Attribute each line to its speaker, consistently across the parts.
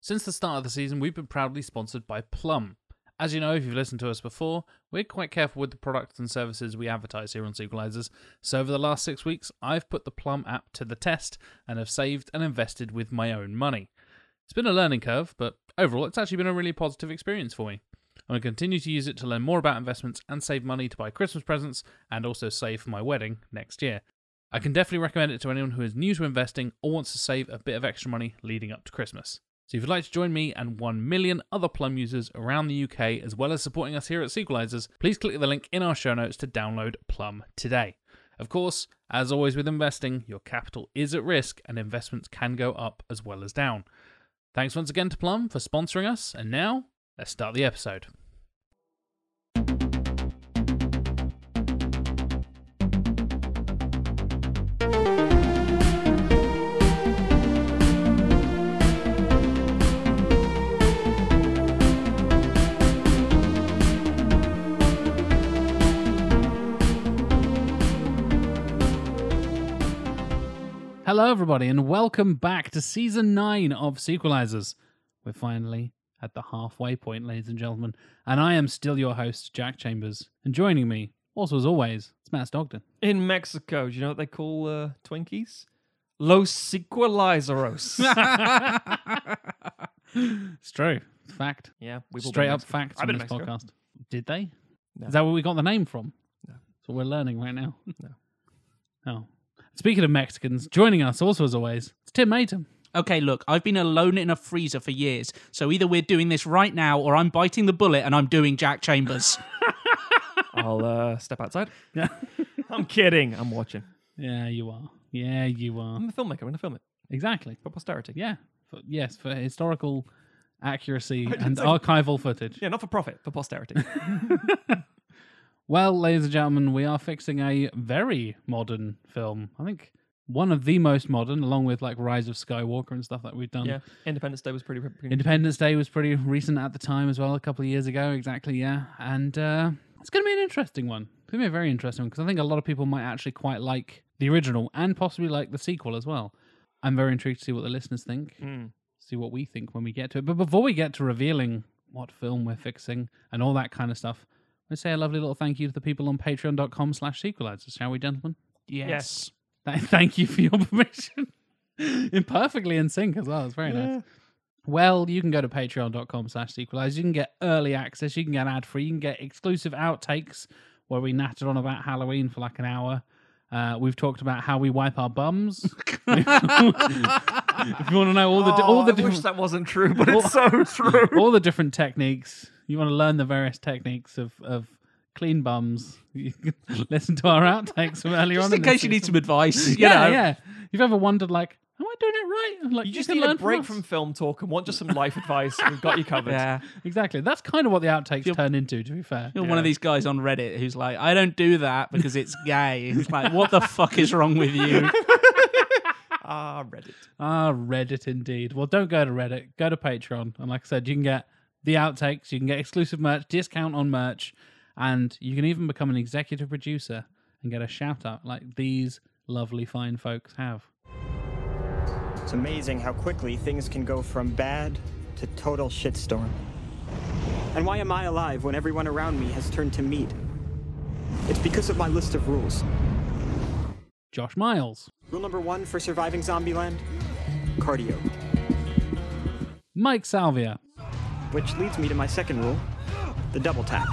Speaker 1: Since the start of the season, we've been proudly sponsored by Plum. As you know, if you've listened to us before, we're quite careful with the products and services we advertise here on Sequelizers. So over the last six weeks, I've put the Plum app to the test and have saved and invested with my own money. It's been a learning curve, but overall, it's actually been a really positive experience for me. I'm going to continue to use it to learn more about investments and save money to buy Christmas presents and also save for my wedding next year. I can definitely recommend it to anyone who is new to investing or wants to save a bit of extra money leading up to Christmas. So if you'd like to join me and 1 million other Plum users around the UK, as well as supporting us here at Sequelizers, please click the link in our show notes to download Plum today. Of course, as always with investing, your capital is at risk and investments can go up as well as down. Thanks once again to Plum for sponsoring us, and now let's start the episode. Hello, everybody, and welcome back to season nine of Sequelizers. We're finally at the halfway point, ladies and gentlemen, and I am still your host, Jack Chambers. And joining me, also as always, it's Matt Stockton.
Speaker 2: In Mexico, do you know what they call uh, Twinkies? Los sequelizeros.
Speaker 1: It's true, fact,
Speaker 2: yeah, we've all been
Speaker 1: straight
Speaker 2: to
Speaker 1: up
Speaker 2: Mexico.
Speaker 1: fact
Speaker 2: I've
Speaker 1: on
Speaker 2: been
Speaker 1: this
Speaker 2: to Mexico.
Speaker 1: podcast. Did they?
Speaker 2: No.
Speaker 1: Is that where we got the name from?
Speaker 2: No.
Speaker 1: That's what we're learning right now.
Speaker 2: No.
Speaker 1: Oh. Speaking of Mexicans, joining us also as always, it's Tim Matum.
Speaker 3: Okay, look, I've been alone in a freezer for years, so either we're doing this right now or I'm biting the bullet and I'm doing Jack Chambers.
Speaker 2: I'll uh, step outside.
Speaker 1: Yeah.
Speaker 2: I'm kidding. I'm watching.
Speaker 1: Yeah, you are. Yeah, you are.
Speaker 2: I'm a filmmaker. I'm gonna film it
Speaker 1: Exactly.
Speaker 2: for posterity.
Speaker 1: Yeah.
Speaker 2: Yeah,
Speaker 1: For, yes, for historical accuracy and
Speaker 2: say-
Speaker 1: archival footage.
Speaker 2: not for profit, for posterity.
Speaker 1: Well, ladies and gentlemen, we are fixing a very modern film. I think one of the most modern, along with like Rise of Skywalker and stuff that we've done.
Speaker 2: yeah, Independence Day was pretty. pretty
Speaker 1: Independence Day was pretty recent at the time as well, a couple of years ago, exactly, yeah. And uh, it's going to be an interesting one. It's going to be a very interesting one because I think a lot of people might actually quite like the original and possibly like the sequel as well. I'm very intrigued to see what the listeners think,
Speaker 2: Mm.
Speaker 1: see what we think when we get to it. But before we get to revealing what film we're fixing and all that kind of stuff, let's say a lovely little thank you to the people on patreon.com slash sequelizers, shall we, gentlemen?
Speaker 3: yes.
Speaker 2: Yes.
Speaker 1: Th- Thank you for your permission. Imperfectly in sync as well. It's very nice. Well, you can go to patreon.com slash sequelize. You can get early access, you can get ad free, you can get exclusive outtakes where we nattered on about Halloween for like an hour. Uh, we've talked about how we wipe our bums. if you want to know all the di- all the
Speaker 2: Oh, I wish
Speaker 1: different,
Speaker 2: that wasn't true, but it's so true.
Speaker 1: all the different techniques, you want to learn the various techniques of of clean bums. You can listen to our outtakes from earlier on.
Speaker 3: Just in
Speaker 1: this
Speaker 3: case you need
Speaker 1: season.
Speaker 3: some advice, you
Speaker 1: yeah,
Speaker 3: know.
Speaker 1: yeah. You've ever wondered like, am I doing it right? And, Like
Speaker 2: You just
Speaker 1: can
Speaker 2: need a
Speaker 1: learn from
Speaker 2: break
Speaker 1: us.
Speaker 2: from film talk and want just some life advice. We've got you covered.
Speaker 3: Yeah.
Speaker 1: Exactly. That's kind of what the outtakes
Speaker 3: You're-
Speaker 1: turn into. To be fair.
Speaker 3: You're one of these guys on Reddit who's like, I don't do that because it's gay. It's like, what the fuck is wrong with you?
Speaker 2: Ah, Reddit.
Speaker 1: Ah, Reddit indeed. Well, don't go to Reddit. Go to Patreon, and like I said, you can get the outtakes. You can get exclusive merch, discount on merch, and you can even become an executive producer and get a shout out like these lovely fine folks have.
Speaker 4: It's amazing how quickly things can go from bad to total shitstorm. And why am I alive when everyone around me has turned to meat? It's because of my list of rules.
Speaker 1: Josh Miles,
Speaker 4: Rule number one for surviving Zombieland cardio.
Speaker 1: Mike Salvia,
Speaker 4: Which leads me to my second rule the double tap.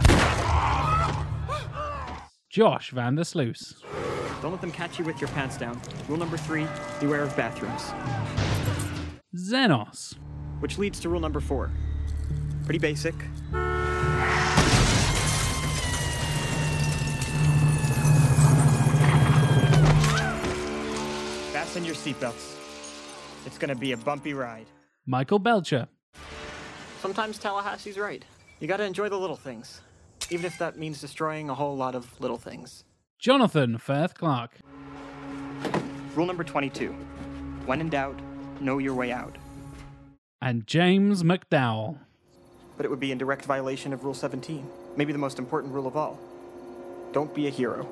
Speaker 1: Josh Van der Sluice,
Speaker 4: Don't let them catch you with your pants down. Rule number three beware of bathrooms.
Speaker 1: Xenos,
Speaker 4: Which leads to rule number four. Pretty basic. Fasten your seatbelts. It's gonna be a bumpy ride.
Speaker 1: Michael Belcher,
Speaker 4: Sometimes Tallahassee's right. You gotta enjoy the little things, even if that means destroying a whole lot of little things.
Speaker 1: Jonathan Firth Clark,
Speaker 4: Rule number 22 When in doubt, know your way out.
Speaker 1: and James McDowell.
Speaker 4: But it would be in direct violation of Rule 17, maybe the most important rule of all. Don't be a hero.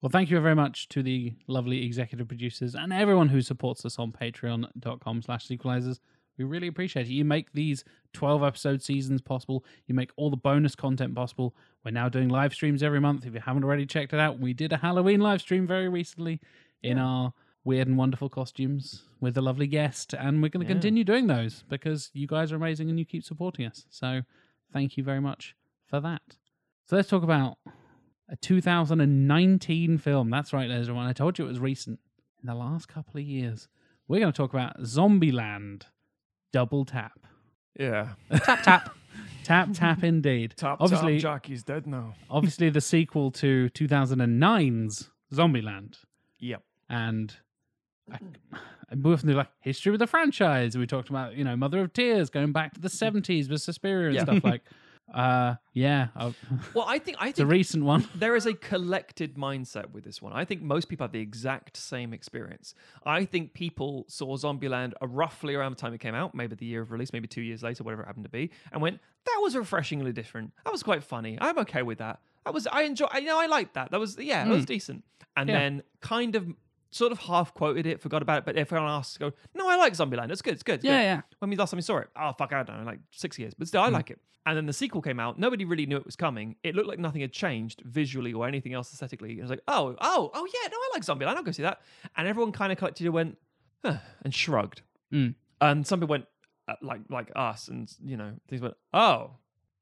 Speaker 1: Well, thank you very much to the lovely executive producers and everyone who supports us on patreon.com slash sequelizers. We really appreciate it. You make these 12 episode seasons possible. You make all the bonus content possible. We're now doing live streams every month. If you haven't already checked it out, we did a Halloween live stream very recently in our weird and wonderful costumes with a lovely guest. And we're going to
Speaker 2: Yeah.
Speaker 1: continue doing those because you guys are amazing and you keep supporting us. So thank you very much for that. So let's talk about a 2019 film. That's right, ladies and gentlemen. I told you it was recent. In the last couple of years, we're going to talk about Zombieland Double Tap.
Speaker 5: Yeah.
Speaker 3: Tap tap.
Speaker 1: Tap tap indeed.
Speaker 5: Top
Speaker 1: obviously,
Speaker 5: top jockey's dead now.
Speaker 1: obviously the sequel to 2009's Zombieland,
Speaker 5: Yep.
Speaker 1: and I, I'm moving through like history with the franchise. We talked about you know Mother of Tears going back to the 70s with Suspiria and
Speaker 2: Yeah.
Speaker 1: stuff like. Uh, yeah, uh,
Speaker 2: Well, I think I
Speaker 1: it's a
Speaker 2: think
Speaker 1: recent one.
Speaker 2: there is a collected mindset with this one. I think most people have the exact same experience. I think people saw Zombieland uh, roughly around the time it came out, maybe the year of release, maybe two years later, whatever it happened to be, and went, "That was refreshingly different. That was quite funny. I'm okay with that. That was I enjoy. I you know I liked that. That was yeah,
Speaker 3: Mm.
Speaker 2: that was decent." And
Speaker 1: Yeah.
Speaker 2: then kind of. Sort of half quoted it, forgot about it, but everyone else go, "No, I like Zombieland. It's good. It's good. It's
Speaker 3: Yeah,
Speaker 2: good."
Speaker 3: yeah.
Speaker 2: When was the last time we saw it? Oh fuck, I don't know, like six years. But still, I like it. And then the sequel came out. Nobody really knew it was coming. It looked like nothing had changed visually or anything else aesthetically. It was like, oh, oh, oh yeah, no, I like Zombieland. I'll go see that. And everyone kind of collected and went, huh, and shrugged.
Speaker 3: Mm.
Speaker 2: And some people went, uh, like like us, and you know, things went, oh,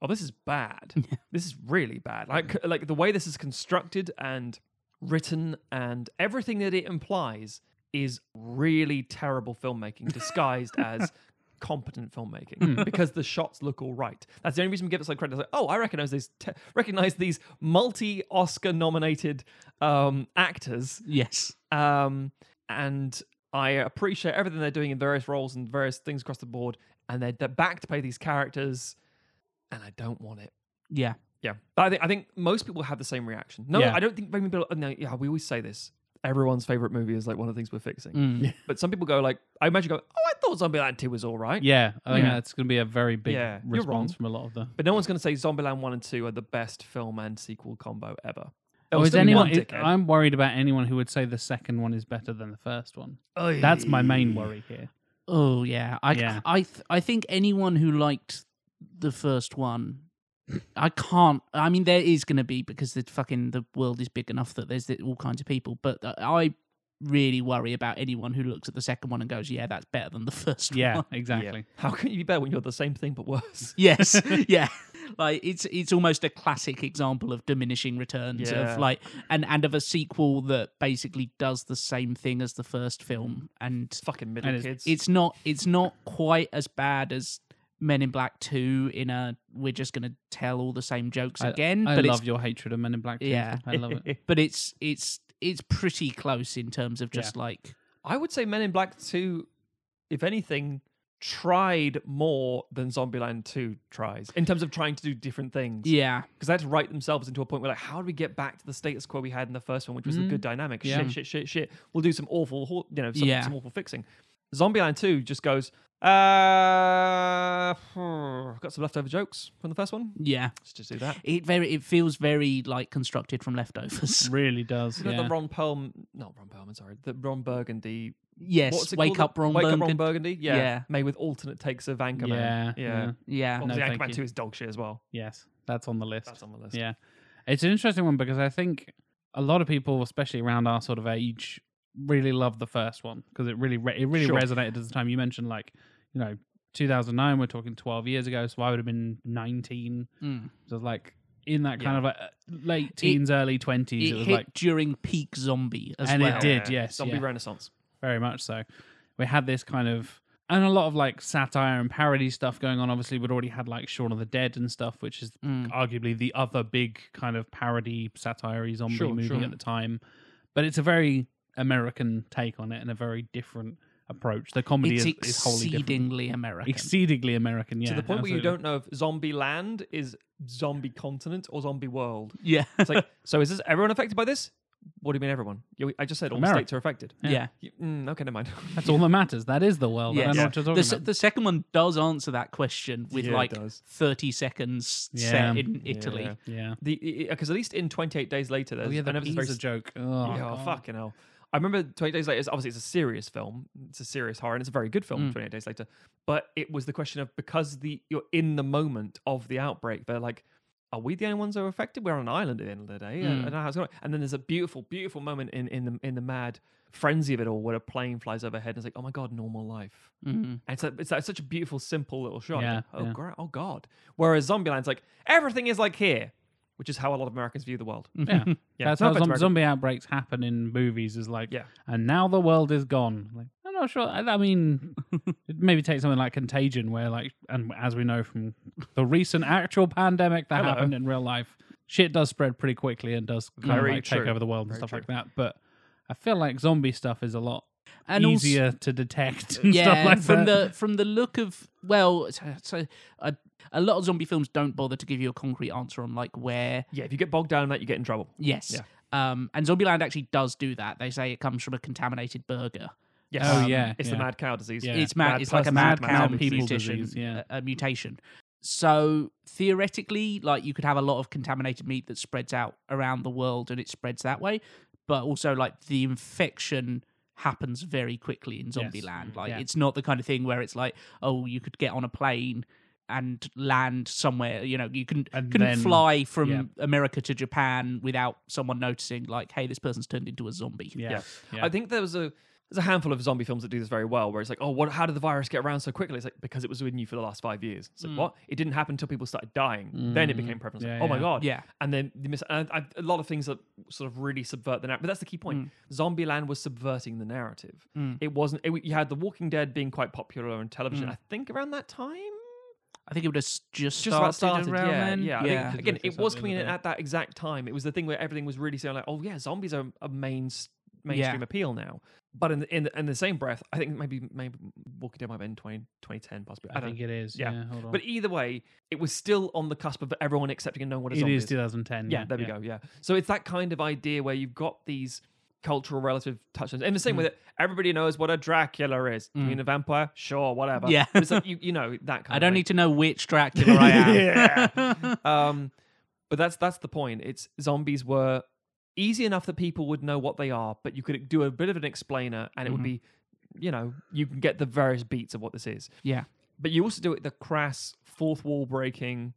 Speaker 2: oh, this is bad. This is really bad. Like like the way this is constructed and written and everything that it implies is really terrible filmmaking disguised as competent filmmaking because the shots look all right. That's the only reason we give it some credit. It's like, oh, I recognize these te- recognize these multi Oscar nominated um, actors
Speaker 3: Yes.
Speaker 2: um, and I appreciate everything they're doing in various roles and various things across the board. And they're, they're back to play these characters, and I don't want it.
Speaker 3: Yeah.
Speaker 2: Yeah, But I think I think most people have the same reaction. No,
Speaker 1: Yeah.
Speaker 2: I don't think many people. No, yeah, we always say this. Everyone's favorite movie is like one of the things we're fixing.
Speaker 3: Mm.
Speaker 2: But some people go like, I imagine go, oh, I thought Zombieland Two was all right.
Speaker 1: Yeah, I think
Speaker 3: Yeah.
Speaker 1: that's going to be a very big
Speaker 2: Yeah, you're
Speaker 1: response
Speaker 2: wrong.
Speaker 1: from a lot of the.
Speaker 2: But no one's going to say Zombieland One and Two are the best film and sequel combo ever.
Speaker 1: Or
Speaker 2: There will
Speaker 1: Oh, is
Speaker 2: still be
Speaker 1: anyone?
Speaker 2: one
Speaker 1: it-
Speaker 2: dickhead.
Speaker 1: I'm worried about anyone who would say the second one is better than the first one.
Speaker 2: Oy.
Speaker 1: That's my main
Speaker 3: Eh.
Speaker 1: worry here.
Speaker 3: Oh yeah. I
Speaker 1: Yeah.
Speaker 3: I th- I think anyone who liked the first one I can't. I mean, there is going to be because the fucking the world is big enough that there's all kinds of people. But uh, I really worry about anyone who looks at the second one and goes, "Yeah, that's better than the first
Speaker 1: Yeah,
Speaker 3: one."
Speaker 1: exactly.
Speaker 2: How can you be better when you're the same thing but worse?
Speaker 3: yes yeah like it's it's almost a classic example of diminishing returns
Speaker 2: Yeah.
Speaker 3: of like and and of a sequel that basically does the same thing as the first film and
Speaker 2: Fucking middle
Speaker 1: And it's-
Speaker 2: kids.
Speaker 3: it's not it's not quite as bad as men in black 2 in a we're just going to tell all the same jokes again
Speaker 1: I
Speaker 3: but
Speaker 1: love
Speaker 3: it's
Speaker 1: your hatred of Men in Black. Too.
Speaker 3: Yeah.
Speaker 1: I love it.
Speaker 3: but it's it's it's pretty close in terms of just like
Speaker 2: I would say Men in Black 2, if anything, tried more than Zombieland 2 tries in terms of trying to do different things.
Speaker 3: yeah
Speaker 2: Because they had to write themselves into a point where, like, how do we get back to the status quo we had in the first one, which was the good dynamic?
Speaker 1: Yeah.
Speaker 2: Shit, shit, shit, shit. We'll do some awful, hor- you know, some,
Speaker 3: Yeah.
Speaker 2: some awful fixing. Zombieland 2 just goes, uh, hmm, I've got some leftover jokes from the first one.
Speaker 3: yeah
Speaker 2: Let's just do that.
Speaker 3: it very it feels very like constructed from leftovers
Speaker 1: Really does.
Speaker 2: You know
Speaker 1: Yeah.
Speaker 2: the Ron Perlman, not Ron Perlman, sorry, the Ron Burgundy
Speaker 3: yes
Speaker 2: What's it
Speaker 3: wake
Speaker 2: called?
Speaker 3: up Ron
Speaker 2: Wake Up
Speaker 3: Burgundy.
Speaker 2: Ron Burgundy. Yeah.
Speaker 3: Yeah. Ah,
Speaker 2: Made with alternate takes of Anchorman.
Speaker 1: Yeah,
Speaker 2: Yeah.
Speaker 1: yeah.
Speaker 3: yeah
Speaker 2: Well,
Speaker 1: No,
Speaker 2: the
Speaker 1: thank
Speaker 2: Anchorman
Speaker 1: you.
Speaker 2: 2 is dog shit as well.
Speaker 1: Yes, that's on the list.
Speaker 2: That's on the list.
Speaker 1: Yeah. It's an interesting one because I think a lot of people, especially around our sort of age, really loved the first one because it really re- it really
Speaker 2: Sure.
Speaker 1: resonated at the time. You mentioned like you know 2009. We're talking 12 years ago, so I would have been 19.
Speaker 3: Mm.
Speaker 1: So like in that kind
Speaker 2: Yeah.
Speaker 1: of like, uh, late teens, early 20s, it,
Speaker 3: it
Speaker 1: was
Speaker 3: hit
Speaker 1: like
Speaker 3: during peak zombie as
Speaker 1: And it
Speaker 3: well.
Speaker 1: did. yes,
Speaker 2: Zombie
Speaker 1: yeah.
Speaker 2: Renaissance.
Speaker 1: very much so. We had this kind of and a lot of like satire and parody stuff going on. Obviously, we'd already had like Shaun of the Dead and stuff, which is arguably the other big kind of parody satire zombie
Speaker 2: Sure,
Speaker 1: movie
Speaker 2: sure.
Speaker 1: at the time. But it's a very American take on it and a very different approach. The comedy
Speaker 3: It's
Speaker 1: is, is wholly different.
Speaker 3: exceedingly American.
Speaker 1: Exceedingly American, yeah.
Speaker 2: to the point where you
Speaker 1: absolutely.
Speaker 2: don't know if zombie land is zombie continent or zombie world.
Speaker 3: yeah.
Speaker 2: It's like, so is this everyone affected by this? What do you mean everyone? You, I just said all
Speaker 1: America.
Speaker 2: states are affected.
Speaker 3: yeah.
Speaker 2: You- mm, okay, never mind.
Speaker 1: That's all that matters. That is the world. I
Speaker 3: Yes.
Speaker 1: don't know
Speaker 3: Yeah.
Speaker 1: what you're talking
Speaker 3: The, se-
Speaker 1: about.
Speaker 3: the second one does answer that question with
Speaker 2: Yeah, it
Speaker 3: like
Speaker 2: does.
Speaker 3: 30 seconds
Speaker 1: Yeah.
Speaker 3: set in Italy.
Speaker 2: Yeah.
Speaker 1: yeah.
Speaker 2: The because at least in 28 days later, there's
Speaker 1: Oh yeah,
Speaker 2: I know
Speaker 1: that
Speaker 2: it's
Speaker 1: is
Speaker 2: very
Speaker 1: a
Speaker 2: s-
Speaker 1: joke. Oh,
Speaker 2: Yeah,
Speaker 1: God.
Speaker 2: fucking hell. I remember 28 Days Later, it's- obviously, it's a serious film. It's a serious horror, and it's a very good film,
Speaker 3: Mm.
Speaker 2: 28 Days Later. But it was the question of because the you're in the moment of the outbreak, they're like, are we the only ones who are affected? We're on an island at the end of the day. I- I
Speaker 3: Mm.
Speaker 2: don't know how it's going. And then there's a beautiful, beautiful moment in, in the in the mad frenzy of it all, where a plane flies overhead, and it's like, oh my god, normal life.
Speaker 3: Mm.
Speaker 2: And it's, like, it's like such a beautiful, simple little shot.
Speaker 1: Yeah,
Speaker 2: oh,
Speaker 1: yeah.
Speaker 2: gra- oh God. Whereas Zombieland's like, everything is like here, which is how a lot of Americans view the world.
Speaker 1: Yeah.
Speaker 2: Yeah,
Speaker 1: That's
Speaker 2: no
Speaker 1: how
Speaker 2: offense,
Speaker 1: zom-
Speaker 2: American.
Speaker 1: zombie outbreaks happen in movies. Is like,
Speaker 2: Yeah.
Speaker 1: and now the world is gone. Like, I'm not sure. I, I mean, maybe take something like Contagion, where like, and as we know from the recent actual pandemic that
Speaker 2: Hello.
Speaker 1: happened in real life, shit does spread pretty quickly and does kind
Speaker 2: Very
Speaker 1: of like
Speaker 2: true.
Speaker 1: take over the world and
Speaker 2: Very
Speaker 1: stuff
Speaker 2: true.
Speaker 1: like that. But I feel like zombie stuff is a lot
Speaker 3: And also-
Speaker 1: easier to detect and
Speaker 3: yeah,
Speaker 1: stuff like
Speaker 3: from
Speaker 1: that.
Speaker 3: the from the look of well, so, so a, a lot of zombie films don't bother to give you a concrete answer on like where.
Speaker 2: Yeah, if you get bogged down in that, you get in trouble.
Speaker 3: Yes.
Speaker 2: Yeah.
Speaker 3: Um, and Zombieland actually does do that. They say it comes from a contaminated burger.
Speaker 2: Yes. Um,
Speaker 1: Oh, yeah,
Speaker 2: It's the
Speaker 1: yeah.
Speaker 2: mad cow disease.
Speaker 1: Yeah.
Speaker 3: It's mad. it's like a
Speaker 2: person's
Speaker 3: mad
Speaker 1: mad
Speaker 3: cow
Speaker 1: zombie
Speaker 3: people
Speaker 1: people
Speaker 3: mutation.
Speaker 1: disease, yeah.
Speaker 3: A, a mutation. So theoretically, like you could have a lot of contaminated meat that spreads out around the world and it spreads that way. But also, like the infection happens very quickly in Zombieland. Like
Speaker 1: yeah.
Speaker 3: it's not the kind of thing where it's like, oh, you could get on a plane and land somewhere. You know, you couldn't
Speaker 1: And
Speaker 3: couldn't
Speaker 1: then-
Speaker 3: fly from
Speaker 1: yeah.
Speaker 3: America to Japan without someone noticing. Like, hey, this person's turned into a zombie.
Speaker 1: yeah.
Speaker 2: Yeah.
Speaker 1: yeah.
Speaker 2: I think there was a there's a handful of zombie films that do this very well, where it's like, oh, what? How did the virus get around so quickly? It's like because it was with you for the last five years. It's like what? It didn't happen until people started dying. Then it became prevalent. It's
Speaker 1: Mm.
Speaker 2: like,
Speaker 1: Yeah,
Speaker 2: oh my
Speaker 1: yeah.
Speaker 2: god.
Speaker 3: Yeah.
Speaker 2: And then you miss and I, a lot of things that sort of really subvert the narrative. But that's the key point.
Speaker 1: Mm.
Speaker 2: Zombieland was subverting the narrative. It wasn't. It, you had The Walking Dead being quite popular on television.
Speaker 1: Mm.
Speaker 2: I think around that time.
Speaker 3: I think it would have s- just,
Speaker 2: just about
Speaker 3: started
Speaker 2: started
Speaker 3: around
Speaker 2: yeah,
Speaker 3: then.
Speaker 2: Yeah, I think-
Speaker 3: yeah.
Speaker 2: again,
Speaker 1: Literally
Speaker 2: it was
Speaker 1: started the
Speaker 2: coming in
Speaker 1: other day.
Speaker 2: at that exact time. It was the thing where everything was really saying like, oh yeah, zombies are a main s- mainstream
Speaker 3: Yeah.
Speaker 2: appeal now. But in the, in the, in the same breath, I think maybe maybe Walking Dead might have been 20, 2010 possibly. I,
Speaker 1: I,
Speaker 2: don't.
Speaker 1: think it is.
Speaker 2: yeah.
Speaker 1: Yeah, hold on.
Speaker 2: but either way, it was still on the cusp of everyone accepting and knowing what a
Speaker 1: it
Speaker 2: zombie
Speaker 1: is 2010.
Speaker 2: yeah, there we go. Yeah. So it's that kind of idea where you've got these cultural relative touchstones. And the same way that everybody knows what a Dracula is. You mean a vampire? Sure, whatever.
Speaker 3: Yeah.
Speaker 2: But it's like you, you know that kind
Speaker 3: I
Speaker 2: of
Speaker 3: don't
Speaker 2: thing.
Speaker 3: need to know which Dracula I am.
Speaker 2: um, but that's that's the point. It's zombies were easy enough that people would know what they are, but you could do a bit of an explainer, and it would
Speaker 3: Mm-hmm.
Speaker 2: be, you know, you can get the various beats of what this is.
Speaker 3: Yeah.
Speaker 2: But you also do it the crass fourth wall breaking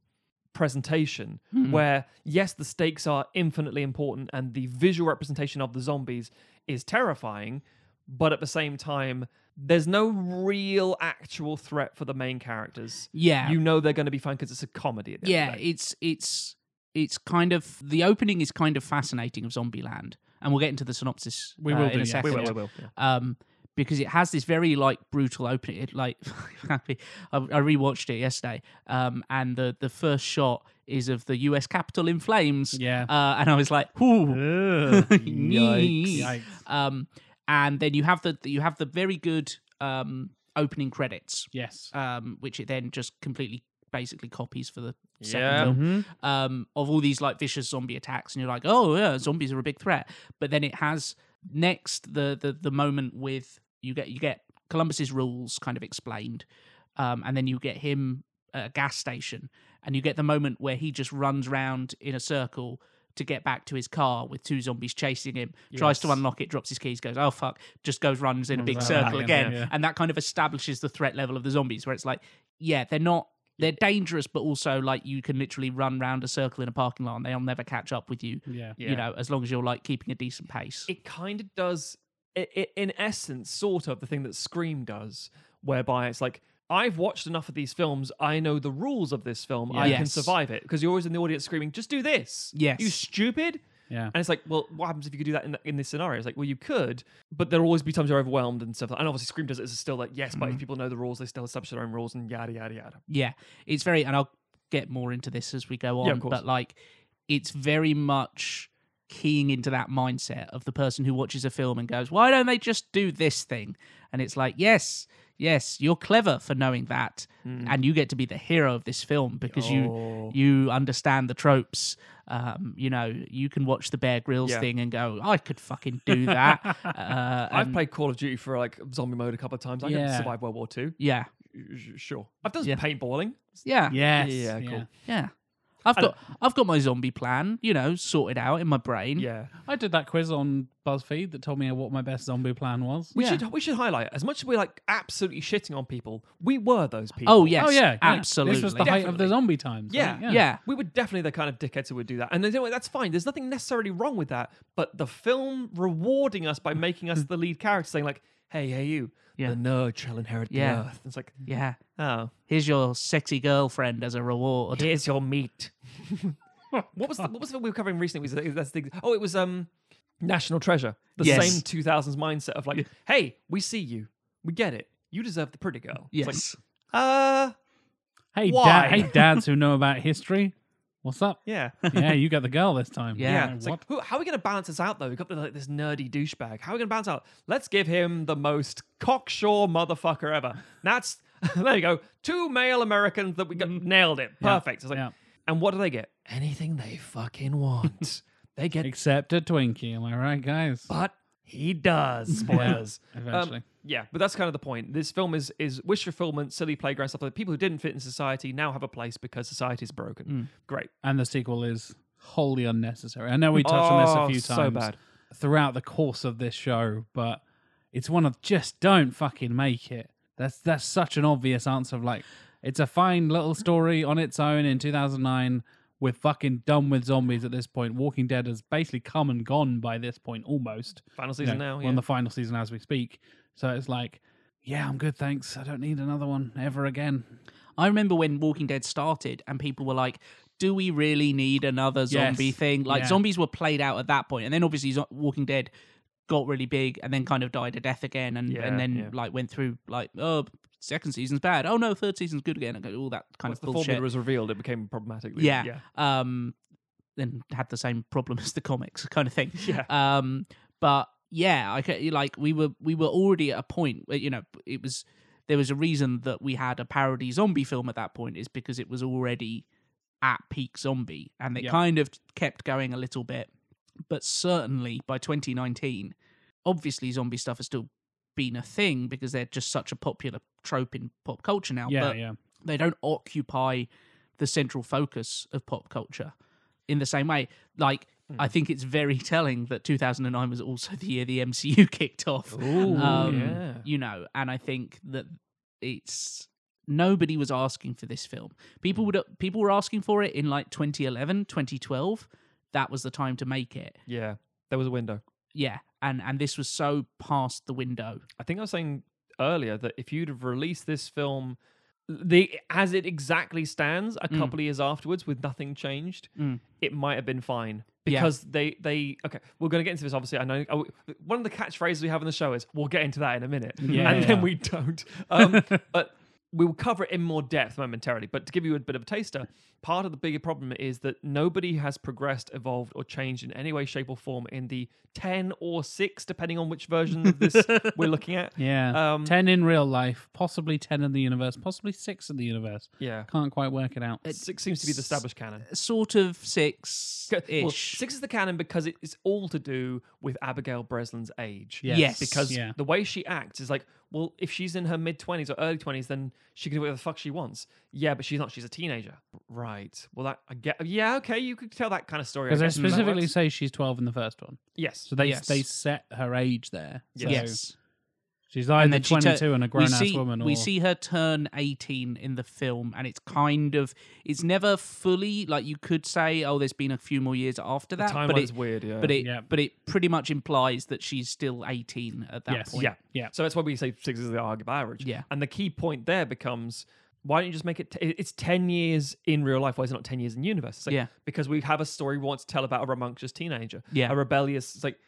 Speaker 2: presentation
Speaker 3: Hmm.
Speaker 2: where yes the stakes are infinitely important and the visual representation of the zombies is terrifying but at the same time there's no real actual threat for the main characters
Speaker 3: Yeah.
Speaker 2: you know they're going to be fine because it's a comedy. At the
Speaker 3: yeah,
Speaker 2: end of the day.
Speaker 3: it's it's it's kind of the opening is kind of fascinating of Zombieland, and we'll get into the synopsis.
Speaker 1: We
Speaker 3: uh,
Speaker 1: will
Speaker 3: in
Speaker 1: do,
Speaker 3: a
Speaker 1: yeah.
Speaker 3: second.
Speaker 2: we will, we will. yeah.
Speaker 3: um, because it has this very like brutal opening. It like I, I rewatched it yesterday, um, and the the first shot is of the U.S. Capitol in flames.
Speaker 1: Yeah.
Speaker 3: uh, and I was like, "Ooh,
Speaker 1: Ugh,
Speaker 3: Yikes.
Speaker 1: yikes.
Speaker 3: Um, and then you have the you have the very good um, opening credits,
Speaker 1: Yes.
Speaker 3: um, which it then just completely basically copies for the second
Speaker 2: Yeah.
Speaker 3: film um, of all these like vicious zombie attacks, and you're like, oh yeah, zombies are a big threat. But then it has next the the the moment with you get you get Columbus's rules kind of explained, um, and then you get him at a gas station, and you get the moment where he just runs round in a circle. To get back to his car with two zombies chasing him, tries to
Speaker 2: Yes.
Speaker 3: unlock it, drops his keys, goes, oh fuck, just goes runs in a big
Speaker 1: round
Speaker 3: circle
Speaker 1: again,
Speaker 3: again.
Speaker 1: yeah.
Speaker 3: And that kind of establishes the threat level of the zombies, where it's like, yeah, they're not they're dangerous, but also like you can literally run round a circle in a parking lot and they'll never catch up with you.
Speaker 1: Yeah.
Speaker 2: Yeah.
Speaker 3: You know, as long as you're like keeping a decent pace.
Speaker 2: It kind of does, i i in essence, sort of the thing that Scream does, whereby it's like. I've watched enough of these films. I know the rules of this film. I can
Speaker 3: Yes.
Speaker 2: survive it because you're always in the audience screaming, "Just do this!"
Speaker 3: Yes.
Speaker 2: you stupid.
Speaker 1: Yeah.
Speaker 2: And it's like, well, what happens if you could do that in, th- in this scenario? It's like, well, you could, but there'll always be times you're overwhelmed and stuff. And obviously, Scream does it as a still like, yes, but if people know the rules, they still establish their own rules and yada yada yada.
Speaker 3: yeah. It's very and I'll get more into this as we go on.
Speaker 2: Yeah, of course.
Speaker 3: But like it's very much keying into that mindset of the person who watches a film and goes, Why don't they just do this thing? And it's like, Yes, yes, you're clever for knowing that. And you get to be the hero of this film because
Speaker 2: Mm. Oh.
Speaker 3: you you understand the tropes. Um, you know, you can watch the Bear Grylls
Speaker 2: Yeah.
Speaker 3: thing and go, I could fucking do that. uh,
Speaker 2: I've played Call of Duty for like zombie mode a couple of times. I can
Speaker 1: Yeah.
Speaker 2: survive World War Two.
Speaker 3: yeah,
Speaker 2: Sure. I've done
Speaker 3: Yeah.
Speaker 2: paintballing.
Speaker 3: yeah, yeah,
Speaker 1: Yes.
Speaker 2: Yeah, cool.
Speaker 3: yeah. I've got I've got my zombie plan, you know, sorted out in my brain.
Speaker 2: Yeah.
Speaker 1: I did that quiz on BuzzFeed that told me what my best zombie plan was.
Speaker 2: We
Speaker 3: Yeah.
Speaker 2: should we should highlight as much as we're like absolutely shitting on people, we were those people.
Speaker 3: Oh yes.
Speaker 1: Oh yeah, yeah.
Speaker 3: Absolutely.
Speaker 1: This was the height of the
Speaker 2: Definitely.
Speaker 1: zombie times.
Speaker 2: Yeah.
Speaker 1: right?
Speaker 3: yeah.
Speaker 2: We were definitely the kind of dickheads who would do that. And you know what, that's fine. There's nothing necessarily wrong with that. But the film rewarding us by making us the lead character, saying like, hey, hey, you,
Speaker 3: Mm. Yeah.
Speaker 2: the nerd shall inherit
Speaker 3: Yeah.
Speaker 2: the earth. It's like,
Speaker 3: Yeah.
Speaker 2: oh,
Speaker 3: Here's your sexy girlfriend as a reward.
Speaker 2: here's your meat. what was the, what was the we were covering recently? Was it- that's the, oh, it was um National Treasure. The
Speaker 3: Yes.
Speaker 2: same 2000s mindset of like, hey, we see you. We get it. You deserve the pretty girl. It's like,
Speaker 3: Yes.
Speaker 2: uh,
Speaker 1: Hey,
Speaker 2: Why?
Speaker 1: da- hey, dads who know about history. What's up?
Speaker 2: yeah.
Speaker 1: Yeah, you got the girl this time.
Speaker 3: Yeah.
Speaker 2: Yeah,
Speaker 1: Like,
Speaker 2: it's
Speaker 1: what?
Speaker 2: like, who, how are we going to balance this out though? We've got the, like this nerdy douchebag. How are we going to balance out? Let's give him the most cocksure motherfucker ever. That's there you go. Two male Americans that we got nailed it. Perfect. It's like,
Speaker 1: yeah.
Speaker 2: and what do they get? Anything they fucking want. they get,
Speaker 1: Except a Twinkie. Am I right, guys?
Speaker 2: but he does. Spoilers. Um,
Speaker 1: Eventually.
Speaker 2: yeah, but that's kind of the point. This film is is wish fulfillment, silly playground stuff. Like people who didn't fit in society now have a place because society's broken. Great.
Speaker 1: and the sequel is wholly unnecessary. I know we touched on this
Speaker 2: Oh,
Speaker 1: a few
Speaker 2: so
Speaker 1: times
Speaker 2: bad.
Speaker 1: throughout the course of this show, but it's one of just don't fucking make it. That's that's such an obvious answer of like it's a fine little story on its own in 2009. We're fucking done with zombies at this point. Walking Dead has basically come and gone by this point almost. You
Speaker 2: Final
Speaker 1: know,
Speaker 2: season now.
Speaker 1: we're
Speaker 2: Yeah.
Speaker 1: on the final season as we speak. So it's like, yeah, I'm good, thanks. I don't need another one ever again.
Speaker 3: I remember when Walking Dead started and people were like, do we really need another zombie
Speaker 1: Yes.
Speaker 3: thing? Like
Speaker 1: Yeah.
Speaker 3: zombies were played out at that point, and then obviously zo- Walking Dead got really big and then kind of died a death again, and,
Speaker 2: Yeah,
Speaker 3: and then
Speaker 2: yeah.
Speaker 3: like went through like oh second season's bad, oh no third season's good again, and all that kind
Speaker 2: Once
Speaker 3: of
Speaker 2: the
Speaker 3: bullshit.
Speaker 2: formula was revealed, it became problematic.
Speaker 3: yeah. Um, then had the same problem as the comics kind of thing.
Speaker 2: Yeah.
Speaker 3: Um, but yeah, I ca- like we were we were already at a point where you know it was there was a reason that we had a parody zombie film at that point is because it was already at peak zombie and they
Speaker 1: Yeah.
Speaker 3: kind of kept going a little bit, but certainly by 2019, obviously zombie stuff has still been a thing because they're just such a popular trope in pop culture now.
Speaker 1: Yeah,
Speaker 3: but
Speaker 1: yeah.
Speaker 3: they don't occupy the central focus of pop culture in the same way. Like, I think it's very telling that 2009 was also the year the MCU kicked off.
Speaker 2: Ooh,
Speaker 3: um,
Speaker 2: Oh, yeah.
Speaker 3: You know, and I think that it's nobody was asking for this film. People would people were asking for it in like 2011, 2012. That was the time to make it.
Speaker 2: Yeah. There was a window.
Speaker 3: Yeah, and and this was so past the window.
Speaker 2: I think I was saying earlier that if you'd have released this film the as it exactly stands a couple of years afterwards with nothing changed,
Speaker 3: Mm.
Speaker 2: it might have been fine.
Speaker 3: Yeah.
Speaker 2: Because they, they okay, we're gonna get into this obviously. I know oh, one of the catchphrases we have on the show is "We'll get into that in a minute,"
Speaker 1: Yeah.
Speaker 2: and then we don't. Um, but we will cover it in more depth momentarily. But to give you a bit of a taster, part of the bigger problem is that nobody has progressed, evolved, or changed in any way, shape, or form in the ten or six, depending on which version of this we're looking at.
Speaker 1: Yeah.
Speaker 2: Um,
Speaker 1: 10 in real life, possibly 10 in the universe, possibly 6 in the universe.
Speaker 2: Yeah.
Speaker 1: Can't quite work it out.
Speaker 3: Uh,
Speaker 2: Six seems to be the established canon.
Speaker 3: Sort of six
Speaker 2: Okay,
Speaker 3: ish.
Speaker 2: Well, six is the canon because it is all to do with Abigail Breslin's age.
Speaker 1: Yes.
Speaker 3: Yes.
Speaker 2: Because
Speaker 1: Yeah.
Speaker 2: the way she acts is like, well, if she's in her mid 20s or early 20s, then she can do whatever the fuck she wants. Yeah, but she's not. She's a teenager. Right. Well, that, I get. Yeah, okay. You could tell that kind of story. I
Speaker 1: Because they
Speaker 2: guess. That
Speaker 1: specifically
Speaker 2: works.
Speaker 1: say she's 12 in the first one.
Speaker 2: Yes.
Speaker 1: So they
Speaker 3: Yes.
Speaker 1: they set her age there. So
Speaker 3: yes.
Speaker 1: She's either
Speaker 3: she tur-
Speaker 1: 22 and a grown ass
Speaker 3: we see,
Speaker 1: woman or.
Speaker 3: We see her turn 18 in the film, and it's kind of, it's never fully, like you could say, oh, there's been a few more years after
Speaker 2: The
Speaker 3: that. but
Speaker 2: timeline's
Speaker 3: it,
Speaker 2: weird. Yeah.
Speaker 3: but, it
Speaker 1: Yeah.
Speaker 3: but it pretty much implies that she's still 18 at that
Speaker 1: Yes.
Speaker 3: point.
Speaker 2: Yeah.
Speaker 1: Yeah.
Speaker 2: So that's why we say six is the arg- average.
Speaker 3: Yeah.
Speaker 2: And the key point there becomes why don't you just make it? T- it- it's 10 years in real life. Why is it not 10 years in universe? It's like,
Speaker 3: Yeah.
Speaker 2: Because we have a story we want to tell about a rambunctious teenager.
Speaker 3: Yeah.
Speaker 2: A rebellious. It's like,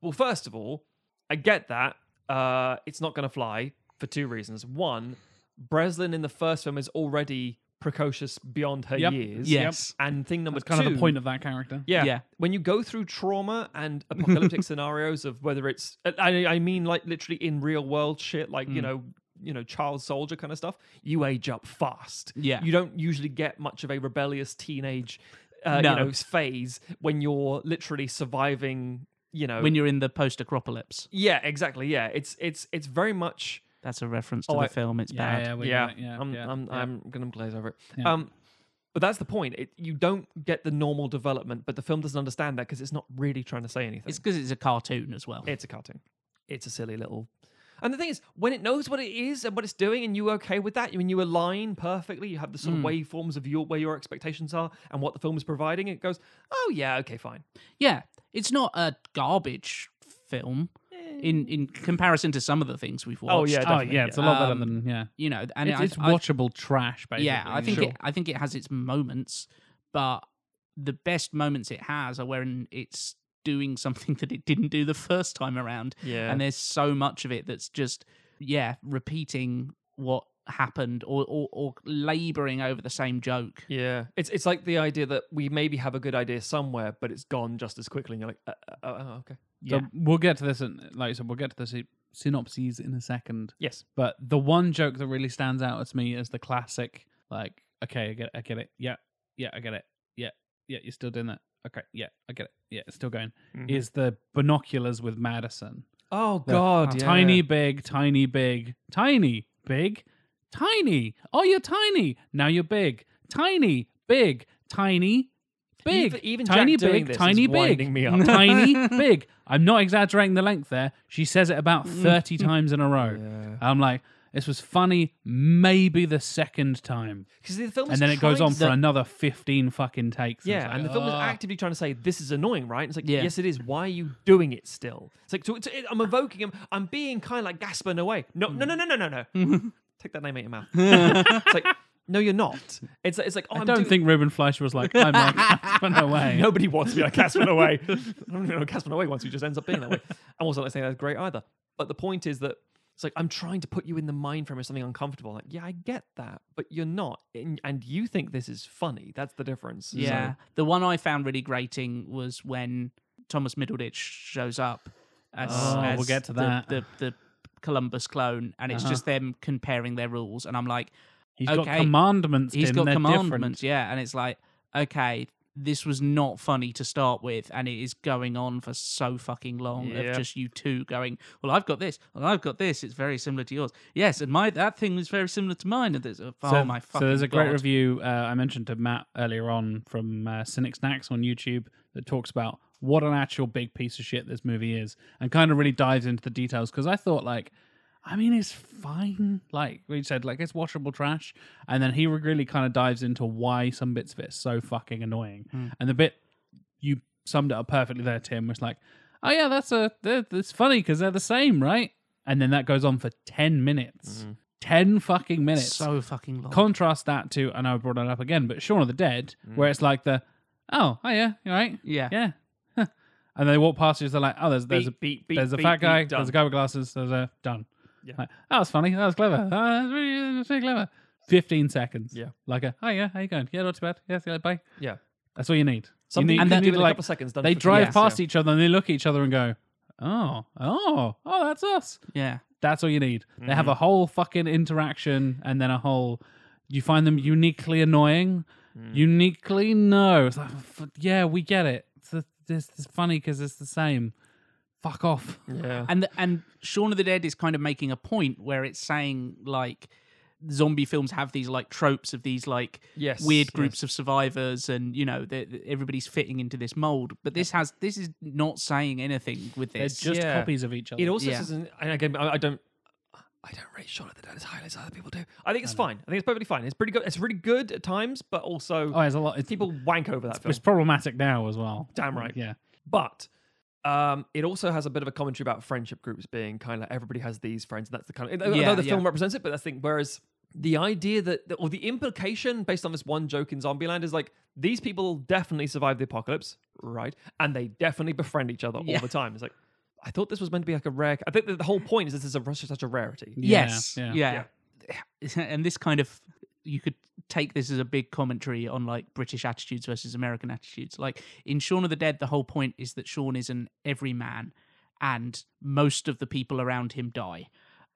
Speaker 2: well, first of all, I get that. Uh, it's not going to fly for two reasons. One, Breslin in the first film is already precocious beyond her
Speaker 1: Yep.
Speaker 2: years.
Speaker 3: Yes.
Speaker 2: And thing number
Speaker 1: That's kind
Speaker 2: two.
Speaker 1: of the point of that character.
Speaker 2: Yeah.
Speaker 3: Yeah.
Speaker 2: When you go through trauma and apocalyptic scenarios of whether it's uh, I, I mean like literally in real world shit like you know you know child soldier kind of stuff you age up fast.
Speaker 3: Yeah.
Speaker 2: You don't usually get much of a rebellious teenage uh,
Speaker 3: No.
Speaker 2: you know phase when you're literally surviving, you know.
Speaker 3: When you're in the post acropolis.
Speaker 2: yeah, exactly. Yeah. It's it's it's very much
Speaker 3: That's a reference to
Speaker 2: Oh,
Speaker 3: the
Speaker 2: I-
Speaker 3: film. It's
Speaker 1: Yeah.
Speaker 3: bad.
Speaker 1: yeah, we
Speaker 2: yeah,
Speaker 1: got it, yeah, Oh,
Speaker 2: I'm,
Speaker 1: yeah,
Speaker 2: I'm,
Speaker 1: yeah.
Speaker 2: I'm gonna glaze over it.
Speaker 1: Yeah.
Speaker 2: Um, But that's the point. It, you don't get the normal development, but the film doesn't understand that because it's not really trying to say anything.
Speaker 3: It's because it's a cartoon as well.
Speaker 2: It's a cartoon. It's a silly little. And the thing is, when it knows what it is and what it's doing, and you okay with that, when you align perfectly, you have the
Speaker 1: Hmm.
Speaker 2: sort of waveforms of your where your expectations are and what the film is providing. It goes, oh yeah, okay, fine.
Speaker 3: Yeah, it's not a garbage film in in comparison to some of the things we've watched.
Speaker 2: Oh, yeah,
Speaker 1: Eh. Oh
Speaker 2: definitely,
Speaker 1: yeah, it's a lot better
Speaker 3: Um,
Speaker 1: than yeah.
Speaker 3: you know, and
Speaker 1: it's,
Speaker 3: I-
Speaker 1: it's
Speaker 3: I-
Speaker 1: watchable trash, basically.
Speaker 3: yeah, I think
Speaker 1: Sure.
Speaker 3: it, I think it has its moments, but the best moments it has are when it's doing something that it didn't do the first time around.
Speaker 2: Yeah.
Speaker 3: and there's so much of it that's just yeah repeating what happened or or, or laboring over the same joke.
Speaker 2: Yeah, it's it's like the idea that we maybe have a good idea somewhere, but it's gone just as quickly. And you're like, uh, uh, oh, oh, okay,
Speaker 3: Yeah,
Speaker 1: So we'll get to this, in, like I said, we'll get to the sy- synopses in a second.
Speaker 2: yes,
Speaker 1: But the one joke that really stands out to me is the classic, like, okay, I get, I get it, yeah, yeah, I get it, yeah, yeah, you're still doing that, okay, yeah, I get it, yeah, it's still going. Is the binoculars with Madison?
Speaker 2: oh
Speaker 1: The
Speaker 2: god, yeah.
Speaker 1: tiny, big, tiny, big, tiny, big, tiny. Oh, you're tiny. Now you're big, tiny, big, tiny. Big,
Speaker 2: Even- even
Speaker 1: tiny,
Speaker 2: Jack doing
Speaker 1: big,
Speaker 2: this is
Speaker 1: tiny, big,
Speaker 2: winding me up.
Speaker 1: tiny, big. I'm not exaggerating the length there. She says it about
Speaker 2: Mm.
Speaker 1: thirty times in a row. I'm like, this was funny. Maybe the second time,
Speaker 2: Because the film, is
Speaker 1: and then it goes
Speaker 2: trying
Speaker 1: on
Speaker 2: to-
Speaker 1: for another fifteen fucking takes.
Speaker 2: Yeah,
Speaker 1: it's like,
Speaker 2: and the film is
Speaker 1: "Ugh."
Speaker 2: actively trying to say this is annoying, right? And it's like,
Speaker 3: Yeah.
Speaker 2: yes, it is. Why are you doing it still? It's like, so, so it, I'm evoking him. I'm being kind of like Gaspar away. No, no, no, no, no, no, no. Take that name out your mouth. it's like, no, you're not. It's it's like, oh,
Speaker 1: I
Speaker 2: am
Speaker 1: don't
Speaker 2: doing-
Speaker 1: think Ruben Fleischer was like, I'm like, Casper away.
Speaker 2: Nobody wants to be like Casper away. I don't even know what Casper away wants. He just ends up being that way. I'm also not saying that's great either. But the point is that it's like I'm trying to put you in the mind frame of something uncomfortable. Like, yeah, I get that, but you're not, and, and you think this is funny. That's the difference. So-
Speaker 3: Yeah. The one I found really grating was when Thomas Middleditch shows up as,
Speaker 1: Oh,
Speaker 3: as
Speaker 1: we'll get to
Speaker 3: the-
Speaker 1: that.
Speaker 3: The, the, Columbus clone, and it's
Speaker 1: Uh-huh.
Speaker 3: just them comparing their rules. And I'm like,
Speaker 1: He's got
Speaker 3: Okay.
Speaker 1: commandments.
Speaker 3: he's
Speaker 1: Tim,
Speaker 3: got
Speaker 1: they're
Speaker 3: commandments. Yeah. And it's like, okay, this was not funny to start with. And it is going on for so fucking long
Speaker 2: Yeah.
Speaker 3: of just you two going, well, I've got this, and I've got this. It's very similar to yours. Yes. And my that thing is very similar to mine. And there's, oh,
Speaker 1: So,
Speaker 3: my fucking
Speaker 1: so there's a great
Speaker 3: God.
Speaker 1: review uh, I mentioned to Matt earlier on from uh, Cynic Snacks on YouTube that talks about what an actual big piece of shit this movie is and kind of really dives into the details because I thought like. I mean, it's fine. Like we said, like it's watchable trash, and then he really kind of dives into why some bits of it is so fucking annoying.
Speaker 3: Hmm.
Speaker 1: And the bit you summed it up perfectly there, Tim, was like, "Oh yeah, that's a that- that's funny because they're the same, right?" And then that goes on for ten minutes, ten fucking minutes.
Speaker 3: Mm-hmm. So fucking long.
Speaker 1: Contrast that to, I know I brought it up again, but Shaun of the Dead,
Speaker 2: Mm.
Speaker 1: where it's like the, oh, oh yeah, you all right?
Speaker 3: Yeah.
Speaker 1: Yeah. Huh." and they walk past you, they're like, oh, there's, there's a,
Speaker 2: Beep, beep, beep,
Speaker 1: there's a
Speaker 2: beep,
Speaker 1: fat
Speaker 2: beep,
Speaker 1: guy,
Speaker 2: done.
Speaker 1: there's a guy with glasses, there's a, done.
Speaker 2: Yeah.
Speaker 1: Like, that was funny, that was clever, uh, that was really, that was really clever. 15 seconds.
Speaker 2: Yeah.
Speaker 1: Like a, oh yeah, how you going? Yeah, not too bad. Yeah, see you later, bye.
Speaker 2: yeah.
Speaker 1: That's all you need.
Speaker 2: Something
Speaker 1: you
Speaker 2: you
Speaker 1: need,
Speaker 2: can
Speaker 1: you
Speaker 2: do
Speaker 1: need,
Speaker 2: in a
Speaker 1: like,
Speaker 2: couple of seconds. Done
Speaker 1: They
Speaker 2: for
Speaker 1: drive
Speaker 2: free.
Speaker 1: past each other and they look at each other and go, oh, oh, oh, that's us.
Speaker 3: Yeah.
Speaker 1: That's all you need. They have a whole fucking interaction and then a whole. You find them uniquely annoying. Uniquely, no. It's like, f- yeah, we get it. It's, the- this it's funny because it's the same. Fuck off.
Speaker 2: Yeah. yeah.
Speaker 3: and and Shaun of the Dead is kind of making a point where it's saying like zombie films have these like tropes of these like
Speaker 2: Yes,
Speaker 3: weird
Speaker 2: yes.
Speaker 3: groups of survivors and you know that that everybody's fitting into this mold but this has this is not saying anything with
Speaker 1: They're
Speaker 3: this
Speaker 1: just
Speaker 2: yeah.
Speaker 1: copies of each other.
Speaker 2: It also
Speaker 3: Yeah.
Speaker 2: doesn't. And again, I, I don't. I don't rate Shaun of the Dead as highly as other people do. I think it's fine. I think it's perfectly fine. It's pretty good. It's really good at times, but also
Speaker 1: oh, there's a lot. It's,
Speaker 2: people wank over that film.
Speaker 1: it's problematic now as well.
Speaker 2: Damn right.
Speaker 1: Yeah.
Speaker 2: But um, it also has a bit of a commentary about friendship groups being kind of like everybody has these friends, and that's the kind of. although
Speaker 3: Yeah,
Speaker 2: the film
Speaker 3: yeah.
Speaker 2: represents it, but that's the thing. Whereas the idea that, or the implication based on this one joke in Zombieland is like these people definitely survive the apocalypse, right? And they definitely befriend each other
Speaker 3: Yeah.
Speaker 2: all the time. It's like I thought this was meant to be like a rare. I think that the whole point is this is a, such a rarity.
Speaker 3: yes
Speaker 1: Yeah,
Speaker 3: yeah, and this kind of you could take this as a big commentary on like British attitudes versus American attitudes. Like in Shaun of the Dead, the whole point is that Shaun is an everyman, and most of the people around him die,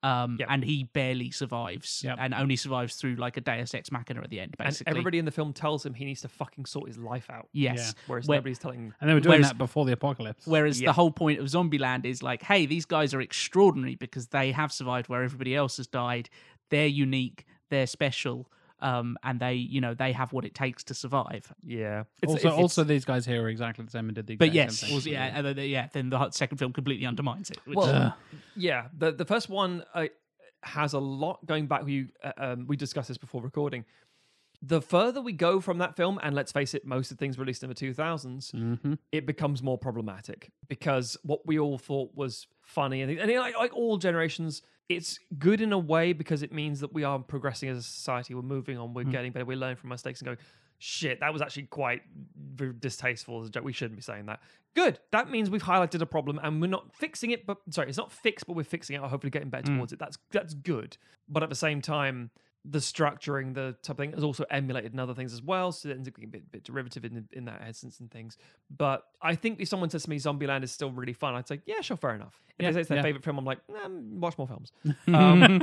Speaker 3: um,
Speaker 2: Yep.
Speaker 3: and he barely survives,
Speaker 1: Yep.
Speaker 3: and only survives through like a Deus Ex Machina at the end,
Speaker 2: And
Speaker 3: basically.
Speaker 2: everybody in the film tells him he needs to fucking sort his life out.
Speaker 3: yes.
Speaker 2: Whereas
Speaker 3: Where-
Speaker 2: nobody's telling him.
Speaker 1: And they were doing
Speaker 3: Whereas-
Speaker 1: that before the apocalypse.
Speaker 3: Whereas
Speaker 2: Yeah.
Speaker 3: the whole point of Zombieland is like, hey, these guys are extraordinary because they have survived where everybody else has died. They're unique. They're special. um, and they you know they have what it takes to survive.
Speaker 2: Yeah.
Speaker 1: also, also these guys here are exactly the same and did the
Speaker 3: But
Speaker 1: exact
Speaker 3: yes,
Speaker 1: same thing.
Speaker 3: also- yeah, and then, yeah. Then the second film completely undermines it. Which,
Speaker 2: Well,
Speaker 1: Ugh.
Speaker 2: yeah. The the first one uh, has a lot going back. We uh, um, we discussed this before recording. The further we go from that film, and let's face it, most of the things released in the two it becomes more problematic because what we all thought was funny and, and like, like all generations it's good in a way because it means that we are progressing as a society we're moving on we're getting better we learn from mistakes and go shit that was actually quite v- distasteful as a joke we shouldn't be saying that good that means we've highlighted a problem and we're not fixing it but sorry it's not fixed but we're fixing it or hopefully getting
Speaker 1: Mm.
Speaker 2: better towards it that's that's good but at the same time the structuring, the type of thing is also emulated in other things as well. So it ends up being a bit, bit derivative in, in that essence and things. But I think if someone says to me, Zombieland is still really fun, I'd say, yeah, sure, fair enough. If
Speaker 1: Yeah,
Speaker 2: they say it's their
Speaker 1: yeah.
Speaker 2: favorite film, I'm like, nah, watch more films. Um,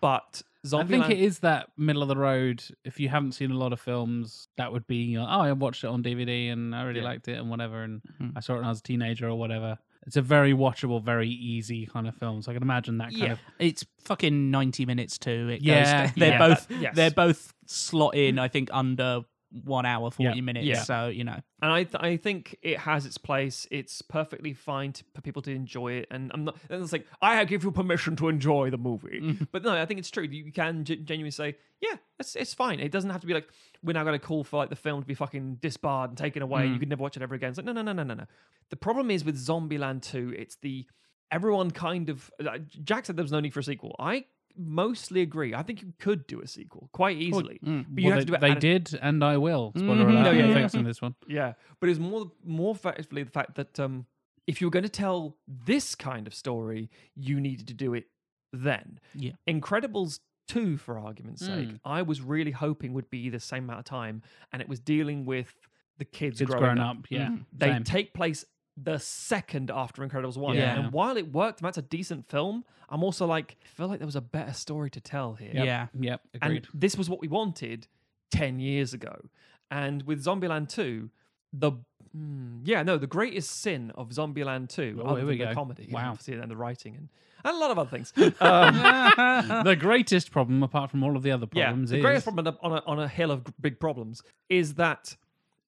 Speaker 2: but
Speaker 1: I think
Speaker 2: Zombieland,
Speaker 1: it is that middle of the road. If you haven't seen a lot of films, that would be uh, oh, I watched it on DVD and I really
Speaker 2: Yeah. Mm-hmm.
Speaker 1: liked it and whatever, and I saw it when I was a teenager or whatever. It's a very watchable, very easy kind of film. So I can imagine that kind
Speaker 2: Yeah.
Speaker 1: of
Speaker 3: it's fucking ninety minutes too. It
Speaker 1: Yeah,
Speaker 3: goes, they're
Speaker 1: yeah.
Speaker 3: both
Speaker 2: That- yes.
Speaker 3: they're both slot in. I think under one hour forty
Speaker 1: Yeah,
Speaker 3: minutes.
Speaker 1: yeah.
Speaker 3: So you know,
Speaker 2: and I, th- I think it has its place. It's perfectly fine to, for people to enjoy it. And I'm not, and it's like, I give you permission to enjoy the movie. but no, I think it's true. You can g- genuinely say, yeah, it's, it's fine. It doesn't have to be like, we're now going to call for like the film to be fucking disbarred and taken away. and You could never watch it ever again. It's like, no, no, no, no, no, no. The problem is with Zombieland 2, it's the, everyone kind of, like, Jack said there was no need for a sequel. I mostly agree. I think you could do a sequel quite easily. But you
Speaker 1: well,
Speaker 2: have
Speaker 1: they,
Speaker 2: to do it
Speaker 1: they
Speaker 2: at a-
Speaker 1: did, and I will. Spoiler alert!
Speaker 2: No, yeah,
Speaker 1: I'm
Speaker 2: yeah.
Speaker 1: fixing this one.
Speaker 2: yeah, but it's more more effectively the fact that um, if you were going to tell this kind of story, you needed to do it then.
Speaker 3: Yeah.
Speaker 2: Incredibles two, for argument's sake,
Speaker 1: Mm.
Speaker 2: I was really hoping would be the same amount of time, and it was dealing with the kids,
Speaker 1: Kids
Speaker 2: growing
Speaker 1: grown
Speaker 2: up.
Speaker 1: up, yeah.
Speaker 2: They
Speaker 1: same.
Speaker 2: take place the second after Incredibles one,
Speaker 1: Yeah.
Speaker 2: and while it worked, and that's a decent film. I'm also like, I feel like there was a better story to tell here.
Speaker 3: yeah.
Speaker 1: Yep,
Speaker 2: And
Speaker 1: agreed.
Speaker 2: this was what we wanted 10 years ago. And with Zombieland 2, the mm, yeah, no, the greatest sin of Zombieland 2,
Speaker 1: Oh,
Speaker 2: other
Speaker 1: here
Speaker 2: than
Speaker 1: we
Speaker 2: the
Speaker 1: go.
Speaker 2: comedy, and
Speaker 1: Wow.
Speaker 2: obviously, and the writing, and, and a lot of other things. Um,
Speaker 1: the greatest problem, apart from all of the other
Speaker 2: yeah,
Speaker 1: problems,
Speaker 2: the
Speaker 1: is
Speaker 2: greatest problem on a, on, a, on a hill of big problems is that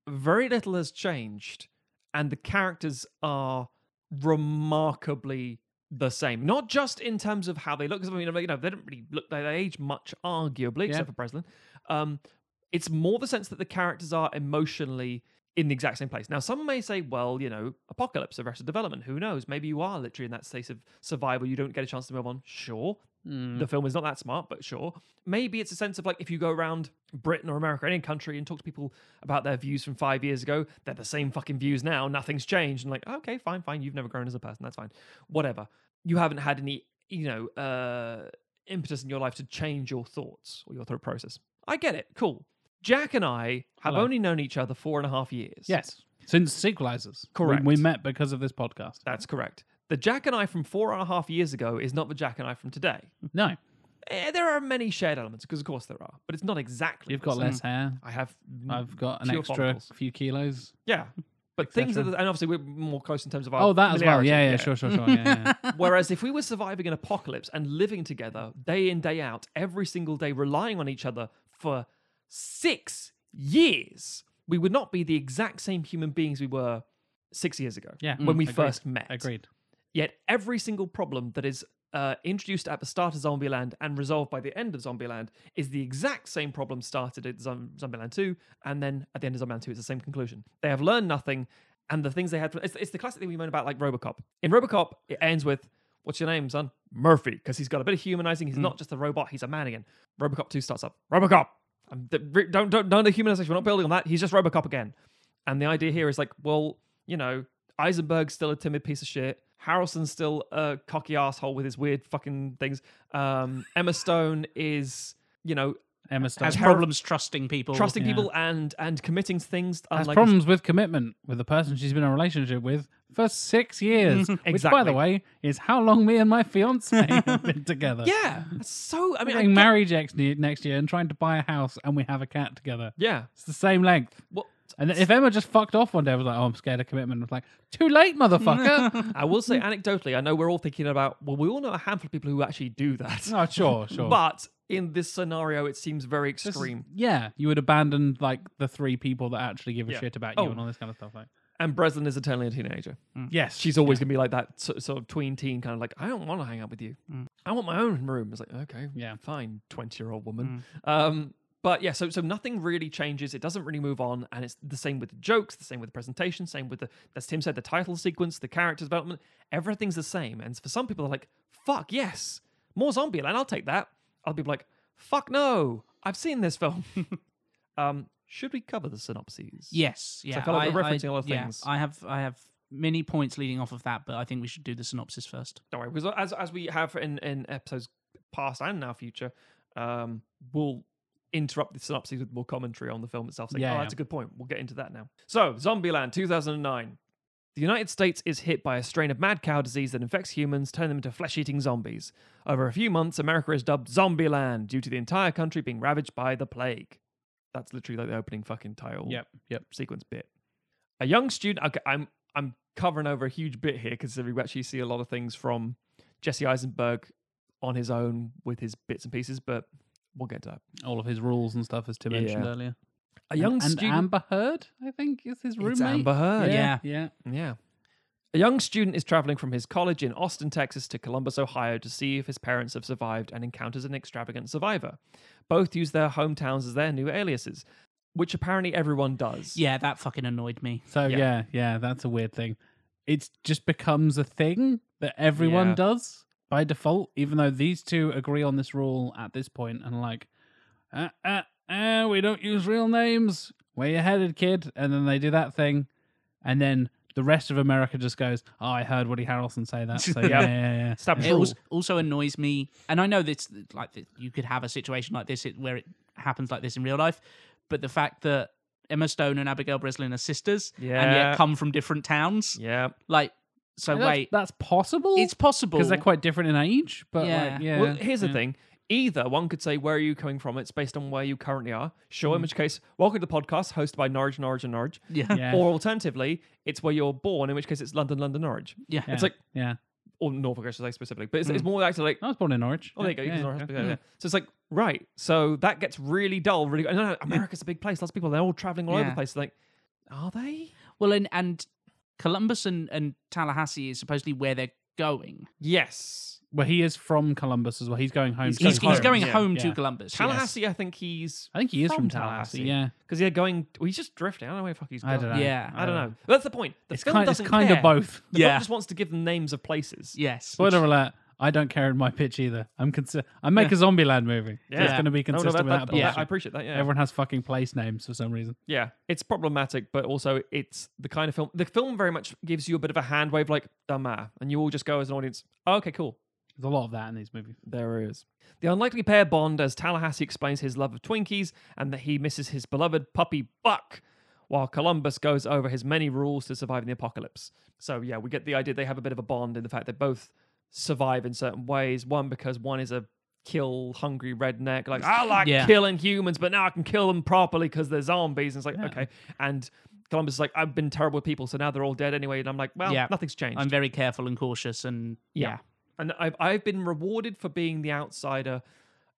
Speaker 2: very little has changed, and the characters are remarkably the same. Not just in terms of how they look, because I mean, you know, they don't really look they, they age much, arguably, except for Breslin. Um, it's more the sense that the characters are emotionally in the exact same place. Now, some may say, well, you know, apocalypse, arrested development, who knows? Maybe you are literally in that state of survival, you don't get a chance to move on. Sure. The film is not that smart, but sure. Maybe it's a sense of like if you go around Britain or America, any country, and talk to people about their views from five years ago, they're the same fucking views now. Nothing's changed. And like, okay, fine, fine. You've never grown as a person. That's fine. Whatever. You haven't had any, you know, uh, impetus in your life to change your thoughts or your thought process. I get it. Cool. Jack and I have
Speaker 1: Hello.
Speaker 2: only known each other four and a half years.
Speaker 1: yes. Since sequelizers, We-
Speaker 2: Correct.
Speaker 1: We, met because of this podcast.
Speaker 2: That's correct. The Jack and I from four and a half years ago is not the Jack and I from today.
Speaker 1: No,
Speaker 2: Eh, there are many shared elements, because of course there are, but it's not exactly.
Speaker 1: you've
Speaker 2: the
Speaker 1: got
Speaker 2: same.
Speaker 1: less hair.
Speaker 2: I have.
Speaker 1: I've got an
Speaker 2: pure
Speaker 1: extra
Speaker 2: follicles.
Speaker 1: few kilos.
Speaker 2: Yeah, but things are,
Speaker 1: cetera.
Speaker 2: the, and obviously we're more close in terms of our.
Speaker 1: Oh, that as well.
Speaker 2: familiarity,
Speaker 1: Yeah, yeah, sure, sure, sure. Yeah, yeah.
Speaker 2: Whereas if we were surviving an apocalypse and living together day in day out, every single day, relying on each other for six years, we would not be the exact same human beings we were six years ago.
Speaker 1: Yeah, Mm,
Speaker 2: when we
Speaker 1: agreed,
Speaker 2: first met.
Speaker 1: Agreed.
Speaker 2: Yet every single problem that is uh, introduced at the start of Zombieland and resolved by the end of Zombieland is the exact same problem started at Zom- Zombieland 2, and then at the end of Zombieland 2, it's the same conclusion. They have learned nothing, and the things they had. It's, it's the classic thing we moan about, like Robocop. In Robocop, it ends with, What's your name, son? Murphy, because he's got a bit of humanizing. He's not just a robot, he's a man again. Robocop 2 starts up. Robocop! I'm, don't, don't, don't, don't dehumanization. We're not building on that. He's just Robocop again. And the idea here is like, well, you know, Eisenberg's still a timid piece of shit. Harrelson's still a cocky asshole with his weird fucking things. Um, Emma Stone is, you know,
Speaker 1: Emma Stone.
Speaker 3: Has
Speaker 2: Terri-
Speaker 3: problems trusting people.
Speaker 2: trusting
Speaker 1: Oh, yeah.
Speaker 2: people and and committing things.
Speaker 1: has
Speaker 2: unlike-
Speaker 1: problems with commitment with the person she's been in a relationship with for six years. Which, by
Speaker 2: Exactly.
Speaker 1: the way, is how long me and my fiance have been together.
Speaker 2: Yeah, that's so. I mean,
Speaker 1: We're
Speaker 2: I
Speaker 1: getting
Speaker 2: get-
Speaker 1: married next year, next year and trying to buy a house, and we have a cat together.
Speaker 2: Yeah.
Speaker 1: It's the same length.
Speaker 2: Well,
Speaker 1: And if Emma just fucked off one day, I was like, "Oh, I'm scared of commitment." I was like, "Too late, motherfucker."
Speaker 2: I will say anecdotally, I know we're all thinking about. Well, we all know a handful of people who actually do that.
Speaker 1: oh, sure, sure.
Speaker 2: But in this scenario, it seems very
Speaker 1: This is-
Speaker 2: extreme.
Speaker 1: yeah, you would abandon like the three people that actually give a
Speaker 2: Yeah.
Speaker 1: shit about you
Speaker 2: Oh.
Speaker 1: and all this kind of stuff. Like,
Speaker 2: And Breslin is eternally a teenager.
Speaker 1: yes,
Speaker 2: She's always going to be like that so- sort of tween teen, kind of like, I don't want to hang out with you.
Speaker 3: Mm.
Speaker 2: I want my own room. It's like, okay,
Speaker 1: Yeah. Mm.
Speaker 2: fine, 20 year old woman. Um, but yeah, so so nothing really changes. It doesn't really move on, and it's the same with the jokes, the same with the presentation, same with the as Tim said, the title sequence, the character development. Everything's the same. And for some people, they're like, "Fuck yes, more Zombieland. I'll take that." Other people are like, "Fuck no, I've seen this film." um, should we cover the synopses?
Speaker 3: Yes, yeah.
Speaker 2: I felt like we're referencing a lot of
Speaker 3: yeah,
Speaker 2: things.
Speaker 3: I have I have many points leading off of that, but I think we should do the synopsis first.
Speaker 2: Don't worry, because as as we have in in episodes past and now future, um, we'll interrupt the synopses with more commentary on the film itself. Saying,
Speaker 1: Yeah,
Speaker 2: oh,
Speaker 1: yeah.
Speaker 2: that's a good point. We'll get into that now. So, Zombieland 2009. The United States is hit by a strain of mad cow disease that infects humans, turning them into flesh-eating zombies. Over a few months, America is dubbed Zombieland due to the entire country being ravaged by the plague. That's literally like the opening fucking title
Speaker 1: Yep, yep.
Speaker 2: sequence bit. A young student. Okay, I'm I'm covering over a huge bit here because we actually see a lot of things from Jesse Eisenberg on his own with his bits and pieces, but we'll get to that.
Speaker 1: All of his rules and stuff, as Tim mentioned
Speaker 2: Yeah.
Speaker 1: earlier.
Speaker 2: A young
Speaker 1: and, and
Speaker 2: student.
Speaker 1: Amber Heard, I think, is his roommate.
Speaker 2: It's Amber Heard.
Speaker 3: Yeah.
Speaker 1: yeah.
Speaker 2: Yeah. A young student is traveling from his college in Austin, Texas to Columbus, Ohio to see if his parents have survived and encounters an extravagant survivor. Both use their hometowns as their new aliases, which apparently everyone does.
Speaker 3: Yeah, that fucking annoyed me.
Speaker 1: So
Speaker 2: Yeah.
Speaker 1: yeah. yeah, that's a weird thing. It just becomes a thing that everyone
Speaker 2: Yeah.
Speaker 1: does by default, even though these two agree on this rule at this point and like, uh, uh, uh, we don't use real names. Where you headed, kid? And then they do that thing, and then the rest of America just goes, "Oh, I heard Woody Harrelson say that." So yeah, yeah, yeah. yeah.
Speaker 2: Established
Speaker 3: It
Speaker 2: rule.
Speaker 3: also, also annoys me, and I know that's like that you could have a situation like this it- where it happens like this in real life, but the fact that Emma Stone and Abigail Breslin are sisters and
Speaker 2: Yeah.
Speaker 3: yet come from different towns,
Speaker 2: Yeah.
Speaker 3: like so.
Speaker 1: That's-
Speaker 3: Wait,
Speaker 1: that's, possible.
Speaker 3: it's possible
Speaker 1: because they're quite different in age, but
Speaker 3: Yeah.
Speaker 1: like, yeah.
Speaker 2: Well, here's the
Speaker 1: yeah.
Speaker 2: thing. Either one could say, Where are you coming from? It's based on where you currently are. Sure, in which case, welcome to the podcast hosted by Norwich, Norwich, and Norwich.
Speaker 3: yeah, yeah,
Speaker 1: Yeah.
Speaker 2: Or alternatively, it's where you're born, in which case it's London, London, Norwich.
Speaker 1: Yeah.
Speaker 2: It's like,
Speaker 1: yeah.
Speaker 2: or Norfolk, I should say specifically. But it's, it's more like, to like
Speaker 1: I was born in Norwich.
Speaker 2: oh, there you go.
Speaker 1: Yeah,
Speaker 2: you can
Speaker 1: yeah,
Speaker 2: Norwich,
Speaker 1: yeah.
Speaker 2: yeah, yeah. So it's like, right. So that gets really dull. Really, and no, America's a big place. Lots of people, they're all traveling all over
Speaker 3: Yeah.
Speaker 2: the place. Like, are they?
Speaker 3: Well, and and Columbus and and Tallahassee is supposedly where they're going.
Speaker 2: Yes.
Speaker 1: Well, he is from Columbus as well. He's going home.
Speaker 3: He's,
Speaker 1: to
Speaker 3: he's,
Speaker 1: home.
Speaker 3: he's going
Speaker 1: Yeah,
Speaker 3: home to
Speaker 1: yeah.
Speaker 3: Columbus. yes.
Speaker 2: Tallahassee, I think he's.
Speaker 1: I think he is from Tallahassee. Yeah,
Speaker 2: Because they're going. Well, he's just drifting. I don't know where the fuck he's going.
Speaker 1: I don't know.
Speaker 3: Yeah.
Speaker 2: I don't know. That's the point. The
Speaker 1: It's
Speaker 2: film
Speaker 1: kind, it's
Speaker 2: doesn't
Speaker 1: kind
Speaker 2: care.
Speaker 1: of both.
Speaker 2: The film
Speaker 3: Yeah.
Speaker 2: just wants to give them names of places.
Speaker 3: Yes.
Speaker 1: Spoiler alert: I don't care in my pitch either. I'm consi- I make a Zombieland movie. Yeah, it's
Speaker 2: Yeah.
Speaker 1: going to be
Speaker 2: No, no,
Speaker 1: consistent
Speaker 2: that-
Speaker 1: with that.
Speaker 2: that-
Speaker 1: bullshit.
Speaker 2: that- I appreciate that. Yeah,
Speaker 1: Everyone has fucking place names for some reason.
Speaker 2: yeah, it's problematic, but also it's the kind of film. The film very much gives you a bit of a hand wave, like doesn't matter, and you all just go as an audience. "Oh, okay, cool.
Speaker 1: There's a lot of that in these movies.
Speaker 2: There is. The unlikely pair bond as Tallahassee explains his love of Twinkies and that he misses his beloved puppy Buck, while Columbus goes over his many rules to surviving the apocalypse. So, yeah, we get the idea they have a bit of a bond in the fact they both survive in certain ways. One, because one is a kill hungry redneck, like, I like
Speaker 3: Yeah.
Speaker 2: killing humans, but now I can kill them properly because they're zombies. And it's like, okay. And Columbus is like, I've been terrible with people, so now they're all dead anyway. And I'm like, well,
Speaker 3: Yeah.
Speaker 2: nothing's changed.
Speaker 3: I'm very careful and cautious, and
Speaker 2: Yeah.
Speaker 3: yeah,
Speaker 2: And I've I've been rewarded for being the outsider,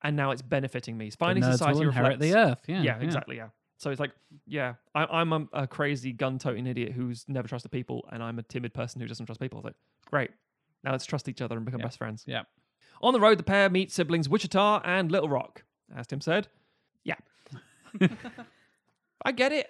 Speaker 2: and now it's benefiting me. It's
Speaker 1: The
Speaker 2: finally
Speaker 1: nerds
Speaker 2: society
Speaker 1: will inherit
Speaker 2: reflects.
Speaker 1: the earth. Yeah,
Speaker 2: yeah, exactly. Yeah. So it's like, yeah, I, I'm a, a crazy gun-toting idiot who's never trusted people, and I'm a timid person who doesn't trust people. It's like, great. Now let's trust each other and become best friends.
Speaker 1: Yeah.
Speaker 2: On the road, the pair meet siblings Wichita and Little Rock. As Tim said, yeah, I get it.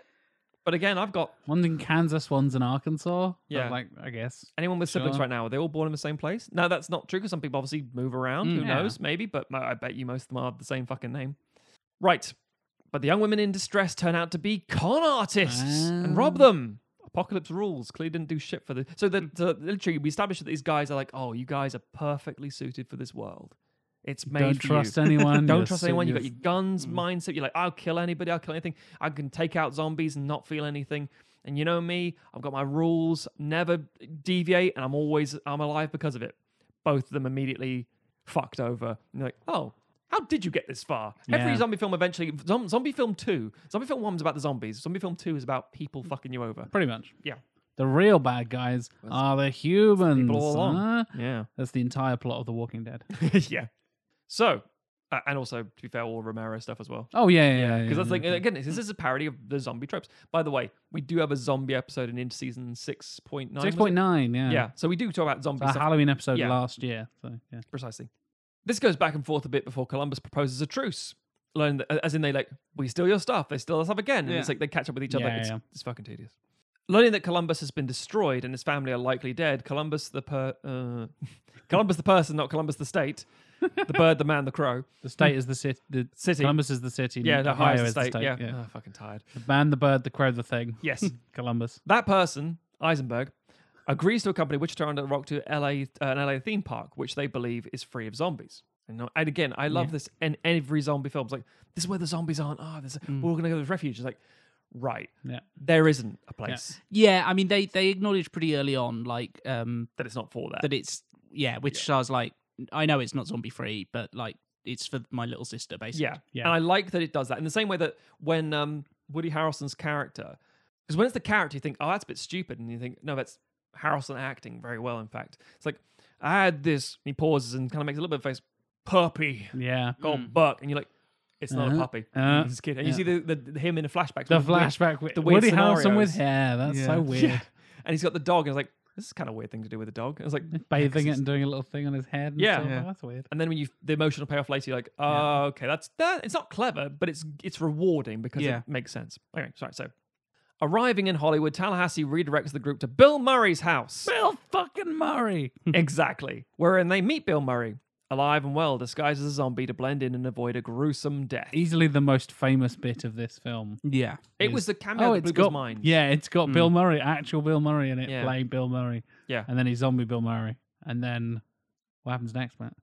Speaker 2: But again, I've got
Speaker 1: One's in Kansas, one's in Arkansas. but,
Speaker 2: Yeah.
Speaker 1: like I guess.
Speaker 2: anyone with siblings
Speaker 1: Sure.
Speaker 2: right now, are they all born in the same place? No, that's not true because some people obviously move around.
Speaker 3: Mm.
Speaker 2: Who
Speaker 1: Hmm. Yeah.
Speaker 2: knows? Maybe, but mo- I bet you most of them are the same fucking name. Right. But the young women in distress turn out to be con artists and rob
Speaker 1: Ah.
Speaker 2: them. Apocalypse rules clearly didn't do shit for this. So, the, so literally, we established that these guys are like, oh, you guys are perfectly suited for this world. It's made
Speaker 1: Don't
Speaker 2: for
Speaker 1: trust
Speaker 2: you.
Speaker 1: anyone.
Speaker 2: Don't
Speaker 1: you're
Speaker 2: trust
Speaker 1: su-
Speaker 2: anyone. You've
Speaker 1: you're
Speaker 2: got your guns mindset. You're like, I'll kill anybody. I'll kill anything. I can take out zombies and not feel anything. And you know me, I've got my rules, never deviate, and I'm always I'm alive because of it. Both of them immediately fucked over. And you're like, oh, how did you get this far? Every
Speaker 1: Yeah.
Speaker 2: zombie film eventually, zom- zombie film two, zombie film one's about the zombies. Zombie film two is about people fucking you over.
Speaker 1: pretty much.
Speaker 2: Yeah.
Speaker 1: The real bad guys are the humans.
Speaker 2: People all along.
Speaker 1: huh?
Speaker 2: Yeah.
Speaker 1: That's the entire plot of The Walking Dead.
Speaker 2: yeah. So, Uh, and also, to be fair, all Romero stuff as well.
Speaker 1: Oh yeah, yeah, yeah.
Speaker 2: Because that's
Speaker 1: yeah.
Speaker 2: like again, this is a parody of the zombie tropes. By the way, we do have a zombie episode in into season six point nine.
Speaker 1: six point nine. Yeah,
Speaker 2: Yeah, so we do talk about zombie
Speaker 1: Our
Speaker 2: stuff
Speaker 1: Halloween episode
Speaker 2: Yeah.
Speaker 1: last year. So yeah.
Speaker 2: precisely. This goes back and forth a bit before Columbus proposes a truce. Learn that, as in they like we steal your stuff, they steal our stuff again, and it's
Speaker 1: Yeah.
Speaker 2: like they catch up with each other.
Speaker 1: Yeah,
Speaker 2: it's,
Speaker 1: yeah.
Speaker 2: it's fucking tedious. Learning that Columbus has been destroyed and his family are likely dead, Columbus the per uh, Columbus the person, not Columbus the state, the bird, the man, the crow,
Speaker 1: The state is the city. The
Speaker 2: Hmm. city.
Speaker 1: Columbus is the city.
Speaker 2: yeah, the
Speaker 1: Ohio
Speaker 2: highest
Speaker 1: is the
Speaker 2: state.
Speaker 1: state.
Speaker 2: yeah, Oh, fucking tired.
Speaker 1: The man, the bird, the crow, the thing.
Speaker 2: Yes.
Speaker 1: Columbus.
Speaker 2: That person, Eisenberg, agrees to accompany Wichita under the Rock to LA, uh, an LA theme park, which they believe is free of zombies. And, no- and again, I love this in every zombie film. It's like, this is where the zombies aren't. Oh, there's,
Speaker 1: Mm.
Speaker 2: we're all going to go to this refuge. It's like, right,
Speaker 1: Yeah.
Speaker 2: there isn't a place
Speaker 3: Yeah, I mean they they acknowledge pretty early on like um
Speaker 2: that it's not for that.
Speaker 3: that it's yeah, which stars like I know it's not zombie free, but like it's for my little sister basically.
Speaker 2: yeah.
Speaker 1: Yeah.
Speaker 2: And I like that it does that in the same way that when um, Woody Harrelson's character, because when it's the character, you think, oh, that's a bit stupid. And you think, no, that's Harrelson acting very well, in fact. It's like, I had this. And he pauses and kind of makes a little bit of a face, puppy.
Speaker 1: Yeah.
Speaker 2: go buck, and you're like, it's not a
Speaker 1: Uh-huh.
Speaker 2: puppy.
Speaker 1: Uh,
Speaker 2: He's a kid. And you
Speaker 1: yeah.
Speaker 2: see the, the, him in a flashback.
Speaker 1: The
Speaker 2: with weird-
Speaker 1: flashback with
Speaker 2: the weird
Speaker 1: Woody Harrelson with
Speaker 2: scenarios.
Speaker 1: hair. That's
Speaker 2: Yeah.
Speaker 1: so weird.
Speaker 2: Yeah. And he's got the dog, and it's like, this is kind of weird thing to do with a dog. And it's like,
Speaker 1: Bathing it
Speaker 2: it's-
Speaker 1: and doing a little thing on his head. and
Speaker 2: Yeah.
Speaker 1: stuff.
Speaker 2: Yeah.
Speaker 1: Oh, that's weird.
Speaker 2: and then when you the emotional payoff later, you're like, oh, okay, that's that. It's not clever, but it's it's rewarding because
Speaker 3: Yeah.
Speaker 2: it makes sense. Okay, sorry. So, arriving in Hollywood, Tallahassee redirects the group to Bill Murray's house.
Speaker 1: Bill fucking Murray.
Speaker 2: exactly, wherein they meet Bill Murray, alive and well, disguised as a zombie to blend in and avoid a gruesome death.
Speaker 1: Easily the most famous bit of this film.
Speaker 3: Yeah.
Speaker 2: It was the cameo that
Speaker 1: Oh, it's
Speaker 2: blew
Speaker 1: got
Speaker 2: his mind.
Speaker 1: yeah, it's got Bill Murray, actual Bill Murray in it,
Speaker 2: Mm. Yeah.
Speaker 1: playing Bill Murray,
Speaker 2: yeah.
Speaker 1: and then he's zombie Bill Murray, and then what happens next, Matt?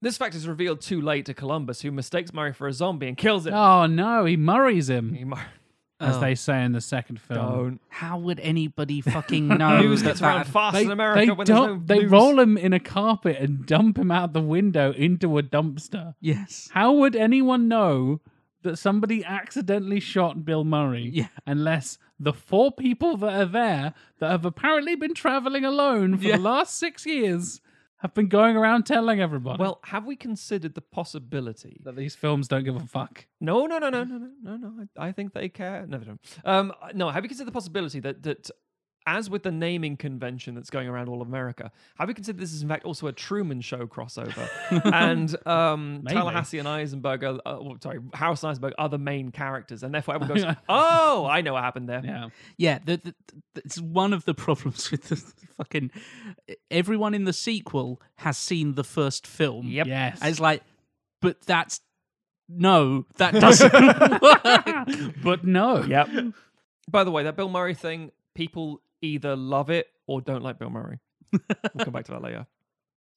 Speaker 2: This fact is revealed too late to Columbus, who mistakes Murray for a zombie and kills him.
Speaker 1: Oh no, he Murrays
Speaker 2: He
Speaker 1: him,
Speaker 2: mur-
Speaker 1: as
Speaker 3: Oh.
Speaker 1: they say in the second film.
Speaker 2: Don't.
Speaker 3: How would anybody fucking know
Speaker 2: News
Speaker 3: that
Speaker 2: gets around
Speaker 3: that-
Speaker 2: fast
Speaker 1: They,
Speaker 2: in America
Speaker 1: they
Speaker 2: when there's no
Speaker 1: dump- they
Speaker 2: news.
Speaker 1: roll him in a carpet and dump him out the window into a dumpster.
Speaker 3: Yes.
Speaker 1: How would anyone know that somebody accidentally shot Bill Murray?
Speaker 3: Yeah.
Speaker 1: Unless the four people that are there that have apparently been traveling alone for
Speaker 3: Yeah.
Speaker 1: the last six years have been going around telling everybody
Speaker 2: Well, have we considered the possibility?
Speaker 1: that these films don't give a fuck.
Speaker 2: No, no, no, no, no, no, no, no. I, I think they care. No, they don't. Um, no, have you considered the possibility that that as with the naming convention that's going around all of America, have you considered this is in fact also a Truman Show crossover? and um,
Speaker 1: Maybe.
Speaker 2: Tallahassee and Eisenberg, are, uh, well, sorry, Harris and Eisenberg are the main characters, and therefore everyone goes, "Oh, I know what happened there."
Speaker 1: Yeah.
Speaker 3: Yeah, the, the, the, it's one of the problems with the fucking everyone in the sequel has seen the first film.
Speaker 2: Yep.
Speaker 1: Yes.
Speaker 3: And it's like, but that's no, that doesn't work.
Speaker 1: but no.
Speaker 2: Yep. By the way, that Bill Murray thing, people either love it or don't like Bill Murray. we'll come back to that later.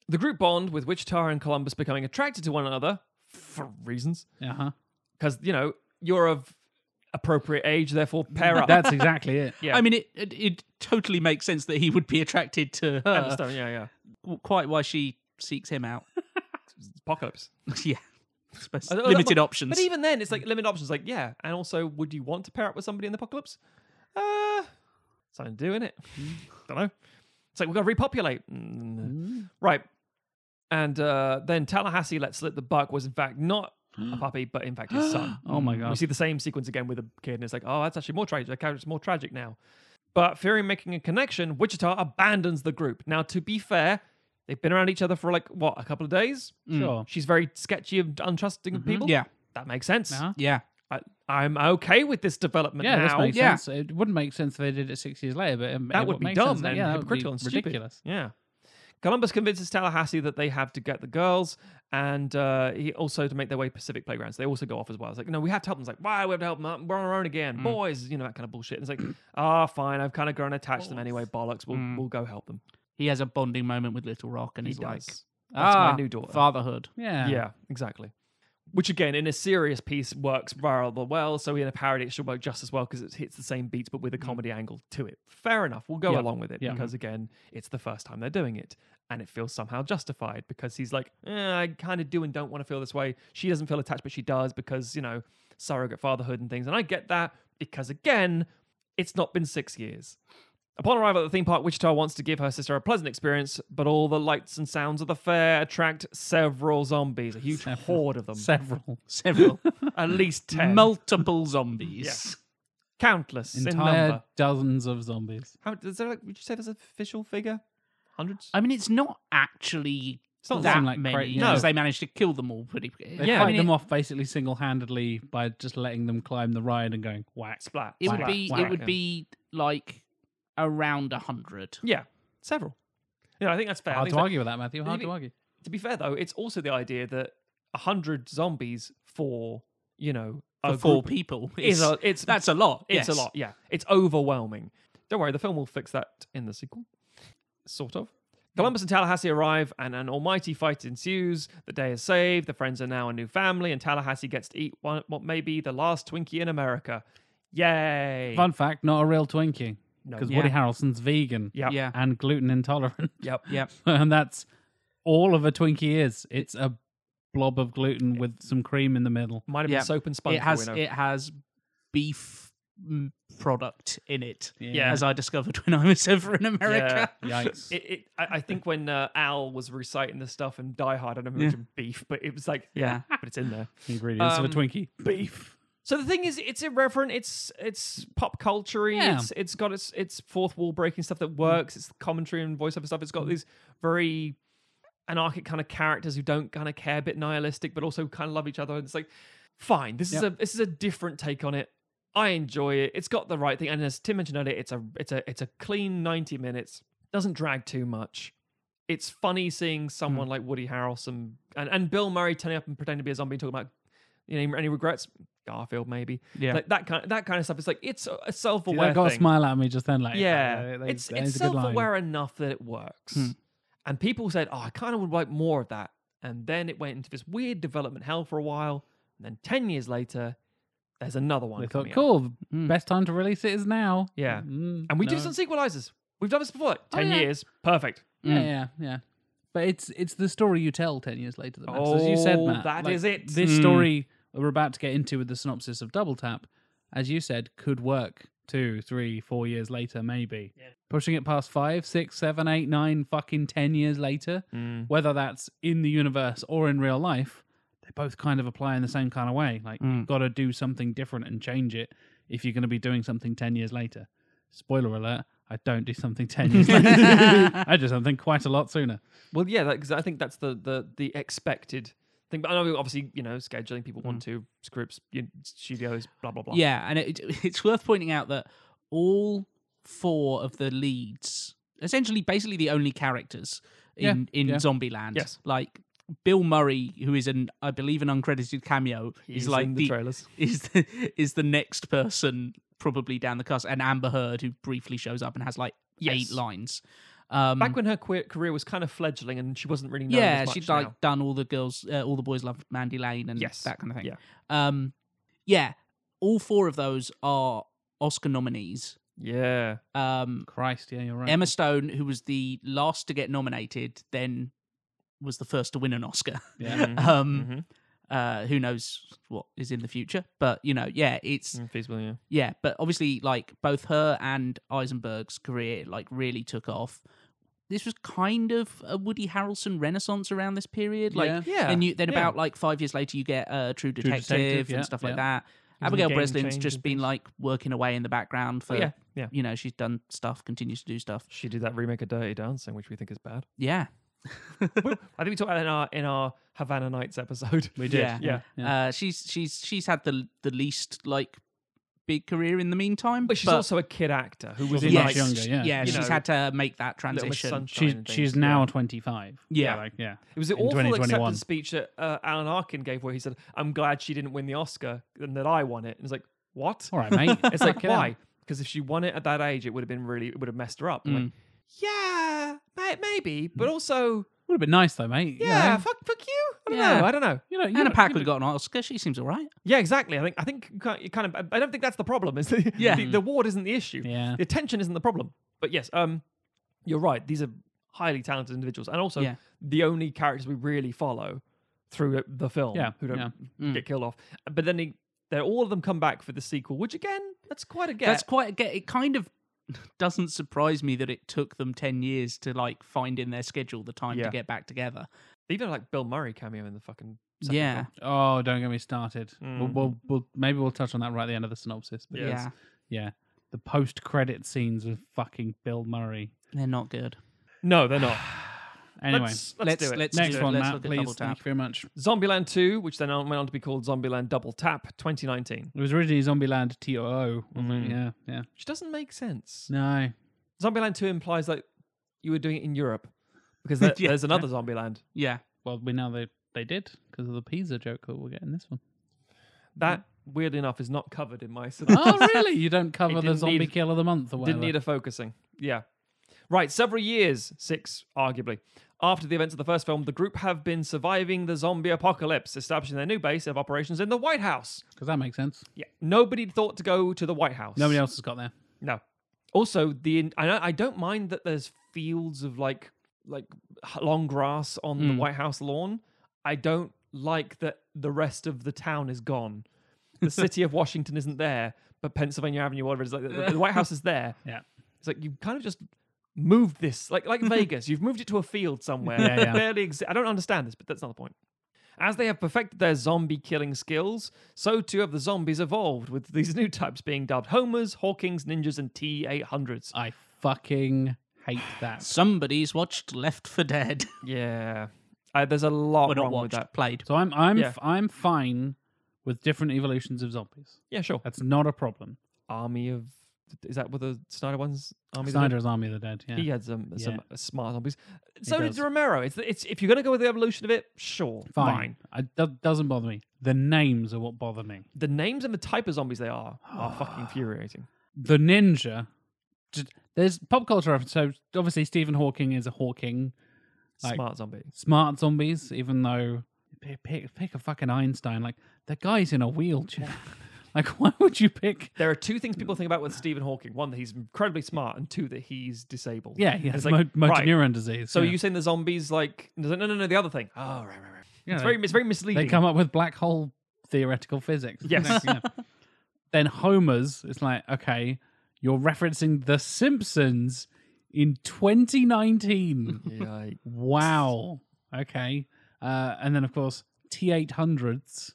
Speaker 2: The group bond with Wichita and Columbus becoming attracted to one another for reasons.
Speaker 1: Uh-huh.
Speaker 2: Because, you know, you're of appropriate age, therefore pair up.
Speaker 1: That's exactly it.
Speaker 2: Yeah.
Speaker 3: I mean, it, it it totally makes sense that he would be attracted to
Speaker 2: I
Speaker 3: her.
Speaker 2: understand. Yeah, yeah.
Speaker 3: Quite why she seeks him out.
Speaker 2: It's apocalypse.
Speaker 3: yeah, I suppose
Speaker 2: I don't-
Speaker 3: limited
Speaker 2: Oh, but-
Speaker 3: options.
Speaker 2: But even then, it's like limited options. Like, yeah. And also, would you want to pair up with somebody in the apocalypse? Uh, something to do, innit? Don't know. It's like, we've got to repopulate. Mm. Right. And uh, then Tallahassee let slip the buck was in fact not a puppy, but in fact his son. Mm.
Speaker 1: Oh my
Speaker 2: We
Speaker 1: god.
Speaker 2: see the same sequence again with a kid, and it's like, oh, that's actually more tragic. The character's more tragic now. But fearing making a connection, Wichita abandons the group. Now, to be fair, they've been around each other for like what a couple of days.
Speaker 1: Sure.
Speaker 2: She's very sketchy and untrusting of people.
Speaker 3: yeah,
Speaker 2: that makes sense.
Speaker 1: Uh-huh.
Speaker 3: yeah,
Speaker 2: I, I'm okay with this development
Speaker 1: Yeah, this
Speaker 2: now.
Speaker 1: makes
Speaker 3: yeah.
Speaker 1: sense. It wouldn't make sense if they did it six years later, but it,
Speaker 2: That
Speaker 1: it
Speaker 2: would be
Speaker 1: make
Speaker 2: dumb
Speaker 1: sense.
Speaker 2: and
Speaker 1: yeah, that would be
Speaker 2: hypocritical and stupid.
Speaker 1: ridiculous.
Speaker 2: Yeah. Columbus convinces Tallahassee that they have to get the girls and uh, he also to make their way Pacific Playgrounds. They also go off as well. It's like, no, we have to help them. It's like, why? We have to help them. out. We're on our own again. Boys, you know, that kind of bullshit. And it's like, ah, fine. I've kind of grown attached to them anyway. Bollocks. We'll, we'll go help them.
Speaker 3: he has a bonding moment with Little Rock, and
Speaker 2: He
Speaker 3: he's like,
Speaker 2: does. That's
Speaker 3: ah,
Speaker 2: my new daughter.
Speaker 3: fatherhood.
Speaker 1: Yeah.
Speaker 2: yeah, exactly. Which again, in a serious piece, works rather well. So in a parody, it should work just as well because it hits the same beats but with a comedy angle to it. Fair enough. We'll go
Speaker 1: Mm. Yeah.
Speaker 2: along with it
Speaker 1: Yeah.
Speaker 2: because again, it's the first time they're doing it, and it feels somehow justified because he's like, eh, I kind of do and don't want to feel this way. She doesn't feel attached, but she does because you know surrogate fatherhood and things. And I get that because again, it's not been six years. Upon arrival at the theme park, Wichita wants to give her sister a pleasant experience, but all the lights and sounds of the fair attract several zombies, a huge horde of them,
Speaker 1: Several.
Speaker 3: Several.
Speaker 2: at least 10,
Speaker 3: Multiple zombies.
Speaker 2: countless in
Speaker 1: Entire
Speaker 2: number.
Speaker 1: dozens of zombies.
Speaker 2: How, is there like, would you say there's an official figure? Hundreds?
Speaker 3: I mean, it's not actually
Speaker 2: It's not
Speaker 3: that
Speaker 1: seem like
Speaker 3: many.
Speaker 1: crazy.
Speaker 3: because
Speaker 2: No.
Speaker 3: they managed to kill them all pretty
Speaker 1: They
Speaker 2: Yeah, I
Speaker 1: fight
Speaker 2: mean,
Speaker 1: them off basically single handedly by just letting them climb the ride and going whack.
Speaker 2: Splat.
Speaker 3: It would
Speaker 2: splat,
Speaker 3: be
Speaker 2: splat.
Speaker 3: it would be like around a hundred.
Speaker 2: Yeah, several. You know, I think that's fair. I
Speaker 1: Hard
Speaker 2: think
Speaker 1: to
Speaker 2: that-
Speaker 1: argue with that, Matthew. Hard
Speaker 2: mean-
Speaker 1: to argue.
Speaker 2: to be fair though, it's also the idea that a hundred zombies for you know a
Speaker 3: For four
Speaker 2: group
Speaker 3: people,
Speaker 2: is
Speaker 3: it's-
Speaker 2: a, it's
Speaker 3: that's a lot.
Speaker 2: it's
Speaker 3: yes.
Speaker 2: a lot. Yeah, it's overwhelming. Don't worry, the film will fix that in the sequel, sort of. Columbus and Tallahassee arrive, and an almighty fight ensues. The day is saved. The friends are now a new family, and Tallahassee gets to eat one, what may be the last Twinkie in America. Yay!
Speaker 1: Fun fact, not a real Twinkie.
Speaker 2: No.
Speaker 1: Because Woody
Speaker 3: Yeah.
Speaker 1: Harrelson's vegan
Speaker 2: Yep.
Speaker 3: Yeah.
Speaker 1: and gluten intolerant.
Speaker 2: Yep.
Speaker 3: Yep.
Speaker 1: and that's all of a Twinkie is. It's a blob of gluten with some cream in the middle.
Speaker 2: Might have been
Speaker 3: Yeah.
Speaker 2: soap and sponge.
Speaker 3: It has
Speaker 2: for all we know.
Speaker 3: it has beef mm, product in it.
Speaker 2: Yeah.
Speaker 3: As I discovered when I was over in America.
Speaker 1: Yikes.
Speaker 2: It, it, I, I think when uh, Al was reciting the stuff in Die Hard, I don't
Speaker 3: Yeah.
Speaker 2: mention beef, but it was like,
Speaker 3: Yeah.
Speaker 2: but it's in there.
Speaker 1: Ingredients of a
Speaker 2: Um,
Speaker 1: Twinkie. Beef.
Speaker 2: So the thing is, it's irreverent. It's it's pop culture.
Speaker 1: Yeah.
Speaker 2: It's it's got its its fourth wall breaking stuff that works. It's commentary and voiceover stuff. It's got these very anarchic kind of characters who don't kind of care, a bit nihilistic, but also kind of love each other. And it's like, fine, this is a this is a different take on it. I enjoy it. It's got the right thing. And as Tim mentioned earlier, it's a it's a it's a clean ninety minutes. Doesn't drag too much. It's funny seeing someone like Woody Harrelson and, and Bill Murray turning up and pretending to be a zombie and talking about you know any regrets. Garfield maybe.
Speaker 3: Yeah.
Speaker 2: Like that kind of that kind of stuff. It's like it's a- a self
Speaker 1: Dude,
Speaker 2: aware.
Speaker 1: that got a smile out of me just then. Like,
Speaker 2: Yeah,
Speaker 1: uh, that-
Speaker 2: it's
Speaker 1: that
Speaker 2: it's
Speaker 1: is a good
Speaker 2: self
Speaker 1: line. Hmm.
Speaker 2: aware enough that it works. And people said, "Oh, I kind of would like more of that." And then it went into this weird development hell for a while. And then ten years later, there's another one.
Speaker 1: They
Speaker 2: coming
Speaker 1: thought,
Speaker 2: out.
Speaker 1: cool,
Speaker 3: Mm.
Speaker 1: best time to release it is now.
Speaker 2: Yeah.
Speaker 1: Mm,
Speaker 2: And we do
Speaker 1: no.
Speaker 2: this on sequelizers. We've done this before. Like,
Speaker 1: Oh,
Speaker 2: Ten
Speaker 1: yeah.
Speaker 2: years, perfect.
Speaker 1: Yeah,
Speaker 3: Mm.
Speaker 1: yeah, yeah. But it's it's the story you tell ten years later that matters. as you said,
Speaker 2: Oh,
Speaker 1: Matt,
Speaker 2: that is it. Hmm.
Speaker 1: This
Speaker 3: Mm.
Speaker 1: story that we're about to get into with the synopsis of Double Tap, as you said, could work two, three, four years later, maybe. Pushing it past five, six, seven, eight, nine, fucking ten years later,
Speaker 2: Hmm.
Speaker 1: whether that's in the universe or in real life, they both kind of apply in the same kind of way. Like
Speaker 2: Hmm.
Speaker 1: you've got to do something different and change it if you're going to be doing something ten years later. Spoiler alert. I don't do something 10 years later. I do something quite a lot sooner.
Speaker 2: Well, yeah, because I think that's the the the expected thing. But I know obviously you know scheduling people want
Speaker 1: Hmm.
Speaker 2: to scripts, you, studios, blah blah blah.
Speaker 3: Yeah, and it, it's worth pointing out that all four of the leads, essentially, basically the only characters in in
Speaker 1: yeah.
Speaker 3: Zombieland,
Speaker 2: Yes.
Speaker 3: like Bill Murray, who is an I believe an uncredited cameo,
Speaker 2: He's
Speaker 3: is like
Speaker 2: in the trailers.
Speaker 3: is the is the next person probably down the cast, and Amber Heard, who briefly shows up and has like
Speaker 2: Yes.
Speaker 3: eight lines. Um,
Speaker 2: Back when her que- career was kind of fledgling and Mm. she wasn't really known
Speaker 3: yeah,
Speaker 2: as much
Speaker 3: she'd
Speaker 2: now.
Speaker 3: like done all the girls, uh, all the boys love Mandy Lane and
Speaker 2: Yes.
Speaker 3: that kind of thing.
Speaker 2: Yeah.
Speaker 3: Um, yeah, all four of those are Oscar nominees.
Speaker 2: Yeah.
Speaker 3: Um,
Speaker 1: Christ, yeah, you're right.
Speaker 3: Emma Stone, who was the last to get nominated, then was the first to win an Oscar.
Speaker 1: Yeah.
Speaker 3: um,
Speaker 2: mhm.
Speaker 3: uh, who knows what is in the future? But you know, yeah, it's
Speaker 2: Mm, feasible, yeah.
Speaker 3: yeah, but obviously, like both her and Eisenberg's career, like really took off. This was kind of a Woody Harrelson renaissance around this period, like,
Speaker 1: Yeah.
Speaker 2: Yeah,
Speaker 3: and you, then
Speaker 2: yeah.
Speaker 3: about like five years later, you get uh, True Detective,
Speaker 1: Detective, yeah,
Speaker 3: and stuff
Speaker 1: yeah.
Speaker 3: like that.
Speaker 2: in
Speaker 3: Abigail
Speaker 2: Game
Speaker 3: Breslin's
Speaker 2: Change
Speaker 3: just
Speaker 2: and Oh,
Speaker 3: been like working away in the background for,
Speaker 2: yeah. Yeah.
Speaker 3: you know, she's done stuff, continues to do stuff.
Speaker 2: She did that remake of Dirty Dancing, which we think is bad.
Speaker 3: Yeah,
Speaker 2: I think we talked about that in our in our Havana Nights episode. We
Speaker 3: Yeah.
Speaker 2: Yeah.
Speaker 3: Uh, she's she's she's had the the least like big career in the meantime,
Speaker 2: But she's also a kid actor who
Speaker 1: was
Speaker 2: was in
Speaker 1: much
Speaker 2: like
Speaker 1: younger, yeah.
Speaker 3: yeah,
Speaker 2: You
Speaker 3: she's
Speaker 2: know,
Speaker 3: had to make that
Speaker 2: Little Miss
Speaker 3: transition.
Speaker 2: Sunshine
Speaker 1: She's
Speaker 2: and things,
Speaker 1: she's
Speaker 2: yeah.
Speaker 1: now 25.
Speaker 3: Yeah.
Speaker 1: like, yeah.
Speaker 2: It was the
Speaker 1: in
Speaker 2: awful
Speaker 1: 2021.
Speaker 2: acceptance speech that uh, Alan Arkin gave where he said, I'm glad she didn't win the Oscar and that I won it. And it's like, what?
Speaker 1: All right, mate.
Speaker 2: It's like,
Speaker 1: Fucking
Speaker 2: why?
Speaker 1: hell.
Speaker 2: Because if she won it at that age, it would have been really, it would have messed her up. I'm Like, yeah, may- maybe, but also,
Speaker 1: Would have been nice though, mate. you
Speaker 2: yeah,
Speaker 1: know?
Speaker 2: fuck, fuck you. I don't
Speaker 3: Yeah.
Speaker 2: know. I don't know.
Speaker 1: You know, you
Speaker 3: Anna
Speaker 1: know-
Speaker 3: Paquin got an Oscar. She seems all right.
Speaker 2: Yeah, exactly. I think, I think you can't- you kind of, I don't think that's the problem. Is the,
Speaker 3: Yeah.
Speaker 2: the, the award isn't the issue.
Speaker 1: Yeah.
Speaker 2: The attention isn't the problem. But yes, um, you're right. These are highly talented individuals, and also
Speaker 3: Yeah.
Speaker 2: the only characters we really follow through uh, the film
Speaker 1: Yeah,
Speaker 2: who don't
Speaker 1: yeah.
Speaker 2: get killed off. But then they, they're all of them come back for the sequel, which again, that's quite a get.
Speaker 3: That's quite a get. It kind of doesn't surprise me that it took them 10 years to like find in their schedule the time
Speaker 2: Yeah.
Speaker 3: to get back together.
Speaker 2: Even like Bill Murray cameo in the fucking second
Speaker 3: yeah.
Speaker 2: film.
Speaker 1: Oh, don't get me started. We'll,
Speaker 2: Mm.
Speaker 1: we'll, we'll maybe we'll touch on that right at the end of the synopsis. But
Speaker 2: Yeah.
Speaker 1: yes, yeah, the post-credit scenes of fucking Bill Murray.
Speaker 3: They're not good.
Speaker 2: No, they're not.
Speaker 1: Anyway,
Speaker 2: let's, let's do it.
Speaker 3: let's
Speaker 1: next
Speaker 3: do it.
Speaker 1: one,
Speaker 3: Let's
Speaker 1: Matt,
Speaker 3: look at Double
Speaker 1: please. Thank you
Speaker 3: Tap.
Speaker 1: very much.
Speaker 2: Zombieland 2, which then went on to be called Zombieland Double Tap 2019,
Speaker 1: It was originally Zombieland TOO. wasn't it?
Speaker 2: Mm.
Speaker 1: Yeah, yeah.
Speaker 2: which doesn't make sense.
Speaker 1: No,
Speaker 2: Zombieland 2 implies that you were doing it in Europe because there-
Speaker 3: Yeah.
Speaker 2: there's another Zombieland.
Speaker 3: Yeah.
Speaker 1: well, we know they they did because of the pizza joke that we'll get in this one.
Speaker 2: That, weirdly enough, is not covered in my synopsis.
Speaker 1: oh, really? You don't cover the
Speaker 2: didn't
Speaker 1: zombie
Speaker 2: need-
Speaker 1: kill of the month or whatever.
Speaker 2: Didn't need a focusing. Yeah. Right, several years, six arguably, after the events of the first film, the group have been surviving the zombie apocalypse, establishing their new base of operations in the White House.
Speaker 1: because that makes sense.
Speaker 2: Yeah, nobody thought to go to the White House.
Speaker 1: Nobody else has got there.
Speaker 2: No. Also, the in- I I don't mind that there's fields of like like h- long grass on the
Speaker 1: Mm.
Speaker 2: White House lawn. I don't like that the rest of the town is gone. The city of Washington isn't there, but Pennsylvania Avenue, whatever, is like the, the White House is there.
Speaker 1: Yeah.
Speaker 2: It's like you kind of just moved this, like like Vegas. You've moved it to a field somewhere.
Speaker 1: Yeah, yeah.
Speaker 2: Barely exi- I don't understand this, but that's not the point. As they have perfected their zombie killing skills, so too have the zombies evolved, with these new types being dubbed Homers, Hawkings, Ninjas, and T 800s.
Speaker 1: I fucking hate that.
Speaker 3: Somebody's watched Left for Dead.
Speaker 2: Yeah. Uh, there's a lot
Speaker 3: well, not
Speaker 2: wrong with
Speaker 3: watched,
Speaker 2: that.
Speaker 3: played.
Speaker 1: So I'm I'm
Speaker 2: Yeah.
Speaker 1: f- I'm fine with different evolutions of zombies.
Speaker 2: Yeah, sure.
Speaker 1: That's not a problem.
Speaker 2: Army of. Is that what the Snyder one's? Army of the Dead?
Speaker 1: Snyder's Army of the Dead. Yeah.
Speaker 2: He had some some smart zombies. So did
Speaker 1: does.
Speaker 2: Romero. It's, it's if you're going to go with the evolution of it, sure,
Speaker 1: Fine.
Speaker 2: fine.
Speaker 1: I, that doesn't bother me. The names are what bother me.
Speaker 2: the names and the type of zombies they are are fucking infuriating.
Speaker 1: The ninja. Just, there's pop culture reference. So obviously Stephen Hawking is a Hawking. Like-
Speaker 2: Smart zombie.
Speaker 1: Smart zombies, even though pick, pick, pick a fucking Einstein. Like the guy's in a wheelchair. like why would you pick?
Speaker 2: There are two things people think about with Stephen Hawking: one that he's incredibly smart, and two that he's disabled.
Speaker 1: Yeah, he
Speaker 2: And
Speaker 1: has
Speaker 2: it's
Speaker 1: mo-
Speaker 2: like,
Speaker 1: motor
Speaker 2: right,
Speaker 1: neuron disease.
Speaker 2: So
Speaker 1: yeah.
Speaker 2: you saying the zombies like no, no, no, no, the other thing. Oh, right, right, right.
Speaker 1: Yeah,
Speaker 2: it's
Speaker 1: they-
Speaker 2: very, it's very misleading.
Speaker 1: They come up with black hole theoretical physics.
Speaker 2: Yes.
Speaker 1: Yeah. then Homer's, it's like, okay, you're referencing The Simpsons in 2019.
Speaker 2: Yeah, I-
Speaker 1: wow. Okay. Uh, and then, of course, T800s,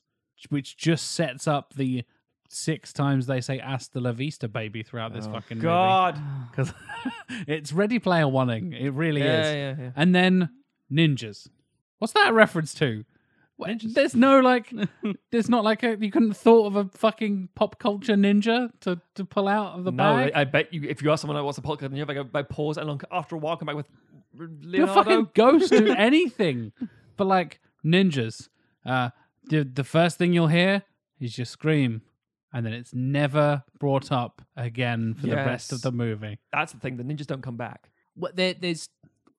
Speaker 1: which just sets up the six times they say hasta la vista, baby, throughout this fucking
Speaker 2: Oh, God.
Speaker 1: Because it's Ready Player Oneing. It really is.
Speaker 2: Yeah, yeah, yeah.
Speaker 1: And then ninjas. What's that a reference to? Wha- There's no like, there's not like a, you couldn't thought of a fucking pop culture ninja to, to pull out of the
Speaker 2: No,
Speaker 1: bag.
Speaker 2: I, I bet you. If you ask someone like, "What's a podcast?" and you have like a by pause, and long, after a while, come back with
Speaker 1: Your
Speaker 2: Leonardo.
Speaker 1: fucking ghost do anything, but like ninjas. Uh, the the first thing you'll hear is your scream, and then it's never brought up again for the rest of
Speaker 2: Yes.
Speaker 1: the movie.
Speaker 2: That's the thing. The ninjas don't come back.
Speaker 3: What there, there's,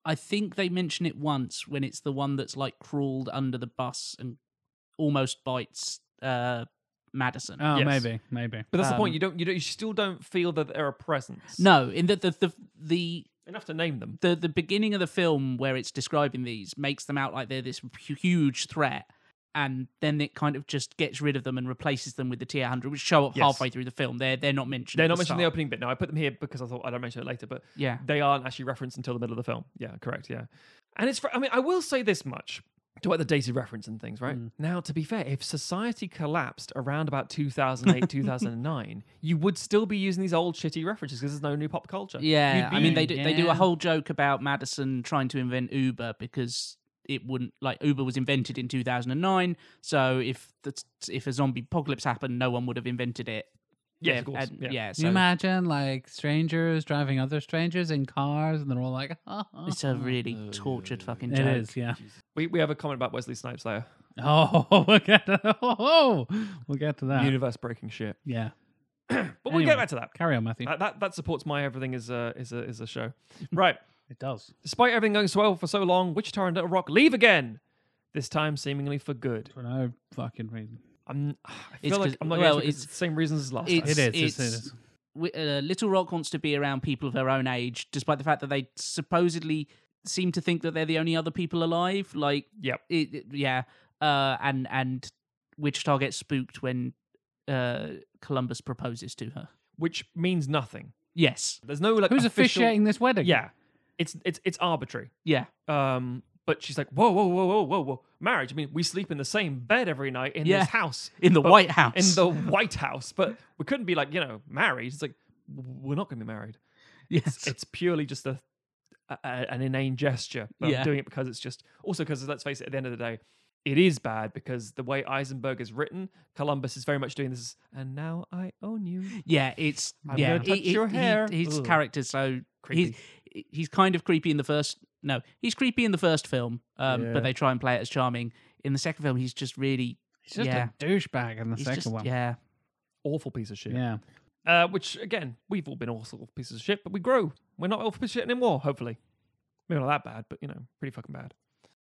Speaker 3: I think they mention it once when it's the one that's like crawled under the bus and almost bites uh, Madison.
Speaker 1: Oh,
Speaker 2: Yes.
Speaker 1: maybe, maybe.
Speaker 2: But that's the point.
Speaker 3: Um,
Speaker 2: You don't. You don't. You still don't feel that they're a presence.
Speaker 3: no, in that the the the
Speaker 2: enough to name them.
Speaker 3: the the beginning of the film where it's describing these makes them out like they're this hu- huge threat and then it kind of just gets rid of them and replaces them with the T800 which show up
Speaker 2: Yes.
Speaker 3: halfway through the film they're they're not mentioned
Speaker 2: They're
Speaker 3: at
Speaker 2: not mentioned in the
Speaker 3: start.
Speaker 2: opening bit. No, I put them here because I thought I don't mention it later, but
Speaker 3: yeah
Speaker 2: they aren't actually referenced until the middle of the film. Yeah, correct. Yeah. And it's, fr- I mean, I will say this much to like the dated reference and things, right? Now, to be fair, if society collapsed around about 2008, 2009, you would still be using these old shitty references because there's no new pop culture.
Speaker 3: yeah
Speaker 2: You'd
Speaker 3: I
Speaker 2: be-
Speaker 3: mean they do, they do
Speaker 1: Yeah.
Speaker 3: a whole joke about Madison trying to invent Uber because it wouldn't like Uber was invented in 2009 so if the, if a zombie apocalypse happened no one would have invented it
Speaker 2: Yes, of course,
Speaker 3: and-
Speaker 2: yeah.
Speaker 3: yeah
Speaker 1: Can you
Speaker 3: so
Speaker 1: imagine like strangers driving other strangers in cars, and they're all like,
Speaker 3: it's a really tortured fucking
Speaker 1: It
Speaker 3: joke
Speaker 1: is, Oh, yeah.
Speaker 2: We, we have a comment about Wesley Snipes there.
Speaker 1: Oh, we'll get to, oh, we'll get to that.
Speaker 2: Universe breaking shit.
Speaker 1: Yeah,
Speaker 2: But we'll get
Speaker 1: Anyway.
Speaker 2: back to that.
Speaker 1: carry on, Matthew.
Speaker 2: That, that, that supports my everything is a, is a, is a show. Right.
Speaker 1: It does.
Speaker 2: Despite everything going so well for so long, Wichita and Little Rock leave again. This time, seemingly for good.
Speaker 1: For no fucking reason.
Speaker 2: I'm. I feel
Speaker 3: It's
Speaker 2: like
Speaker 3: 'cause-
Speaker 2: I'm not
Speaker 3: well,
Speaker 2: going to it's
Speaker 3: it's-
Speaker 2: the same reasons as last
Speaker 1: It is.
Speaker 2: time.
Speaker 1: It's, it
Speaker 3: it's-
Speaker 1: is.
Speaker 3: wi- uh, Little Rock wants to be around people of her own age, despite the fact that they supposedly seem to think that they're the only other people alive. Like,
Speaker 2: Yep.
Speaker 3: it, it- yeah, uh, and and Wichita gets spooked when uh, Columbus proposes to her.
Speaker 2: Which means nothing.
Speaker 3: Yes.
Speaker 2: There's no like
Speaker 1: Who's
Speaker 2: official-
Speaker 1: officiating this wedding?
Speaker 2: Yeah, it's it's it's arbitrary.
Speaker 3: Yeah.
Speaker 2: Um, but she's like, whoa, whoa, whoa, whoa, whoa, whoa, marriage. I mean, we sleep in the same bed every night in
Speaker 3: Yeah.
Speaker 2: this house,
Speaker 3: In the
Speaker 2: but-
Speaker 3: White House.
Speaker 2: in the White House. But we couldn't be like, you know, married. It's like we're not going to be married.
Speaker 3: yes.
Speaker 2: It's purely just a, a an inane gesture. But I'm
Speaker 3: Yeah.
Speaker 2: doing it because it's just also because let's face it, at the end of the day. It is bad because the way Eisenberg is written, Columbus is very much doing this. And now I own you.
Speaker 3: Yeah, it's
Speaker 2: I'm
Speaker 3: yeah.
Speaker 2: gonna touch your hair.
Speaker 3: his
Speaker 2: Ugh.
Speaker 3: character's so
Speaker 2: Creepy.
Speaker 3: He's, he's kind of creepy in the first. No, he's creepy in the first film, um,
Speaker 1: Yeah.
Speaker 3: but they try and play it as charming. In the second film, he's just really
Speaker 1: He's just
Speaker 3: Yeah.
Speaker 1: a douchebag in the
Speaker 3: he's
Speaker 1: second
Speaker 3: just,
Speaker 1: one.
Speaker 3: Yeah,
Speaker 2: Awful piece of shit.
Speaker 1: Yeah.
Speaker 2: Uh, which again, we've all been awful pieces of shit, but we grow. We're not awful pieces of shit anymore. Hopefully, maybe not that bad, but you know, pretty fucking bad.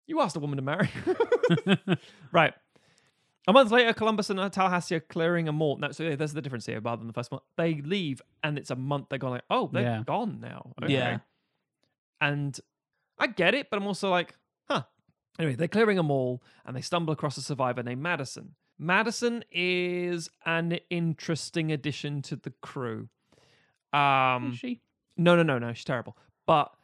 Speaker 2: You asked a woman to marry, right? A month later, Columbus and Tallahassee are clearing a mall. No, so yeah, there's the difference here, rather than the first one. They leave, and it's a month. They're gone. Like, oh, they're
Speaker 1: Yeah.
Speaker 2: gone now. Okay.
Speaker 3: Yeah.
Speaker 2: And I get it, but I'm also like, huh. Anyway, they're clearing a mall, and they stumble across a survivor named Madison. Madison is an interesting addition to the crew.
Speaker 1: Oh,
Speaker 2: Um,
Speaker 3: Is she.
Speaker 2: no, no, no, no. She's terrible. But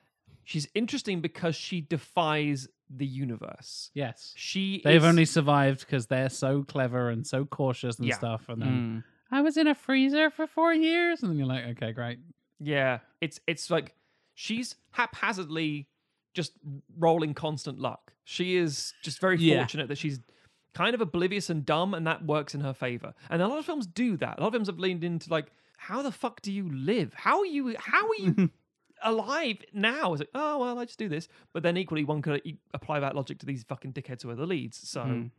Speaker 2: she's interesting because she defies the universe.
Speaker 1: Yes.
Speaker 2: She
Speaker 1: They've
Speaker 2: is-
Speaker 1: only survived because they're so clever and so cautious and
Speaker 2: Yeah.
Speaker 1: stuff. And then
Speaker 3: Mm.
Speaker 1: I was in a freezer for four years, and then you're like, okay, great.
Speaker 2: yeah. It's it's like she's haphazardly just rolling constant luck. She is just very
Speaker 3: Yeah.
Speaker 2: fortunate that she's kind of oblivious and dumb, and that works in her favor. And a lot of films do that. A lot of films have leaned into like, how the fuck do you live? How are you? How are you? Alive now It's like, oh well, I just do this. But then equally, one could e- apply that logic to these fucking dickheads who are the leads. So,
Speaker 3: Mm.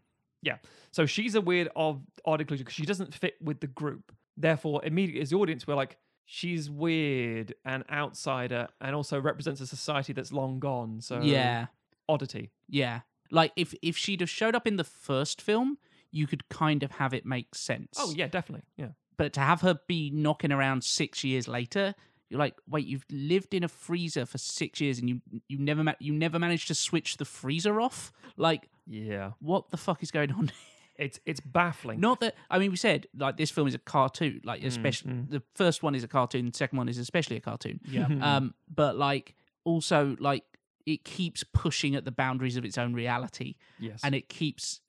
Speaker 2: yeah. So she's a weird odd, odd inclusion because she doesn't fit with the group. Therefore, immediately as the audience, we're like, she's weird and outsider, and also represents a society that's long gone. So
Speaker 3: Yeah,
Speaker 2: oddity.
Speaker 3: yeah. Like if if she'd have showed up in the first film, you could kind of have it make sense.
Speaker 2: Oh yeah, definitely. Yeah.
Speaker 3: But to have her be knocking around six years later, you're like, wait, you've lived in a freezer for six years and you you never ma- you never managed to switch the freezer off. Like,
Speaker 2: Yeah.
Speaker 3: what the fuck is going on?
Speaker 2: It's it's baffling. Mm-hmm.
Speaker 3: Not that I mean, we said like this film is a cartoon, like
Speaker 2: Mm.
Speaker 3: especially the first one is a cartoon, the second one is especially a cartoon.
Speaker 1: Yeah.
Speaker 2: Mm.
Speaker 3: Um, but like also like it keeps pushing at the boundaries of its own reality,
Speaker 2: Yes.
Speaker 3: and it keeps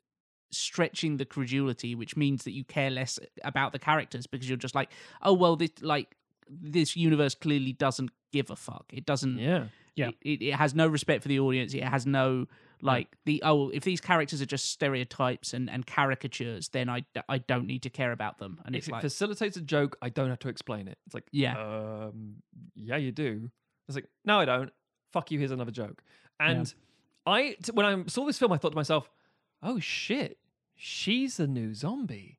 Speaker 3: stretching the credulity, which means that you care less about the characters because you're just like, oh well, this like this universe clearly doesn't give a fuck. It doesn't
Speaker 2: yeah.
Speaker 1: Yeah.
Speaker 3: it- It, it has no respect for the audience. It has no like the oh, if these characters are just stereotypes and, and caricatures, then I, d- I don't need to care about them. And it's
Speaker 2: If it
Speaker 3: like
Speaker 2: facilitates a joke, I don't have to explain it. It's like
Speaker 3: Yeah.
Speaker 2: um, yeah, you do. It's like no, I don't. Fuck you. Here's another joke. And I t- when I saw this film, I thought to myself, oh shit, she's the new zombie.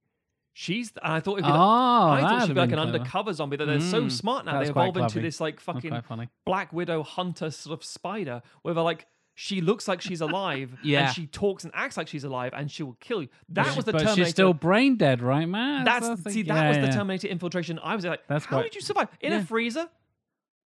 Speaker 2: She's the, and I thought it'd be
Speaker 1: oh,
Speaker 2: like, I thought
Speaker 1: that'd
Speaker 2: she'd
Speaker 1: have
Speaker 2: be like an
Speaker 1: been clever.
Speaker 2: undercover zombie that they're so
Speaker 3: Mm,
Speaker 2: smart now they
Speaker 1: that's quite
Speaker 2: evolve into
Speaker 1: clever.
Speaker 2: this like
Speaker 1: That's
Speaker 2: fucking
Speaker 1: quite funny.
Speaker 2: Black Widow hunter sort of spider where they're like she looks like she's alive
Speaker 3: Yeah.
Speaker 2: and she talks and acts like she's alive and she will kill you. That was the
Speaker 1: but
Speaker 2: Terminator.
Speaker 1: she's still brain dead, right, man?
Speaker 2: That's
Speaker 1: the thing.
Speaker 2: see, that
Speaker 1: Yeah,
Speaker 2: was the
Speaker 1: yeah.
Speaker 2: Terminator infiltration. I was like,
Speaker 1: That's
Speaker 2: how
Speaker 1: quite-
Speaker 2: did you survive in a
Speaker 3: Yeah.
Speaker 2: freezer?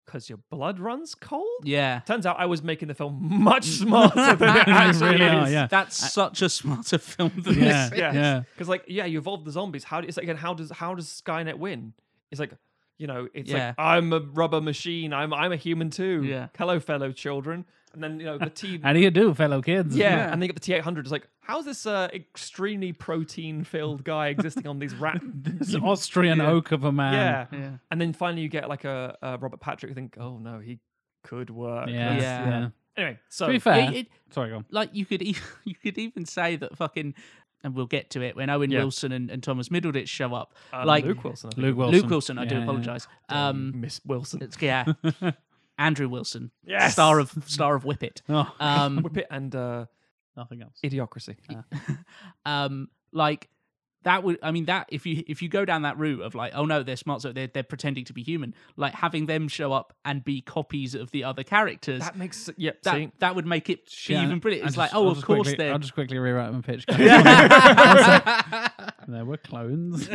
Speaker 2: Because your blood runs cold.
Speaker 3: yeah.
Speaker 2: Turns out I was making the film much smarter than it actually
Speaker 1: really are,
Speaker 2: is.
Speaker 1: yeah.
Speaker 3: That's such a smarter film than
Speaker 1: Yeah.
Speaker 3: this.
Speaker 2: Yeah,
Speaker 1: Yeah.
Speaker 2: Because like, yeah, you evolved the zombies. How do, it's like, again, how does how does Skynet win? It's like, you know, it's
Speaker 3: Yeah.
Speaker 2: like I'm a rubber machine. I'm I'm a human too.
Speaker 3: Yeah.
Speaker 2: Hello, fellow children. And then you know the T.
Speaker 1: How do you do, fellow kids?
Speaker 2: Yeah, and they got the T eight hundred. It's like, how's this uh, extremely protein filled guy existing on these rat?
Speaker 1: It's an Austrian oak of a man.
Speaker 2: yeah.
Speaker 3: Yeah.
Speaker 2: and then finally you get like a, a Robert Patrick. You think, oh no, he could work.
Speaker 1: Yeah.
Speaker 2: That's-
Speaker 3: Yeah.
Speaker 2: Anyway, so
Speaker 1: To be fair,
Speaker 3: It- it-
Speaker 1: sorry, go on.
Speaker 3: like you could even, you could even say that fucking and we'll get to it when Owen
Speaker 2: Yeah.
Speaker 3: Wilson and, and Thomas Middleditch show up.
Speaker 2: uh,
Speaker 3: like
Speaker 2: Luke Wilson, I think.
Speaker 1: Luke Wilson.
Speaker 3: Luke Wilson, I do
Speaker 1: Yeah, yeah.
Speaker 3: apologize. Um
Speaker 2: Miss Wilson,
Speaker 3: it's yeah. Andrew Wilson.
Speaker 2: Yes!
Speaker 3: Star of star of Whip It.
Speaker 1: Oh,
Speaker 3: Um
Speaker 2: Whip It, and uh,
Speaker 1: nothing else.
Speaker 2: Idiocracy.
Speaker 3: um like that would i mean that if you if you go down that route of like oh no they're smart so they're, they're pretending to be human like having them show up and be copies of the other characters
Speaker 2: that makes uh, yeah.
Speaker 3: that,
Speaker 2: see?
Speaker 3: that would make it
Speaker 1: Yeah,
Speaker 3: even brilliant
Speaker 1: I'll
Speaker 3: it's like
Speaker 1: just-
Speaker 3: oh
Speaker 1: I'll
Speaker 3: of
Speaker 1: just
Speaker 3: course
Speaker 1: quickly-
Speaker 3: they're
Speaker 1: I'll just quickly rewrite my pitch. there were clones.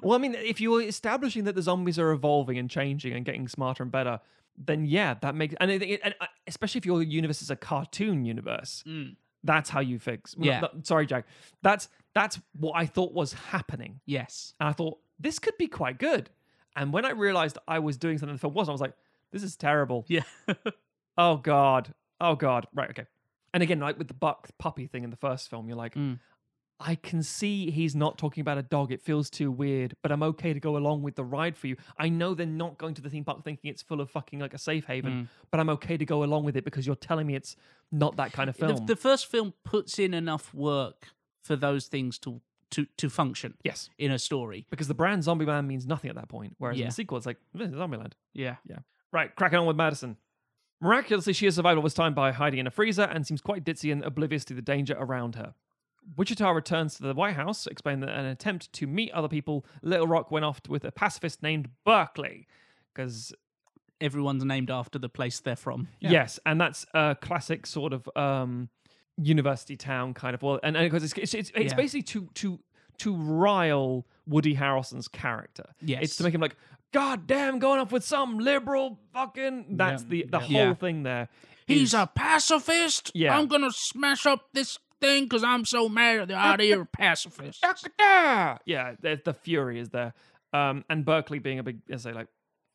Speaker 2: Well, I mean, if you're establishing that the zombies are evolving and changing and getting smarter and better, then yeah, that makes and, I think- and uh, especially if your universe is a cartoon universe, that's how you fix. well,
Speaker 3: Yeah.
Speaker 2: th- sorry, Jack. That's that's what I thought was happening,
Speaker 3: yes
Speaker 2: and I thought this could be quite good. And when I realized I was doing something the film wasn't, I was like, this is terrible.
Speaker 3: Yeah.
Speaker 2: Oh God. Oh God. Right. Okay. And again, like with the buck puppy thing in the first film, you're like,
Speaker 3: Mm.
Speaker 2: I can see he's not talking about a dog. It feels too weird, but I'm okay to go along with the ride for you. I know they're not going to the theme park thinking it's full of fucking like a safe
Speaker 3: Mm.
Speaker 2: haven, but I'm okay to go along with it because you're telling me it's not that kind of film.
Speaker 3: The, the first film puts in enough work for those things to to to function
Speaker 2: yes.
Speaker 3: in a story.
Speaker 2: Because the brand Zombie Man means nothing at that point. Whereas in
Speaker 3: Yeah.
Speaker 2: the sequel, it's like, this is Zombieland.
Speaker 3: Yeah.
Speaker 2: Right, cracking on with Madison. Miraculously, she has survived all this time by hiding in a freezer and seems quite ditzy and oblivious to the danger around her. Wichita returns to the White House, explaining that in an attempt to meet other people, Little Rock went off with a pacifist named Berkeley. Because,
Speaker 3: Everyone's named after the place they're from.
Speaker 2: yes, and that's a classic sort of um, university town kind of. Well, and because it's, it's, it's, it's
Speaker 3: Yeah.
Speaker 2: basically to, to, to rile Woody Harrelson's character.
Speaker 3: Yes.
Speaker 2: It's to make him like, God damn, going off with some liberal fucking. That's
Speaker 1: Yeah,
Speaker 2: the, the
Speaker 1: yeah.
Speaker 2: whole
Speaker 3: Yeah.
Speaker 2: thing there.
Speaker 3: He's a pacifist.
Speaker 2: Yeah.
Speaker 3: I'm gonna smash up this thing because I'm so mad at the idea of pacifists.
Speaker 2: yeah, yeah, the, the fury is there. Um, and Berkeley being a big, as I say, like,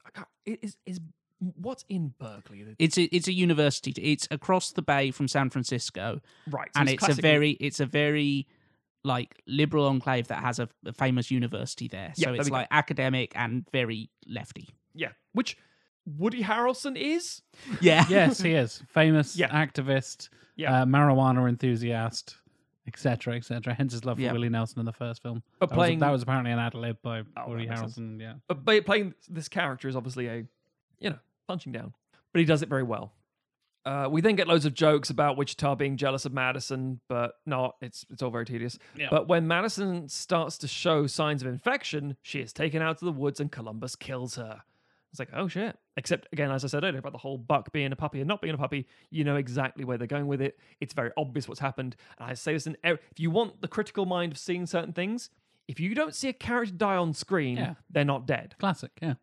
Speaker 2: I can't, i- is is what's in Berkeley? The-
Speaker 3: It's a it's a university. It's across the bay from San Francisco,
Speaker 2: Right, so
Speaker 3: and it's, a
Speaker 2: classically-
Speaker 3: very it's a very like liberal enclave that has a, a famous university there.
Speaker 2: Yeah,
Speaker 3: So
Speaker 2: there we
Speaker 3: it's
Speaker 2: go.
Speaker 3: like academic and very lefty.
Speaker 2: yeah, which Woody Harrelson is.
Speaker 3: Yeah.
Speaker 1: yes, he is famous
Speaker 2: Yeah.
Speaker 1: activist,
Speaker 2: Yeah.
Speaker 1: uh, marijuana enthusiast, etc., etc. Hence his love for
Speaker 3: Yeah.
Speaker 1: Willie Nelson in the first film.
Speaker 2: But
Speaker 1: that,
Speaker 2: playing-
Speaker 1: was, that was apparently an ad lib by
Speaker 2: that
Speaker 1: Woody
Speaker 2: makes sense.
Speaker 1: Harrelson. Yeah,
Speaker 2: But ba- playing this character is obviously a, you know, punching down, but he does it very well. Uh, we then get loads of jokes about Wichita being jealous of Madison, but no, it's it's all very tedious.
Speaker 1: Yeah.
Speaker 2: But when Madison starts to show signs of infection, she is taken out to the woods and Columbus kills her. It's like, oh shit. Except again, as I said earlier about the whole buck being a puppy and not being a puppy, you know exactly where they're going with it. It's very obvious what's happened. And I say this in ev- if you want the critical mind of seeing certain things, if you don't see a character die on screen,
Speaker 1: Yeah.
Speaker 2: they're not dead.
Speaker 1: classic. Yeah,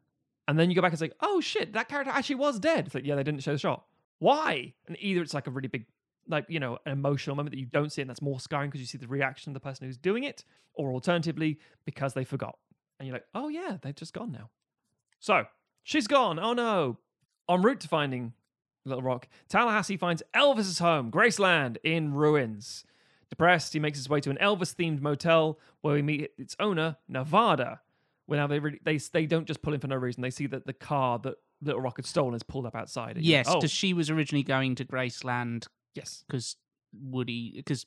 Speaker 2: And then you go back and say, oh shit, that character actually was dead. It's like, yeah, they didn't show the shot. Why? And either it's like a really big, like, you know, an emotional moment that you don't see and that's more scarring because you see the reaction of the person who's doing it, or alternatively, because they forgot. And you're like, oh yeah, they've just gone now. So she's gone. Oh no. En route to finding Little Rock, Tallahassee finds Elvis's home, Graceland, in ruins. Depressed, he makes his way to an Elvis themed motel where we meet its owner, Nevada. Well, now they really, they they don't just pull in for no reason. They see that the car that Little Rock had stolen is pulled up outside. and you're
Speaker 3: Yes,
Speaker 2: like,
Speaker 3: because
Speaker 2: oh,
Speaker 3: she was originally going to Graceland
Speaker 2: yes,
Speaker 3: because Woody, because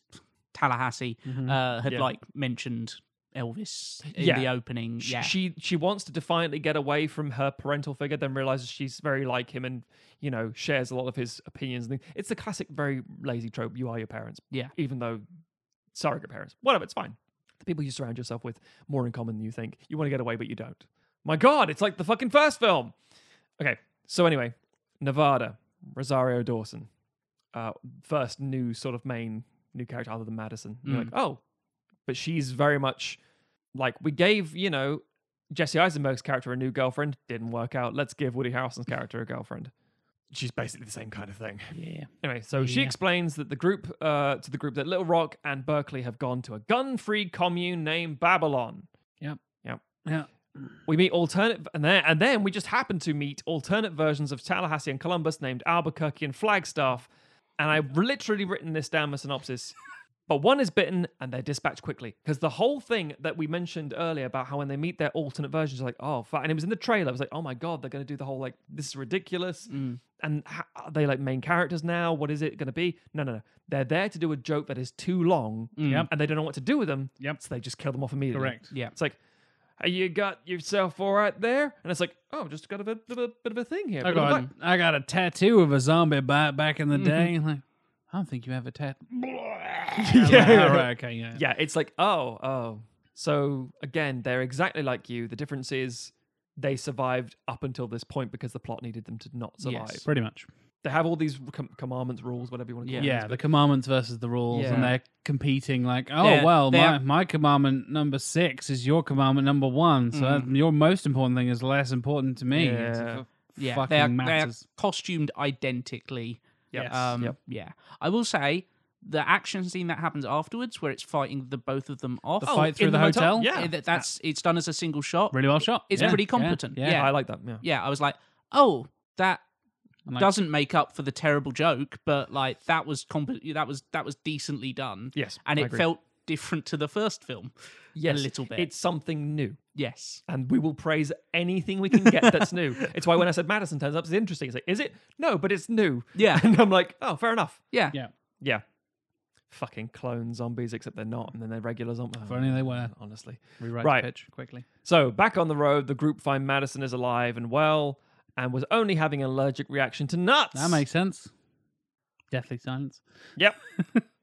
Speaker 3: Tallahassee uh, had
Speaker 2: Mm-hmm. Yeah.
Speaker 3: like mentioned Elvis in
Speaker 2: Yeah.
Speaker 3: the opening.
Speaker 2: Sh-
Speaker 3: Mm, yeah,
Speaker 2: She she wants to defiantly get away from her parental figure, then realizes she's very like him and, you know, shares a lot of his opinions. and things. It's the classic very lazy trope, you are your parents.
Speaker 3: Yeah.
Speaker 2: Even though surrogate parents. Whatever, it's fine. The people you surround yourself with, more in common than you think. You want to get away, but you don't. My God, it's like the fucking first film. Okay. So anyway, Nevada, Rosario Dawson. Uh, first new sort of main new character other than Madison. You're
Speaker 3: Mm.
Speaker 2: like, oh, but she's very much like we gave you know Jesse Eisenberg's character a new girlfriend didn't work out. Let's give Woody Harrelson's character a girlfriend. She's basically the same kind of thing.
Speaker 3: yeah,
Speaker 2: Anyway, so she
Speaker 3: Yeah.
Speaker 2: explains that the group uh, to the group that Little Rock and Berkeley have gone to a gun-free commune named Babylon.
Speaker 1: yeah.
Speaker 2: We meet alternate, and then and then we just happen to meet alternate versions of Tallahassee and Columbus named Albuquerque and Flagstaff. And I've literally written this down my synopsis. But one is bitten and they're dispatched quickly because the whole thing that we mentioned earlier about how when they meet their alternate versions, like oh, fuck. and it was in the trailer. I was like, oh my god, they're going to do the whole like this is ridiculous.
Speaker 1: Mm.
Speaker 2: And ha- are they like main characters now? What is it going to be? No, no, no. They're there to do a joke that is too long,
Speaker 1: Mm. Yep.
Speaker 2: and they don't know what to do with them.
Speaker 1: Yep.
Speaker 2: So they just kill them off immediately.
Speaker 1: Correct.
Speaker 3: yeah.
Speaker 2: It's like, "Hey, Uh, you got yourself all right there? And it's like, oh, just got a bit, bit, bit of a thing here.
Speaker 1: I
Speaker 2: bit of a
Speaker 1: got,
Speaker 2: back-
Speaker 1: I got a tattoo of a zombie bite back in the day. like, I don't think you have a tattoo.
Speaker 2: Yeah.
Speaker 1: all right, oh, okay, yeah.
Speaker 2: yeah, it's like, oh, oh. So again, they're exactly like you. The difference is they survived up until this point because the plot needed them to not survive.
Speaker 3: Yes.
Speaker 1: pretty much.
Speaker 2: They have all these com- commandments, rules, whatever you want to call
Speaker 1: Yeah,
Speaker 2: them.
Speaker 1: the commandments versus the rules,
Speaker 2: Yeah.
Speaker 1: and they're competing. Like, oh
Speaker 3: They're-
Speaker 1: well, my,
Speaker 3: they're-
Speaker 1: my commandment number six is your commandment number one, so that- your most important thing is less important to me. It's-
Speaker 2: Mm. Yeah.
Speaker 1: it
Speaker 3: yeah.
Speaker 1: fucking
Speaker 3: They're, they're
Speaker 1: matters.
Speaker 3: costumed identically.
Speaker 1: Yes.
Speaker 3: Um,
Speaker 2: Yep.
Speaker 3: Yeah, I will say the action scene that happens afterwards, where it's fighting the both of them off. Oh,
Speaker 1: The fight through
Speaker 2: in
Speaker 1: the
Speaker 2: the hotel?
Speaker 1: hotel?
Speaker 2: Yeah.
Speaker 3: it- eh, that- that's it's done as a single shot.
Speaker 1: Really well shot.
Speaker 3: It's
Speaker 1: Yeah,
Speaker 3: pretty
Speaker 1: yeah,
Speaker 3: competent.
Speaker 1: yeah.
Speaker 3: Yeah,
Speaker 2: I like that. Yeah.
Speaker 3: yeah, I was like, oh, that
Speaker 1: I'm like-
Speaker 3: doesn't make up for the terrible joke, but like that was comp- that was that was decently done.
Speaker 2: Yes,
Speaker 3: and
Speaker 2: I
Speaker 3: it
Speaker 2: agree.
Speaker 3: felt different to the first film.
Speaker 2: Yes,
Speaker 3: little bit.
Speaker 2: It's something new.
Speaker 3: Yes,
Speaker 2: and we will praise anything we can get that's new. It's why when I said Madison turns up, it's interesting. It's like, is it? No, but it's new.
Speaker 3: Yeah.
Speaker 2: And I'm like, oh, fair enough.
Speaker 3: yeah,
Speaker 1: Yeah.
Speaker 2: Yeah. Fucking clone zombies, except they're not, and then they're regular zombies.
Speaker 1: If only they were.
Speaker 2: Honestly.
Speaker 1: Rewrite
Speaker 2: Right.
Speaker 1: the pitch quickly.
Speaker 2: So back on the road, the group find Madison is alive and well and was only having an allergic reaction to nuts.
Speaker 1: That makes sense. Deathly silence.
Speaker 2: Yep.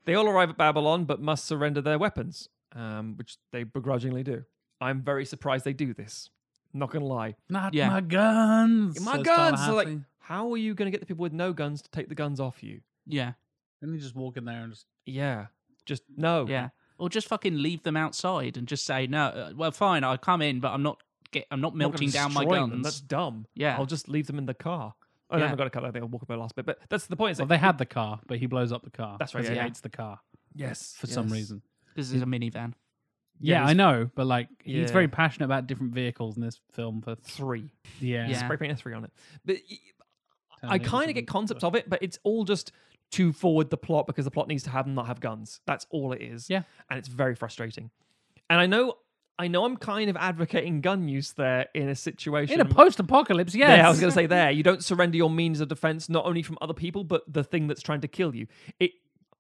Speaker 2: they all arrive at Babylon but must surrender their weapons, um, which they begrudgingly do. I'm very surprised they do this. Not gonna lie.
Speaker 1: Not
Speaker 3: Yeah.
Speaker 1: my guns.
Speaker 2: My
Speaker 1: says
Speaker 2: guns! So like,
Speaker 1: Tallahassee.
Speaker 2: how are you going to get the people with no guns to take the guns off you?
Speaker 3: yeah,
Speaker 1: Let me just walk in there and just.
Speaker 2: Yeah, just no.
Speaker 3: yeah. Or just fucking leave them outside and just say no. uh, Well, fine, I'll come in, but I'm not get I'm not
Speaker 2: I'm not
Speaker 3: melting
Speaker 2: gonna
Speaker 3: down my
Speaker 2: destroy
Speaker 3: guns.
Speaker 2: them. That's dumb.
Speaker 3: Yeah.
Speaker 2: I'll just leave them in the car. Oh, no,
Speaker 3: Yeah.
Speaker 2: I've got a car. I think I'll walk up my last bit. But that's the point. It's
Speaker 1: Well,
Speaker 2: like,
Speaker 1: they had the car, but he blows up the car.
Speaker 2: That's right,
Speaker 1: 'cause He
Speaker 2: yeah.
Speaker 1: hates the car
Speaker 2: yes,
Speaker 1: for some
Speaker 2: yes.
Speaker 1: reason.
Speaker 3: Because it's a minivan.
Speaker 2: Yeah,
Speaker 1: Yeah, I
Speaker 2: he's-
Speaker 1: know, but like he's
Speaker 2: Yeah.
Speaker 1: very passionate about different vehicles in this film. For
Speaker 2: Three.
Speaker 1: yeah,
Speaker 3: Yeah.
Speaker 2: Spray paint a three on it. But y- I
Speaker 1: Terminator
Speaker 2: kind of get
Speaker 1: something.
Speaker 2: concepts of it, but it's all just to forward the plot because the plot needs to have them not have guns. That's all it is.
Speaker 1: Yeah.
Speaker 2: and it's very frustrating. And I know, I know, I'm kind of advocating gun use there in a situation
Speaker 1: in a post-apocalypse. Yes,
Speaker 2: Yeah, I was going to say there. You don't surrender your means of defense not only from other people, but the thing that's trying to kill you. It.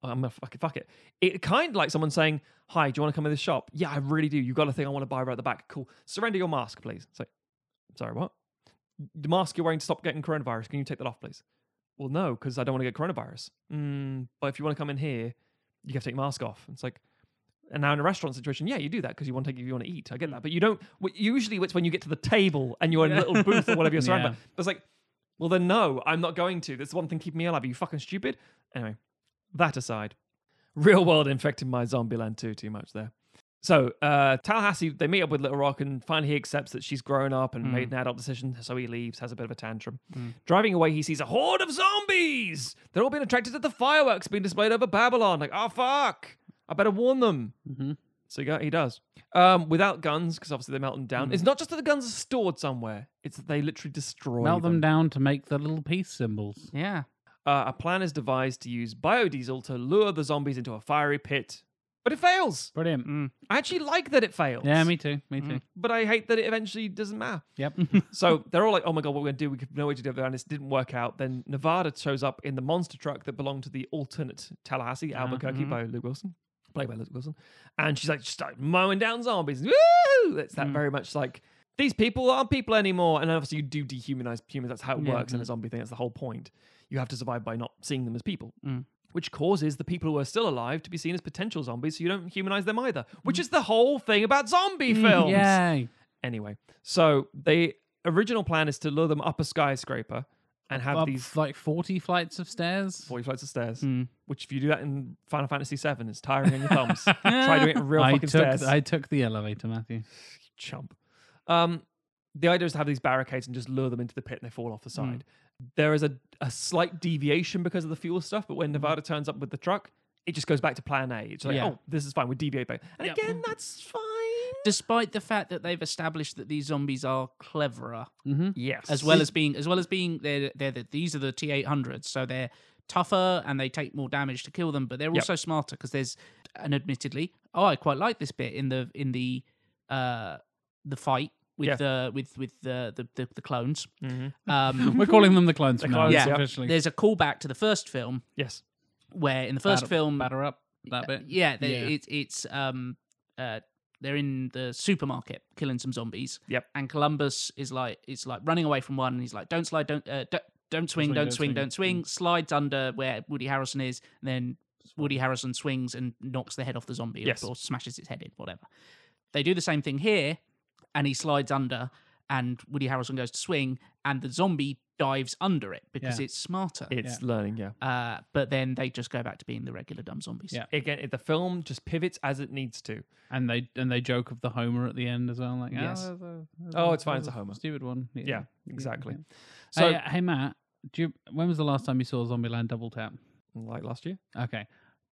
Speaker 2: I'm gonna fuck it. Fuck it. It kind of like someone saying, "Hi, do you want to come in this shop?" Yeah, I really do. You got a thing I want to buy right at the back. Cool. Surrender your mask, please. So, sorry, what? The mask you're wearing to stop getting coronavirus. Can you take that off, please? Well, no, because I don't want to get coronavirus. Mm, but if you want to come in here, you have to take your mask off. It's like, and now in a restaurant situation, yeah, you do that because you want to take, you want to eat. I get that, but you don't. w- Usually, it's when you get to the table and you're in a little booth or whatever you're surrounded. by.
Speaker 1: Yeah.
Speaker 2: But it's like, well, then no, I'm not going to. That's the one thing keeping me alive. Are you fucking stupid? Anyway, that aside, real world infected my Zombieland too too much there. So uh, Tallahassee, they meet up with Little Rock, and finally he accepts that she's grown up and
Speaker 1: Mm.
Speaker 2: made an adult decision. So he leaves, has a bit of a tantrum. Driving away, he sees a horde of zombies. They're all being attracted to the fireworks being displayed over Babylon. Like, oh fuck, I better warn them.
Speaker 1: Mm-hmm.
Speaker 2: So he, go, he does. Um, without guns, because obviously they're melting
Speaker 1: Mm.
Speaker 2: down. It's not just that the guns are stored somewhere; it's that they literally destroy
Speaker 1: melt them down to make the little peace symbols.
Speaker 3: Yeah,
Speaker 2: uh, a plan is devised to use biodiesel to lure the zombies into a fiery pit. But it fails.
Speaker 1: Brilliant.
Speaker 2: I actually like that it fails.
Speaker 1: Yeah, me too. Me too.
Speaker 2: But I hate that it eventually doesn't matter.
Speaker 1: Yep.
Speaker 2: so they're all like, oh my God, what we're going to do? We have no way to do it. And this didn't work out. Then Nevada shows up in the monster truck that belonged to the alternate Tallahassee, Albuquerque by Luke Wilson, played by Luke Wilson. And she's like, just start mowing down zombies. Woo! It's that very much like, these people aren't people anymore. And obviously, you do dehumanize humans. That's how it works in a zombie thing. That's the whole point. You have to survive by not seeing them as people. Which causes the people who are still alive to be seen as potential zombies, so you don't humanize them either. Which is the whole thing about
Speaker 1: Mm,
Speaker 2: zombie films.
Speaker 1: Yay.
Speaker 2: Anyway, so the original plan is to lure them up a skyscraper and have
Speaker 1: Up Hmm.
Speaker 2: these
Speaker 1: like forty flights of stairs.
Speaker 2: 40 flights of stairs. Which, if you do that in Final Fantasy VII, it's tiring on your thumbs. Try doing it in real
Speaker 1: I
Speaker 2: fucking
Speaker 1: took
Speaker 2: stairs.
Speaker 1: I took the elevator, Matthew.
Speaker 2: chump. Um, the idea is to have these barricades and just lure them into the pit and they fall off the
Speaker 1: Hmm.
Speaker 2: side. There is a, a slight deviation because of the fuel stuff, but when Nevada turns up with the truck, it just goes back to plan A. It's like,
Speaker 1: Hmm. Yeah.
Speaker 2: oh, this is fine. We deviate back. And
Speaker 1: Yep.
Speaker 2: again, that's fine.
Speaker 3: despite the fact that they've established that these zombies are cleverer,
Speaker 2: Yes.
Speaker 3: as well as being as well as being they're they're the, these are the T eight hundreds, so they're tougher and they take more damage to kill them, but they're also smarter because there's and admittedly, oh, I quite like this bit in the in the uh the fight with
Speaker 2: Yeah.
Speaker 3: the with with the the, the, the clones.
Speaker 2: Mm-hmm.
Speaker 3: Um,
Speaker 1: We're calling them the clones from now. on,
Speaker 2: clones,
Speaker 1: so
Speaker 2: yeah.
Speaker 1: officially.
Speaker 3: there's a callback to the first film
Speaker 2: Yes.
Speaker 3: where in the first
Speaker 1: Batter-
Speaker 3: film,
Speaker 1: batter up that bit.
Speaker 3: Uh, yeah, they,
Speaker 1: Yeah.
Speaker 3: It's it's um uh they're in the supermarket killing some zombies.
Speaker 2: Yep.
Speaker 3: and Columbus is like is like running away from one, and he's like, "Don't slide, don't uh, don't, don't swing, don't, swing, don't swing." Slides under where Woody Harrison is, and then Woody Harrison swings and knocks the head off the zombie, or-
Speaker 2: Yes.
Speaker 3: or smashes its head in, whatever. They do the same thing here, and he slides under, and Woody Harrison goes to swing, and the zombie dives under it because
Speaker 1: Yeah.
Speaker 3: it's smarter.
Speaker 2: It's learning, yeah.
Speaker 3: uh, but then they just go back to being the regular dumb zombies.
Speaker 1: Yeah.
Speaker 2: again it- the film just pivots as it needs to
Speaker 1: And they and they joke of the Homer at the end as well. Like, oh,
Speaker 3: Yes.
Speaker 1: there's a- there's
Speaker 2: Oh, it's fine, it's
Speaker 1: there's
Speaker 2: a Homer.
Speaker 1: Stupid one. Yeah,
Speaker 2: exactly.
Speaker 1: So,
Speaker 2: so
Speaker 1: hey, uh, hey, Matt, do you, when was the last time you saw Zombieland Double Tap?
Speaker 2: like last year
Speaker 1: Okay.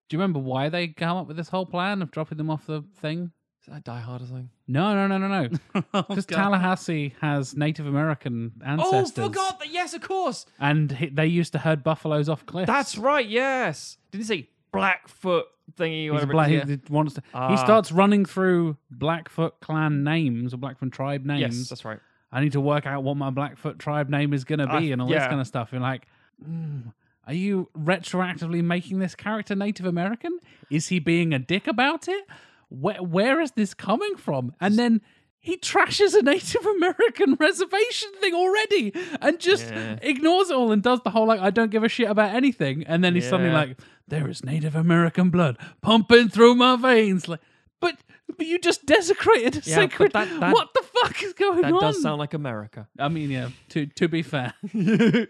Speaker 1: Do you remember why they come up with this whole plan of dropping them off the thing?
Speaker 2: Is that a Die Harder thing?
Speaker 1: No, no, no, no, no.
Speaker 2: Oh,
Speaker 1: Because Tallahassee has Native American ancestors,
Speaker 2: Oh, forgot that. Yes, of course.
Speaker 1: and he, they used to herd buffaloes off cliffs.
Speaker 2: That's right. Yes. Did he say Blackfoot thingy?
Speaker 1: He's a
Speaker 2: Whatever. it
Speaker 1: black,
Speaker 2: is, yeah.
Speaker 1: he wants to,
Speaker 2: Ah.
Speaker 1: he starts running through Blackfoot clan names or Blackfoot tribe names.
Speaker 2: Yes, that's right.
Speaker 1: I need to work out what my Blackfoot tribe name is going to
Speaker 2: I-
Speaker 1: be and all this
Speaker 2: yeah.
Speaker 1: kind of stuff. You're like, "Mm, are you retroactively making this character Native American? Is he being a dick about it? Where, where is this coming from? And then he trashes a Native American reservation thing already and just
Speaker 2: Yeah.
Speaker 1: ignores it all and does the whole like, I don't give a shit about anything. And then he's suddenly
Speaker 2: Yeah.
Speaker 1: like, there is Native American blood pumping through my veins. Like, but, but you just desecrated a
Speaker 2: Yeah, but
Speaker 1: sacred.
Speaker 2: that- that-
Speaker 1: what the fuck is going
Speaker 2: That
Speaker 1: on?
Speaker 2: does sound like America.
Speaker 1: I mean, yeah. To to be fair,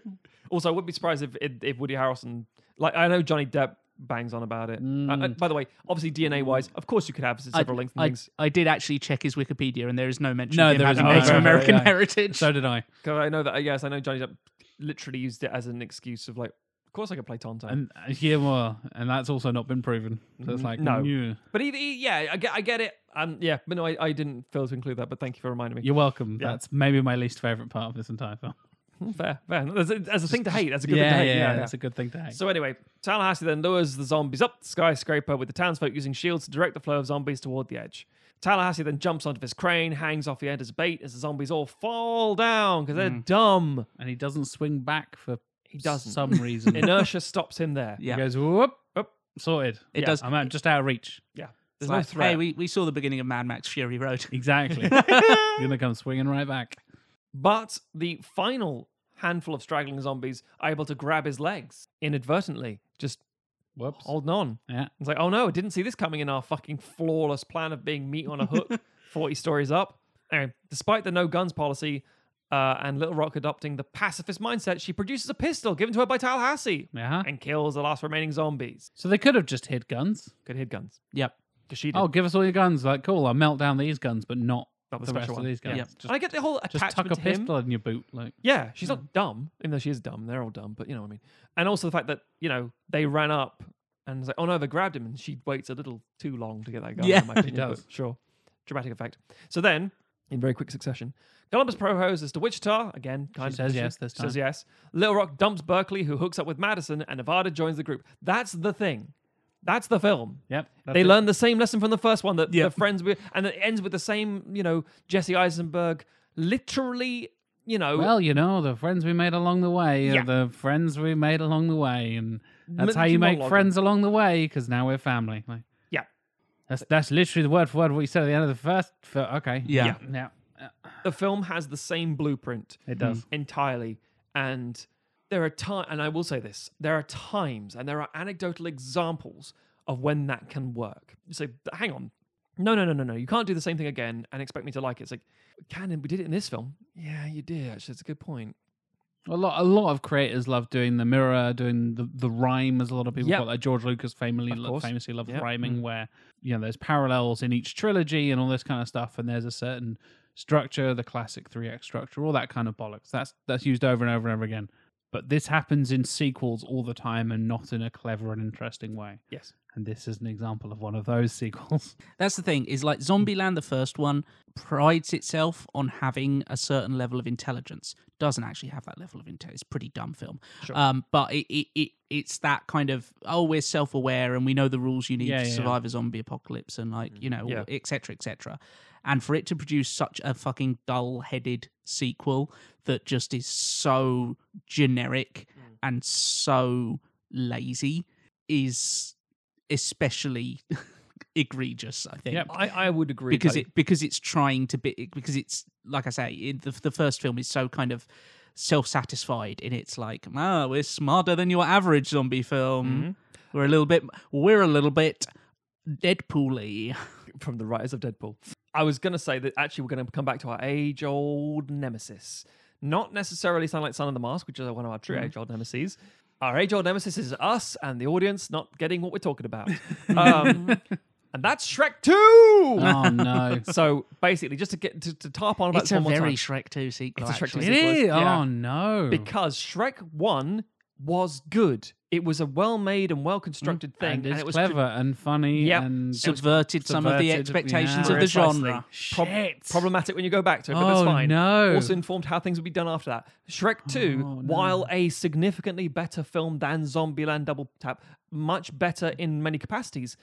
Speaker 2: Also, I wouldn't be surprised if if, if Woody Harrelson, like I know Johnny Depp bangs on about it. Uh, uh, by the way, obviously DNA wise, of course you could have several links and
Speaker 3: I,
Speaker 2: things.
Speaker 3: I did actually check his Wikipedia, and there is no mention
Speaker 1: No,
Speaker 3: of him
Speaker 1: there
Speaker 3: having
Speaker 1: isn't.
Speaker 3: Native
Speaker 1: No, no, no,
Speaker 3: American
Speaker 1: no.
Speaker 3: heritage.
Speaker 1: so did I.
Speaker 2: 'Cause I know that. uh, Yes, I know Johnny Depp literally used it as an excuse of like, of course I could play Tonto.
Speaker 1: And uh, yeah, well, and that's also not been proven. So it's like
Speaker 2: no.
Speaker 1: yeah.
Speaker 2: but he, he- yeah, I get, I get it. Um, yeah, but no, I, I didn't fail to include that. But thank you for reminding me.
Speaker 1: You're welcome.
Speaker 2: Yeah.
Speaker 1: That's maybe my least favorite part of this entire film.
Speaker 2: Hmm, Fair, fair. That's a, that's a thing to hate. That's a good thing to hate. Yeah, yeah.
Speaker 1: that's a good thing to hate.
Speaker 2: So anyway, Tallahassee then lures the zombies up the skyscraper with the townsfolk using shields to direct the flow of zombies toward the edge. Tallahassee then jumps onto his crane, hangs off the end as bait as the zombies all fall down because they're
Speaker 3: Mm.
Speaker 2: dumb.
Speaker 1: and he doesn't swing back for
Speaker 2: He doesn't.
Speaker 1: some reason.
Speaker 2: Inertia stops him there.
Speaker 1: He
Speaker 3: yeah,
Speaker 1: goes whoop,
Speaker 2: Whoop.
Speaker 1: sorted.
Speaker 3: it
Speaker 2: yeah,
Speaker 3: does.
Speaker 1: I'm out, just out of reach.
Speaker 2: Yeah.
Speaker 3: It's
Speaker 2: There's no
Speaker 3: like,
Speaker 2: threat.
Speaker 3: Hey, we, we saw the beginning of Mad Max Fury Road.
Speaker 1: Exactly. You're gonna come swinging right back.
Speaker 2: But the final handful of straggling zombies are able to grab his legs inadvertently, just
Speaker 1: Whoops.
Speaker 2: holding on.
Speaker 1: Yeah.
Speaker 2: It's like, oh no, I didn't see this coming in our fucking flawless plan of being meat on a hook 40 stories up. Anyway, despite the no guns policy uh, and Little Rock adopting the pacifist mindset, she produces a pistol given to her by Tallahassee
Speaker 1: Yeah.
Speaker 2: and kills the last remaining zombies.
Speaker 1: So they could have just hid guns.
Speaker 2: Could hit guns.
Speaker 3: Yep.
Speaker 2: Because she did.
Speaker 1: Oh, give us all your guns. Like, cool. I'll melt down these guns, but not,
Speaker 2: Not the
Speaker 1: the, rest
Speaker 2: special
Speaker 1: of
Speaker 2: one.
Speaker 1: these guns.
Speaker 2: Yeah.
Speaker 3: Yep.
Speaker 1: Just,
Speaker 2: and I get the whole
Speaker 1: just
Speaker 2: attachment
Speaker 1: tuck a
Speaker 2: to him.
Speaker 1: pistol in your boot. Like,
Speaker 2: Yeah, she's
Speaker 1: Hmm.
Speaker 2: not dumb, even though she is dumb. They're all dumb, but you know what I mean. And also the fact that you know they ran up and was like, oh no, they grabbed him, and she waits a little too long to get that gun.
Speaker 3: Yeah.
Speaker 2: in my opinion,
Speaker 1: does.
Speaker 2: But sure, dramatic effect. So then, in very quick succession, Columbus proposes to Wichita again. Kind of
Speaker 1: says
Speaker 2: pushy,
Speaker 1: yes this
Speaker 2: she Says
Speaker 1: time.
Speaker 2: yes. Little Rock dumps Berkeley, who hooks up with Madison, and Nevada joins the group. That's the thing. That's the film.
Speaker 1: yep. that's
Speaker 2: They
Speaker 1: it.
Speaker 2: learn the same lesson from the first one that
Speaker 3: Yeah.
Speaker 2: the friends were, and it ends with the same, you know, Jesse Eisenberg literally, you know,
Speaker 1: Well, you know, the friends we made along the way are
Speaker 2: Yeah.
Speaker 1: the friends we made along the way, and that's how
Speaker 2: Mental
Speaker 1: you make
Speaker 2: monologue.
Speaker 1: friends along the way because now we're family. Like,
Speaker 2: Yeah.
Speaker 1: that's that's literally the word for word what you said at the end of the first. fil- okay,
Speaker 3: Yeah.
Speaker 1: yeah, yeah,
Speaker 2: the film has the same blueprint
Speaker 1: it does.
Speaker 2: entirely and there are times and i will say this there are times and there are anecdotal examples of when that can work so hang on no no no no no you can't do the same thing again and expect me to like it it's like canon we did it in this film yeah you did actually it's a good point
Speaker 1: A lot, a lot of creators love doing the mirror, doing the, the rhyme, as a lot of people
Speaker 2: Yep.
Speaker 1: call it. George Lucas famously
Speaker 2: Of course.
Speaker 1: famously loved
Speaker 2: Yep. Mm.
Speaker 1: rhyming, where you know there's parallels in each trilogy and all this kind of stuff, and there's a certain structure, the classic three act structure, all that kind of bollocks. That's that's used over and over and over again. But this happens in sequels all the time, and not in a clever and interesting way.
Speaker 2: yes
Speaker 1: And this is an example of one of those sequels.
Speaker 3: That's the thing is like Zombieland, the first one, prides itself on having a certain level of intelligence. Doesn't actually have that level of intelligence. It's a pretty dumb film.
Speaker 2: Sure.
Speaker 3: Um, but it, it, it it's that kind of oh we're self aware and we know the rules you need
Speaker 1: Yeah,
Speaker 3: to
Speaker 1: yeah, yeah.
Speaker 3: survive a zombie apocalypse and like you know
Speaker 2: Yeah.
Speaker 3: etc etc. And for it to produce such a fucking dull headed sequel that just is so generic and so lazy is especially egregious. I think
Speaker 1: Yep.
Speaker 2: i, I would agree
Speaker 3: because
Speaker 2: Paddy.
Speaker 3: it because it's trying to be because it's like I say it, the the first film is so kind of self satisfied in its like oh we're smarter than your average zombie film we're a little bit we're a little bit Deadpool-y.
Speaker 2: from the writers of Deadpool. I was going to say that actually we're going to come back to our age old nemesis. Not necessarily sound like Son of the Mask, which is one of our true age old nemesis. Our age old nemesis is us and the audience not getting what we're talking about. um, and that's Shrek 2!
Speaker 1: oh no,
Speaker 2: So basically, just to get to, to tarp on about
Speaker 3: It's
Speaker 2: this
Speaker 3: a
Speaker 2: one more
Speaker 3: very
Speaker 2: time,
Speaker 3: Shrek Two sequel.
Speaker 2: It's a Shrek
Speaker 1: Oh,
Speaker 3: actually.
Speaker 1: it
Speaker 2: It was-
Speaker 1: is.
Speaker 2: yeah.
Speaker 1: Oh no,
Speaker 2: because Shrek 1 was good. it was a well-made and well-constructed thing,
Speaker 1: Mm. and it's
Speaker 2: it was tra-
Speaker 1: clever and funny
Speaker 2: Yep.
Speaker 1: and
Speaker 3: subverted some of the
Speaker 1: subverted,
Speaker 3: expectations
Speaker 1: yeah.
Speaker 3: of the
Speaker 2: Precisely.
Speaker 3: genre.
Speaker 2: prob-
Speaker 1: Shit.
Speaker 2: problematic when you go back to it, but
Speaker 1: Oh,
Speaker 2: that's fine.
Speaker 1: no. Oh,
Speaker 2: Also informed how things would be done after that. Shrek 2,
Speaker 1: no.
Speaker 2: while a significantly better film than Zombieland Double Tap, much better in many capacities,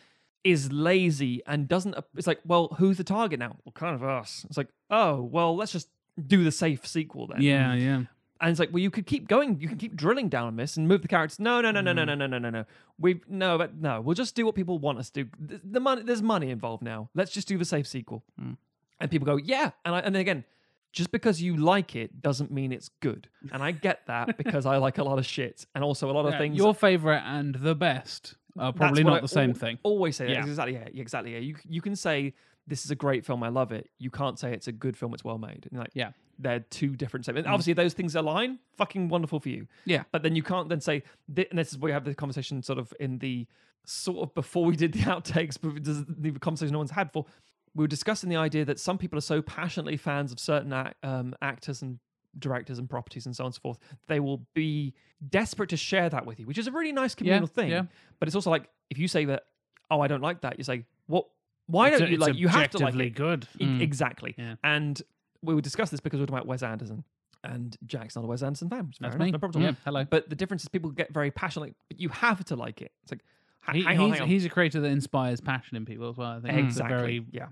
Speaker 2: is lazy and doesn't. It's like, well, who's the target now? Well, kind of us. It's like, oh, well, let's just do the safe sequel then.
Speaker 1: Yeah, yeah.
Speaker 2: And it's like, well, you could keep going. You can keep drilling down on this and move the characters. No, no, no,
Speaker 1: Mm.
Speaker 2: no, no, no, no, no, no, no. We no, but no. We'll just do what people want us to. do. Th- The money, there's money involved now. Let's just do the safe sequel.
Speaker 1: Mm.
Speaker 2: And people go, yeah. And I, and then again, just because you like it doesn't mean it's good. And I get that because I like a lot of shit and also a lot of
Speaker 1: Yeah,
Speaker 2: things.
Speaker 1: Your favorite and the best are
Speaker 2: That's
Speaker 1: probably
Speaker 2: what
Speaker 1: not
Speaker 2: I
Speaker 1: the same
Speaker 2: al-
Speaker 1: thing.
Speaker 2: Always say that.
Speaker 1: Yeah.
Speaker 2: Exactly. Yeah. yeah, Exactly. Yeah. You c- you can say this is a great film. I love it. You can't say it's a good film. It's well made. And like,
Speaker 1: Yeah. Mm.
Speaker 2: they're two different statements. Obviously, those things align. Fucking wonderful for you.
Speaker 3: Yeah.
Speaker 2: But then you can't then say, thi- and this is where we have the conversation sort of in the sort of before we did the outtakes, but it doesn't- the conversation no one's had for. We were discussing the idea that some people are so passionately fans of certain ac- um, actors and directors and properties and so on and so forth, they will be desperate to share that with you, which is a really nice communal thing.
Speaker 1: yeah.
Speaker 2: But it's also like if you say that, oh, I don't like that, you say, what? Why don't you like? You have to like
Speaker 1: objectively
Speaker 2: it.
Speaker 1: good.
Speaker 2: E- Exactly.
Speaker 1: Mm. Yeah.
Speaker 2: And we will discuss this because we're talking about Wes Anderson. And Jack's not a Wes Anderson fan. which is fair
Speaker 1: That's
Speaker 2: enough,
Speaker 1: me.
Speaker 2: No problem at all.
Speaker 1: Yeah, hello.
Speaker 2: But the difference is people get very passionate, like, but you have to like it. It's like, ha-
Speaker 1: He-
Speaker 2: hang
Speaker 1: he's,
Speaker 2: on, hang on.
Speaker 1: he's a creator that inspires passion in people as well. I think It's a
Speaker 2: exactly.
Speaker 1: very
Speaker 2: yeah.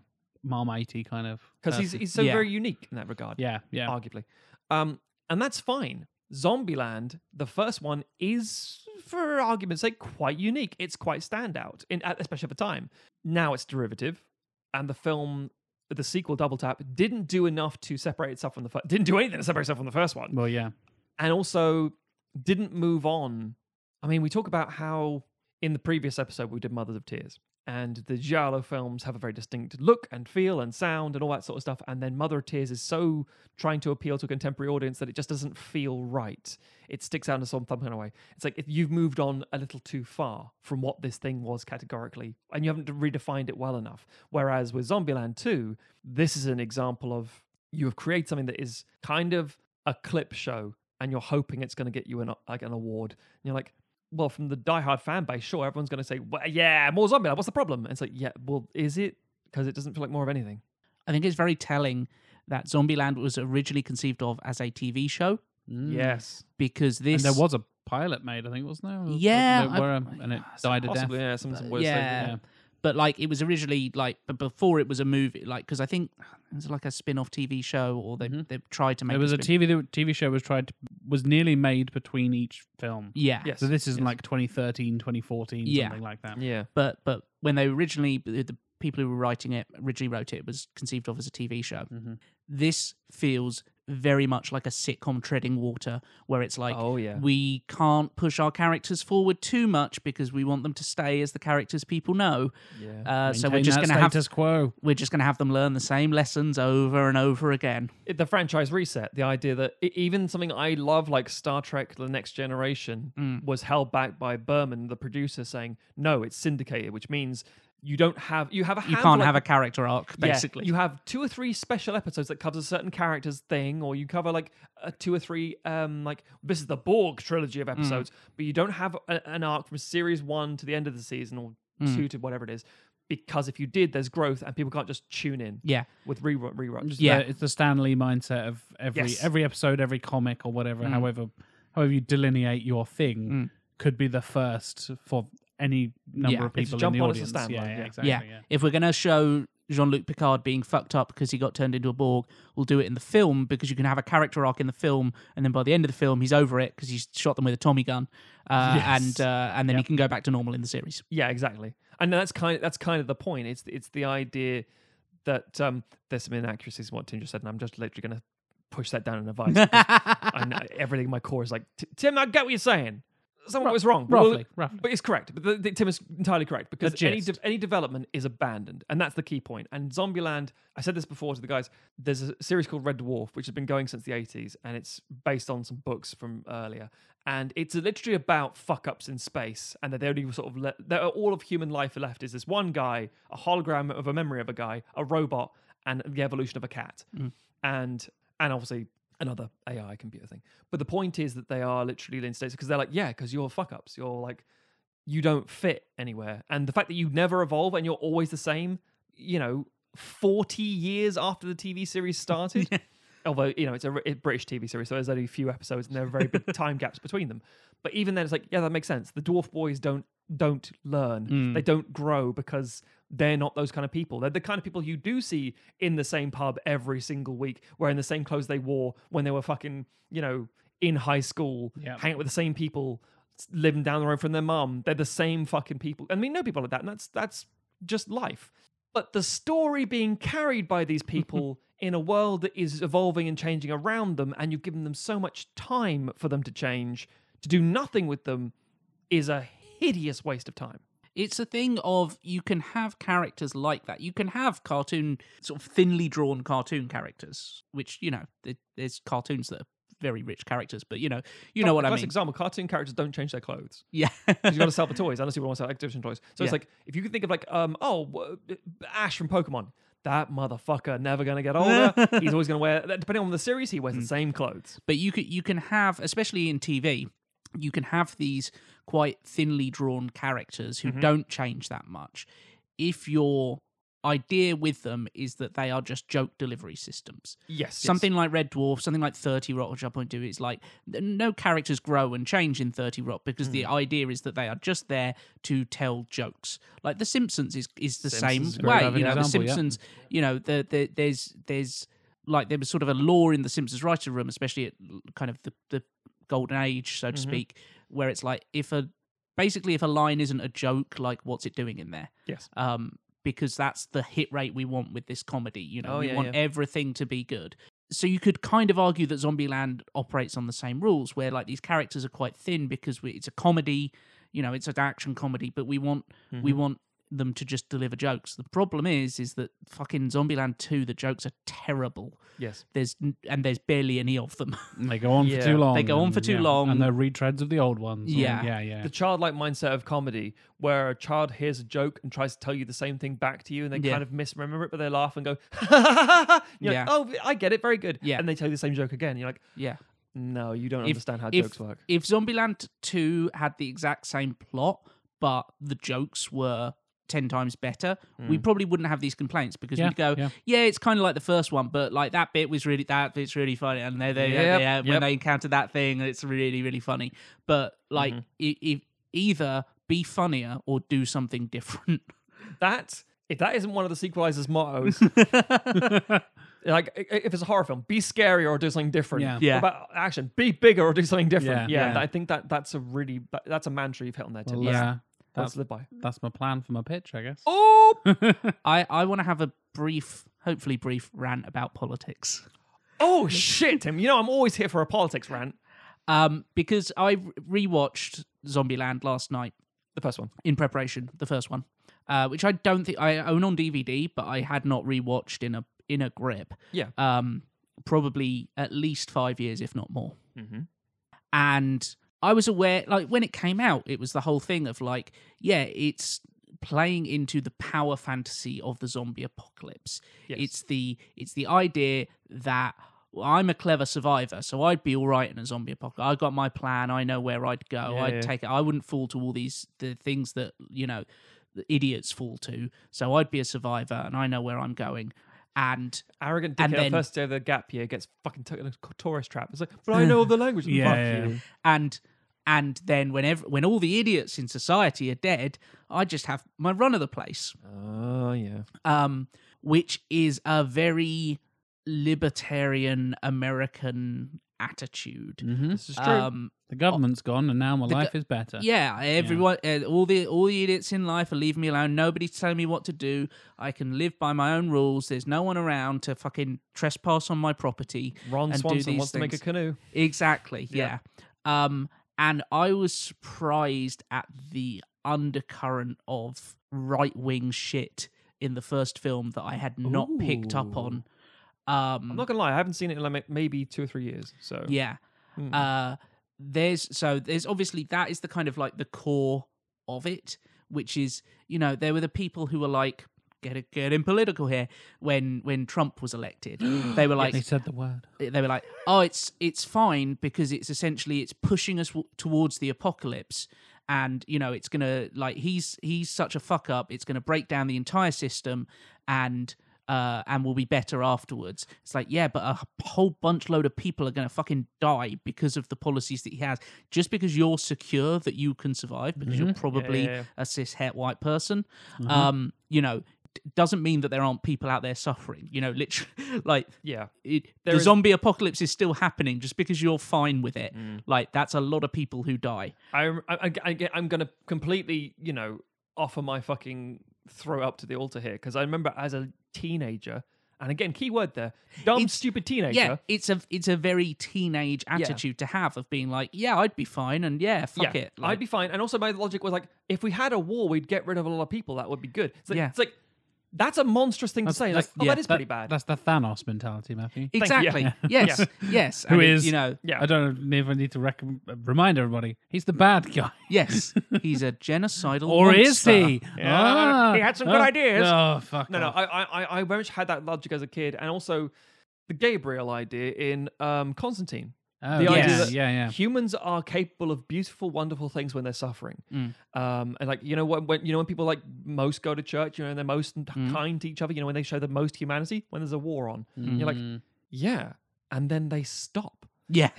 Speaker 1: marmitey kind of.
Speaker 2: Because he's,
Speaker 1: person.
Speaker 2: he's so
Speaker 3: Yeah.
Speaker 2: very unique in that regard.
Speaker 1: yeah, yeah.
Speaker 2: Arguably. Um, and that's fine. Zombieland, the first one, is, for argument's sake, quite unique. It's quite standout, in, at- especially at the time. Now it's derivative, and the film, the sequel, Double Tap, didn't do enough to separate itself from the first. Didn't do anything to separate itself from the first one.
Speaker 1: Well, yeah.
Speaker 2: and also didn't move on. I mean, we talk about how in the previous episode we did Mothers of Tears, and the Giallo films have a very distinct look and feel and sound and all that sort of stuff. And then Mother of Tears is so trying to appeal to a contemporary audience that it just doesn't feel right. It sticks out in some kind of way. It's like if you've moved on a little too far from what this thing was categorically, and you haven't redefined it well enough. Whereas with Zombieland 2, this is an example of you have created something that is kind of a clip show and you're hoping it's going to get you an like an award and you're like well from the diehard fan base sure everyone's going to say well, yeah more zombie what's the problem and it's like yeah well is it because it doesn't feel like more of anything
Speaker 3: I think it's very telling that Zombieland was originally conceived of as a TV show
Speaker 2: Mm. yes
Speaker 3: because
Speaker 1: And
Speaker 3: this
Speaker 1: there was a pilot made, I think, wasn't there? Or-
Speaker 3: Yeah,
Speaker 1: there were,
Speaker 3: I-
Speaker 1: um, and it died a death.
Speaker 2: possibly yeah some, some
Speaker 3: Uh,
Speaker 2: words
Speaker 3: yeah. But like it was originally like, but before it was a movie, like because I think it was like a spin-off TV show, or they they tried to make
Speaker 1: Mm-hmm. It was a
Speaker 3: spin-
Speaker 1: TV that- TV show was tried to, was nearly made between each film.
Speaker 3: yeah,
Speaker 2: yes
Speaker 1: So this is in
Speaker 2: yes.
Speaker 1: like 2013, 2014,
Speaker 3: Yeah.
Speaker 1: something like that.
Speaker 2: yeah
Speaker 3: but but when they originally the the people who were writing it originally wrote it, it was conceived of as a TV show.
Speaker 2: Mm-hmm.
Speaker 3: This feels very much like a sitcom treading water, where it's like,
Speaker 2: Oh, yeah.
Speaker 3: we can't push our characters forward too much because we want them to stay as the characters people know.
Speaker 2: Yeah.
Speaker 3: Uh, so we're
Speaker 1: Maintain
Speaker 3: just
Speaker 1: that
Speaker 3: going to have
Speaker 1: status quo.
Speaker 3: we're just going to have them learn the same lessons over and over again.
Speaker 2: it- the franchise reset the idea that i even something i love like star trek the next generation
Speaker 3: Mm.
Speaker 2: was held back by berman the producer saying no it's syndicated which means you don't have you have a
Speaker 3: You
Speaker 2: handful
Speaker 3: can't
Speaker 2: of
Speaker 3: have a character arc,
Speaker 2: Yeah,
Speaker 3: basically.
Speaker 2: you have two or three special episodes that covers a certain character's thing, or you cover like a two or three um like this is the Borg trilogy
Speaker 3: Mm.
Speaker 2: of episodes, but you don't have a, an arc from series one to the end of the season or
Speaker 3: Mm.
Speaker 2: two to whatever it is, because if you did, there's growth and people can't just tune in.
Speaker 3: Yeah.
Speaker 2: with rerun reruns.
Speaker 1: It's
Speaker 3: Yeah.
Speaker 1: the, it's the Stan Lee mindset of every
Speaker 2: Yes.
Speaker 1: every episode, every comic or whatever,
Speaker 3: Mm.
Speaker 1: however however you delineate your thing, could be the first for any number
Speaker 3: Yeah.
Speaker 1: of
Speaker 2: It's
Speaker 1: people
Speaker 2: a
Speaker 1: in
Speaker 2: jump
Speaker 1: the
Speaker 2: on, it's a
Speaker 1: audience.
Speaker 2: standalone,
Speaker 1: yeah,
Speaker 2: yeah.
Speaker 1: exactly. Yeah.
Speaker 3: If we're going to show Jean Luc Picard being fucked up because he got turned into a Borg, we'll do it in the film because you can have a character arc in the film, and then by the end of the film, he's over it because he's shot them with a Tommy gun, uh, and uh, and then he can go back to normal in the series.
Speaker 2: Yeah, exactly. And that's kind of that's kind of the point. It's it's the idea that um there's some inaccuracies in what Tim just said, and I'm just literally gonna push that down in a vice. and everything in my core is like, "T- Tim, I get what you're saying. Someone was wrong, but
Speaker 1: roughly, roughly.
Speaker 2: but it's correct. But the, the- Tim is entirely correct because any
Speaker 1: gist.
Speaker 2: de- any development is abandoned, and that's the key point. And Zombieland, I said this before to the guys. There's a series called Red Dwarf, which has been going since the 80s, and it's based on some books from earlier. And it's literally about fuck ups in space, and that they only sort of le- that all of human life left is this one guy, a hologram
Speaker 1: Mm.
Speaker 2: of a memory of a guy, a robot, and the evolution of a cat, and and obviously another AI computer thing. But the point is that they are literally in states because they're like, yeah, because you're fuck ups. You're like, you don't fit anywhere. And the fact that you never evolve and you're always the same, you know, 40 years after the TV series started. Although, you know, it's a r- it- British TV series, so there's only a few episodes and there are very big time gaps between them. But even then, it's like, yeah, that makes sense. The dwarf boys don't don't learn they don't grow because they're not those kind of people they're the kind of people you do see in the same pub every single week wearing the same clothes they wore when they were fucking you know in high school
Speaker 1: Yep.
Speaker 2: hanging out with the same people s- living down the road from their mum they're the same fucking people and we know people like that and that's that's just life but the story being carried by these people in a world that is evolving and changing around them and you've given them so much time for them to change to do nothing with them is a hideous waste of time
Speaker 3: It's a thing of you can have characters like that. You can have cartoon, sort of thinly drawn cartoon characters, which you know, th- there's cartoons that are very rich characters, but you know, you know what I
Speaker 2: Classic
Speaker 3: mean.
Speaker 2: example cartoon characters don't change their clothes
Speaker 3: yeah,
Speaker 2: 'Cause you got to sell the toys unless you want to sell Activision toys. So
Speaker 3: Yeah.
Speaker 2: it's like if you can think of like um oh w- Ash from Pokemon, that motherfucker never gonna get older. He's always gonna wear depending on the series he wears
Speaker 3: Hmm.
Speaker 2: the same clothes.
Speaker 3: but you can you can have, especially in TV, you can have these quite thinly drawn characters who don't change that much. If your idea with them is that they are just joke delivery systems,
Speaker 2: Yes,
Speaker 3: something like Red Dwarf, something like Thirty Rock, which I point to, is like n- no characters grow and change in Thirty Rock because the
Speaker 2: Hmm.
Speaker 3: idea is that they are just there to tell jokes. Like The Simpsons is is the
Speaker 2: Simpsons is a
Speaker 3: same
Speaker 1: great
Speaker 3: way.
Speaker 1: example,
Speaker 3: You know, The
Speaker 1: yeah.
Speaker 3: Simpsons. You know, the, the, there's there's like there was sort of a law in The Simpsons writer room, especially at l- kind of the the golden age, so to
Speaker 2: Mm-hmm.
Speaker 3: speak, where it's like if a basically if a line isn't a joke, like what's it doing in there?
Speaker 2: Yes.
Speaker 3: um, because that's the hit rate we want with this comedy. You know,
Speaker 2: Oh,
Speaker 3: we
Speaker 2: yeah,
Speaker 3: want
Speaker 2: yeah.
Speaker 3: everything to be good. So you could kind of argue that Zombieland operates on the same rules, where like these characters are quite thin because we, it's a comedy. You know, it's an action comedy, but we want we
Speaker 2: Mm-hmm.
Speaker 3: want them to just deliver jokes. The problem is, is that fucking Zombieland two, the jokes are terrible.
Speaker 2: Yes.
Speaker 3: There's n- and there's barely any of them.
Speaker 1: And they go on
Speaker 2: Yeah.
Speaker 1: for too long.
Speaker 3: They go on
Speaker 1: and-
Speaker 3: for too
Speaker 1: yeah.
Speaker 3: long.
Speaker 1: and they're retreads of the old ones. and-
Speaker 3: Yeah.
Speaker 1: yeah, yeah.
Speaker 2: The childlike mindset of comedy, where a child hears a joke and tries to tell you the same thing back to you, and they
Speaker 3: Yeah.
Speaker 2: kind of misremember it, but they laugh and go, you're
Speaker 3: Yeah.
Speaker 2: like, "Oh, I get it, very good."
Speaker 3: Yeah.
Speaker 2: and they tell you the same joke again. You're like,
Speaker 3: yeah.
Speaker 2: "No, you don't
Speaker 3: If-
Speaker 2: understand how
Speaker 3: if,
Speaker 2: jokes work."
Speaker 3: If Zombieland 2 had the exact same plot, but the jokes were 10 times better, we probably wouldn't have these complaints because
Speaker 1: Yeah,
Speaker 3: we'd go, yeah,
Speaker 1: yeah.
Speaker 3: it's kind of like the first one, but like that bit was really, that bit's really funny. And they, they,
Speaker 2: Yep,
Speaker 3: they- uh, when
Speaker 2: yep.
Speaker 3: they encountered that thing, it's really, really funny. But like, i if either be funnier or do something different.
Speaker 2: That if that isn't one of the sequelizer's mottos, like i- i- if it's a horror film, be scarier or do something different.
Speaker 1: Yeah.
Speaker 3: Yeah.
Speaker 2: What About action, be bigger or do something different.
Speaker 1: Yeah.
Speaker 2: Yeah,
Speaker 1: Yeah.
Speaker 2: I think that that's a really that- that's a mantra you've hit on there. Tim.
Speaker 1: Well,
Speaker 2: Let's-
Speaker 1: uh,
Speaker 2: let's
Speaker 1: that's-
Speaker 2: live by.
Speaker 1: That's my plan for my pitch, I guess.
Speaker 2: Oh,
Speaker 3: I, I want to have a brief, hopefully brief rant about politics.
Speaker 2: oh shit, Tim. You know I'm always here for a politics rant.
Speaker 3: Um, because I re- rewatched Zombieland last night
Speaker 2: The first one.
Speaker 3: in preparation, the first one, uh, which I don't think I own on DVD, but I had not rewatched in a in a grip.
Speaker 2: Yeah.
Speaker 3: Um, probably at least five years, if not more.
Speaker 2: Mhm.
Speaker 3: And I was aware, like when it came out, it was the whole thing of like, yeah, it's playing into the power fantasy of the zombie apocalypse.
Speaker 2: Yes.
Speaker 3: It's the it's the idea that well, I'm a clever survivor, so I'd be all right in a zombie apocalypse. I've got my plan. I know where I'd go.
Speaker 2: Yeah,
Speaker 3: I'd
Speaker 2: yeah.
Speaker 3: take it. I wouldn't fall to all these the things that you know the idiots fall to. So I'd be a survivor, and I know where I'm going. And
Speaker 2: Arrogant
Speaker 3: And
Speaker 2: dickhead
Speaker 3: then-
Speaker 2: first day of the gap year gets fucking took in a tourist trap. It's like, but I know all the language.
Speaker 1: Yeah,
Speaker 2: Fuck
Speaker 1: yeah,
Speaker 2: you.
Speaker 1: yeah.
Speaker 3: and and then whenever when all the idiots in society are dead, I just have my run of the place.
Speaker 2: Oh yeah.
Speaker 3: um, which is a very libertarian American attitude.
Speaker 1: hmm
Speaker 2: This is true.
Speaker 3: Um,
Speaker 1: The government's gone, and now my
Speaker 3: The go-
Speaker 1: life is better.
Speaker 3: yeah, everyone, Uh, all the all the idiots in life are leaving me alone. Nobody's telling me what to do. I can live by my own rules. There's no one around to fucking trespass on my property.
Speaker 2: Ron
Speaker 3: and do
Speaker 2: Swanson
Speaker 3: these
Speaker 2: wants to make a
Speaker 3: things.
Speaker 2: canoe.
Speaker 3: Exactly. Yeah.
Speaker 2: Yeah.
Speaker 3: Um, and I was surprised at the undercurrent of right wing shit in the first film that I had not picked up on. Um,
Speaker 2: I'm not gonna lie, I haven't seen it in like maybe two or three years. So
Speaker 3: Yeah.
Speaker 2: Hmm.
Speaker 3: Uh, there's so there's obviously that is the kind of like the core of it, which is you know there were the people who were like getting getting political here. When when Trump was elected, they were like
Speaker 1: they said the word.
Speaker 3: they were like, "Oh, it's it's fine because it's essentially it's pushing us w- towards the apocalypse, and you know it's gonna like he's he's such a fuck up. It's gonna break down the entire system, and uh and we'll be better afterwards." It's like, yeah, but a whole bunch load of people are gonna fucking die because of the policies that he has. Just because you're secure that you can survive, because you're probably
Speaker 2: Mm-hmm. yeah, Mm-hmm. yeah.
Speaker 3: a cis het white person, um, you know. d- Doesn't mean that there aren't people out there suffering, you know. Literally, like
Speaker 2: Yeah.
Speaker 3: it, the
Speaker 2: There is-
Speaker 3: zombie apocalypse is still happening just because you're fine with it.
Speaker 2: Mm.
Speaker 3: Like that's a lot of people who die.
Speaker 2: I, I, I, I- I'm going to completely, you know, offer my fucking throw up to the altar here because I remember as a teenager, and again, key word there, dumb,
Speaker 3: It's-
Speaker 2: stupid teenager.
Speaker 3: Yeah, it's a it's a very teenage attitude to have of being like, yeah, I'd be fine, and yeah, fuck it. Like,
Speaker 2: I'd be fine. And also, my logic was like, if we had a war, we'd get rid of a lot of people. That would be good. It's like,
Speaker 3: Yeah.
Speaker 2: it's like that's a monstrous thing to say. Like, oh,
Speaker 1: yeah,
Speaker 2: that is pretty bad.
Speaker 1: That's the Thanos mentality, Matthew.
Speaker 2: you.
Speaker 3: exactly.
Speaker 2: Yeah.
Speaker 3: Yes, yes.
Speaker 1: Who
Speaker 3: and it-
Speaker 1: is-
Speaker 3: you know?
Speaker 2: yeah.
Speaker 1: I don't even need to rec- remind everybody. He's the bad guy.
Speaker 3: Yes, he's a genocidal.
Speaker 1: Or is
Speaker 3: monster.
Speaker 1: he?
Speaker 2: Yeah, he had some good
Speaker 1: oh,
Speaker 2: ideas.
Speaker 1: Oh fuck!
Speaker 2: no, no,
Speaker 1: off.
Speaker 2: I, I, I- I very much had that logic as a kid, and also the Gabriel idea in um, Constantine.
Speaker 1: Oh,
Speaker 2: the
Speaker 1: yeah,
Speaker 2: idea
Speaker 3: yes.
Speaker 2: that
Speaker 1: yeah, yeah.
Speaker 2: humans are capable of beautiful, wonderful things when they're suffering.
Speaker 3: Mm.
Speaker 2: Um, and like you know when, when you know when people like most go to church, you know, and they're most
Speaker 3: Mm.
Speaker 2: kind to each other. You know when they show the most humanity when there's a war on. You're
Speaker 3: Mm.
Speaker 2: like, yeah, and then they stop.
Speaker 3: Yeah.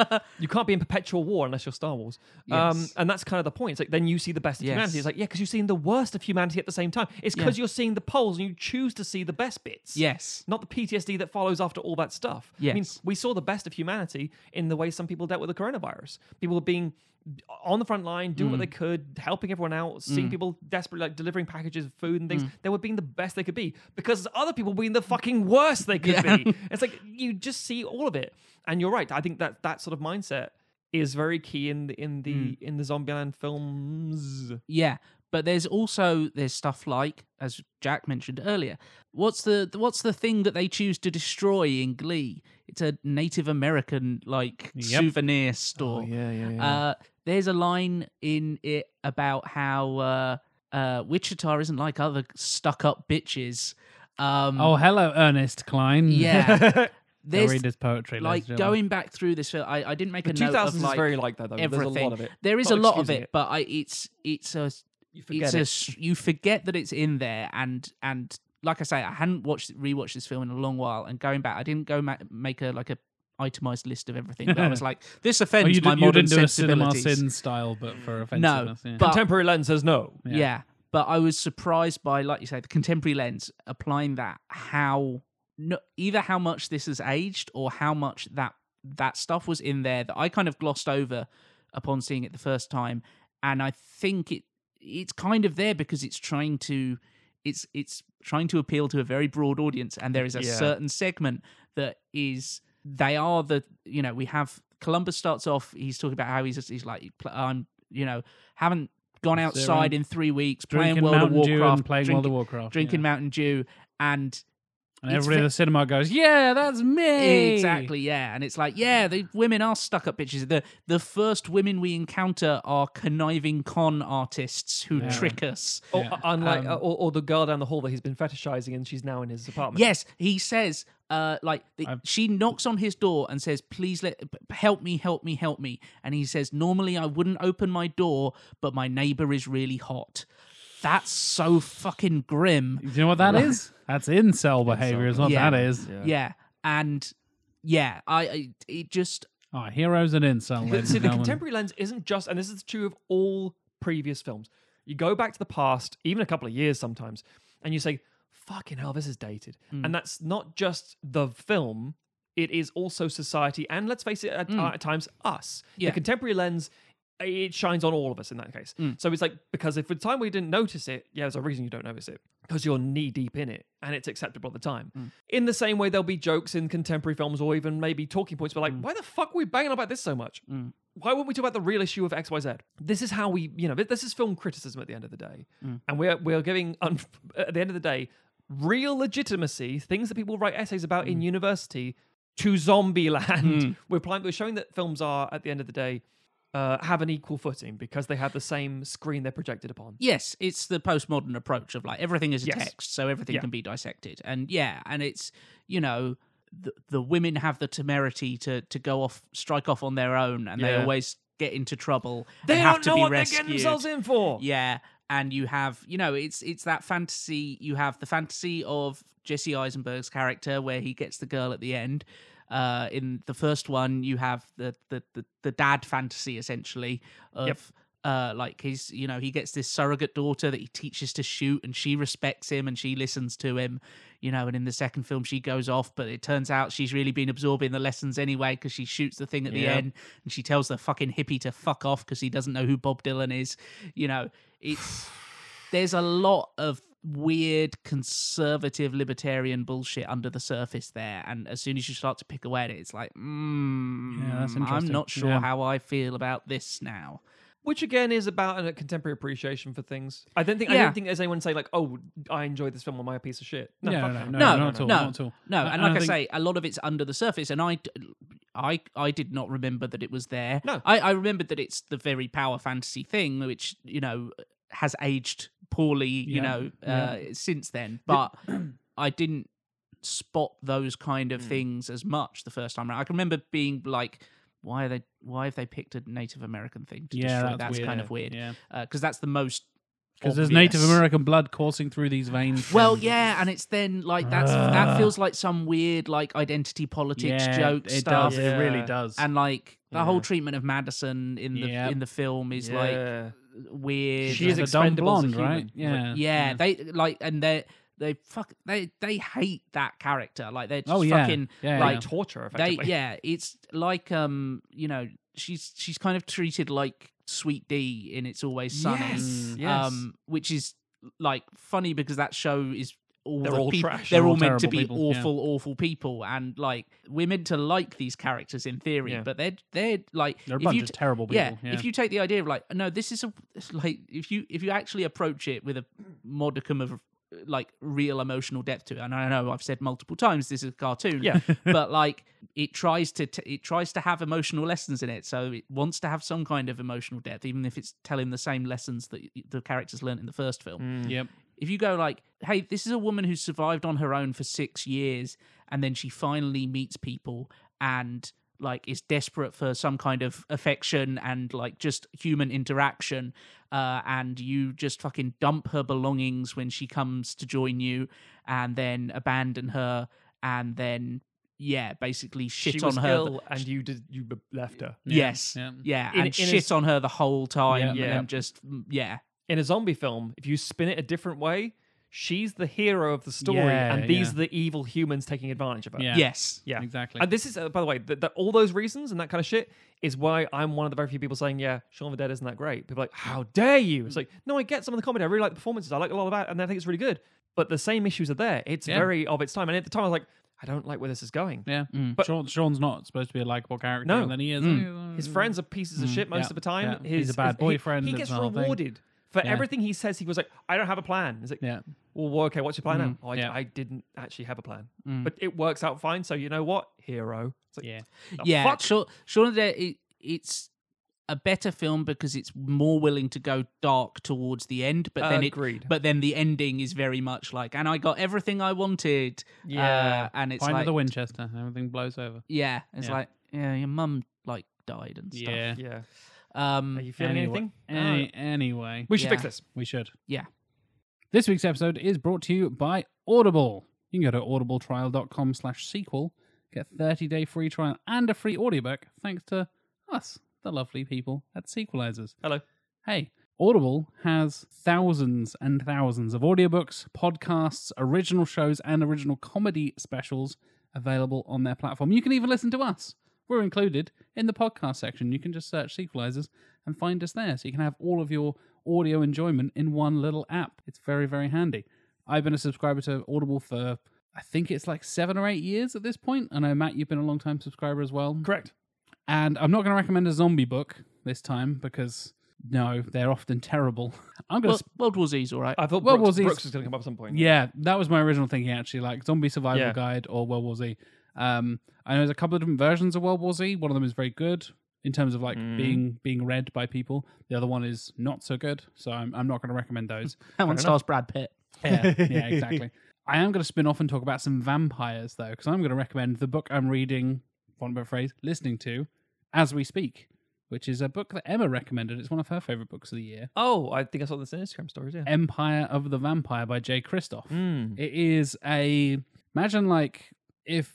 Speaker 2: You can't be in perpetual war unless you're Star Wars. Um,
Speaker 3: Yes.
Speaker 2: and that's kind of the point. It's like then you see the best of humanity.
Speaker 3: Yes.
Speaker 2: It's like, yeah, because you're seeing the worst of humanity at the same time. It's because you're seeing the poles and you choose to see the best bits.
Speaker 3: yes.
Speaker 2: Not the PTSD that follows after all that stuff. I mean,
Speaker 3: Yes.
Speaker 2: we saw the best of humanity in the way some people dealt with the coronavirus. People were being on the front line, doing
Speaker 3: Mm.
Speaker 2: what they could, helping everyone out, seeing people desperately like delivering packages of food and things.
Speaker 3: Mm.
Speaker 2: They were being the best they could be because other people were being the fucking worst they could be. It's like you just see all of it. And you're right. I think that that sort of mindset is very key in the in the
Speaker 3: Mm.
Speaker 2: in the Zombieland films.
Speaker 3: Yeah, but there's also there's stuff like as Jack mentioned earlier. What's the what's the thing that they choose to destroy in Glee? It's a Native American like
Speaker 1: Yep.
Speaker 2: Oh,
Speaker 3: souvenir store. yeah, yeah, yeah. Uh, there's a line in it about how uh, uh, Wichita isn't like other stuck-up bitches. Um,
Speaker 1: Oh, hello, Ernest Klein.
Speaker 3: yeah.
Speaker 1: Go
Speaker 3: There's
Speaker 1: read his poetry.
Speaker 3: like
Speaker 1: ladies and gentlemen.
Speaker 3: going back through this. film, I, I didn't make a
Speaker 2: Two
Speaker 3: note of
Speaker 2: thousands
Speaker 3: like
Speaker 2: is very like that though.
Speaker 3: everything.
Speaker 2: There's a lot of it. Oh,
Speaker 3: There is
Speaker 2: Not
Speaker 3: a lot of
Speaker 2: excusing
Speaker 3: it, but I, it's it's a
Speaker 2: You
Speaker 3: it's
Speaker 2: forget
Speaker 3: a
Speaker 2: it.
Speaker 3: s- you forget that it's in there and and like i say i hadn't watched rewatched this film in a long while and going back i didn't go ma- make a like a itemized list of everything but i was like this
Speaker 1: Oh,
Speaker 3: offends
Speaker 1: you,
Speaker 3: my
Speaker 1: did, you
Speaker 3: modern
Speaker 1: didn't do a cinema
Speaker 3: sensibilities
Speaker 1: sin style, but for
Speaker 3: no
Speaker 1: offensiveness. yeah.
Speaker 3: but
Speaker 2: Temporary lens says no.
Speaker 3: yeah. but i was surprised by like you say the contemporary lens applying that how no, either how much this has aged or how much that that stuff was in there that i kind of glossed over upon seeing it the first time and i think it it's kind of there because it's trying to it's it's trying to appeal to a very broad audience and there is a
Speaker 2: Yeah.
Speaker 3: certain segment that is they are the you know we have columbus starts off he's talking about how he's just, he's like pl- i'm you know haven't gone outside in three weeks
Speaker 1: Drinking
Speaker 3: playing world
Speaker 1: Mountain
Speaker 3: of
Speaker 1: Dew and
Speaker 3: warcraft
Speaker 1: playing
Speaker 3: drinking,
Speaker 1: World of Warcraft.
Speaker 3: drinking
Speaker 1: yeah.
Speaker 3: mountain dew and
Speaker 1: and
Speaker 3: it's
Speaker 1: everybody in
Speaker 3: fa-
Speaker 1: the cinema goes, "Yeah, that's me."
Speaker 3: Exactly, yeah. And it's like, yeah, the women are stuck up bitches. The the first women we encounter are conniving con artists who
Speaker 1: Yeah. Um,
Speaker 3: trick us.
Speaker 2: Or, unlike, Oh, or, or the girl down the hall that he's been fetishizing, and she's now in his apartment.
Speaker 3: Yes, he says, uh, like the, she knocks on his door and says, "Please let p- p- help me, help me, help me." And he says, "Normally I wouldn't open my door, but my neighbor is really hot." That's so fucking grim.
Speaker 1: Do you know what that is? That's incel behavior,
Speaker 2: Oh,
Speaker 1: is what
Speaker 3: Yeah.
Speaker 1: that is.
Speaker 3: Yeah, and yeah, I, I it just
Speaker 1: Oh, heroes and incel. ladies
Speaker 2: But see,
Speaker 1: and
Speaker 2: the
Speaker 1: gentlemen.
Speaker 2: contemporary lens isn't just, and this is true of all previous films. You go back to the past, even a couple of years sometimes, and you say, "Fucking hell, this is dated."
Speaker 1: Mm.
Speaker 2: And that's not just the film; it is also society, and let's face it, at,
Speaker 1: Mm.
Speaker 2: at times us.
Speaker 3: Yeah.
Speaker 2: The contemporary lens. It shines on all of us in that case. So it's like, because if at the time we didn't notice it, yeah, there's a reason you don't notice it because you're knee deep in it and it's acceptable at the time. In the same way, there'll be jokes in contemporary films or even maybe talking points, but like, why the fuck are we banging on about this so much? why wouldn't we talk about the real issue of XYZ? This is how we, you know, this is film criticism at the end of the day. And we're, we're giving, un- at the end of the day, real legitimacy, things that people write essays about in university, to Zombieland. We're, applying, we're showing that films are, at the end of the day, uh, have an equal footing because they have the same screen they're projected upon.
Speaker 3: Yes, it's the postmodern approach of like everything is a
Speaker 2: Yes.
Speaker 3: text, so everything
Speaker 2: Yeah.
Speaker 3: can be dissected. And yeah, and it's you know the, the women have the temerity to to go off strike off on their own, and they
Speaker 1: Yeah.
Speaker 3: always get into trouble.
Speaker 2: They
Speaker 3: and have
Speaker 2: don't
Speaker 3: to
Speaker 2: know
Speaker 3: be
Speaker 2: what
Speaker 3: rescued.
Speaker 2: they're getting themselves in for.
Speaker 3: Yeah, and you have you know it's it's that fantasy. You have the fantasy of Jesse Eisenberg's character where he gets the girl at the end. Uh, in the first one, you have the the the, the dad fantasy essentially of.
Speaker 2: Yep.
Speaker 3: Uh, like he's, you know, he gets this surrogate daughter that he teaches to shoot, and she respects him and she listens to him, you know. And in the second film, she goes off, but it turns out she's really been absorbing the lessons anyway because she shoots the thing at the
Speaker 2: Yeah.
Speaker 3: end and she tells the fucking hippie to fuck off because he doesn't know who Bob Dylan is. You know, it's there's a lot of weird conservative libertarian bullshit under the surface there, and as soon as you start to pick away at it, it's like, mm,
Speaker 1: Yeah, that's
Speaker 3: I'm
Speaker 1: interesting.
Speaker 3: not sure
Speaker 1: Yeah.
Speaker 3: how I feel about this now.
Speaker 2: Which again is about a contemporary appreciation for things. I don't think I
Speaker 3: Yeah.
Speaker 2: don't think there's anyone say like, "Oh, I enjoyed this film on my piece of shit." No,
Speaker 1: Yeah,
Speaker 2: fuck
Speaker 1: no,
Speaker 2: that.
Speaker 1: no,
Speaker 3: no,
Speaker 1: not at all,
Speaker 3: no,
Speaker 1: not at all.
Speaker 3: no.
Speaker 1: I-
Speaker 3: And
Speaker 1: and
Speaker 3: like
Speaker 1: I
Speaker 3: I,
Speaker 1: think-
Speaker 3: say, a lot of it's under the surface, and I, d- I, I did not remember that it was there.
Speaker 2: No.
Speaker 3: I, I remembered that it's the very power fantasy thing, which you know has aged poorly, you
Speaker 1: Yeah,
Speaker 3: know,
Speaker 1: yeah.
Speaker 3: Uh, since then. But I didn't spot those kind
Speaker 1: Hmm.
Speaker 3: of things as much the first time around. I can remember being like. Why are they? Why have they picked a Native American thing to
Speaker 1: Yeah,
Speaker 3: destroy?
Speaker 1: that's, weird.
Speaker 3: kind of weird
Speaker 1: Yeah,
Speaker 3: because that's the most
Speaker 1: because there's Native
Speaker 3: obvious.
Speaker 1: American blood coursing through these veins.
Speaker 3: Well, yeah, and it's then like that's that
Speaker 1: Ugh.
Speaker 3: feels like some weird like identity politics
Speaker 1: Ah. yeah,
Speaker 3: joke
Speaker 1: it
Speaker 3: stuff,
Speaker 1: does. It really
Speaker 2: Yeah.
Speaker 1: does.
Speaker 3: and like the whole
Speaker 2: Yeah.
Speaker 3: treatment of Madison in the
Speaker 1: Yep.
Speaker 3: in the film is like
Speaker 2: Yeah.
Speaker 3: weird.
Speaker 2: She is
Speaker 1: a dumb
Speaker 2: expendable as a
Speaker 1: blonde, right? Yeah,
Speaker 2: human.
Speaker 3: yeah, they like and they they fuck they they hate that character. Like they're
Speaker 1: Oh,
Speaker 3: just
Speaker 1: yeah.
Speaker 3: fucking
Speaker 1: Yeah,
Speaker 2: like
Speaker 3: like
Speaker 2: torture.
Speaker 3: they
Speaker 2: Effectively.
Speaker 3: yeah it's like um you know she's she's kind of treated like sweet d in it's always sunny
Speaker 2: Yes,
Speaker 1: Mm.
Speaker 2: yes.
Speaker 3: um which is like funny because that show is all
Speaker 2: They're
Speaker 3: the
Speaker 2: all
Speaker 3: peop-
Speaker 2: trash.
Speaker 3: they're
Speaker 1: They're
Speaker 3: all,
Speaker 1: all
Speaker 3: meant to
Speaker 1: terrible
Speaker 3: be
Speaker 1: people, yeah.
Speaker 3: awful awful people and like we're meant to like these characters in theory
Speaker 2: Yeah.
Speaker 3: but they're they're like
Speaker 1: they're a
Speaker 3: if
Speaker 1: bunch
Speaker 3: you
Speaker 1: of
Speaker 3: t-
Speaker 1: terrible people.
Speaker 3: yeah,
Speaker 1: Yeah,
Speaker 3: if you take the idea of like no this is a like if you if you actually approach it with a modicum of like real emotional depth to it and i know i've said multiple times this is a cartoon
Speaker 2: Yeah.
Speaker 3: but like it tries to t- it tries to have emotional lessons in it so it wants to have some kind of emotional depth even if it's telling the same lessons that y- the characters learnt in the first film
Speaker 2: Mm.
Speaker 1: Yep.
Speaker 3: if you go like hey this is a woman who survived on her own for six years and then she finally meets people and like is desperate for some kind of affection and like just human interaction uh, and you just fucking dump her belongings when she comes to join you and then abandon her and then yeah basically shit
Speaker 2: she
Speaker 3: on
Speaker 2: was
Speaker 3: her
Speaker 2: ill, and you did you b- left her
Speaker 1: Yeah,
Speaker 3: yes yeah,
Speaker 1: yeah.
Speaker 2: In-
Speaker 3: and
Speaker 2: in
Speaker 3: shit
Speaker 2: his-
Speaker 3: on her the whole time
Speaker 1: Yeah.
Speaker 2: Yeah.
Speaker 3: and just mm, yeah
Speaker 2: in a zombie film. If you spin it a different way, she's the hero of the story,
Speaker 1: Yeah,
Speaker 2: and these
Speaker 1: yeah.
Speaker 2: are the evil humans taking advantage of her.
Speaker 1: Yeah.
Speaker 3: yes
Speaker 2: yeah.
Speaker 1: Exactly.
Speaker 2: And this is, uh, by the way, th- that all those reasons and that kind of shit is why I'm one of the very few people saying, yeah, Shaun of the Dead isn't that great. People are like, how dare you?
Speaker 1: Mm.
Speaker 2: It's like, no, I get some of the comedy. I really like the performances. I like a lot of that, and I think it's really good. But the same issues are there. It's
Speaker 1: Yeah.
Speaker 2: very of its time. And at the time, I was like, I don't like where this is going.
Speaker 1: Yeah,
Speaker 3: Mm.
Speaker 2: But-
Speaker 1: Sean, Sean's not supposed to be a likable character,
Speaker 2: No.
Speaker 1: and then he is.
Speaker 2: His friends are pieces of
Speaker 1: Mm,
Speaker 2: shit most
Speaker 1: yeah,
Speaker 2: of the time.
Speaker 1: yeah.
Speaker 2: His,
Speaker 1: He's a bad
Speaker 2: his- he-
Speaker 1: boyfriend,
Speaker 2: He,
Speaker 1: it's
Speaker 2: gets
Speaker 1: the whole thing.
Speaker 2: rewarded for
Speaker 1: Yeah.
Speaker 2: everything he says. He was like, I don't have a plan. He's like,
Speaker 1: Yeah, Mm.
Speaker 2: well, well, okay, what's your plan now? Oh, I,
Speaker 1: yeah.
Speaker 2: I didn't actually have a plan.
Speaker 3: Mm.
Speaker 2: But it works out fine. So you know what? Hero. It's like,
Speaker 1: yeah,
Speaker 2: "The
Speaker 3: yeah,
Speaker 2: fuck?"
Speaker 3: Shaun, Shaun of the Dead. It, it's a better film because it's more willing to go dark towards the end, but then
Speaker 2: Agreed.
Speaker 3: it, but then the ending is very much like, and I got everything I wanted.
Speaker 2: Yeah.
Speaker 3: uh, and it's
Speaker 1: Find
Speaker 3: like,
Speaker 1: the Winchester. Everything blows over.
Speaker 3: yeah, it's
Speaker 1: Yeah.
Speaker 3: like, yeah, your mum like died and stuff.
Speaker 1: Yeah.
Speaker 2: Yeah.
Speaker 3: Um,
Speaker 2: Are you feeling
Speaker 1: Anyway-
Speaker 2: anything?
Speaker 3: Uh,
Speaker 1: Any, anyway,
Speaker 2: We should fix
Speaker 3: Yeah.
Speaker 2: this.
Speaker 1: we should.
Speaker 3: yeah,
Speaker 1: This week's episode is brought to you by Audible. You can go to audibletrial.com slash sequel, get a 30-day free trial and a free audiobook thanks to us, the lovely people at Sequelizers.
Speaker 2: Hello.
Speaker 1: Hey, Audible has thousands and thousands of audiobooks, podcasts, original shows, and original comedy specials available on their platform. You can even listen to us. We're included in the podcast section. You can just search Sequelizers and find us there. So you can have all of your audio enjoyment in one little app. It's very, very handy. I've been a subscriber to Audible for, I think it's like seven or eight years at this point. I know, Matt, you've been a long time subscriber as well.
Speaker 2: Correct.
Speaker 1: And I'm not going to recommend a zombie book this time because no, they're often terrible. I'm going
Speaker 3: well,
Speaker 1: to.
Speaker 3: World War Z's all right.
Speaker 2: I thought
Speaker 1: Well,
Speaker 2: Brooks,
Speaker 1: was these-
Speaker 2: Brooks was going to come up at some point.
Speaker 1: yeah, that was my original thinking actually, like Zombie Survival
Speaker 2: Yeah.
Speaker 1: Guide or World War Z. Um, I know there's a couple of different versions of World War Z. One of them is very good. in terms of like
Speaker 2: Mm.
Speaker 1: being being read by people. The other one is not so good, so I'm I'm not going to recommend those.
Speaker 3: That one
Speaker 1: enough.
Speaker 3: stars Brad Pitt.
Speaker 1: yeah, yeah, exactly. I am going to spin off and talk about some vampires though, because I'm going to recommend the book I'm reading, one bit phrase, listening to, as we speak, which is a book that Emma recommended. It's one of her favorite books of the year.
Speaker 2: Oh, I think I saw this in Instagram stories.
Speaker 1: Eh,
Speaker 2: Yeah.
Speaker 1: Empire of the Vampire by Jay Kristoff.
Speaker 2: Mm.
Speaker 1: It is a imagine like if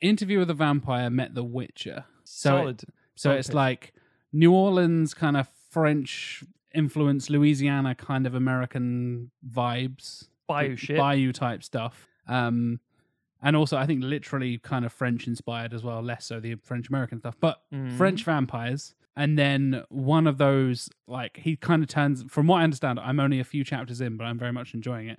Speaker 1: Interview with the Vampire met The Witcher. So it-
Speaker 2: Solid.
Speaker 1: So
Speaker 2: Solid
Speaker 1: it's
Speaker 2: pitch.
Speaker 1: like New Orleans kind of French influence, Louisiana kind of American vibes,
Speaker 2: Bayou shit.
Speaker 1: bayou type stuff. Um, and also I think literally kind of French inspired as well, less so the French American stuff, but
Speaker 2: Mm.
Speaker 1: French vampires. And then one of those, like he kind of turns. From what I understand, I'm only a few chapters in, but I'm very much enjoying it.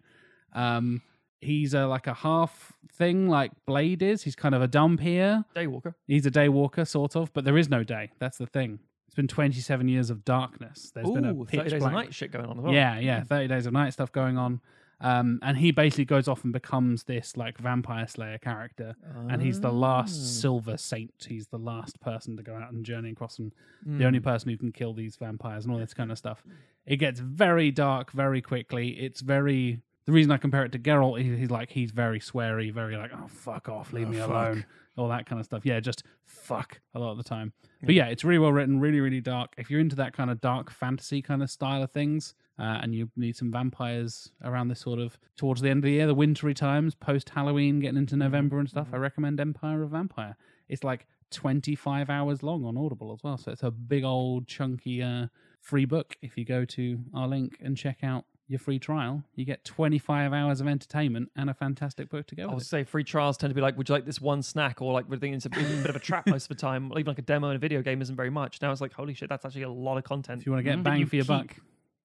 Speaker 1: Um, he's a, like a half thing, like Blade is. He's kind of a dump here.
Speaker 2: Daywalker.
Speaker 1: He's a day walker, sort of, but there is no day. That's the thing. It's been 27 years of darkness. There's
Speaker 2: Ooh,
Speaker 1: been a
Speaker 2: 30
Speaker 1: pitch
Speaker 2: days of
Speaker 1: black.
Speaker 2: night shit going on as well.
Speaker 1: Yeah, yeah, 30 days of night stuff going on. Um, and he basically goes off and becomes this like vampire slayer character. And he's the
Speaker 2: Oh.
Speaker 1: last silver saint. He's the last person to go out and journey across and the
Speaker 2: Hmm.
Speaker 1: only person who can kill these vampires and all this kind of stuff. It gets very dark very quickly. It's very. The reason I compare it to Geralt is he's like, he's very sweary, very like, oh, fuck off, leave
Speaker 2: Oh,
Speaker 1: me
Speaker 2: fuck.
Speaker 1: alone, all that kind of stuff. Yeah, just fuck a lot of the time. But yeah, it's really well written, really, really dark. If you're into that kind of dark fantasy kind of style of things, uh, and you need some vampires around this sort of towards the end of the year, the wintry times, post Halloween, getting
Speaker 3: Mm-hmm,
Speaker 1: into November and stuff, I recommend Empire of Vampire. It's like 25 hours long on Audible as well. So it's a big old chunky uh, free book. If you go to our link and check out your free trial, you get 25 hours of entertainment and a fantastic book to go
Speaker 2: I
Speaker 1: with.
Speaker 2: would
Speaker 1: it.
Speaker 2: say free trials tend to be like, would you like this one snack? Or like, we're thinking it's a bit bit of a trap most of the time. Or even like a demo in a video game isn't very much. Now it's like, holy shit, that's actually a lot of content.
Speaker 1: If you want to get
Speaker 3: Mm.
Speaker 1: bang
Speaker 3: You
Speaker 1: for your
Speaker 3: keep-
Speaker 1: buck,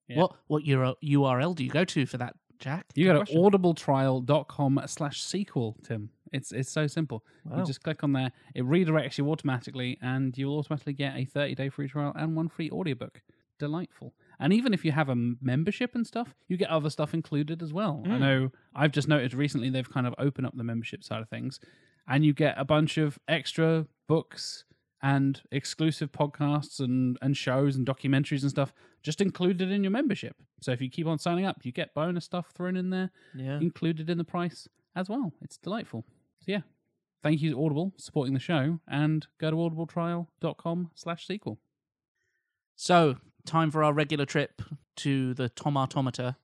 Speaker 1: Yeah.
Speaker 3: What what URL URL do you go to for that, Jack?
Speaker 1: you go to
Speaker 2: question.
Speaker 1: audibletrial.com slash sequel, Tim. It's it's so simple.
Speaker 2: Wow.
Speaker 1: You just click on there, it redirects you automatically, and you'll automatically get a 30 day free trial and one free audiobook. Delightful. And even if you have a m- membership and stuff, you get other stuff included as well.
Speaker 2: Mm.
Speaker 1: I know I've just noticed recently they've kind of opened up the membership side of things, and you get a bunch of extra books and exclusive podcasts and, and shows and documentaries and stuff just included in your membership. So if you keep on signing up, you get bonus stuff thrown in there
Speaker 2: yeah.
Speaker 1: included in the price as well. It's delightful. So yeah, thank you to Audible for supporting the show and go to audibletrial.com slash sequel.
Speaker 3: So time for our regular trip to the tomatometer.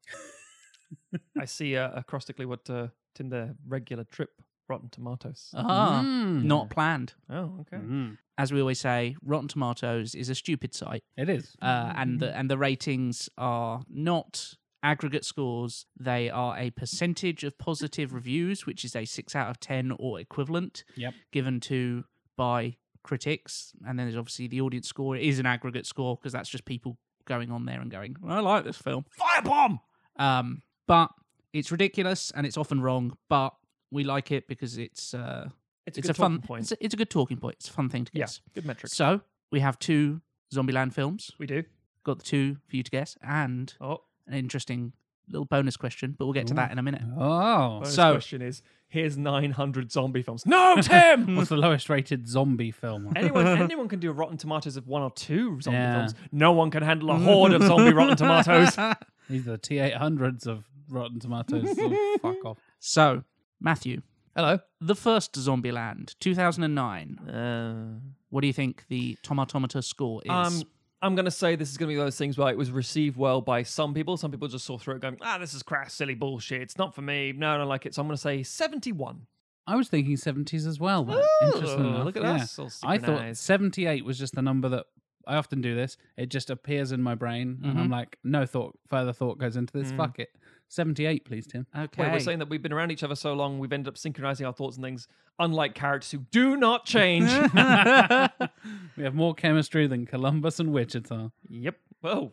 Speaker 2: I see uh, acrostically what uh, it's in the regular trip, Rotten Tomatoes.
Speaker 3: Ah,
Speaker 1: Hmm.
Speaker 3: not planned.
Speaker 2: oh, okay.
Speaker 1: Mm.
Speaker 3: As we always say, Rotten Tomatoes is a stupid site,
Speaker 1: It is.
Speaker 3: uh, and
Speaker 2: Mm-hmm.
Speaker 3: the and the ratings are not aggregate scores. They are a percentage of positive reviews, which is a six out of ten or equivalent.
Speaker 1: Yep.
Speaker 3: given to by critics, and then there's obviously the audience score. It is an aggregate score because that's just people going on there and going, "I like this film, firebomb." Um, but it's ridiculous and it's often wrong, but we like it because it's uh,
Speaker 2: It's
Speaker 3: it's,
Speaker 2: a
Speaker 3: a,
Speaker 2: good
Speaker 3: fun
Speaker 2: talking point.
Speaker 3: It's, a, it's a good talking point. It's a fun thing to
Speaker 2: Yeah,
Speaker 3: guess.
Speaker 2: good metric.
Speaker 3: So we have two Zombieland films.
Speaker 2: we do.
Speaker 3: Got the two for you to guess, and
Speaker 2: Oh,
Speaker 3: an interesting little bonus question. But we'll get to that in a minute.
Speaker 1: Oh.
Speaker 2: bonus
Speaker 3: So-
Speaker 2: question is: Here's 900 zombie films. No, Tim.
Speaker 1: What's the lowest rated zombie film?
Speaker 2: anyone, anyone can do Rotten Tomatoes of one or two zombie
Speaker 1: Yeah.
Speaker 2: films. No one can handle a horde of zombie Rotten Tomatoes.
Speaker 1: These are the T800s of Rotten Tomatoes. so fuck off.
Speaker 3: So Matthew,
Speaker 2: Hello.
Speaker 3: the first Zombieland, 2009.
Speaker 2: Uh,
Speaker 3: What do you think the tomatometer score is?
Speaker 2: Um, I'm going to say this is going to be one of those things where it was received well by some people. Some people just saw through it going, ah, this is crass, silly bullshit. It's not for me. No, I don't like it. So I'm going to say 71.
Speaker 1: I was thinking 70s as well. but interesting
Speaker 2: Ooh,
Speaker 1: enough,
Speaker 2: look at
Speaker 1: yeah.
Speaker 2: us. All
Speaker 1: I thought
Speaker 2: synchronized.
Speaker 1: 78 was just the number that I often do this. It just appears in my brain and
Speaker 2: Mm-hmm.
Speaker 1: I'm like, no thought, further thought goes into
Speaker 2: Mm.
Speaker 1: this. Fuck it. 78, please, Tim.
Speaker 3: okay.
Speaker 2: Wait, we're saying that we've been around each other so long, we've ended up synchronizing our thoughts and things, unlike characters who do not change.
Speaker 1: We have more chemistry than Columbus and Wichita.
Speaker 2: yep. Oh,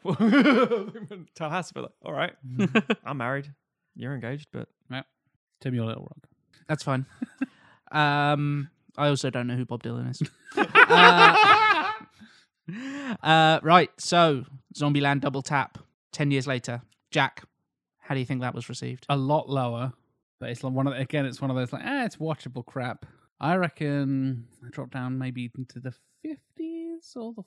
Speaker 2: Tallahassee. but All right. I'm married. You're engaged, but
Speaker 1: Yep. Tim, you're a little rock.
Speaker 3: That's fine. um, I also don't know who Bob Dylan is. uh, uh, right. So, Zombieland Double Tap, 10 years later. Jack, how do you think that was received?
Speaker 1: A lot lower, but it's like one of again, it's one of those like ah, it's watchable crap. I reckon I drop down maybe into the fifties. 30s or the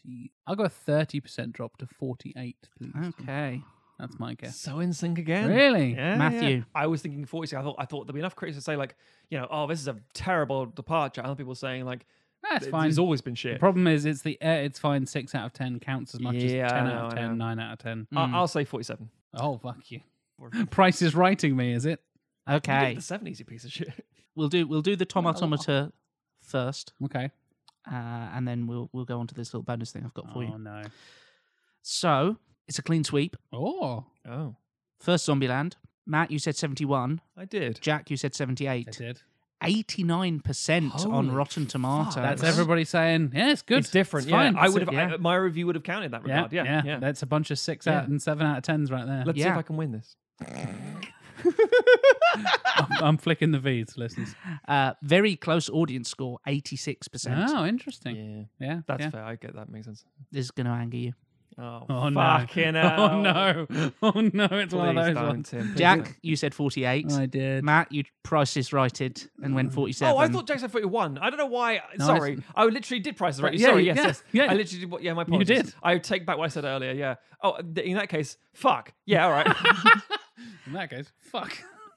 Speaker 1: 40s? I'll go a 30% drop to 48, please.
Speaker 3: Okay.
Speaker 1: That's my guess.
Speaker 2: So in sync again.
Speaker 1: Really?
Speaker 2: Yeah,
Speaker 3: Matthew.
Speaker 2: yeah. I was thinking 46. I thought I thought there'd be enough critics to say like, you know, oh, this is a terrible departure. And other people saying like,
Speaker 1: That's
Speaker 2: "It-
Speaker 1: fine.
Speaker 2: It's always been
Speaker 1: the
Speaker 2: shit.
Speaker 1: problem is, it's the eh, it's fine. Six out of ten counts as much
Speaker 2: Yeah,
Speaker 1: as ten
Speaker 2: I
Speaker 1: out of
Speaker 2: know, I know.
Speaker 1: ten, nine out of ten.
Speaker 2: I-
Speaker 3: Mm.
Speaker 2: I'll say 47.
Speaker 1: Oh fuck you!
Speaker 2: Or-
Speaker 1: Price is writing me, is it?
Speaker 3: Okay.
Speaker 2: The 70s, you piece of shit.
Speaker 3: We'll do we'll do the Tom Automator first,
Speaker 1: Okay.
Speaker 3: uh, and then we'll we'll go on to this little bonus thing I've got for
Speaker 1: Oh
Speaker 3: you.
Speaker 1: no.
Speaker 3: So it's a clean sweep.
Speaker 1: Oh,
Speaker 2: Oh,
Speaker 3: First Zombieland. Matt, you said seventy-one.
Speaker 2: I did.
Speaker 3: Jack, you said
Speaker 1: I
Speaker 3: seventy-eight.
Speaker 1: did.
Speaker 3: Eighty-nine percent on
Speaker 2: Holy
Speaker 3: Rotten Tomatoes.
Speaker 1: That's everybody saying, yeah, it's good.
Speaker 2: It's different.
Speaker 1: It's
Speaker 2: yeah,
Speaker 1: fine.
Speaker 2: I would have.
Speaker 3: yeah.
Speaker 2: I- my review would have counted in that
Speaker 1: yeah,
Speaker 2: regard. Yeah, yeah.
Speaker 1: That's a bunch of six
Speaker 2: Yeah.
Speaker 1: out and seven out of tens right there.
Speaker 2: Let's see if
Speaker 3: Yeah.
Speaker 2: I can win this.
Speaker 1: I'm, I'm flicking the V's, listeners.
Speaker 3: Uh, very close audience score, eighty-six percent.
Speaker 1: Oh, interesting. Yeah,
Speaker 2: Yeah, that's
Speaker 1: that's yeah.
Speaker 2: fair. I get that. Makes sense.
Speaker 3: This is going to anger you.
Speaker 2: Oh,
Speaker 1: Oh no!
Speaker 2: fucking hell.
Speaker 1: oh no! Oh no! It's
Speaker 2: Please
Speaker 1: one of those
Speaker 2: don't,
Speaker 1: ones.
Speaker 2: Tim. Please don't.
Speaker 3: Jack, you said forty-eight.
Speaker 1: I did.
Speaker 3: Matt, you priced this righted and went forty-seven.
Speaker 2: Oh, I thought Jack said 41. I don't know why.
Speaker 1: No,
Speaker 2: Sorry. I literally did price it right.
Speaker 1: Yeah,
Speaker 2: Sorry.
Speaker 1: yeah,
Speaker 2: Yes, yes.
Speaker 1: yeah.
Speaker 2: I literally did. What, yeah, my apologies.
Speaker 1: did.
Speaker 2: I take back what I said earlier. Yeah. Oh, th- in that case, fuck. Yeah, all right.
Speaker 1: In that case, fuck.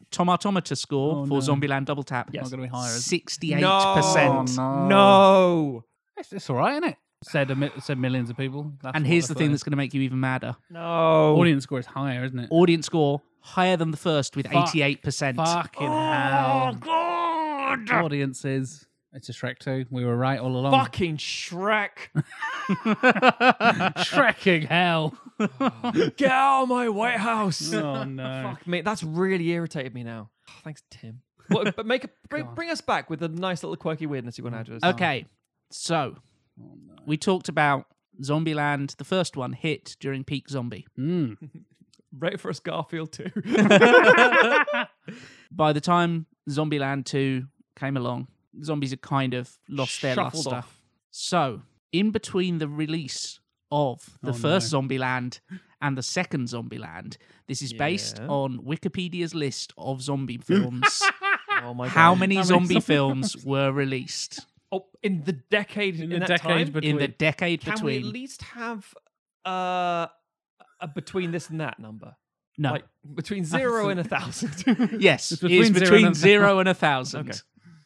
Speaker 3: Tom Automator score
Speaker 1: Oh,
Speaker 3: for
Speaker 1: no.
Speaker 3: Zombieland Double Tap.
Speaker 1: Not gonna be higher. Is it?
Speaker 3: Sixty-eight
Speaker 2: no.
Speaker 3: percent.
Speaker 1: no.
Speaker 2: No.
Speaker 1: It's, it's all right, isn't it? Said a, mi- said millions of people. That's
Speaker 3: And
Speaker 1: what
Speaker 3: here's the
Speaker 1: thought.
Speaker 3: thing that's going to make you even madder.
Speaker 2: No.
Speaker 1: audience score is higher, isn't it?
Speaker 3: Audience score higher than the first with
Speaker 1: Fuck.
Speaker 3: eighty-eight percent.
Speaker 1: Fucking
Speaker 2: Oh,
Speaker 1: hell!
Speaker 2: God.
Speaker 1: Audiences, it's a Shrek two. We were right all along.
Speaker 2: Fucking Shrek.
Speaker 1: Shreking hell!
Speaker 2: Get out of my White House.
Speaker 1: Oh no!
Speaker 2: Fuck me. That's really irritated me now. Oh, thanks, Tim. What, but make a, bring, bring us back with a nice little quirky weirdness you want to add to this.
Speaker 3: Okay, so we talked about Zombieland. The first one hit during peak zombie.
Speaker 1: Mm.
Speaker 2: Rate for us Garfield too.
Speaker 3: By the time Zombieland Two came along, zombies had kind of lost their
Speaker 2: Shuffled
Speaker 3: luster.
Speaker 2: off.
Speaker 3: So, in between the release of the
Speaker 1: Oh,
Speaker 3: first Zombieland and the second Zombieland, this is based
Speaker 2: Yeah.
Speaker 3: on Wikipedia's list of zombie films.
Speaker 2: Oh my
Speaker 3: How
Speaker 2: God.
Speaker 3: many
Speaker 1: How many
Speaker 3: zombie
Speaker 1: zombie
Speaker 3: films were released
Speaker 2: Oh, in the decade in,
Speaker 1: the
Speaker 2: that
Speaker 1: decade
Speaker 2: time,
Speaker 1: between-
Speaker 3: in the decade
Speaker 2: can we
Speaker 3: between?
Speaker 2: at least have uh, a between this and that number?
Speaker 3: no.
Speaker 2: Like between zero and a thousand. and
Speaker 3: yes,
Speaker 1: It's
Speaker 3: it is
Speaker 1: between zero
Speaker 3: between
Speaker 1: and a
Speaker 3: zero and a thousand.
Speaker 2: Okay.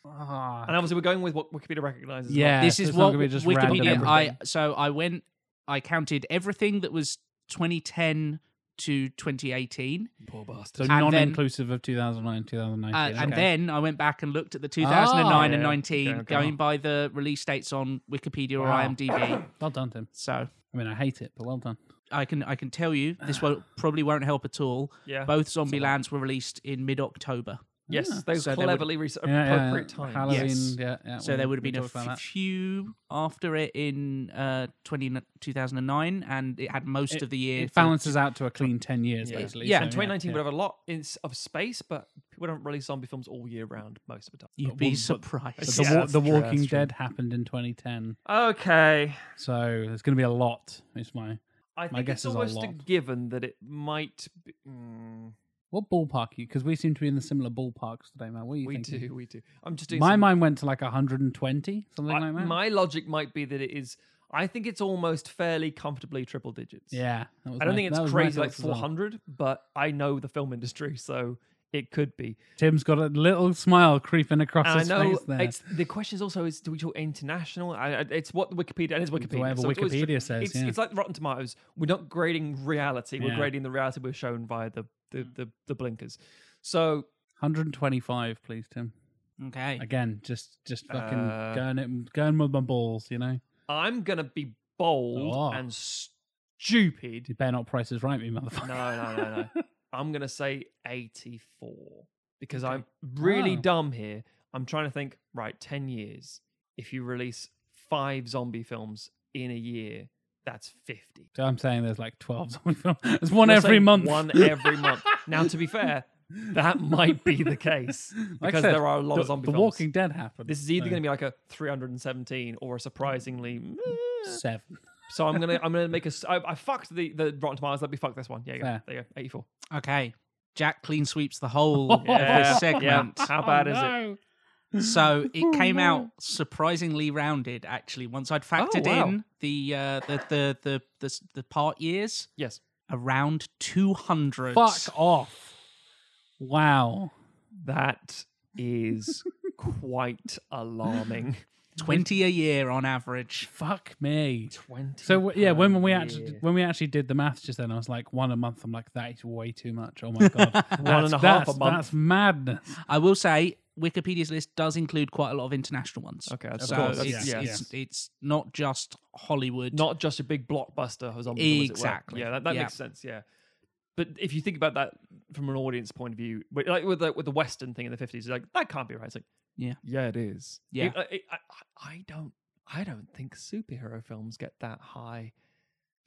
Speaker 1: Ah.
Speaker 2: obviously, we're going with what Wikipedia recognizes. as
Speaker 1: Yeah,
Speaker 3: This
Speaker 1: so
Speaker 3: is
Speaker 1: it's not
Speaker 3: what
Speaker 1: gonna be just
Speaker 3: Wikipedia.
Speaker 1: random
Speaker 3: I
Speaker 1: everything.
Speaker 3: so I went. I counted everything that was 2010 to 2018,
Speaker 2: well. Poor
Speaker 1: so
Speaker 2: bastard.
Speaker 3: and then-
Speaker 1: non-inclusive of 2009, 2019.
Speaker 3: uh,
Speaker 1: Okay.
Speaker 3: and
Speaker 1: Oh,
Speaker 3: then I went back and looked at the 2009 and
Speaker 2: yeah.
Speaker 3: 19,
Speaker 2: Okay, okay.
Speaker 3: going by the release dates on Wikipedia or
Speaker 1: Wow.
Speaker 3: IMDb.
Speaker 1: well done, Tim.
Speaker 3: so
Speaker 1: I mean, I hate it, but well done.
Speaker 3: I can I can tell you this will probably won't help at all.
Speaker 2: Yeah.
Speaker 3: Both Zombie Lands were released in mid October.
Speaker 2: yes,
Speaker 1: Yeah.
Speaker 2: those
Speaker 3: So they would-
Speaker 2: cleverly re-
Speaker 1: Yeah, yeah, yeah.
Speaker 2: appropriate times.
Speaker 1: Halloween.
Speaker 3: Yes.
Speaker 1: Yeah, yeah,
Speaker 3: So
Speaker 1: we-
Speaker 3: there would have
Speaker 1: we
Speaker 3: been a
Speaker 1: talked Mm, about that.
Speaker 3: few after it in uh, 20, 2009, and it had most of the year.
Speaker 1: It
Speaker 3: for-
Speaker 1: balances out to a clean 10 years,
Speaker 2: Yeah.
Speaker 1: basically.
Speaker 3: Yeah,
Speaker 1: so,
Speaker 2: And 2019
Speaker 1: yeah.
Speaker 2: would have a lot in, of space, but people don't release zombie films all year round most of the time.
Speaker 3: You'd be
Speaker 1: But- But
Speaker 3: surprised.
Speaker 1: the,
Speaker 2: Yeah,
Speaker 1: wa-
Speaker 2: that's
Speaker 1: the
Speaker 2: true,
Speaker 1: Walking
Speaker 2: that's true.
Speaker 1: Dead happened in 2010,
Speaker 2: Okay.
Speaker 1: so there's going to be a lot. Is my
Speaker 2: I think
Speaker 1: guess
Speaker 2: it's
Speaker 1: is a
Speaker 2: almost a
Speaker 1: lot.
Speaker 2: given that it might be. Mm,
Speaker 1: what ballpark? you? Because we seem to be in the similar ballparks today, man. What are you
Speaker 2: we
Speaker 1: thinking?
Speaker 2: do, we do. I'm just doing
Speaker 1: My
Speaker 2: some-
Speaker 1: mind went to like 120, something
Speaker 2: I-
Speaker 1: like that.
Speaker 2: My logic might be that it is. I think it's almost fairly comfortably triple digits.
Speaker 1: yeah, that was
Speaker 2: I don't
Speaker 1: my-
Speaker 2: think
Speaker 1: that
Speaker 2: it's
Speaker 1: was my
Speaker 2: crazy like
Speaker 1: thoughts as well.
Speaker 2: 400, but I know the film industry, so it could be.
Speaker 1: Tim's got a little smile creeping across
Speaker 2: And I
Speaker 1: his
Speaker 2: know
Speaker 1: face there.
Speaker 2: it's the question is also is do we talk international? I, I- it's what Wikipedia and it's Wikipedia.
Speaker 1: Whatever
Speaker 2: so it's always-
Speaker 1: Wikipedia says,
Speaker 2: It's,
Speaker 1: yeah.
Speaker 2: it's like Rotten Tomatoes. We're not grading reality. We're
Speaker 1: Yeah. Mm.
Speaker 2: grading the reality we're shown via the the the, the blinkers. So
Speaker 1: 125, please, Tim.
Speaker 3: Okay.
Speaker 1: Again, just just fucking
Speaker 2: Uh,
Speaker 1: going it, going with my balls, you know.
Speaker 2: I'm gonna be bold
Speaker 1: Oh.
Speaker 2: and stupid.
Speaker 1: You better not price is right, me motherfucker.
Speaker 2: No, no, no, no. I'm gonna say 84 because I'm really
Speaker 1: Wow.
Speaker 2: dumb here. I'm trying to think. Right, 10 years. If you release five zombie films in a year, that's 50.
Speaker 1: So I'm saying there's like 12 zombie films. It's one
Speaker 2: You're
Speaker 1: every
Speaker 2: saying
Speaker 1: month.
Speaker 2: One every month. Now, to be fair, that might be the case because
Speaker 1: Like I said,
Speaker 2: there are a lot
Speaker 1: the,
Speaker 2: of zombie
Speaker 1: The
Speaker 2: films.
Speaker 1: Walking Dead happened.
Speaker 2: This is either going to be like a 317 or a surprisingly. meh.
Speaker 1: seven.
Speaker 2: So I'm gonna I'm gonna make a. s- I, I fucked the the Rotten Tomatoes. Let me fuck this one. Yeah, yeah.
Speaker 1: Fair.
Speaker 2: There you go. 84.
Speaker 3: Okay. Jack clean sweeps the whole of
Speaker 2: Yeah,
Speaker 3: this segment.
Speaker 1: Oh,
Speaker 2: Oh, Yeah. How bad is it?
Speaker 3: So it came out surprisingly rounded. Actually, once
Speaker 1: Oh,
Speaker 3: I'd factored
Speaker 2: wow.
Speaker 3: in the, uh, the the the the s- the part years,
Speaker 2: Yes.
Speaker 3: around two hundred.
Speaker 1: Fuck off. Wow.
Speaker 2: That is quite alarming.
Speaker 3: twenty a year on average.
Speaker 1: Fuck me.
Speaker 2: 20.
Speaker 1: So w- yeah, when, when we
Speaker 2: per
Speaker 1: actually
Speaker 2: year.
Speaker 1: when we actually did the maths just then, I was like one a month. I'm like that is way too much. Oh my god, that's,
Speaker 2: One and a half
Speaker 1: that's,
Speaker 2: a month.
Speaker 1: That's madness.
Speaker 3: I will say Wikipedia's list does include quite a lot of international ones.
Speaker 2: Okay, that's
Speaker 3: so
Speaker 1: course,
Speaker 3: it's,
Speaker 1: yeah, yeah.
Speaker 3: it's it's not just Hollywood.
Speaker 2: not just a big blockbuster or something. as it were.
Speaker 3: Exactly,
Speaker 2: Yeah, that, that
Speaker 3: yeah.
Speaker 2: makes sense. Yeah. But if you think about that from an audience point of view, but like with the, with the Western thing in the fifties, like that can't be right. It's like,
Speaker 3: Yeah.
Speaker 2: yeah, it is.
Speaker 3: Yeah.
Speaker 2: It- I- I- I, I don't, I don't think superhero films get that high.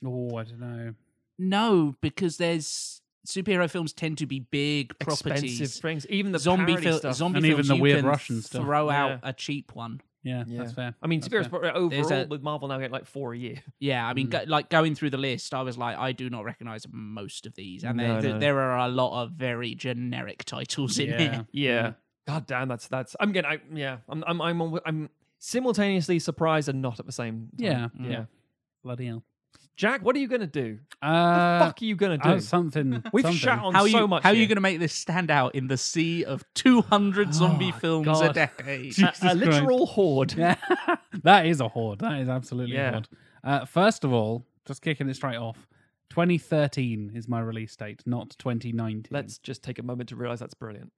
Speaker 1: Oh, I don't know.
Speaker 3: no, because there's superhero films tend to be big properties.
Speaker 2: Expensive things, even the
Speaker 3: zombie
Speaker 2: parody
Speaker 3: fil-
Speaker 2: stuff.
Speaker 3: zombie
Speaker 1: And
Speaker 3: films
Speaker 1: even the
Speaker 3: you
Speaker 1: weird
Speaker 3: can
Speaker 1: Russian stuff.
Speaker 3: throw out
Speaker 2: Yeah.
Speaker 3: a cheap one.
Speaker 1: Yeah,
Speaker 2: Yeah.
Speaker 1: that's fair.
Speaker 2: I mean,
Speaker 1: That's
Speaker 2: superheroes
Speaker 1: fair.
Speaker 2: probably overall
Speaker 3: a-
Speaker 2: with Marvel now get like four a year.
Speaker 3: Yeah, I
Speaker 2: Hmm.
Speaker 3: mean, go, like going through the list, I was like, I do not recognize most of these, and
Speaker 2: No,
Speaker 3: there, th-
Speaker 2: no.
Speaker 3: there are a lot of very generic titles in
Speaker 1: Yeah.
Speaker 3: here.
Speaker 2: Yeah. God damn, that's that's. I'm getting. I, yeah, I'm. I'm. I'm. al- I'm simultaneously surprised and not at the same. time.
Speaker 1: Yeah.
Speaker 2: Yeah.
Speaker 1: Yeah. Bloody hell.
Speaker 2: Jack, what are you gonna do?
Speaker 1: Uh,
Speaker 2: fuck are you gonna do?
Speaker 1: uh, something.
Speaker 2: We've
Speaker 1: something.
Speaker 2: shat on
Speaker 3: How are
Speaker 2: so
Speaker 3: you,
Speaker 2: much.
Speaker 3: how are you
Speaker 2: here.
Speaker 3: going to make this stand out in the sea of 200 zombie
Speaker 1: Oh,
Speaker 3: films a
Speaker 1: God.
Speaker 3: decade?
Speaker 1: Jesus
Speaker 2: a, a
Speaker 1: Christ.
Speaker 2: literal horde?
Speaker 1: Yeah. that is a horde. That is absolutely
Speaker 2: Yeah.
Speaker 1: a horde. Uh, first of all, just kicking it straight off. 2013 is my release date, not 2019.
Speaker 2: Let's just take a moment to realize that's brilliant.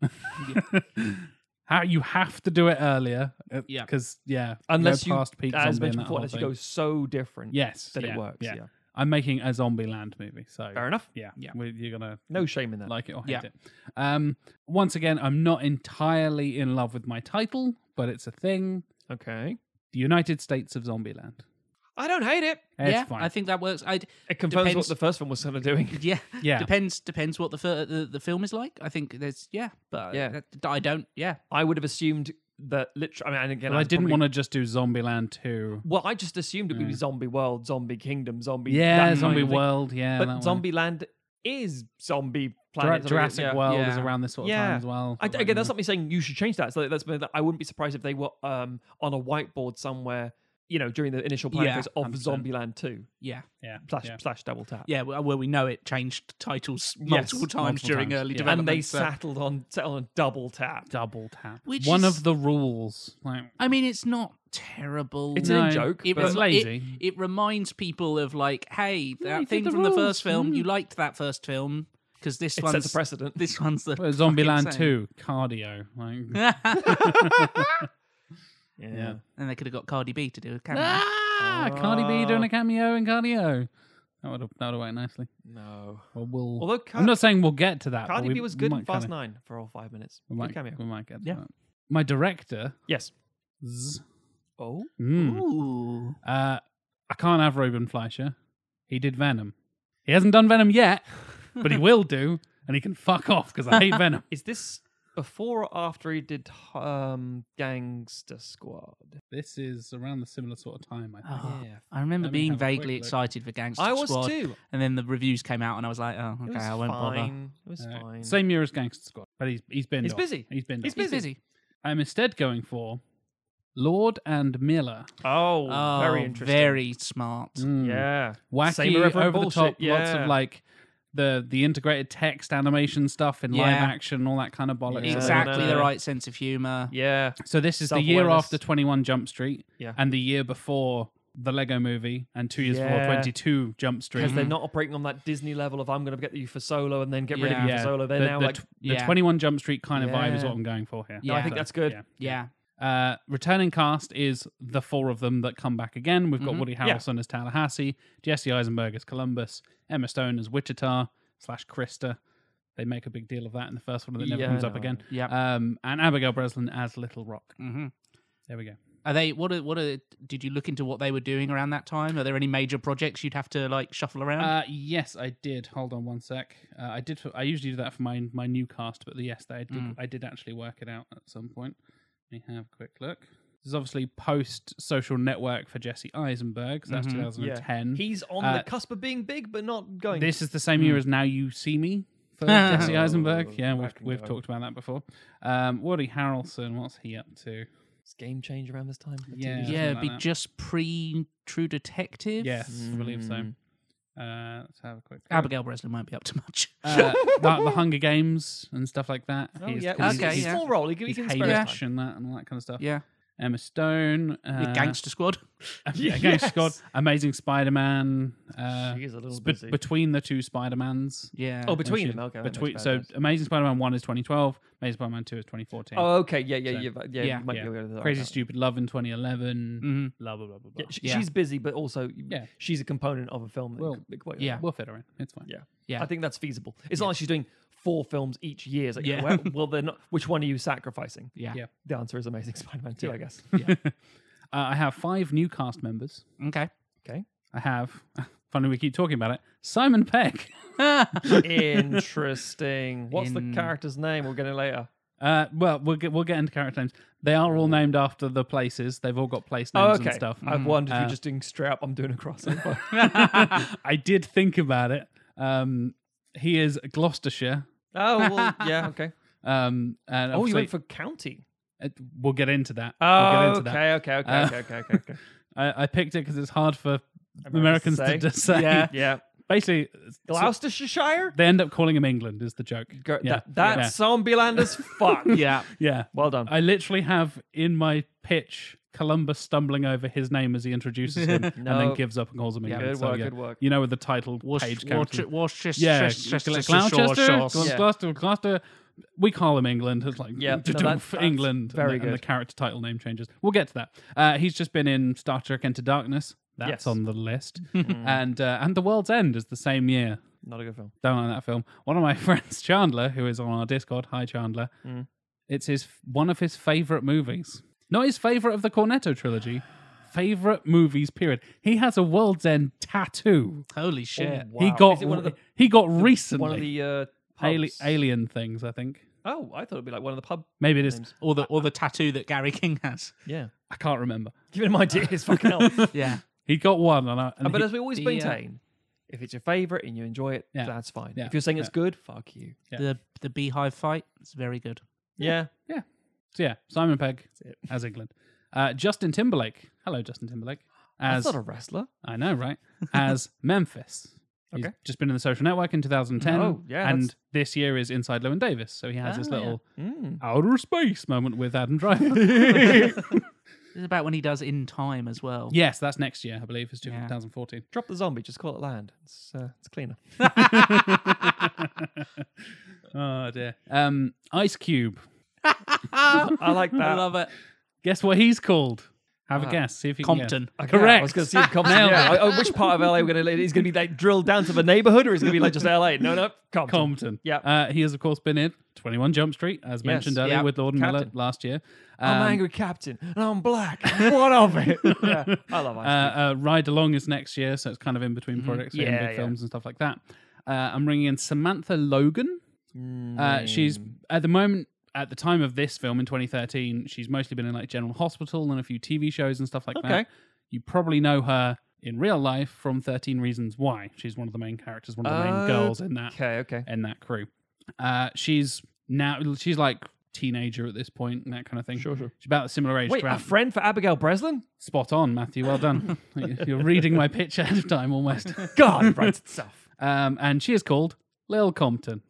Speaker 1: How you have to do it earlier,
Speaker 3: Yeah.
Speaker 1: because yeah,
Speaker 2: Unless
Speaker 1: go
Speaker 2: you,
Speaker 1: past peak zombie
Speaker 2: as
Speaker 1: and
Speaker 2: mentioned
Speaker 1: that
Speaker 2: before,
Speaker 1: whole
Speaker 2: unless you
Speaker 1: thing.
Speaker 2: go so different,
Speaker 1: yes,
Speaker 2: that
Speaker 1: yeah,
Speaker 2: it works. Yeah.
Speaker 1: I'm making a zombie land movie, so
Speaker 2: fair enough.
Speaker 1: yeah,
Speaker 3: Yeah.
Speaker 1: we- you're gonna
Speaker 2: No shame in that.
Speaker 1: like it or hate
Speaker 3: Yeah.
Speaker 1: it. Um, once again, I'm not entirely in love with my title, but it's a thing.
Speaker 2: okay,
Speaker 1: The United States of Zombieland.
Speaker 2: I don't hate it.
Speaker 1: It's
Speaker 3: yeah,
Speaker 1: fine.
Speaker 3: I think that works. I'd,
Speaker 2: It confirms what
Speaker 3: Depends-
Speaker 2: the first one was sort of doing.
Speaker 3: yeah,
Speaker 1: Yeah.
Speaker 3: depends depends what the, fir- the the film is like. I think there's yeah, but
Speaker 2: Yeah.
Speaker 3: that- I don't. Yeah,
Speaker 2: I would have assumed that literally. I mean, and again,
Speaker 1: But I didn't
Speaker 2: want to.
Speaker 1: want to just do Zombieland 2.
Speaker 2: Well, I just assumed it would be
Speaker 1: Yeah.
Speaker 2: Zombie World, Zombie Kingdom, Zombie. that
Speaker 1: Mm. Yeah,
Speaker 2: kind
Speaker 1: Zombie
Speaker 2: of thing.
Speaker 1: World. Yeah, that
Speaker 2: But
Speaker 1: one.
Speaker 2: Zombie Land is Zombie
Speaker 1: Jura-
Speaker 2: Planet. zombie-
Speaker 1: Jurassic
Speaker 2: yeah.
Speaker 1: World is
Speaker 3: Yeah.
Speaker 1: around this sort of
Speaker 2: Yeah.
Speaker 1: time as well. Um,
Speaker 2: I,
Speaker 1: so,
Speaker 2: again, that's
Speaker 1: you
Speaker 2: not me saying you should change that. So that's that I wouldn't be surprised if they were um, on a whiteboard somewhere, you know, during the initial plan
Speaker 3: Yeah,
Speaker 2: phase of
Speaker 1: 100%.
Speaker 2: Zombie Land Two
Speaker 3: yeah,
Speaker 1: know.
Speaker 2: slash
Speaker 1: yeah.
Speaker 2: slash Double Tap.
Speaker 3: yeah. Well, well, we know it changed titles
Speaker 2: Yes,
Speaker 3: multiple times
Speaker 1: multiple
Speaker 3: during
Speaker 1: times,
Speaker 3: early
Speaker 1: yeah.
Speaker 3: development.
Speaker 2: and they
Speaker 3: so-
Speaker 2: settled on settled on Double Tap.
Speaker 1: Double tap.
Speaker 3: Which
Speaker 1: one
Speaker 3: is-
Speaker 1: of the rules. Like
Speaker 3: I mean, it's not terrible.
Speaker 2: It's
Speaker 1: No,
Speaker 2: an joke.
Speaker 3: it,
Speaker 2: but
Speaker 1: was
Speaker 3: rem-
Speaker 1: lazy.
Speaker 3: It, it reminds people of like, hey,
Speaker 1: you
Speaker 3: that
Speaker 1: did
Speaker 3: thing
Speaker 1: the
Speaker 3: from the
Speaker 1: rules,
Speaker 3: first film.
Speaker 1: mm.
Speaker 3: You liked that first film because this
Speaker 2: it sets a
Speaker 3: one's
Speaker 2: precedent.
Speaker 3: this one's the
Speaker 1: well, Zombieland
Speaker 3: fucking
Speaker 1: 2, cardio. Like,
Speaker 2: yeah.
Speaker 3: and they could have got Cardi B to do a camera.
Speaker 1: ah, Cardi B doing a cameo in cardio. That would have that would have worked nicely.
Speaker 2: No.
Speaker 1: Well, we'll.
Speaker 2: Although Car-
Speaker 1: I'm not saying we'll get to that. but
Speaker 2: Cardi
Speaker 1: we
Speaker 2: B was good
Speaker 1: might
Speaker 2: in Fast
Speaker 1: kinda-
Speaker 2: Nine for all five minutes.
Speaker 1: We
Speaker 2: Good
Speaker 1: might,
Speaker 2: cameo.
Speaker 1: we might get to
Speaker 3: Yeah.
Speaker 1: that. My director.
Speaker 2: Yes.
Speaker 1: Z,
Speaker 2: Oh.
Speaker 3: Hmm.
Speaker 1: mm,
Speaker 3: Ooh,
Speaker 1: Uh, I can't have Ruben Fleischer. He did Venom. He hasn't done Venom yet, but he will do, and he can fuck off because I hate Venom.
Speaker 2: Is this before or after he did um, Gangster Squad?
Speaker 1: This is around the similar sort of time, I think.
Speaker 3: Oh,
Speaker 2: Yeah.
Speaker 3: I remember
Speaker 1: Let me
Speaker 3: being
Speaker 1: have a quick
Speaker 3: vaguely
Speaker 1: look.
Speaker 3: excited for Gangster
Speaker 2: I was
Speaker 3: Squad,
Speaker 2: too.
Speaker 3: and then the reviews came out, and I was like, oh,
Speaker 2: It
Speaker 3: okay,
Speaker 2: was
Speaker 3: I won't bother.
Speaker 2: fine. It was
Speaker 1: Uh,
Speaker 2: fine.
Speaker 1: same year as Gangster Squad, but he's he's been
Speaker 2: He's
Speaker 1: off.
Speaker 2: busy.
Speaker 1: He's been
Speaker 2: He's
Speaker 1: off.
Speaker 3: He's
Speaker 2: busy.
Speaker 3: busy.
Speaker 1: I'm instead going for Lord and Miller.
Speaker 2: Oh,
Speaker 3: Oh,
Speaker 2: very interesting. Hmm.
Speaker 3: very smart.
Speaker 1: Mm.
Speaker 2: Yeah.
Speaker 1: wacky,
Speaker 2: irreverent
Speaker 1: over the top,
Speaker 2: bullshit, yeah.
Speaker 1: lots of like the the integrated text animation stuff in live
Speaker 3: Yeah.
Speaker 1: action, all that kind of bollocks.
Speaker 2: Yeah.
Speaker 3: Exactly
Speaker 2: Yeah.
Speaker 3: the right sense of humor.
Speaker 2: Yeah.
Speaker 1: So this is the year
Speaker 2: Self-awareness.
Speaker 1: after Twenty One Jump Street,
Speaker 2: Yeah.
Speaker 1: and the year before the Lego Movie, and two years before
Speaker 2: Yeah.
Speaker 1: Twenty Two Jump Street.
Speaker 2: Because they're not operating on that Disney level of I'm going to get you for solo and then get rid of
Speaker 3: Yeah.
Speaker 2: you
Speaker 1: yeah,
Speaker 2: for solo. They're
Speaker 1: the,
Speaker 2: now
Speaker 1: the
Speaker 2: like,
Speaker 1: tw-
Speaker 3: Yeah.
Speaker 1: the Twenty One Jump Street kind of vibe is
Speaker 2: Yeah.
Speaker 1: what I'm going for here.
Speaker 3: No, I think
Speaker 1: So,
Speaker 2: that's good.
Speaker 1: yeah.
Speaker 3: Yeah.
Speaker 1: Uh, returning cast is the four of them that come back again.
Speaker 3: Mm-hmm.
Speaker 1: We've got Woody Harrelson as Tallahassee, Jesse Eisenberg as Columbus, Emma Stone as Wichita slash Krista. They make a big deal of that in the first one, and it never
Speaker 2: Yeah,
Speaker 1: comes
Speaker 2: I
Speaker 1: up
Speaker 2: know.
Speaker 1: again.
Speaker 3: Yeah.
Speaker 1: Um, and Abigail Breslin as Little Rock.
Speaker 3: hmm
Speaker 1: There we go.
Speaker 3: Are they what? Are, what are, did you look into what they were doing around that time? Are there any major projects you'd have to like shuffle around?
Speaker 1: Uh, yes, I did. Hold on one sec. Uh, I did. I usually do that for my my new cast, but yes, I did.
Speaker 3: Mm.
Speaker 1: I did actually work it out at some point. Let me have a quick look. This is obviously post social network for Jesse Eisenberg. So that's
Speaker 3: Mhm. Yeah.
Speaker 1: 2010.
Speaker 2: he's on
Speaker 1: Uh,
Speaker 2: the cusp of being big, but not going.
Speaker 1: This is the same year as Now You See Me Jesse Eisenberg. Yeah, we've,
Speaker 2: Hmm. Oh. Back and
Speaker 1: we've
Speaker 2: go.
Speaker 1: talked about that before. Um, Woody Harrelson, what's he up to?
Speaker 2: It's game change around this time. The TV
Speaker 1: Yeah,
Speaker 2: show.
Speaker 1: something
Speaker 3: yeah, it'd
Speaker 1: like
Speaker 3: be
Speaker 1: that.
Speaker 3: just pre True Detective.
Speaker 1: Yes, I believe so.
Speaker 2: Hmm.
Speaker 1: Uh, let's have a quick. look.
Speaker 3: Abigail Breslin won't be up to much.
Speaker 1: Uh, the, the Hunger Games and stuff like that.
Speaker 2: Oh,
Speaker 1: He's-
Speaker 2: yeah.
Speaker 1: he's-
Speaker 3: okay,
Speaker 2: he's
Speaker 1: he's-
Speaker 3: yeah.
Speaker 2: Small role. He can, he
Speaker 1: He's
Speaker 2: can
Speaker 1: Hamish
Speaker 2: spare his time.
Speaker 1: and that and all that kind of stuff.
Speaker 3: Yeah,
Speaker 1: Emma Stone, uh,
Speaker 3: The Gangster Squad.
Speaker 1: yeah, Gangster Squad, Amazing Spider-Man. Uh,
Speaker 2: She is a little
Speaker 1: sp-
Speaker 2: busy.
Speaker 1: between the two Spider-Mans.
Speaker 3: Yeah.
Speaker 2: Oh, between
Speaker 1: She-
Speaker 2: them. Okay. that makes
Speaker 1: between
Speaker 2: better
Speaker 1: so
Speaker 2: sense.
Speaker 1: Amazing Spider-Man one is 2012, Amazing Spider-Man two is 2014.
Speaker 2: Oh, okay. Yeah, yeah,
Speaker 1: So-
Speaker 2: yeah. Yeah,
Speaker 3: Yeah.
Speaker 2: you might
Speaker 1: Yeah.
Speaker 2: be able to get that
Speaker 1: Crazy
Speaker 2: out.
Speaker 1: Stupid Love in 2011.
Speaker 3: Mhm.
Speaker 1: Blah blah blah blah blah.
Speaker 2: Mm-hmm. Yeah, she-
Speaker 3: Yeah.
Speaker 2: She's busy, but also
Speaker 1: Yeah.
Speaker 2: she's a component of a film. That
Speaker 1: Well,
Speaker 2: could- that could work.
Speaker 3: yeah.
Speaker 1: We'll fit her in. It's fine.
Speaker 2: Yeah.
Speaker 3: Yeah.
Speaker 2: I think that's feasible. It's not like she's doing four films each year. It's like,
Speaker 3: Yeah.
Speaker 2: well, well, they're not. Which one are you sacrificing?
Speaker 3: yeah.
Speaker 1: Yeah.
Speaker 2: The answer is Amazing Spider-Man 2, I guess.
Speaker 1: Uh, I have five new cast members.
Speaker 3: Okay.
Speaker 2: Okay.
Speaker 1: I have. Funny we keep talking about it. Simon Pegg.
Speaker 2: Interesting. What's the
Speaker 3: In-
Speaker 2: character's name? We'll get it later.
Speaker 1: Uh, well, we'll get we'll get into character names. They are all named after the places. They've all got place names and stuff.
Speaker 2: I've wondered if
Speaker 1: Uh,
Speaker 2: you're just doing straight up. I'm doing a crossover.
Speaker 1: I did think about it. Um, he is Gloucestershire.
Speaker 2: oh, well, yeah, okay.
Speaker 1: Um, and
Speaker 2: Oh, you
Speaker 1: obviously-
Speaker 2: went for county.
Speaker 1: uh, we'll get into that.
Speaker 2: Oh,
Speaker 1: we'll get into that.
Speaker 2: okay, okay, okay,
Speaker 1: Uh,
Speaker 2: okay, okay, okay, okay.
Speaker 1: I, I picked it because it's hard for Americans,
Speaker 2: Americans to
Speaker 1: to
Speaker 2: say.
Speaker 1: just say.
Speaker 3: Yeah.
Speaker 2: Yeah,
Speaker 1: Basically, so
Speaker 2: Gloucestershire.
Speaker 1: they end up calling him England. Is the joke?
Speaker 2: Go-
Speaker 1: yeah.
Speaker 2: That, that's Zombieland as fuck.
Speaker 3: yeah.
Speaker 1: yeah.
Speaker 2: Well done.
Speaker 1: I literally have in my pitch Columbus stumbling over his name as he introduces him and then
Speaker 2: No.
Speaker 1: gives up and calls him England.
Speaker 2: good
Speaker 1: So,
Speaker 2: work,
Speaker 1: yeah.
Speaker 2: good work.
Speaker 1: You know, with the title
Speaker 3: Wash,
Speaker 1: page
Speaker 3: wash,
Speaker 1: character.
Speaker 3: wash,
Speaker 1: yeah, Gl- Gloucester, Gl-
Speaker 2: Yeah.
Speaker 1: Gloucester, Gloucester. We call him England. It's like
Speaker 2: Yeah, no,
Speaker 1: "Doo-doo,
Speaker 2: that's-
Speaker 1: for
Speaker 2: that's
Speaker 1: England.
Speaker 2: very
Speaker 1: and the, And the
Speaker 2: good.
Speaker 1: character title name changes. We'll get to that. Uh, he's just been in Star Trek Into Darkness. That's
Speaker 2: Yes.
Speaker 1: on the list. and uh, and The World's End is the same year.
Speaker 2: Not a good film.
Speaker 1: Don't like that film. One of my friends, Chandler, who is on our Discord. Hi, Chandler.
Speaker 2: Mm.
Speaker 1: It's his one of his favorite movies. Not his favorite of the Cornetto trilogy. Favorite movies. Period. He has a World's End tattoo.
Speaker 3: Holy shit.
Speaker 2: Oh, wow.
Speaker 1: He got
Speaker 2: Is it one of the
Speaker 1: he got recently
Speaker 2: one of the uh,
Speaker 1: Ali-
Speaker 2: pubs?
Speaker 1: alien things. I think
Speaker 2: Oh, I thought it'd be like one of the pub.
Speaker 1: maybe it is.
Speaker 3: Or the or the tattoo that Gary King has.
Speaker 2: Yeah,
Speaker 1: I can't remember.
Speaker 2: giving him ideas. fucking hell.
Speaker 3: Yeah.
Speaker 1: He got one, and, I, and
Speaker 2: but
Speaker 1: he-
Speaker 2: as we always
Speaker 3: the, uh,
Speaker 2: maintain, if it's your favorite and you enjoy it,
Speaker 1: Yeah.
Speaker 2: that's fine.
Speaker 1: Yeah.
Speaker 2: If you're saying it's
Speaker 1: Yeah.
Speaker 2: good, fuck you.
Speaker 1: Yeah.
Speaker 3: The the beehive fight. It's very good.
Speaker 2: Yeah.
Speaker 1: yeah, so yeah, Simon Pegg
Speaker 2: That's it.
Speaker 1: as England. Uh, Justin Timberlake. Hello, Justin Timberlake. As
Speaker 2: That's not a wrestler.
Speaker 1: I know, right? As Memphis. He's
Speaker 2: Okay.
Speaker 1: just been in the social network in 2010.
Speaker 2: Oh, yeah,
Speaker 1: And
Speaker 2: that's-
Speaker 1: this year is Inside Lewin Davis. So he has this
Speaker 3: Ah, yeah.
Speaker 1: little
Speaker 2: Mm.
Speaker 1: outer space moment with Adam Driver.
Speaker 3: It's about when he does in time as well.
Speaker 1: yes, that's next year, I believe, is
Speaker 3: Yeah.
Speaker 1: 2014.
Speaker 2: Drop the zombie. Just call it land. It's uh, it's cleaner.
Speaker 1: oh, dear. Um, Ice Cube.
Speaker 2: I like that.
Speaker 1: uh,
Speaker 3: I love it.
Speaker 1: Guess what he's called? Have
Speaker 2: Ah,
Speaker 1: a guess. See if you
Speaker 3: Compton.
Speaker 1: Can guess.
Speaker 2: Okay, I was
Speaker 1: Correct.
Speaker 2: going to see if Compton.
Speaker 1: Nailed
Speaker 2: yeah.
Speaker 1: it.
Speaker 2: Oh, which part of LA we're going to? Is going to be like drilled down to the neighborhood, or is it going to be like just LA? No, no, Compton.
Speaker 1: Compton.
Speaker 2: Yeah.
Speaker 1: Uh, he has, of course, been in 21 Jump Street, as mentioned earlier,
Speaker 2: yeah.
Speaker 1: with Lord and Miller
Speaker 2: Captain.
Speaker 1: last year.
Speaker 2: I'm
Speaker 1: Um,
Speaker 2: angry captain, and I'm black. What of it? Yeah, I love Ice Cube.
Speaker 1: Uh, uh, Ride Along is next year, so it's kind of in between projects, yeah,
Speaker 2: Mm-hmm. Yeah,
Speaker 1: big
Speaker 2: yeah.
Speaker 1: films and stuff like that. Uh, I'm bringing in Samantha Logan. Uh, she's
Speaker 2: Mm.
Speaker 1: at the moment, at the time of this film in 2013, she's mostly been in like General Hospital and a few TV shows and stuff like that.
Speaker 2: Okay.
Speaker 1: You probably know her in real life from 13 Reasons Why. She's one of the main characters, one of the main girls in that
Speaker 2: Okay, okay.
Speaker 1: in that crew. Uh, she's now she's like teenager at this point and that kind of thing. Sure, sure. She's about a similar age.
Speaker 2: Wait,
Speaker 1: to
Speaker 2: a
Speaker 1: Ab-
Speaker 2: friend for Abigail Breslin?
Speaker 1: Spot on, Matthew. Well done. You're reading my pitch ahead of time almost.
Speaker 2: God, it writes itself.
Speaker 1: Um, and she is called Lil Compton.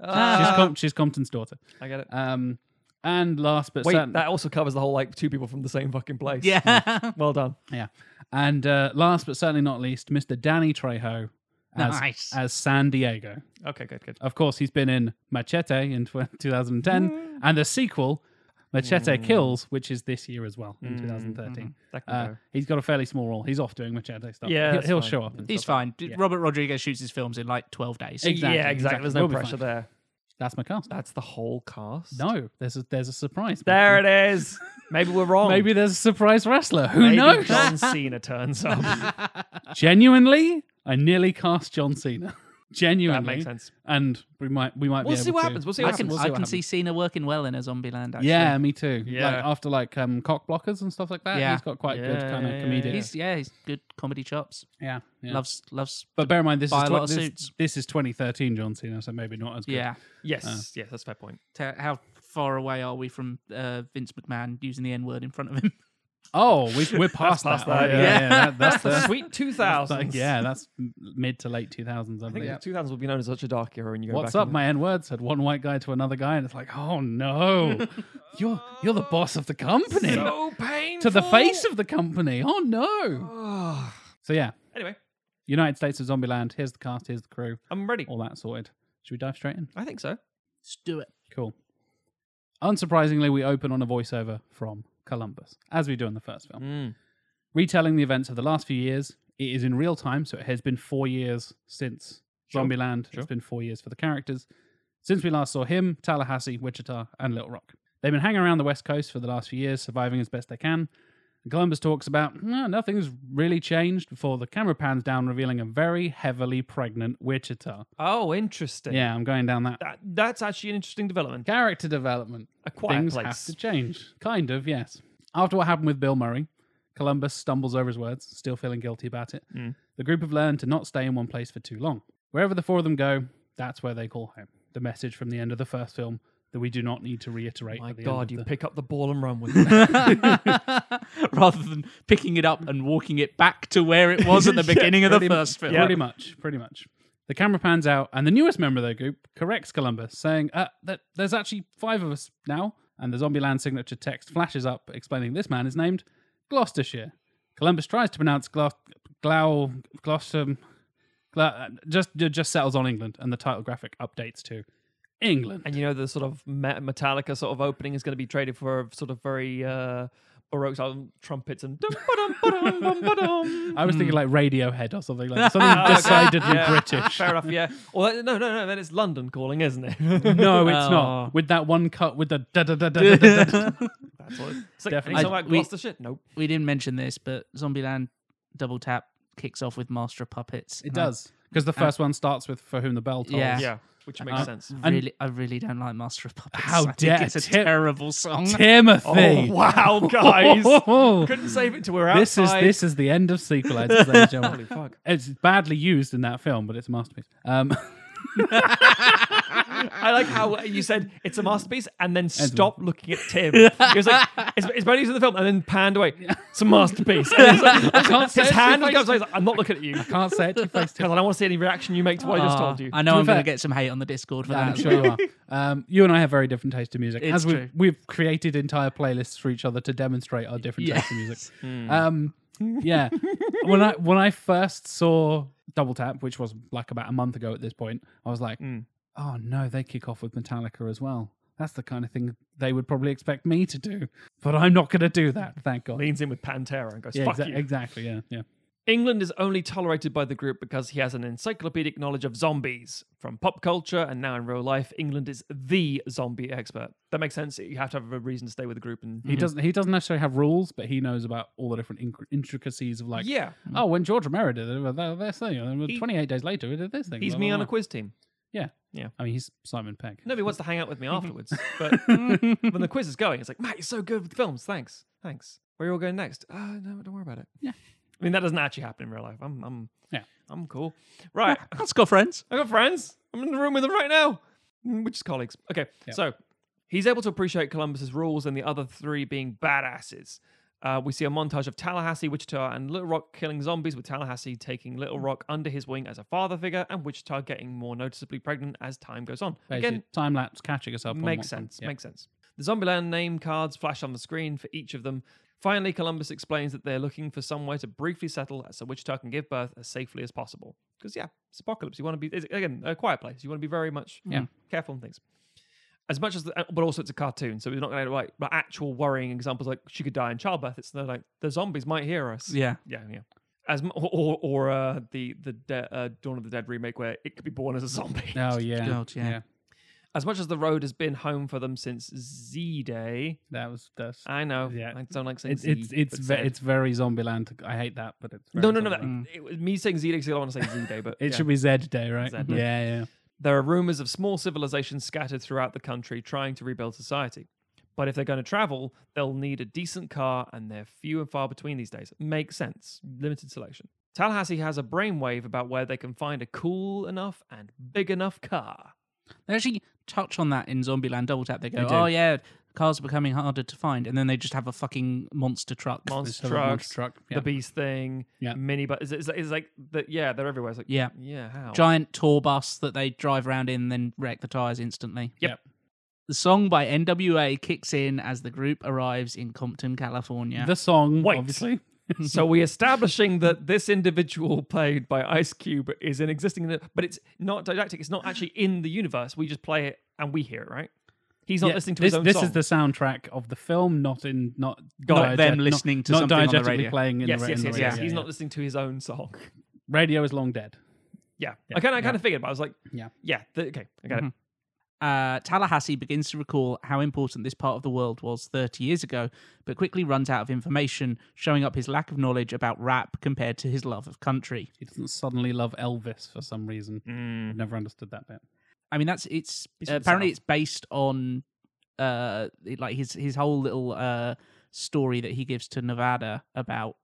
Speaker 1: She's,
Speaker 2: Ah,
Speaker 1: Com- she's Compton's daughter.
Speaker 2: I get it.
Speaker 1: Um, and last but
Speaker 2: Wait,
Speaker 1: certainly,
Speaker 2: that also covers the whole like two people from the same fucking place.
Speaker 3: Yeah.
Speaker 2: Well done.
Speaker 1: yeah, and uh, last but certainly not least, Mr. Danny Trejo as
Speaker 3: Nice.
Speaker 1: as San Diego.
Speaker 2: Okay, good, good.
Speaker 1: Of course, he's been in Machete in tw-
Speaker 2: Mm.
Speaker 1: 2010 and the sequel, Machete Kills, which is this year as well
Speaker 2: Mm-hmm.
Speaker 1: in 2013.
Speaker 2: That can
Speaker 1: Uh,
Speaker 2: go.
Speaker 1: he's got a fairly small role. He's off doing Machete stuff.
Speaker 2: Yeah,
Speaker 1: he'll,
Speaker 2: that's
Speaker 1: he'll
Speaker 2: fine.
Speaker 1: show up. And
Speaker 3: He's
Speaker 1: stuff like
Speaker 3: fine. Robert Rodriguez shoots his films in like 12 days.
Speaker 1: Ex- exactly,
Speaker 2: yeah, exactly. There's
Speaker 1: exactly.
Speaker 2: no
Speaker 1: We'll be
Speaker 2: pressure
Speaker 1: fine.
Speaker 2: there.
Speaker 1: that. That's my cast.
Speaker 2: That's the whole cast.
Speaker 1: No, there's a, there's a surprise.
Speaker 2: There it is. Maybe we're wrong.
Speaker 1: Maybe there's a surprise wrestler. Who
Speaker 2: Maybe
Speaker 1: knows?
Speaker 2: John Cena turns up.
Speaker 1: Genuinely, I nearly cast John Cena. Genuinely,
Speaker 2: That makes sense.
Speaker 1: And we might we might
Speaker 2: We'll
Speaker 1: be
Speaker 2: see
Speaker 1: able
Speaker 2: what
Speaker 1: to-
Speaker 2: happens. We'll see
Speaker 3: I
Speaker 2: what
Speaker 3: can
Speaker 2: happens.
Speaker 1: We'll
Speaker 3: I
Speaker 1: what
Speaker 3: can see
Speaker 1: happens.
Speaker 3: Cena working well in a Zombieland. Actually,
Speaker 1: Yeah, me too. Like
Speaker 2: Yeah.
Speaker 1: after like um cock blockers and stuff like that,
Speaker 3: Yeah.
Speaker 1: he's got quite good
Speaker 2: Yeah,
Speaker 1: kind of
Speaker 2: yeah,
Speaker 1: comedic.
Speaker 2: yeah.
Speaker 3: he's yeah, he's good comedy chops.
Speaker 1: yeah, yeah.
Speaker 3: Loves loves.
Speaker 1: But bear in mind, this
Speaker 3: buy
Speaker 1: is
Speaker 3: a
Speaker 1: twen-
Speaker 3: lot of
Speaker 1: this,
Speaker 3: suits.
Speaker 1: this is 2013 John Cena, so maybe not as good.
Speaker 3: Yeah,
Speaker 2: Yes,
Speaker 1: Uh.
Speaker 2: yes, that's a fair point.
Speaker 3: Ta- how far away are we from uh, Vince McMahon using the N word in front of him?
Speaker 1: Oh, we, we're past that.
Speaker 2: past that,
Speaker 1: already.
Speaker 2: yeah.
Speaker 1: that- that's the
Speaker 2: Sweet two
Speaker 1: that's the-
Speaker 2: thousand.
Speaker 1: yeah, that's m- mid to late 2000s, I
Speaker 2: I think
Speaker 1: believe.
Speaker 2: the two thousands will be known as such a dark era when you go
Speaker 1: What's
Speaker 2: back.
Speaker 1: up,
Speaker 2: and-
Speaker 1: my N word? Said one white guy to another guy, and it's like, oh no, you're you're the boss of the company
Speaker 2: So painful
Speaker 1: to the face of the company. Oh no.
Speaker 2: Ah.
Speaker 1: So yeah,
Speaker 2: anyway,
Speaker 1: United States of Zombieland. Here's the cast. Here's the crew.
Speaker 2: I'm ready.
Speaker 1: All that sorted. Should we dive straight in?
Speaker 2: I think so.
Speaker 3: Let's do it.
Speaker 1: Cool. Unsurprisingly, we open on a voiceover from Columbus, as we do in the first film. Retelling the events of the last few years, it is in real time, so it has been four years since
Speaker 2: Sure,
Speaker 1: Zombieland.
Speaker 2: sure.
Speaker 1: It's been four years for the characters. Since we last saw him, Tallahassee, Wichita, and Little Rock. They've been hanging around the West Coast for the last few years, surviving as best they can. And Columbus talks about "No, nothing's really changed before the camera pans down, revealing a very heavily pregnant Wichita.
Speaker 2: Oh, interesting.
Speaker 1: Yeah, I'm going down that.
Speaker 2: That, that's actually an interesting development.
Speaker 1: Character development
Speaker 2: A quiet
Speaker 1: things
Speaker 2: place.
Speaker 1: have to change. Kind of, yes. After what happened with Bill Murray, Columbus stumbles over his words, still feeling guilty about it.
Speaker 2: Mm.
Speaker 1: The group have learned to not stay in one place for too long. Wherever the four of them go, that's where they call home. The message from the end of the first film that we do not need to reiterate.
Speaker 2: My
Speaker 1: at the
Speaker 2: God, you
Speaker 1: end of the...
Speaker 2: pick up the ball and run with it.
Speaker 3: Rather than picking it up and walking it back to where it was at the
Speaker 2: Yeah,
Speaker 3: beginning of the
Speaker 1: pretty mu-
Speaker 3: first film.
Speaker 1: Pretty much, pretty much. The camera pans out, and the newest member of their group corrects Columbus, saying uh, that there's actually five of us now. And the Zombieland signature text flashes up, explaining this man is named Gloucestershire. Columbus tries to pronounce Glau, Glau, Gloucester, Gla- just just settles on England, and the title graphic updates to England.
Speaker 2: and you know the sort of me- Metallica sort of opening is going to be traded for a sort of very uh, baroque style trumpets and. dum-ba-dum, ba-dum, bum-ba-dum.
Speaker 1: I was thinking like Radiohead or something like that. something decidedly
Speaker 2: Yeah,
Speaker 1: British.
Speaker 2: Fair enough, yeah. Well, no, no, no. Then it's London calling, isn't it?
Speaker 1: No, it's
Speaker 3: Oh.
Speaker 1: not. With that one cut, with the da da da da da da. da.
Speaker 2: That's what it's- it's like,
Speaker 1: Definitely.
Speaker 2: Any song
Speaker 3: I-
Speaker 2: about
Speaker 3: we-
Speaker 2: Gloucestershire? Nope.
Speaker 3: We didn't mention this, but Zombieland Double Tap kicks off with Master of Puppets.
Speaker 1: It
Speaker 3: and I
Speaker 1: does because the first one starts with "For whom the bell tolls."
Speaker 3: Yeah.
Speaker 2: Yeah, which makes
Speaker 1: Uh,
Speaker 2: sense.
Speaker 1: And-
Speaker 3: Really, I really don't like Master of Puppets.
Speaker 1: How
Speaker 3: I think
Speaker 1: dare-
Speaker 3: it's a
Speaker 1: Tim-
Speaker 3: terrible song.
Speaker 1: Timothy.
Speaker 2: Oh wow, guys!
Speaker 1: Oh,
Speaker 2: Couldn't save it till we we're
Speaker 1: this is
Speaker 2: outside.
Speaker 1: this is the end of sequelizers, ladies and
Speaker 2: Holy
Speaker 1: gentlemen.
Speaker 2: fuck!
Speaker 1: It's badly used in that film, but it's a masterpiece. Um,
Speaker 2: I like how you said it's a masterpiece, and then stop looking at Tim. It was like it's, it's bad news in the film, and then panned away. It's a masterpiece. And it's like-
Speaker 1: I can't say
Speaker 2: his
Speaker 1: it to
Speaker 2: hand
Speaker 1: your
Speaker 2: was
Speaker 1: face.
Speaker 2: goes. He's like, I'm not looking at you because
Speaker 1: Can't say it to your face. Tim.
Speaker 2: I don't want to see any reaction you make to what I just
Speaker 3: Ah,
Speaker 2: told you.
Speaker 3: I know
Speaker 1: To be
Speaker 3: I'm going
Speaker 1: fair-
Speaker 3: to get some hate on the Discord for
Speaker 1: Yeah, I'm
Speaker 3: that.
Speaker 1: sure you are. Um, you and I have very different taste in music.
Speaker 3: It's
Speaker 1: As we've,
Speaker 3: true.
Speaker 1: we've created entire playlists for each other to demonstrate our different taste in music. Um, yeah. when I when I first saw Double Tap, which was like about a month ago at this point, I was like, oh no, they kick off with Metallica as well. That's the kind of thing they would probably expect me to do. But I'm not going to do that, thank God.
Speaker 2: Leans in with Pantera and goes,
Speaker 1: Yeah,
Speaker 2: "Fuck
Speaker 1: exa-
Speaker 2: you."
Speaker 1: exactly. Yeah, yeah.
Speaker 2: England is only tolerated by the group because he has an encyclopedic knowledge of zombies. From pop culture and now in real life, England is the zombie expert. That makes sense. You have to have a reason to stay with the group. And
Speaker 3: Mm-hmm.
Speaker 1: He doesn't. He doesn't necessarily have rules, but he knows about all the different inc- intricacies of like.
Speaker 2: yeah,
Speaker 1: Oh, when George Romero did it, well, that- this thing. and then
Speaker 2: He-
Speaker 1: Twenty-eight days later, we did this thing.
Speaker 2: he's
Speaker 1: blah,
Speaker 2: me
Speaker 1: blah,
Speaker 2: on a
Speaker 1: blah.
Speaker 2: quiz team.
Speaker 1: I mean, he's Simon Pegg.
Speaker 2: Nobody wants to hang out with
Speaker 1: Mm-hmm.
Speaker 2: me afterwards. But when the quiz is going, it's like, Matt, you're so good with films. Thanks. Thanks. Where are you all going next? Oh, no, don't worry about it.
Speaker 1: Yeah.
Speaker 2: I mean, that doesn't actually happen in real life. I'm, I'm,
Speaker 1: Yeah.
Speaker 2: I'm cool. Right.
Speaker 3: Let's go, friends.
Speaker 2: I got friends. I'm in the room with them right now, Mm, which is colleagues. Okay, so he's able to appreciate Columbus's rules and the other three being badasses. Uh, we see a montage of Tallahassee, Wichita, and Little Rock killing zombies, with Tallahassee taking Little
Speaker 1: Mm.
Speaker 2: Rock under his wing as a father figure, and Wichita getting more noticeably pregnant as time goes on.
Speaker 1: Basically,
Speaker 2: Again,
Speaker 1: time lapse catching us up. on
Speaker 2: Makes
Speaker 1: what-
Speaker 2: sense.
Speaker 1: yeah.
Speaker 2: Makes sense. The Zombieland name cards flash on the screen for each of them. Finally, Columbus explains that they're looking for somewhere to briefly settle so Wichita can give birth as safely as possible. Because, yeah, it's apocalypse. You want to be, it's, again, a quiet place. You want to be very much
Speaker 1: Yeah.
Speaker 2: careful and things. As much as, the, uh, but also it's a cartoon, so we're not going to like like, actual worrying examples like she could die in childbirth. It's not like the zombies might hear us.
Speaker 3: Yeah.
Speaker 2: yeah, yeah. As mu- or or uh, the the de- uh, Dawn of the Dead remake where it could be born as a zombie.
Speaker 1: Oh yeah.
Speaker 3: God, yeah.
Speaker 2: as much as the road has been home for them since Z Day,
Speaker 1: That was that's.
Speaker 2: I know.
Speaker 1: Yeah.
Speaker 2: I don't like saying
Speaker 1: It's
Speaker 2: Z.
Speaker 1: it's it's
Speaker 2: but
Speaker 1: ve-
Speaker 2: said.
Speaker 1: it's very Zombieland. I hate that, but it's very
Speaker 2: no, no, no. That,
Speaker 1: Zombieland.
Speaker 2: it was me saying Z Day because I want to say Z Day, but
Speaker 1: It
Speaker 2: yeah.
Speaker 1: should be Z Day, right?
Speaker 2: Zed Day.
Speaker 1: yeah, yeah.
Speaker 2: There are rumors of small civilizations scattered throughout the country trying to rebuild society. But if they're going to travel, they'll need a decent car, and they're few and far between these days. Makes sense. Limited selection. Tallahassee has a brainwave about where they can find a cool enough and big enough car.
Speaker 3: They actually touch on that in Zombieland Double Tap. They go,
Speaker 1: They do.
Speaker 3: "Oh yeah, cars are becoming harder to find," and then they just have a fucking monster truck.
Speaker 1: It's
Speaker 2: Monster
Speaker 1: still a
Speaker 2: trucks,
Speaker 1: monster truck.
Speaker 2: the
Speaker 1: Yeah.
Speaker 2: beast thing,
Speaker 1: Yeah.
Speaker 2: mini bus. It's, it's, it's like, the, yeah, they're everywhere. It's like,
Speaker 3: Yeah.
Speaker 2: yeah, how?
Speaker 3: Giant tour bus that they drive around in, then wreck the tires instantly.
Speaker 2: Yep.
Speaker 1: Yep.
Speaker 3: The song by NWA kicks in as the group arrives in Compton, California.
Speaker 1: The song,
Speaker 2: Wait.
Speaker 1: obviously.
Speaker 2: so we're establishing that this individual played by Ice Cube is an existing, but it's not didactic. It's not actually in the universe. We just play it and we hear it, right? He's not
Speaker 1: Yeah,
Speaker 2: listening to
Speaker 1: this,
Speaker 2: his own
Speaker 1: this
Speaker 2: song.
Speaker 1: is the soundtrack of the film, not in not
Speaker 2: Got
Speaker 1: not
Speaker 3: it.
Speaker 1: dig-
Speaker 3: them listening
Speaker 1: not,
Speaker 3: to
Speaker 1: not
Speaker 3: something on the
Speaker 1: diegetically
Speaker 3: radio.
Speaker 1: playing in
Speaker 2: yes,
Speaker 1: the, ra-
Speaker 2: yes,
Speaker 1: in
Speaker 2: yes,
Speaker 1: the
Speaker 2: yes.
Speaker 1: radio.
Speaker 2: He's
Speaker 1: yeah,
Speaker 2: not listening to his own song.
Speaker 1: yeah. Radio is long dead.
Speaker 2: Yeah,
Speaker 1: Yeah,
Speaker 2: I kind of, I
Speaker 1: yeah.
Speaker 2: kind of figured, but I was like,
Speaker 1: Yeah. Mm-hmm.
Speaker 2: yeah, th- okay, I got it.
Speaker 3: Uh, Tallahassee begins to recall how important this part of the world was 30 years ago, but quickly runs out of information, showing up his lack of knowledge about rap compared to his love of country.
Speaker 1: He doesn't suddenly love Elvis for some reason.
Speaker 2: Mm.
Speaker 1: I've never understood that bit.
Speaker 3: I mean, that's it's
Speaker 2: He's from the
Speaker 3: apparently
Speaker 2: South.
Speaker 3: it's based on uh it- like his his whole little uh story that he gives to Nevada about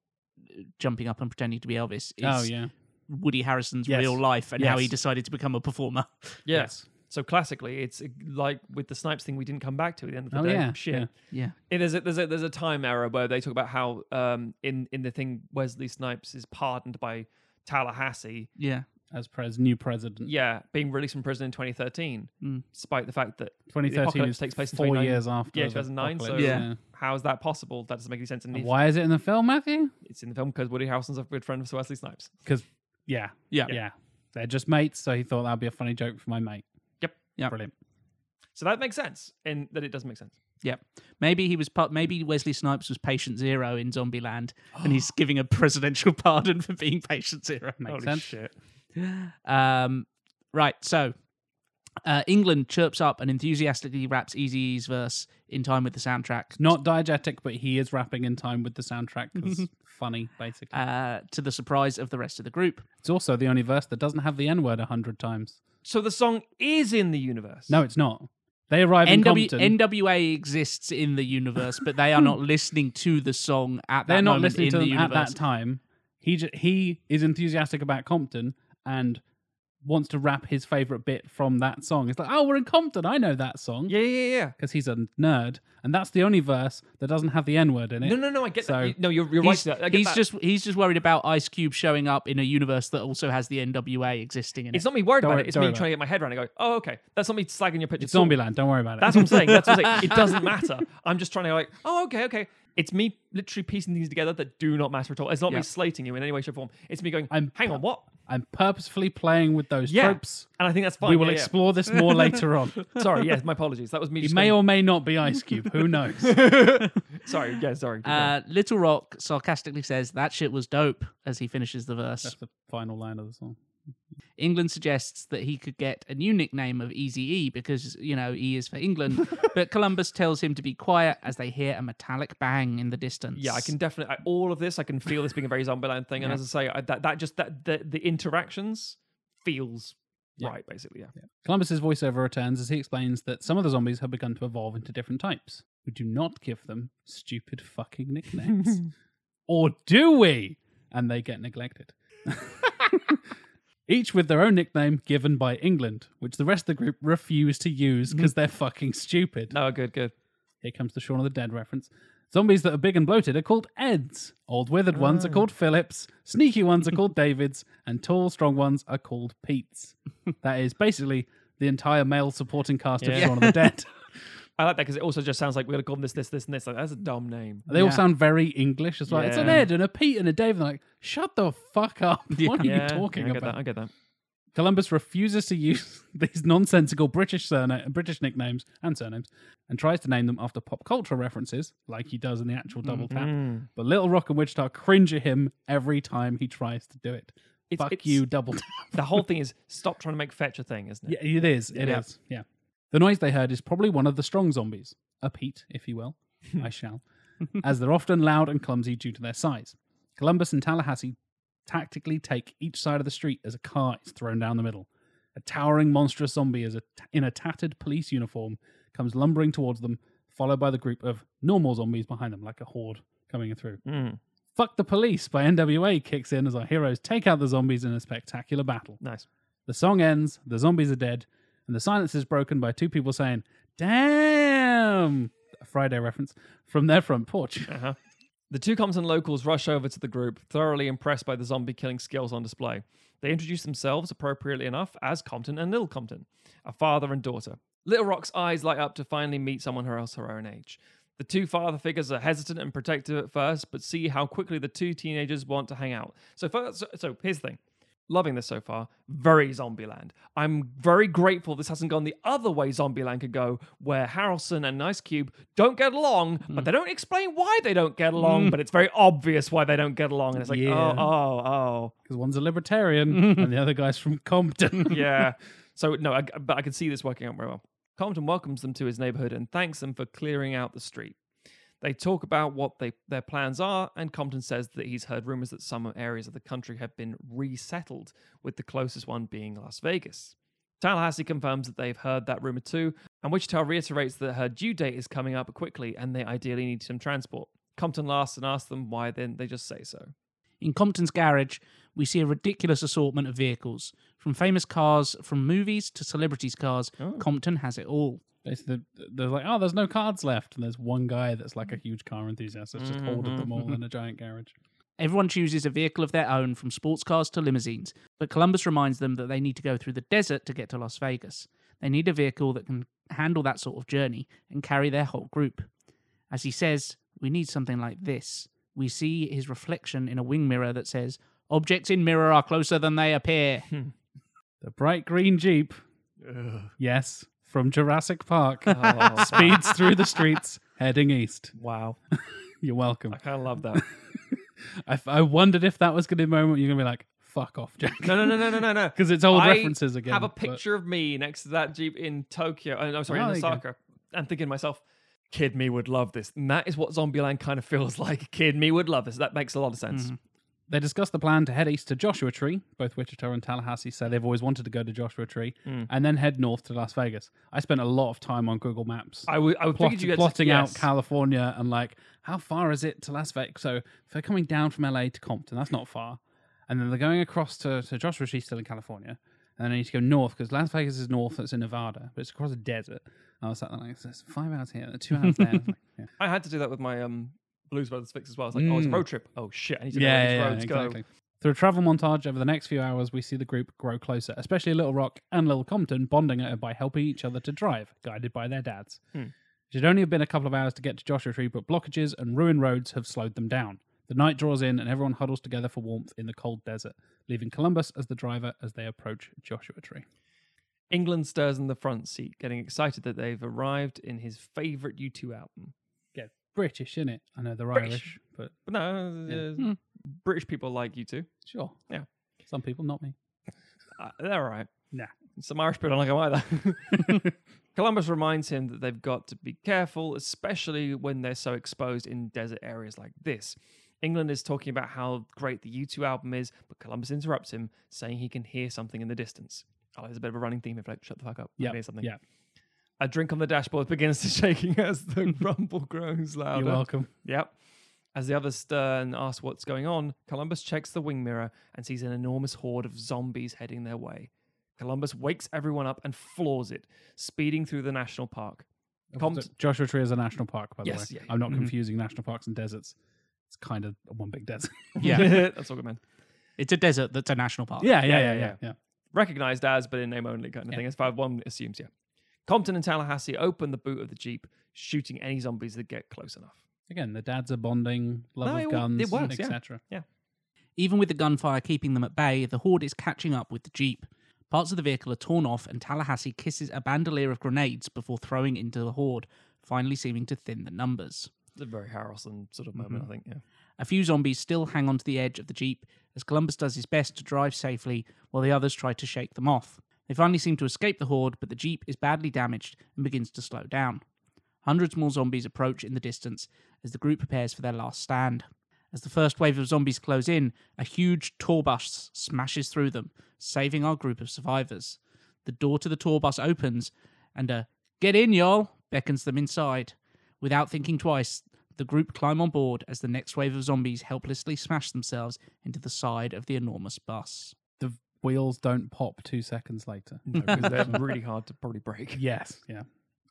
Speaker 3: uh, jumping up and pretending to be Elvis is
Speaker 1: oh yeah.
Speaker 3: Woody Harrison's
Speaker 1: Yes.
Speaker 3: real life and how he
Speaker 1: Yes.
Speaker 3: decided to become a performer.
Speaker 2: Yeah.
Speaker 1: Yes.
Speaker 2: So classically, it's uh, like with the Snipes thing we didn't come back to at the end of the
Speaker 1: Oh,
Speaker 2: day.
Speaker 1: yeah,
Speaker 2: Shit.
Speaker 1: yeah.
Speaker 3: Yeah.
Speaker 2: It- there's a, there's a there's a time error where they talk about how um in in the thing Wesley Snipes is pardoned by Tallahassee.
Speaker 3: Yeah.
Speaker 1: As pres new president.
Speaker 2: Yeah, being released from prison in 2013,
Speaker 3: Mm.
Speaker 2: despite the fact that the
Speaker 1: 2013
Speaker 2: apocalypse
Speaker 1: is
Speaker 2: takes place in
Speaker 1: four
Speaker 2: 29
Speaker 1: years after.
Speaker 2: Yeah,
Speaker 1: the
Speaker 2: 2009. So
Speaker 1: apocalypse,
Speaker 3: Yeah.
Speaker 2: how is that possible? That doesn't make any sense. And
Speaker 1: And
Speaker 2: if-
Speaker 1: Why is it in the film, Matthew?
Speaker 2: it's in the film because Woody Harrelson's a good friend of Sir Wesley Snipes.
Speaker 1: Because yeah,
Speaker 3: Yeah.
Speaker 1: yeah, they're just mates. So he thought that'd be a funny joke for my mate.
Speaker 2: Yep.
Speaker 3: Yep.
Speaker 1: Brilliant.
Speaker 2: So that makes sense, and that it does make sense.
Speaker 3: Yeah. Maybe he was part, maybe Wesley Snipes was patient zero in Zombieland and he's giving a presidential pardon for being patient zero.
Speaker 1: Makes
Speaker 2: Holy
Speaker 1: sense.
Speaker 2: shit.
Speaker 3: Um, right, so uh, England chirps up and enthusiastically raps Easy E's verse in time with the soundtrack
Speaker 1: Not diegetic, but he is rapping in time with the soundtrack. 'cause funny, basically.
Speaker 3: uh, to the surprise of the rest of the group.
Speaker 1: it's also the only verse that doesn't have the N word a hundred times.
Speaker 2: So the song is in the universe.
Speaker 1: No, it's not. They arrive in
Speaker 3: NW-
Speaker 1: Compton.
Speaker 3: NWA exists in the universe, but they are not listening to the song at that
Speaker 1: They're not
Speaker 3: moment
Speaker 1: listening
Speaker 3: in
Speaker 1: to
Speaker 3: the
Speaker 1: them at
Speaker 3: universe.
Speaker 1: that time. He ju- he is enthusiastic about Compton and wants to rap his favorite bit from that song. It's like, oh, we're in Compton. I know that song.
Speaker 2: Yeah, yeah, yeah.
Speaker 1: because he's a nerd, and that's the only verse that doesn't have the N word in it.
Speaker 2: No, no, no. I get
Speaker 1: So-
Speaker 2: that. You- No, you're, you're
Speaker 3: He's,
Speaker 2: right. I get
Speaker 3: he's
Speaker 2: that.
Speaker 3: just he's just worried about Ice Cube showing up in a universe that also has the NWA existing in
Speaker 2: It's
Speaker 3: it.
Speaker 2: not me worried
Speaker 1: Don't
Speaker 2: about
Speaker 1: worry-
Speaker 2: it. It's
Speaker 1: don't
Speaker 2: me
Speaker 1: worry
Speaker 2: trying to get my head around it. Go, oh, okay. That's not me slagging your picture.
Speaker 1: It's Zombieland. Don't worry about it.
Speaker 2: That's what I'm saying. That's what I'm saying. It doesn't matter. I'm just trying to like, oh, okay, okay. It's me literally piecing things together that do not matter at all. It's not
Speaker 3: Yeah.
Speaker 2: me slating you in any way, shape, or form. It's me going,
Speaker 1: I'm-
Speaker 2: hang on, what?
Speaker 1: I'm purposefully playing with those
Speaker 2: Yeah.
Speaker 1: tropes.
Speaker 2: And I think that's fine.
Speaker 1: we will
Speaker 2: Yeah, yeah.
Speaker 1: explore this more later on.
Speaker 2: Sorry, yes, my apologies. That was me.
Speaker 1: It
Speaker 2: Just
Speaker 1: may
Speaker 2: going,
Speaker 1: or may not be Ice Cube. Who knows?
Speaker 2: sorry, yeah, sorry.
Speaker 3: Uh, Little Rock sarcastically says that shit was dope as he finishes the verse.
Speaker 1: that's the final line of the song.
Speaker 3: England suggests that he could get a new nickname of Easy E because, you know, E is for England. but Columbus tells him to be quiet as they hear a metallic bang in the distance.
Speaker 2: yeah, I can definitely I, all of this. I can feel this being a very Zombieland thing. And
Speaker 3: Yeah.
Speaker 2: as I say, I, that that just that the, the interactions feels
Speaker 1: Yeah.
Speaker 2: right, basically. Yeah.
Speaker 1: Columbus's voiceover returns as he explains that some of the zombies have begun to evolve into different types. We do not give them stupid fucking nicknames. or do we? And they get neglected. Each with their own nickname given by England, which the rest of the group refuse to use because they're fucking stupid.
Speaker 2: No, good, good.
Speaker 1: Here comes the Shaun of the Dead reference. Zombies that are big and bloated are called Eds. Old withered ones are
Speaker 2: Ah.
Speaker 1: called Phillips. Sneaky ones are called Davids. And tall, strong ones are called Pete's. That is basically the entire male supporting cast of
Speaker 2: Yeah.
Speaker 1: Shaun of the Dead.
Speaker 2: I like that because it also just sounds like we're gonna call them this, this, this, and this. Like that's a dumb name.
Speaker 1: They all
Speaker 3: Yeah.
Speaker 1: sound very English as well. It's an
Speaker 2: Yeah.
Speaker 1: Ed and a Pete and a David. Like, shut the fuck up. What are
Speaker 2: Yeah,
Speaker 1: you talking
Speaker 2: I get
Speaker 1: about?
Speaker 2: That, I get that.
Speaker 1: Columbus refuses to use these nonsensical British surna- British nicknames and surnames and tries to name them after pop culture references, like he does in the actual double tap.
Speaker 2: Mm-hmm.
Speaker 1: But Little Rock and Wichita cringe at him every time he tries to do it.
Speaker 2: It's-
Speaker 1: Fuck
Speaker 2: it's-
Speaker 1: you, double tap.
Speaker 2: The whole thing is stop trying to make fetch a thing, isn't it?
Speaker 1: yeah, it is. It is.
Speaker 2: Yeah.
Speaker 1: Yeah. The noise they heard is probably one of the strong zombies, a Pete, if you will. I shall, as they're often loud and clumsy due to their size. Columbus and Tallahassee tactically take each side of the street as a car is thrown down the middle. A towering, monstrous zombie is a in a tattered police uniform comes lumbering towards them, followed by the group of normal zombies behind them, like a horde coming through.
Speaker 2: Mm,
Speaker 1: Fuck the Police by NWA kicks in as our heroes take out the zombies in a spectacular battle.
Speaker 2: nice.
Speaker 1: The song ends, the zombies are dead, and the silence is broken by two people saying, Damn! A Friday reference from their front porch.
Speaker 2: Uh-huh. The two Compton locals rush over to the group, thoroughly impressed by the zombie killing skills on display. They introduce themselves, appropriately enough, as Compton and Little Compton, a father and daughter. Little Rock's eyes light up to finally meet someone who else her own age. The two father figures are hesitant and protective at first, but see how quickly the two teenagers want to hang out. So, first, so, so here's the thing. Loving this so far. Very Zombieland. I'm very grateful this hasn't gone the other way Zombieland could go, where Harrelson and Ice Cube don't get along, but they don't explain why they don't get along, but it's very obvious why they don't get along. And it's like,
Speaker 1: Yeah.
Speaker 2: oh, oh,
Speaker 1: Because one's a libertarian and the other guy's from
Speaker 2: oh.
Speaker 1: Compton.
Speaker 2: Yeah. so, no, I, but I can see this working out very well. Compton welcomes them to his neighborhood and thanks them for clearing out the street. They talk about what they, their plans are, and Compton says that he's heard rumors that some areas of the country have been resettled, with the closest one being Las Vegas. Tallahassee confirms that they've heard that rumor too, and Wichita reiterates that her due date is coming up quickly and they ideally need some transport. Compton laughs and asks them why, then they just say so.
Speaker 3: In Compton's garage, we see a ridiculous assortment of vehicles. From famous cars, from movies to celebrities' cars,
Speaker 2: Oh.
Speaker 3: Compton has it all.
Speaker 1: It's the, they're like, oh, there's no cards left. And there's one guy that's like a huge car enthusiast that's just hoarded them all in a giant garage.
Speaker 3: Everyone chooses a vehicle of their own, from sports cars to limousines, but Columbus reminds them that they need to go through the desert to get to Las Vegas. They need a vehicle that can handle that sort of journey and carry their whole group. As he says, we need something like this. We see his reflection in a wing mirror that says, Objects in mirror are closer than they appear.
Speaker 1: The bright green Jeep, yes, from Jurassic Park,
Speaker 2: Oh,
Speaker 1: speeds through the streets, heading east.
Speaker 2: wow.
Speaker 1: You're welcome.
Speaker 2: I kind of love that.
Speaker 1: I, f- I wondered if that was going to be the moment you're going to be like, fuck off, Jack.
Speaker 2: No, no, no, no, no, no, no.
Speaker 1: 'Cause it's old
Speaker 2: I
Speaker 1: references again,
Speaker 2: Have a
Speaker 1: but-
Speaker 2: picture of me next to that jeep in Tokyo. Oh, no, sorry,
Speaker 1: Oh,
Speaker 2: in
Speaker 1: there you go.
Speaker 2: Osaka, and thinking to myself, "Kid me would love this." And that is what Zombieland kind of feels like. Kid me would love this. That makes a lot of sense.
Speaker 1: Mm-hmm. They discuss the plan to head east to Joshua Tree. Both Wichita and Tallahassee say they've always wanted to go to Joshua Tree
Speaker 2: Hmm.
Speaker 1: and then head north to Las Vegas. I spent a lot of time on Google Maps
Speaker 2: I would, I would
Speaker 1: plot-
Speaker 2: figured you had
Speaker 1: plotting
Speaker 2: yes.
Speaker 1: out California and like, how far is it to Las Vegas? So if they're coming down from LA to Compton, that's not far. And then they're going across to, to Joshua Tree, still in California. And then I need to go north because Las Vegas is north, it's in Nevada, but it's across a desert. And I was sat there like, "There's five hours here, two hours there. I was like, yeah.
Speaker 2: I had to do that with my um Blues Brothers fix as well. It's like, oh, it's a
Speaker 1: Mm.
Speaker 2: road trip. Oh shit, I need to know
Speaker 1: yeah,
Speaker 2: where these
Speaker 1: yeah,
Speaker 2: roads
Speaker 1: exactly. Through a travel montage over the next few hours, we see the group grow closer, especially Little Rock and Little Compton bonding over by helping each other to drive, guided by their dads.
Speaker 2: Hmm.
Speaker 1: It had only been a couple of hours to get to Joshua Tree, but blockages and ruined roads have slowed them down. The night draws in, and everyone huddles together for warmth in the cold desert, leaving Columbus as the driver as they approach Joshua Tree.
Speaker 2: go. England stirs in the front seat, getting excited that they've arrived in his favorite U2 album.
Speaker 1: Yeah, British, isn't it? I know they're
Speaker 2: British.
Speaker 1: Irish, but
Speaker 2: But no, uh,
Speaker 1: Hmm.
Speaker 2: British people like U2.
Speaker 1: sure.
Speaker 2: Yeah.
Speaker 1: Some people, not me.
Speaker 2: Uh, they're all right.
Speaker 1: Nah.
Speaker 2: Some Irish people don't like him either. Columbus reminds him that they've got to be careful, especially when they're so exposed in desert areas like this. England is talking about how great the U2 album is, but Columbus interrupts him, saying he can hear something in the distance. Oh, there's a bit of a running theme of like, shut the fuck up. I can
Speaker 1: Yeah.
Speaker 2: hear something.
Speaker 1: Yeah.
Speaker 2: A drink on the dashboard begins to shaking as the rumble grows louder.
Speaker 1: You're welcome.
Speaker 2: Yep. As the others stir and ask what's going on, Columbus checks the wing mirror and sees an enormous horde of zombies heading their way. Columbus wakes everyone up and floors it, speeding through the national park. Compt-
Speaker 1: Joshua Tree is Oh, a national park, by the
Speaker 2: Yes,
Speaker 1: way.
Speaker 2: yeah, Mm-hmm.
Speaker 1: I'm not confusing national parks and deserts. It's kind of one big desert.
Speaker 2: that's all good, man.
Speaker 3: It's a desert that's a national park.
Speaker 1: yeah, yeah,
Speaker 2: yeah,
Speaker 1: yeah,
Speaker 2: yeah.
Speaker 1: yeah,
Speaker 2: Recognized as, but in name only kind of thing, as far one assumes, yeah. Compton and Tallahassee open the boot of the Jeep, shooting any zombies that get close enough.
Speaker 1: Again, the dads are bonding, love
Speaker 2: No, it
Speaker 1: of
Speaker 2: wo-
Speaker 1: guns,
Speaker 2: it works, yeah.
Speaker 1: etc.
Speaker 3: Even with the gunfire keeping them at bay, the horde is catching up with the jeep. Parts of the vehicle are torn off, and Tallahassee kisses a bandolier of grenades before throwing into the horde, finally seeming to thin the numbers.
Speaker 2: It's a very Harrelson sort of moment, I think, yeah.
Speaker 3: A few zombies still hang onto the edge of the jeep as Columbus does his best to drive safely while the others try to shake them off. They finally seem to escape the horde, but the jeep is badly damaged and begins to slow down. Hundreds more zombies approach in the distance as the group prepares for their last stand. As the first wave of zombies close in, a huge tour bus smashes through them, saving our group of survivors. The door to the tour bus opens, and a "Get in, y'all!" beckons them inside. Without thinking twice, the group climb on board as the next wave of zombies helplessly smash themselves into the side of the enormous bus.
Speaker 1: The wheels don't pop two seconds later.
Speaker 2: because they're really hard to probably break.
Speaker 1: Yes, yeah.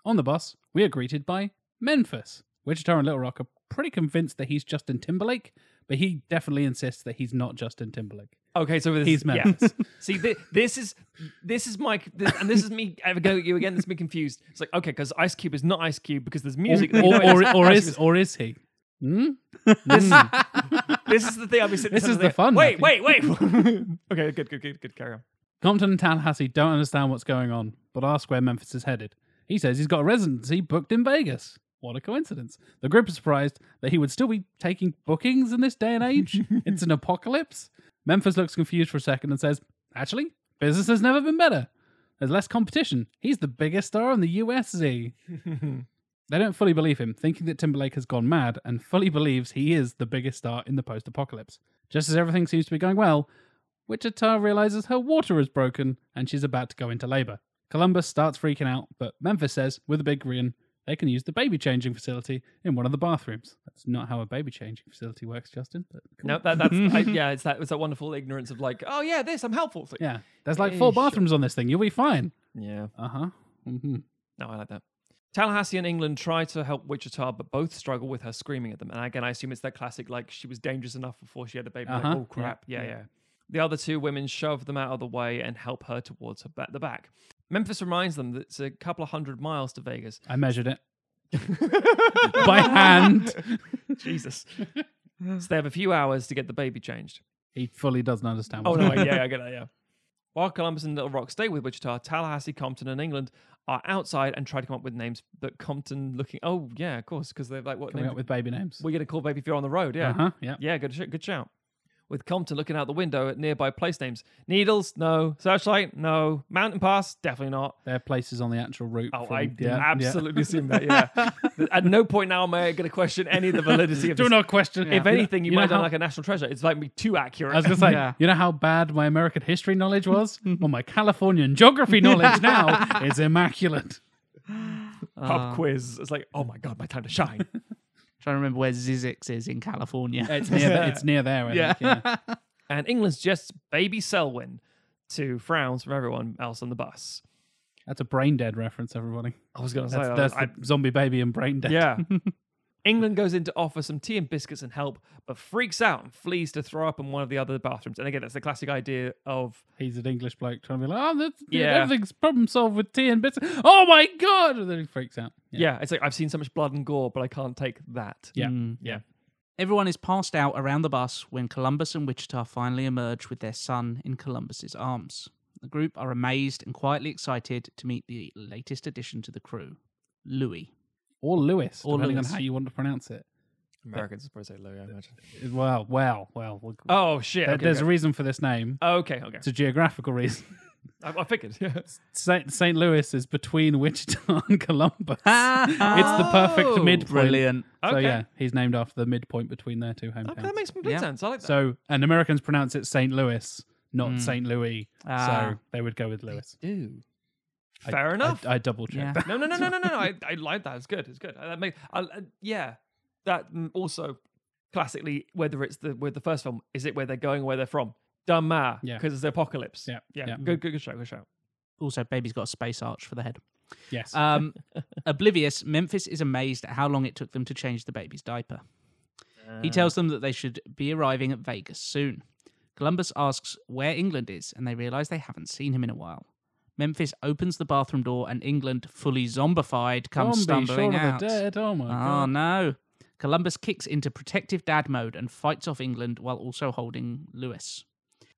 Speaker 1: On the bus, we are greeted by Memphis. Wichita and Little Rock are pretty convinced that he's Justin Timberlake, but he definitely insists that he's not Justin Timberlake.
Speaker 2: Okay, so this,
Speaker 1: He's
Speaker 2: yeah.
Speaker 1: Memphis.
Speaker 2: See, thi- this is this is my this, and this is me ever go at you again. This me confused. It's like okay, because Ice Cube is not Ice Cube because there's music. that we
Speaker 1: or,
Speaker 2: know
Speaker 1: or,
Speaker 2: it's
Speaker 1: or
Speaker 2: Ice
Speaker 1: is
Speaker 2: Cube.
Speaker 1: or is he? Hmm?
Speaker 2: this is the thing I'll be sitting.
Speaker 1: This
Speaker 2: sitting
Speaker 1: is the
Speaker 2: there,
Speaker 1: fun, I
Speaker 2: Wait, wait, wait. okay, good, good, good, good. Carry on.
Speaker 1: Compton and Tallahassee don't understand what's going on, but ask where Memphis is headed. He says he's got a residency booked in Vegas. What a coincidence. The group is surprised that he would still be taking bookings in this day and age. it's an apocalypse. Memphis looks confused for a second and says, Actually, business has never been better. There's less competition. He's the biggest star on the USZ. they don't fully believe him, thinking that Timberlake has gone mad and fully believes he is the biggest star in the post apocalypse. Just as everything seems to be going well, Wichita realizes her water is broken and she's about to go into labor. Columbus starts freaking out, but Memphis says, with a big grin, they can use the baby changing facility in one of the bathrooms. That's not how a baby changing facility works, Justin. But cool.
Speaker 2: No, that, that's I, yeah. It's that it's that wonderful ignorance of like, oh yeah, this I'm helpful. It's like,
Speaker 1: Yeah, there's like
Speaker 2: Yeah,
Speaker 1: four
Speaker 2: sure.
Speaker 1: bathrooms on this thing. You'll be fine.
Speaker 2: yeah.
Speaker 1: Uh huh. hmm
Speaker 2: No, I like that. Tallahassee and England try to help Wichita, but both struggle with her screaming at them. And again, I assume it's that classic like she was dangerous enough before she had the baby. like,
Speaker 1: Uh-huh.
Speaker 2: oh crap! Yeah, yeah, The other two women shove them out of the way and help her towards her ba- the back. Memphis reminds them that it's a couple of hundred miles to Vegas.
Speaker 1: I measured it by hand.
Speaker 2: Jesus. so they have a few hours to get the baby changed.
Speaker 1: He fully doesn't understand.
Speaker 2: Oh
Speaker 1: What's
Speaker 2: no! I- Yeah, I get that. Yeah. While Columbus and Little Rock stay with Wichita, Tallahassee, Compton, and England are outside and try to come up with names. But Compton, looking, oh yeah, of course, because they're like, what
Speaker 1: coming
Speaker 2: name?
Speaker 1: up with baby names.
Speaker 2: We're gonna call baby if you're on the road. Yeah,
Speaker 1: Uh huh. Yeah.
Speaker 2: yeah, good, sh- good shout. With Compton looking out the window at nearby place names, Needles, no. Searchlight, no. Mountain Pass, definitely not.
Speaker 1: Their place is on the actual route.
Speaker 2: Oh,
Speaker 1: from-
Speaker 2: I
Speaker 1: yeah, yeah.
Speaker 2: absolutely assume that. Yeah. At no point now am I going to question any of the validity of
Speaker 1: Do
Speaker 2: this.
Speaker 1: not question.
Speaker 2: If anything, you,
Speaker 1: know
Speaker 2: might have done
Speaker 1: how-
Speaker 2: like a national treasure. It's like me too accurate.
Speaker 1: I was gonna say,
Speaker 3: Yeah.
Speaker 1: you know how bad my American history knowledge was? well, my Californian geography knowledge now is immaculate.
Speaker 2: pub quiz. Uh, It's like, oh my god, my time to shine.
Speaker 3: Trying to remember where Zizix is in California.
Speaker 1: It's near, the, it's near there. I
Speaker 3: Yeah.
Speaker 1: Think, yeah.
Speaker 2: and England suggests baby Selwyn to frowns from everyone else on the bus.
Speaker 1: That's a brain dead reference, everybody.
Speaker 2: I was going to say,
Speaker 1: That's,
Speaker 2: I-
Speaker 1: that's
Speaker 2: I-
Speaker 1: the zombie baby and brain dead.
Speaker 2: yeah. England goes in to offer some tea and biscuits and help, but freaks out and flees to throw up in one of the other bathrooms. And again, that's the classic idea of
Speaker 1: He's an English bloke trying to be like, oh, that's,
Speaker 2: Yeah.
Speaker 1: everything's problem solved with tea and bits. Oh my god! And then he freaks out.
Speaker 2: yeah. it's like I've seen so much blood and gore, but I can't take that.
Speaker 1: Yeah.
Speaker 2: Yeah.
Speaker 3: Everyone is passed out around the bus when Columbus and Wichita finally emerge with their son in Columbus's arms. The group are amazed and quietly excited to meet the latest addition to the crew, Louis.
Speaker 1: Or Lewis,
Speaker 3: Or
Speaker 1: depending
Speaker 3: Lewis.
Speaker 1: on how you want to pronounce it.
Speaker 2: Americans would probably say low, I imagine.
Speaker 1: Well, well, well. we'll-
Speaker 2: Oh shit.
Speaker 1: there-
Speaker 2: Okay,
Speaker 1: there's
Speaker 2: okay.
Speaker 1: a reason for this name.
Speaker 2: okay, okay.
Speaker 1: It's a geographical reason.
Speaker 2: I, I figured.
Speaker 1: Saint, Saint Louis is between Wichita and Columbus.
Speaker 3: Ah,
Speaker 1: It's the
Speaker 2: Oh,
Speaker 1: perfect midpoint.
Speaker 3: brilliant.
Speaker 1: So
Speaker 2: Okay.
Speaker 1: yeah, he's named after the midpoint between their two
Speaker 3: Oh,
Speaker 2: Okay,
Speaker 1: hometowns.
Speaker 2: that makes complete
Speaker 3: Yeah.
Speaker 2: sense. I like that.
Speaker 1: so and Americans pronounce it Saint Louis, not Saint Louis.
Speaker 3: Ah.
Speaker 1: so they would go with Louis.
Speaker 2: Dude.
Speaker 1: I-
Speaker 2: Fair enough.
Speaker 1: I, I double checked
Speaker 3: Yeah.
Speaker 1: that.
Speaker 2: No, no, no, no, no, no, no. I, I like that. It's good. It's good. That make, I, I- yeah. That mm, also, classically, whether it's the with the first film, is it where they're going, or where they're from? Don't matter.
Speaker 1: Yeah.
Speaker 2: Because it's the apocalypse.
Speaker 1: Yeah,
Speaker 2: Yeah.
Speaker 1: yeah.
Speaker 2: Good, good, good show. Good show.
Speaker 3: Also, baby's got a space arch for the head.
Speaker 1: Yes.
Speaker 3: Um, oblivious, Memphis is amazed at how long it took them to change the baby's diaper.
Speaker 1: Uh.
Speaker 3: He tells them that they should be arriving at Vegas soon. Columbus asks where England is, and they realize they haven't seen him in a while. Memphis opens the bathroom door, and England, fully zombified, comes
Speaker 1: Zombie,
Speaker 3: stumbling
Speaker 1: Shaun of
Speaker 3: out.
Speaker 1: The dead. Oh my
Speaker 3: Oh
Speaker 1: god.
Speaker 3: no! Columbus kicks into protective dad mode and fights off England while also holding Lewis.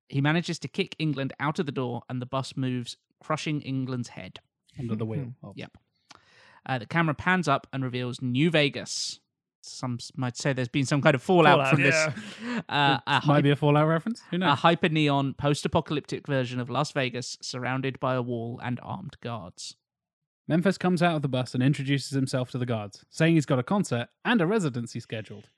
Speaker 3: He manages to kick England out of the door, and the bus moves, crushing England's head.
Speaker 1: Under the wheel. Oh.
Speaker 3: Yep. Uh, the camera pans up and reveals New Vegas. some s- might say there's been some kind of fallout,
Speaker 2: Fallout,
Speaker 3: from this. Uh, a,
Speaker 1: Might be a Fallout reference. Who knows?
Speaker 3: hyper neon post apocalyptic version of Las Vegas surrounded by a wall and armed guards.
Speaker 1: Memphis comes out of the bus and introduces himself to the guards, saying he's got a concert and a residency scheduled.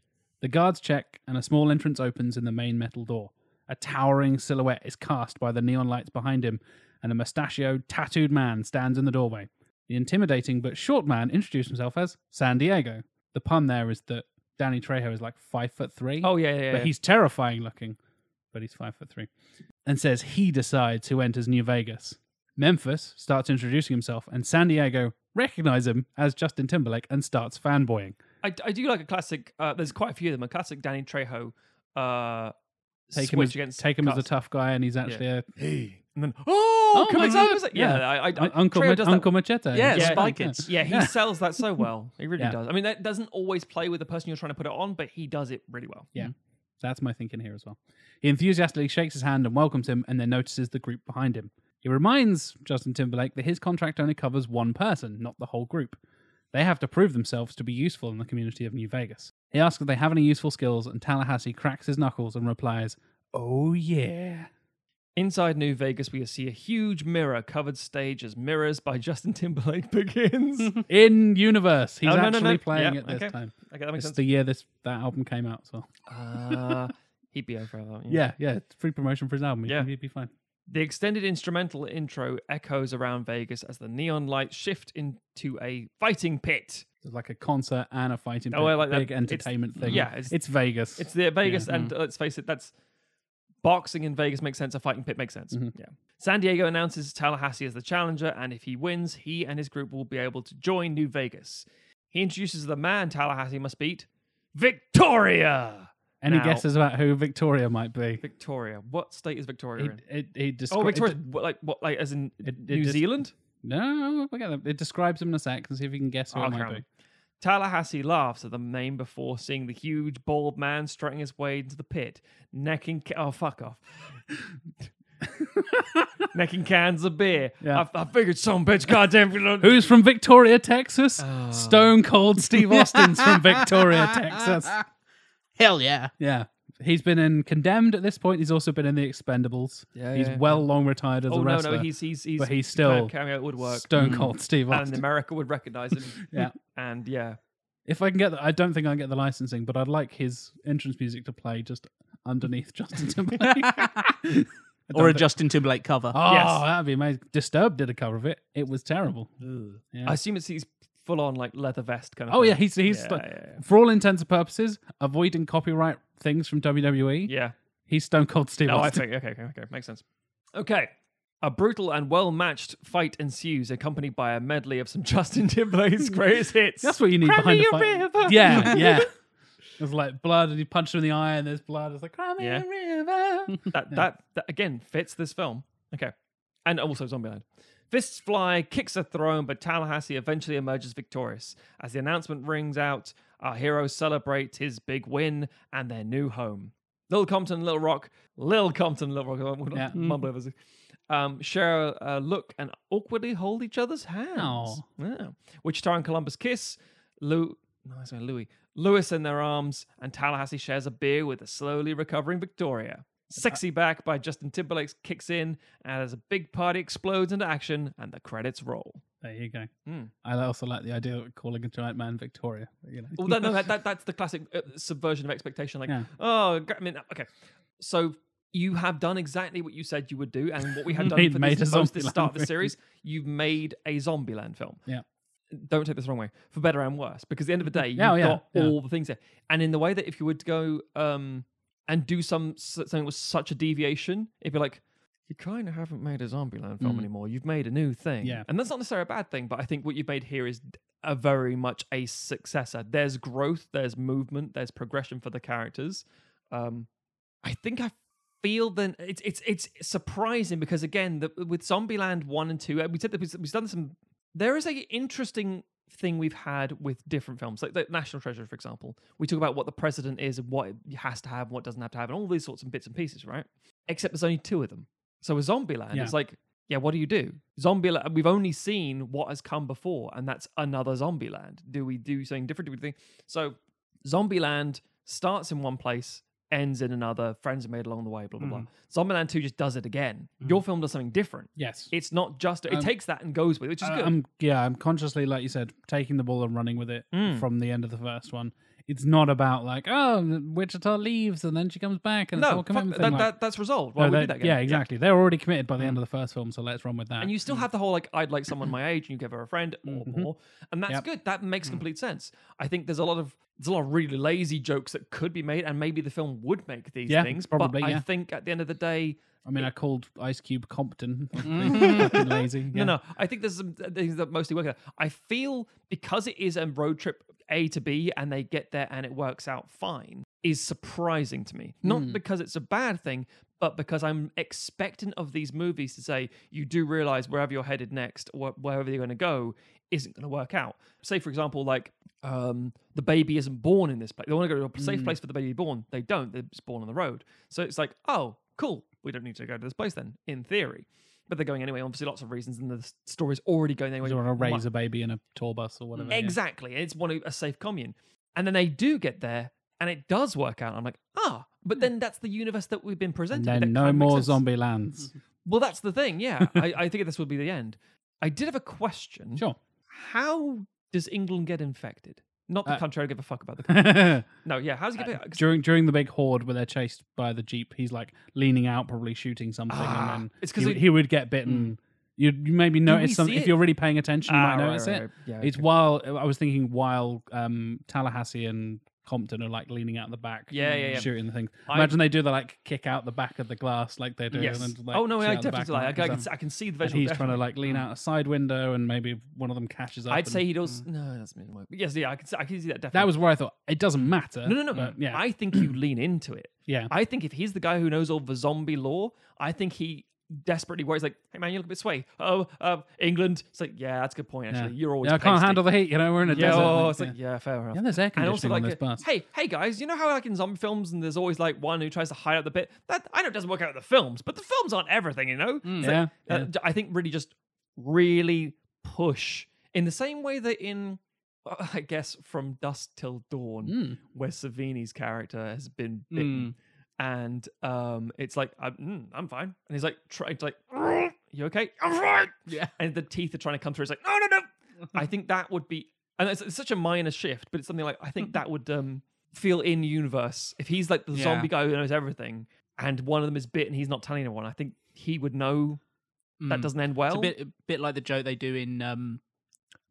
Speaker 1: The guards check, and a small entrance opens in the main metal door. A towering silhouette is cast by the neon lights behind him, and a mustachioed, tattooed man stands in the doorway. The intimidating but short man introduced himself as San Diego. The pun there is that Danny Trejo is like five foot three.
Speaker 2: Oh yeah, yeah. yeah.
Speaker 1: But he's terrifying looking. But he's five foot three. And says he decides who enters New Vegas. Memphis starts introducing himself, and San Diego recognize him as Justin Timberlake and starts fanboying.
Speaker 2: I, I do like a classic. Uh, there's quite a few of them. A classic Danny Trejo uh,
Speaker 1: Take him
Speaker 2: switch
Speaker 1: as,
Speaker 2: against
Speaker 1: take him as a
Speaker 2: Gus.
Speaker 1: tough guy, and he's actually a
Speaker 2: and then oh,
Speaker 1: Oh
Speaker 2: come
Speaker 1: my
Speaker 2: on,
Speaker 1: God.
Speaker 2: Sam, it's like- yeah,
Speaker 1: Yeah.
Speaker 2: I, I,
Speaker 1: Un- Uncle,
Speaker 2: Trejo
Speaker 1: Ma-
Speaker 2: does that-
Speaker 1: Uncle Machete.
Speaker 2: Yeah, Yeah.
Speaker 3: Spy Kids.
Speaker 2: Yeah, he sells that so well. He really
Speaker 1: Yeah.
Speaker 2: does. I mean, that doesn't always play with the person you're trying to put it on, but he does it really well.
Speaker 1: Yeah. That's my thinking here as well. He enthusiastically shakes his hand and welcomes him, and then notices the group behind him. He reminds Justin Timberlake that his contract only covers one person, not the whole group. They have to prove themselves to be useful in the community of New Vegas. He asks if they have any useful skills, and Tallahassee cracks his knuckles and replies, Oh, yeah.
Speaker 2: Inside New Vegas, we see a huge mirror covered stage as Mirrors by Justin Timberlake begins. okay,
Speaker 1: In universe. He's
Speaker 2: Oh, no, no,
Speaker 1: actually
Speaker 2: no.
Speaker 1: playing
Speaker 2: Yeah,
Speaker 1: it this
Speaker 2: okay.
Speaker 1: time.
Speaker 2: that makes
Speaker 1: It's
Speaker 2: sense.
Speaker 1: the year this that album came out as well.
Speaker 2: uh, he'd be over that.
Speaker 1: Yeah, yeah. It's free promotion for his album.
Speaker 2: Yeah.
Speaker 1: Yeah. He'd be fine.
Speaker 2: The extended instrumental intro echoes around Vegas as the neon lights shift into a fighting pit.
Speaker 1: It's like a concert and a fighting
Speaker 2: Oh, I
Speaker 1: big-
Speaker 2: like that.
Speaker 1: big
Speaker 2: It's-
Speaker 1: entertainment thing.
Speaker 2: yeah, it's-
Speaker 1: it's Vegas.
Speaker 2: It's the Vegas, and uh, let's face it, that's boxing in Vegas makes sense. A fighting pit makes sense. Yeah. San Diego announces Tallahassee as the challenger, and if he wins, he and his group will be able to join New Vegas. He introduces the man Tallahassee must beat, Victoria.
Speaker 1: Any
Speaker 2: Now-
Speaker 1: guesses about who Victoria might be?
Speaker 2: Victoria. What state is Victoria
Speaker 1: It,
Speaker 2: in?
Speaker 1: it, it descri-
Speaker 2: Oh, Victoria.
Speaker 1: It,
Speaker 2: what, like what? Like as in
Speaker 1: It- it
Speaker 2: New
Speaker 1: just-
Speaker 2: Zealand?
Speaker 1: no, forget that. It describes him in a sec and see if you can guess who
Speaker 2: Oh,
Speaker 1: it might
Speaker 2: okay.
Speaker 1: be.
Speaker 2: Tallahassee laughs at the name before seeing the huge bald man strutting his way into the pit, necking. Ca- oh, fuck off. necking cans of beer.
Speaker 1: Yeah.
Speaker 2: I, I figured some bitch, goddamn. Who?
Speaker 1: Who's from Victoria, Texas?
Speaker 2: Oh.
Speaker 1: Stone Cold Steve Austin's from Victoria, Texas.
Speaker 3: Hell yeah.
Speaker 1: Yeah. He's been in Condemned at this point. He's also been in The Expendables.
Speaker 2: Yeah,
Speaker 1: he's
Speaker 2: yeah,
Speaker 1: well long retired as
Speaker 2: Oh,
Speaker 1: a
Speaker 2: no,
Speaker 1: wrestler.
Speaker 2: no. He's, Mm. he's, he's,
Speaker 1: but he's still
Speaker 2: carrying out woodwork.
Speaker 1: Stone Cold Steve
Speaker 2: and
Speaker 1: Austin.
Speaker 2: America would recognize him.
Speaker 1: Yeah.
Speaker 2: And yeah.
Speaker 1: If I can get the, I don't think I can get the licensing, but I'd like his entrance music to play just underneath Justin Timberlake.
Speaker 3: Or a Justin Timberlake cover.
Speaker 1: Oh,
Speaker 2: Yes.
Speaker 1: that'd be amazing. Disturbed did a cover of it. It was terrible. Yeah.
Speaker 2: I assume it's he's full on like leather vest kind of
Speaker 1: Oh
Speaker 2: thing.
Speaker 1: yeah, he's he's
Speaker 2: Yeah,
Speaker 1: like,
Speaker 2: yeah, yeah.
Speaker 1: for all intents and purposes, avoiding copyright things from WWE.
Speaker 2: Yeah.
Speaker 1: He's Stone Cold Steve
Speaker 2: No, I
Speaker 1: Austin.
Speaker 2: think okay, okay, okay, makes sense. Okay, a brutal and well-matched fight ensues, accompanied by a medley of some Justin Timberlake's greatest hits.
Speaker 1: That's what you need
Speaker 2: Cry
Speaker 1: behind
Speaker 2: me
Speaker 1: a
Speaker 2: a
Speaker 1: fight.
Speaker 2: river.
Speaker 1: Yeah, yeah. It's like blood, and you punch him in the eye, and there's blood. It's like cry me a
Speaker 2: Yeah.
Speaker 1: river.
Speaker 2: that, that that again fits this film. Okay, and also Zombieland. Fists fly, kicks are thrown, but Tallahassee eventually emerges victorious. As the announcement rings out, our heroes celebrate his big win and their new home. Little Compton, Little Rock, Little Compton, Little Rock. I'm
Speaker 1: Yeah.
Speaker 2: gonna mumble over this. Um, share a, a look and awkwardly hold each other's hands.
Speaker 1: Aw.
Speaker 2: Yeah. Wichita and Columbus kiss. Lou, no, that's not Louis. Lewis in their arms, and Tallahassee shares a beer with the slowly recovering Victoria. Sexy Back by Justin Timberlake kicks in, and as a big party explodes into action, and the credits roll.
Speaker 1: there you go.
Speaker 2: Hmm.
Speaker 1: I also like the idea of calling a giant man Victoria. but, You know.
Speaker 2: Well, that, no, that, that, that's the classic uh, subversion of expectation. Like,
Speaker 1: Yeah.
Speaker 2: oh, g- I mean, okay. So you have done exactly what you said you would do, and what we have done
Speaker 1: Made-
Speaker 2: for
Speaker 1: made
Speaker 2: this,
Speaker 1: a
Speaker 2: post this
Speaker 1: Zombieland
Speaker 2: start of the
Speaker 1: movie.
Speaker 2: series. You've made a Zombieland film.
Speaker 1: Yeah.
Speaker 2: Don't take this the wrong way, for better and worse, because at the end of the day, you've
Speaker 1: Yeah, oh, yeah,
Speaker 2: got
Speaker 1: yeah.
Speaker 2: all the things there. And in the way that if you were to go um, and do some s- something with such a deviation, it'd be like, you kind of haven't made a Zombieland film anymore. You've made a new thing.
Speaker 1: Mm. Yeah.
Speaker 2: And that's not necessarily a bad thing, but I think what you've made here is a very much a successor. There's growth, there's movement, there's progression for the characters. Um, I think I feel then it's it's it's surprising because again, the, with Zombieland one and two, uh, we said that we've we've done some. There is a interesting thing we've had with different films, like the National Treasure, for example. We talk about what the president is and what it has to have, and what doesn't have to have, and all these sorts of bits and pieces, right? Except there's only two of them. So with Zombieland,
Speaker 1: Yeah.
Speaker 2: it's like, yeah, what do you do? Zombieland. We've only seen what has come before, and that's another Zombieland. Do we do something different? Do we think so? Zombieland starts in one place, ends in another. Friends are made along the way. Blah blah
Speaker 1: Mm.
Speaker 2: blah. Zombieland Two just does it again. Your film does something different.
Speaker 1: Yes.
Speaker 2: It's not just it
Speaker 1: Mm. Um,
Speaker 2: takes that and goes with it, which is
Speaker 1: I-
Speaker 2: good.
Speaker 1: I'm yeah, I'm consciously, like you said, taking the ball and running with it
Speaker 2: Hmm.
Speaker 1: from the end of the first one. It's not about like, oh, Wichita leaves and then she comes back and it's all
Speaker 2: no, fuck,
Speaker 1: commitment
Speaker 2: that,
Speaker 1: thing. like,
Speaker 2: that, that's resolved.
Speaker 1: no,
Speaker 2: Why would we do
Speaker 1: they-
Speaker 2: that again? Hmm.
Speaker 1: yeah, exactly. They're already committed by the end of the first film, so let's run with that.
Speaker 2: And you still have the whole like I'd like someone my age, and you give her a friend or more, and that's
Speaker 1: Mm-hmm. Yep. Mm.
Speaker 2: good. That makes complete sense. I think there's a lot of there's a lot of really lazy jokes that could be made, and maybe the film would make these
Speaker 1: Yeah,
Speaker 2: things.
Speaker 1: probably,
Speaker 2: but I
Speaker 1: yeah.
Speaker 2: think at the end of the day,
Speaker 1: I mean, I called Ice Cube Compton. Fucking lazy. Yeah.
Speaker 2: no, no. I think there's some uh, things that mostly work. Out. I feel because it is a road trip A to B, and they get there and it works out fine, is surprising to me. Not because it's a bad thing, but because I'm expectant of these movies to say you do realize wherever you're headed next, or wherever you're going to go, isn't going to work out. Say, for example, like. Um, the baby isn't born in this place. They want to go to a safe place for the baby to be born. They don't. They're just born on the road. So it's like, oh, cool. We don't need to go to this place then, in theory but they're going anyway. Obviously, lots of reasons, and the s- story's already going anyway.
Speaker 1: You want to
Speaker 2: Why-
Speaker 1: raise a baby in a tour bus or whatever. yeah.
Speaker 2: Exactly, and it's one of- a safe commune, and then they do get there, and it does work out. I'm like, ah, but then that's the universe that we've been
Speaker 1: And
Speaker 2: presented.
Speaker 1: then
Speaker 2: with. That
Speaker 1: no
Speaker 2: kinda makes
Speaker 1: more
Speaker 2: sense.
Speaker 1: zombie lands.
Speaker 2: Well, that's the thing. Yeah, I, I think this would be the end. I did have a question.
Speaker 1: Sure.
Speaker 2: How does England get infected? Not the
Speaker 1: Uh,
Speaker 2: country. I don't give a fuck about the. country.
Speaker 1: during
Speaker 2: no, yeah. How's it get? infected?
Speaker 1: during the big horde where they're chased by the jeep, he's like leaning out, probably shooting something,
Speaker 2: Ah,
Speaker 1: and then
Speaker 2: it's 'cause
Speaker 1: he,
Speaker 2: it-
Speaker 1: he would get bitten. You you maybe notice
Speaker 2: we
Speaker 1: something
Speaker 2: see
Speaker 1: if
Speaker 2: it?
Speaker 1: you're really paying attention. You
Speaker 2: Ah,
Speaker 1: might
Speaker 2: right,
Speaker 1: notice
Speaker 2: right,
Speaker 1: it.
Speaker 2: right. Yeah,
Speaker 1: It's
Speaker 2: okay.
Speaker 1: while I was thinking while um, Tallahassee and Compton are like leaning out the back,
Speaker 2: Yeah, yeah, yeah.
Speaker 1: shooting the things.
Speaker 2: I-
Speaker 1: Imagine they do the like kick out the back of the glass like they do.
Speaker 2: yes.
Speaker 1: And, then, like,
Speaker 2: oh no,
Speaker 1: shoot
Speaker 2: I
Speaker 1: out the back
Speaker 2: definitely like.
Speaker 1: and
Speaker 2: I
Speaker 1: that
Speaker 2: can,
Speaker 1: stuff.
Speaker 2: I can see the
Speaker 1: And
Speaker 2: visual.
Speaker 1: he's trying to
Speaker 2: definitely. Hmm.
Speaker 1: like lean out a side window, and maybe one of them catches up.
Speaker 2: I'd
Speaker 1: and-
Speaker 2: say he does. No, that's minimum. Yes, yeah, I can. see- I can see that definitely.
Speaker 1: that was where I thought it doesn't matter.
Speaker 2: No, no, no.
Speaker 1: but yeah,
Speaker 2: I think you lean into it.
Speaker 1: yeah.
Speaker 2: I think if he's the guy who knows all the zombie lore, I think he desperately worries like, "Hey man, you look a bit sway. Oh, uh, England." It's like, yeah, that's a good point. Actually, you're always.
Speaker 1: Yeah, I can't
Speaker 2: pasty.
Speaker 1: handle the heat. You know, we're in a
Speaker 2: Yeah,
Speaker 1: desert.
Speaker 2: oh,
Speaker 1: like,
Speaker 2: it's like yeah. fair enough.
Speaker 1: Yeah, there's air
Speaker 2: and also
Speaker 1: conditioning on
Speaker 2: like,
Speaker 1: this
Speaker 2: uh,
Speaker 1: bus.
Speaker 2: hey, hey guys, you know how like in zombie films and there's always like one who tries to hide out the bit. That I know it doesn't work out in the films, but the films aren't everything, you know. It's like,
Speaker 1: Mm, yeah,
Speaker 2: uh,
Speaker 1: yeah.
Speaker 2: d- I think really just really push in the same way that in. uh, I guess from dusk till dawn,
Speaker 1: Mm.
Speaker 2: where Savini's character has been
Speaker 3: Mm.
Speaker 2: bitten, and um, it's like I'm, mm, I'm fine, and he's like trying to like, you okay? I'm fine.
Speaker 3: Yeah.
Speaker 2: and the teeth are trying to come through. It's like no, no, no. I think that would be, and it's, it's such a minor shift, but it's something like I think that would um feel in universe if he's like the
Speaker 3: Yeah.
Speaker 2: zombie guy who knows everything, and one of them is bit and he's not telling anyone. I think he would know that
Speaker 3: Mm.
Speaker 2: doesn't end well.
Speaker 3: It's a bit, a bit like the joke they do in um,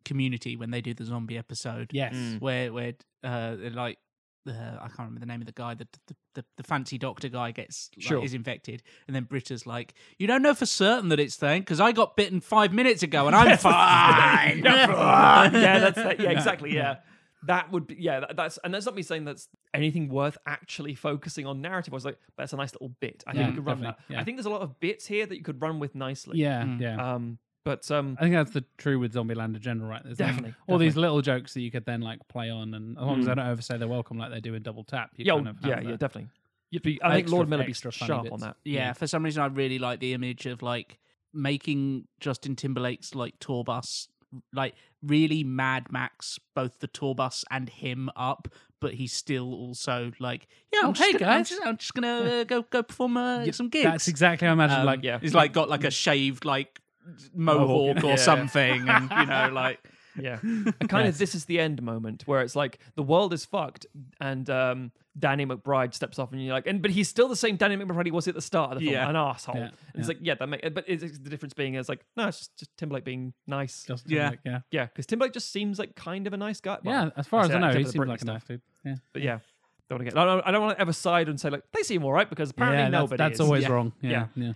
Speaker 3: Community when they do the zombie episode.
Speaker 1: Yes.
Speaker 2: Mm.
Speaker 3: where where uh, they're like uh, I can't remember the name of the guy. The the, the, the fancy doctor guy gets like,
Speaker 2: Sure.
Speaker 3: is infected, and then Britta's like, "You don't know for certain that it's thing because I got bitten five minutes ago and I'm fine."
Speaker 2: yeah, that's that. Yeah, exactly. Yeah. That would be yeah. That, that's and that's not me saying that's anything worth actually focusing on narrative. I was like, that's a nice little bit. I think
Speaker 1: Yeah,
Speaker 2: we could run that.
Speaker 1: definitely, yeah.
Speaker 2: I think there's a lot of bits here that you could run with nicely.
Speaker 1: Yeah,
Speaker 3: Mm.
Speaker 1: yeah.
Speaker 2: Um. But um.
Speaker 1: I think that's the true with Zombieland in general, right? There's like
Speaker 2: Definitely,
Speaker 1: all these little jokes that you could then like play on, and as long as they don't overstay their welcome like they do in Double Tap, you
Speaker 2: Yeah.
Speaker 1: kind
Speaker 2: oh,
Speaker 1: of have
Speaker 2: yeah.
Speaker 1: the-
Speaker 2: Yeah. Definitely. You'd be. I think
Speaker 1: extra-
Speaker 2: Lord Miller would be
Speaker 1: extra funny
Speaker 2: sharp on
Speaker 1: bits.
Speaker 2: that.
Speaker 3: yeah. For some reason, I really like the image of like making Justin Timberlake's like tour bus like really Mad Max both the tour bus and him up, but he's still also like, yeah, I'm
Speaker 1: Oh,
Speaker 3: just
Speaker 1: hey,
Speaker 3: gonna, I'm
Speaker 1: guys.
Speaker 3: just, I'm just gonna uh, go go perform uh, some gigs.
Speaker 1: That's exactly how I imagine.
Speaker 3: Um,
Speaker 1: like,
Speaker 2: yeah.
Speaker 3: he's like got like a shaved like
Speaker 1: Mohawk.
Speaker 3: mohawk or something, and you know like
Speaker 2: Yeah. A kind of this is the end moment where it's like the world is fucked and um Danny McBride steps off and you're like and but he's still the same Danny McBride he was at the start of the film,
Speaker 3: Yeah.
Speaker 2: an asshole.
Speaker 1: Yeah,
Speaker 2: And it's like, yeah, that makes but it's, it's the difference being is like, no, it's just, just Timberlake being nice.
Speaker 1: Justin
Speaker 3: Yeah.
Speaker 1: Timberlake, yeah,
Speaker 2: yeah, because Timberlake just seems like kind of a nice guy. Well,
Speaker 1: yeah. As far as
Speaker 2: say
Speaker 1: I
Speaker 2: that
Speaker 1: know, he
Speaker 2: except
Speaker 1: seems
Speaker 2: for the Britney
Speaker 1: like a
Speaker 2: stuff.
Speaker 1: nice dude. Yeah,
Speaker 2: But yeah. Don't want to get I don't, I don't want to ever side and say like they seem all right because apparently
Speaker 1: yeah. That's,
Speaker 2: nobody
Speaker 1: that's
Speaker 2: is.
Speaker 1: always
Speaker 3: Yeah.
Speaker 1: wrong. Yeah,
Speaker 2: Yeah.
Speaker 1: yeah.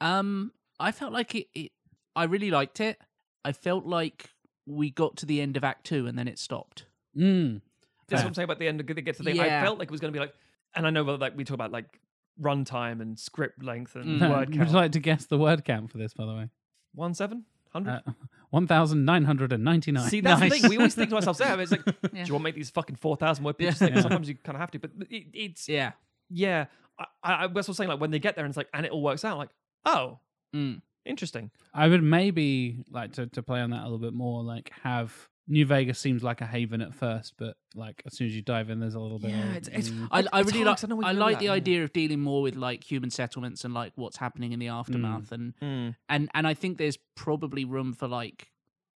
Speaker 3: Um, I felt like it, it. I really liked it. I felt like we got to the end of Act Two and then it stopped.
Speaker 1: Mm.
Speaker 2: That's what
Speaker 1: Fair.
Speaker 2: I'm saying about the end. They get to the. I
Speaker 3: Yeah.
Speaker 2: felt like it was going to be like, and I know that like we talk about like runtime and script length and
Speaker 3: Mm.
Speaker 2: word
Speaker 1: Would
Speaker 2: count.
Speaker 1: you like to guess the word count for this, by the way?
Speaker 2: One seven hundred.
Speaker 1: Uh, One thousand nine hundred and ninety-nine.
Speaker 2: See, that's the
Speaker 3: Nice.
Speaker 2: thing. We always think to ourselves, yeah, it's like, do you want to make these fucking 4,000 word pictures? Like,
Speaker 1: Yeah.
Speaker 2: Sometimes you kind of have to, but it, it's, yeah.
Speaker 3: Yeah.
Speaker 2: I, I, I was saying, like, when they get there and it's like, and it all works out, like, oh,
Speaker 3: Mm.
Speaker 2: interesting.
Speaker 1: I would maybe like to, to play on that a little bit more, like have New Vegas seems like a haven at first, but like as soon as you dive in, there's a little bit.
Speaker 2: Yeah,
Speaker 1: of,
Speaker 2: it's- it's-
Speaker 1: mm.
Speaker 3: I, I
Speaker 2: It's
Speaker 3: really
Speaker 2: hard,
Speaker 3: like
Speaker 2: 'cause I know where
Speaker 3: I
Speaker 2: you're
Speaker 3: like
Speaker 2: at,
Speaker 3: the
Speaker 2: yeah.
Speaker 3: idea of dealing more with like human settlements and like what's happening in the aftermath and
Speaker 2: Mm.
Speaker 3: and and I think there's probably room for like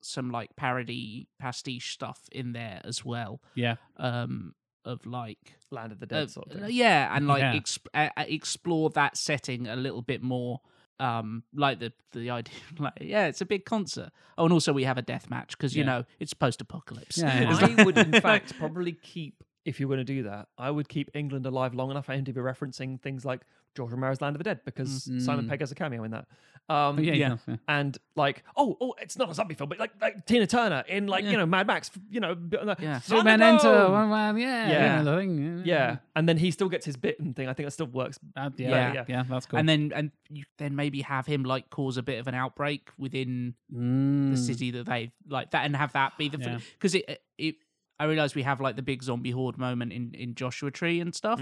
Speaker 3: some like parody pastiche stuff in there as well
Speaker 1: yeah,
Speaker 3: um of like
Speaker 2: Land of the Dead
Speaker 3: uh,
Speaker 2: sort of thing.
Speaker 3: yeah and like
Speaker 1: Yeah.
Speaker 3: exp- uh, uh, explore that setting a little bit more um like the the idea like yeah it's a big concert oh and also we have a death match because you
Speaker 1: Yeah.
Speaker 3: know it's post-apocalypse
Speaker 1: Yeah, yeah.
Speaker 3: It's
Speaker 2: I would, in fact, probably keep, if you were going to do that, I would keep England alive long enough for him to be referencing things like George Romero's Land of the Dead because Simon Pegg has a cameo in that. Um,
Speaker 1: yeah, yeah. yeah.
Speaker 2: And like, oh, oh, it's not a zombie film, but like, like Tina Turner in like, you know, Mad Max, you know, b- uh, like,
Speaker 3: Yeah.
Speaker 1: Superman
Speaker 2: Thunderdome!
Speaker 1: enter, one man, yeah,
Speaker 2: Yeah.
Speaker 1: you know, the thing,
Speaker 2: Yeah, and then he still gets his bit and thing. I think that still works.
Speaker 1: That- yeah,
Speaker 3: Yeah.
Speaker 1: yeah, yeah, that's cool.
Speaker 3: and then and you then maybe have him like cause a bit of an outbreak within
Speaker 1: then
Speaker 2: Hmm.
Speaker 3: the city that they like that and have that be the
Speaker 1: Yeah.
Speaker 3: because it it I realize we have like the big zombie horde moment in in Joshua Tree and stuff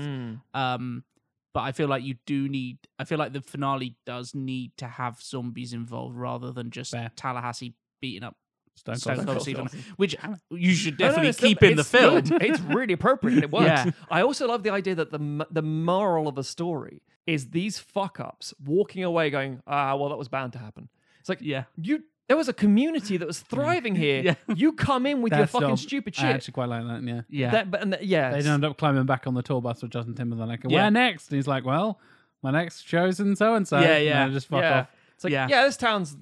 Speaker 3: um but I feel like you do need I feel like the finale does need to have zombies involved rather than just
Speaker 1: Fair.
Speaker 3: Tallahassee beating up
Speaker 1: Stone
Speaker 3: Stone
Speaker 1: Cold.
Speaker 3: Cold
Speaker 2: Cold
Speaker 3: Steve
Speaker 2: Steve
Speaker 3: Austin, which you should
Speaker 2: No, no,
Speaker 3: definitely
Speaker 2: it's still-
Speaker 3: keep in the
Speaker 2: it's
Speaker 3: film
Speaker 2: good. It's really appropriate and it works.
Speaker 3: Yeah.
Speaker 2: I also love the idea that the m- the moral of a story is these fuck ups walking away going, ah, well, that was bound to happen. It's like,
Speaker 3: yeah
Speaker 2: you there was a community that was thriving here.
Speaker 3: Yeah.
Speaker 2: You come in with
Speaker 1: That's
Speaker 2: your fucking
Speaker 1: dope.
Speaker 2: stupid
Speaker 1: I
Speaker 2: shit.
Speaker 1: actually quite like that. Yeah,
Speaker 3: yeah
Speaker 2: That, but, and that, yeah,
Speaker 1: they
Speaker 2: it's-
Speaker 1: didn't end up climbing back on the tour bus with Justin Timberlake. Where
Speaker 2: Yeah.
Speaker 1: next? And he's like, well, my next show's in so and so.
Speaker 3: Yeah, yeah.
Speaker 1: Just fuck
Speaker 2: yeah.
Speaker 1: off.
Speaker 2: It's like,
Speaker 3: Yeah.
Speaker 2: yeah. this town's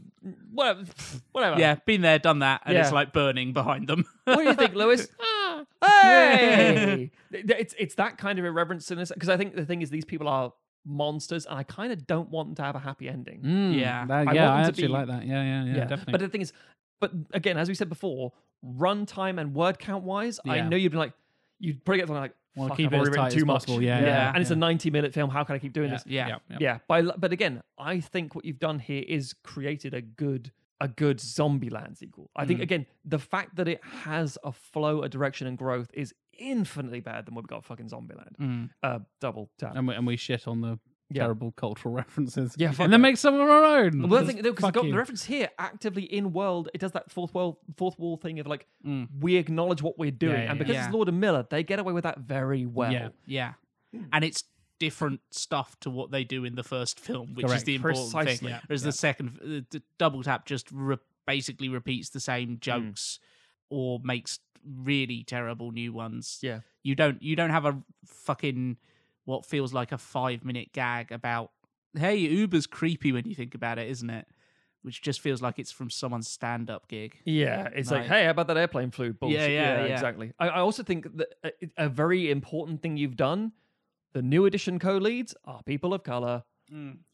Speaker 2: whatever. whatever.
Speaker 3: yeah been there done that and it's
Speaker 2: Yeah.
Speaker 3: like burning behind them
Speaker 2: What do you think, Lewis? Ah, hey! Th- th- it's it's that kind of irreverence in this because I think the thing is these people are monsters, and I kind of don't want them to have a happy ending.
Speaker 1: Mm,
Speaker 3: Yeah.
Speaker 1: that-
Speaker 2: I
Speaker 1: yeah,
Speaker 2: want
Speaker 1: I
Speaker 2: them to
Speaker 1: actually
Speaker 2: be-
Speaker 1: like that. Yeah, yeah, yeah, definitely.
Speaker 2: But the thing is, but again, as we said before, runtime and word count wise, I
Speaker 1: Yeah.
Speaker 2: know you'd be like, you'd probably get something like,
Speaker 1: Wanna
Speaker 2: fuck,
Speaker 1: keep
Speaker 2: I've
Speaker 1: it as
Speaker 2: already written
Speaker 1: tight
Speaker 2: too
Speaker 1: as
Speaker 2: much.
Speaker 1: possible. Yeah, yeah,
Speaker 2: and it's a
Speaker 1: yeah.
Speaker 2: ninety-minute film. How can I keep doing this?
Speaker 3: yeah.
Speaker 2: Yeah, by, l- but again, I think what you've done here is created a good a good Zombieland sequel. I think again, the fact that it has a flow, a direction, and growth is infinitely better than what we got fucking Zombieland.
Speaker 3: Mm.
Speaker 1: Mm.
Speaker 2: Uh, double tap.
Speaker 1: And we, and we shit on the
Speaker 2: Yeah.
Speaker 1: terrible cultural references.
Speaker 2: Yeah, fuck
Speaker 1: and then
Speaker 2: it.
Speaker 1: make some of our own.
Speaker 2: well, I think because
Speaker 1: Fuck
Speaker 2: got
Speaker 1: you.
Speaker 2: the reference here actively in world, it does that fourth world fourth wall thing of like we acknowledge what we're doing,
Speaker 1: yeah,
Speaker 2: and because
Speaker 3: yeah.
Speaker 2: it's Lord and Miller, they get away with that very well.
Speaker 1: Yeah.
Speaker 3: Yeah.
Speaker 2: Hmm.
Speaker 3: And it's different stuff to what they do in the first film, which is
Speaker 1: Correct.
Speaker 3: the important
Speaker 2: Precisely.
Speaker 3: thing.
Speaker 2: Yeah.
Speaker 3: Whereas the second, the, the Double Tap just re- basically repeats the
Speaker 2: Mm.
Speaker 3: same jokes or makes really terrible new ones.
Speaker 2: Yeah.
Speaker 3: You don't you don't have a fucking what feels like a 5 minute gag about hey, Uber's creepy when you think about it, isn't it? Which just feels like it's from someone's stand up gig.
Speaker 2: Yeah, it's like,
Speaker 3: Like-
Speaker 2: hey, how about that airplane flu bullshit?
Speaker 3: Yeah, yeah, yeah.
Speaker 2: exactly. I, I also think that a, a very important thing you've done, the new edition co-leads are people of color,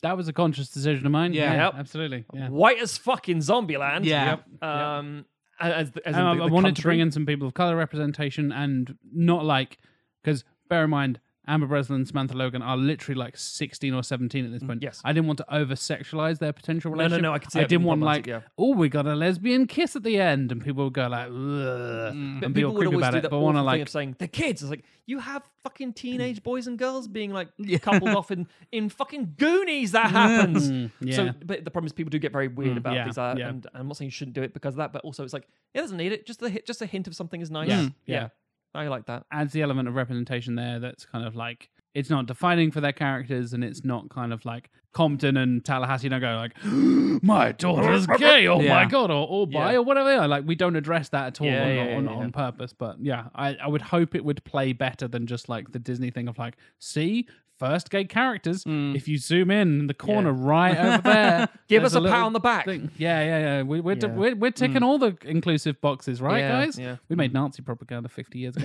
Speaker 1: that was a conscious decision of mine.
Speaker 3: Yeah.
Speaker 1: Yeah,
Speaker 2: Yep.
Speaker 1: absolutely. Yeah.
Speaker 2: white as fucking Zombieland.
Speaker 3: Yeah. Yep,
Speaker 2: Um, as the- as in
Speaker 1: And I,
Speaker 2: the-
Speaker 1: I
Speaker 2: the
Speaker 1: wanted to
Speaker 2: country.
Speaker 1: bring in some people of color representation and not like, because bear in mind, Amber Breslin and Samantha Logan are literally like 16 or 17 at this point.
Speaker 2: Mm, yes.
Speaker 1: I didn't want to over sexualize their potential
Speaker 2: no,
Speaker 1: relationship.
Speaker 2: no, I can see
Speaker 1: I
Speaker 2: that being
Speaker 1: didn't want like,
Speaker 2: problematic,
Speaker 1: oh, we got a lesbian kiss at the end. And people would go like, Ugh, and
Speaker 2: Mm. But
Speaker 1: be all
Speaker 2: people would
Speaker 1: creepy
Speaker 2: always
Speaker 1: about
Speaker 2: do
Speaker 1: it.
Speaker 2: that
Speaker 1: But I
Speaker 2: awful
Speaker 1: want to
Speaker 2: thing
Speaker 1: like,
Speaker 2: of saying the kids. It's like you have fucking teenage boys and girls being like coupled off in in fucking Goonies. That happens.
Speaker 1: Mm, yeah. Mm,
Speaker 2: So, but the problem is people do get very weird about
Speaker 1: yeah,
Speaker 2: things. Like, that,
Speaker 1: yeah.
Speaker 2: and, and I'm not saying you shouldn't do it because of that, but also it's like it doesn't need it. Just the hit, just a hint of something is nice. Mm,
Speaker 1: Yeah, yeah.
Speaker 2: I like that.
Speaker 1: adds the element of representation there that's kind of like it's not defining for their characters and it's not kind of like Compton and Tallahassee don't go like my daughter's gay oh my
Speaker 3: Yeah.
Speaker 1: god or, or bi
Speaker 2: Yeah.
Speaker 1: or whatever they are. like we don't address that at all
Speaker 2: Yeah,
Speaker 1: on,
Speaker 2: yeah,
Speaker 1: on,
Speaker 2: yeah,
Speaker 1: on purpose but yeah I, I would hope it would play better than just like the Disney thing of like see first gay characters if you zoom in, in the corner right over there
Speaker 2: Mm. Give
Speaker 1: there's
Speaker 2: us a pat
Speaker 1: little
Speaker 2: on the back.
Speaker 1: thing. yeah yeah yeah we, we're, d-
Speaker 2: Yeah. Hmm.
Speaker 1: we're, we're ticking all the inclusive boxes right
Speaker 2: Yeah,
Speaker 1: guys
Speaker 2: yeah.
Speaker 1: we made Nazi propaganda 50 years ago.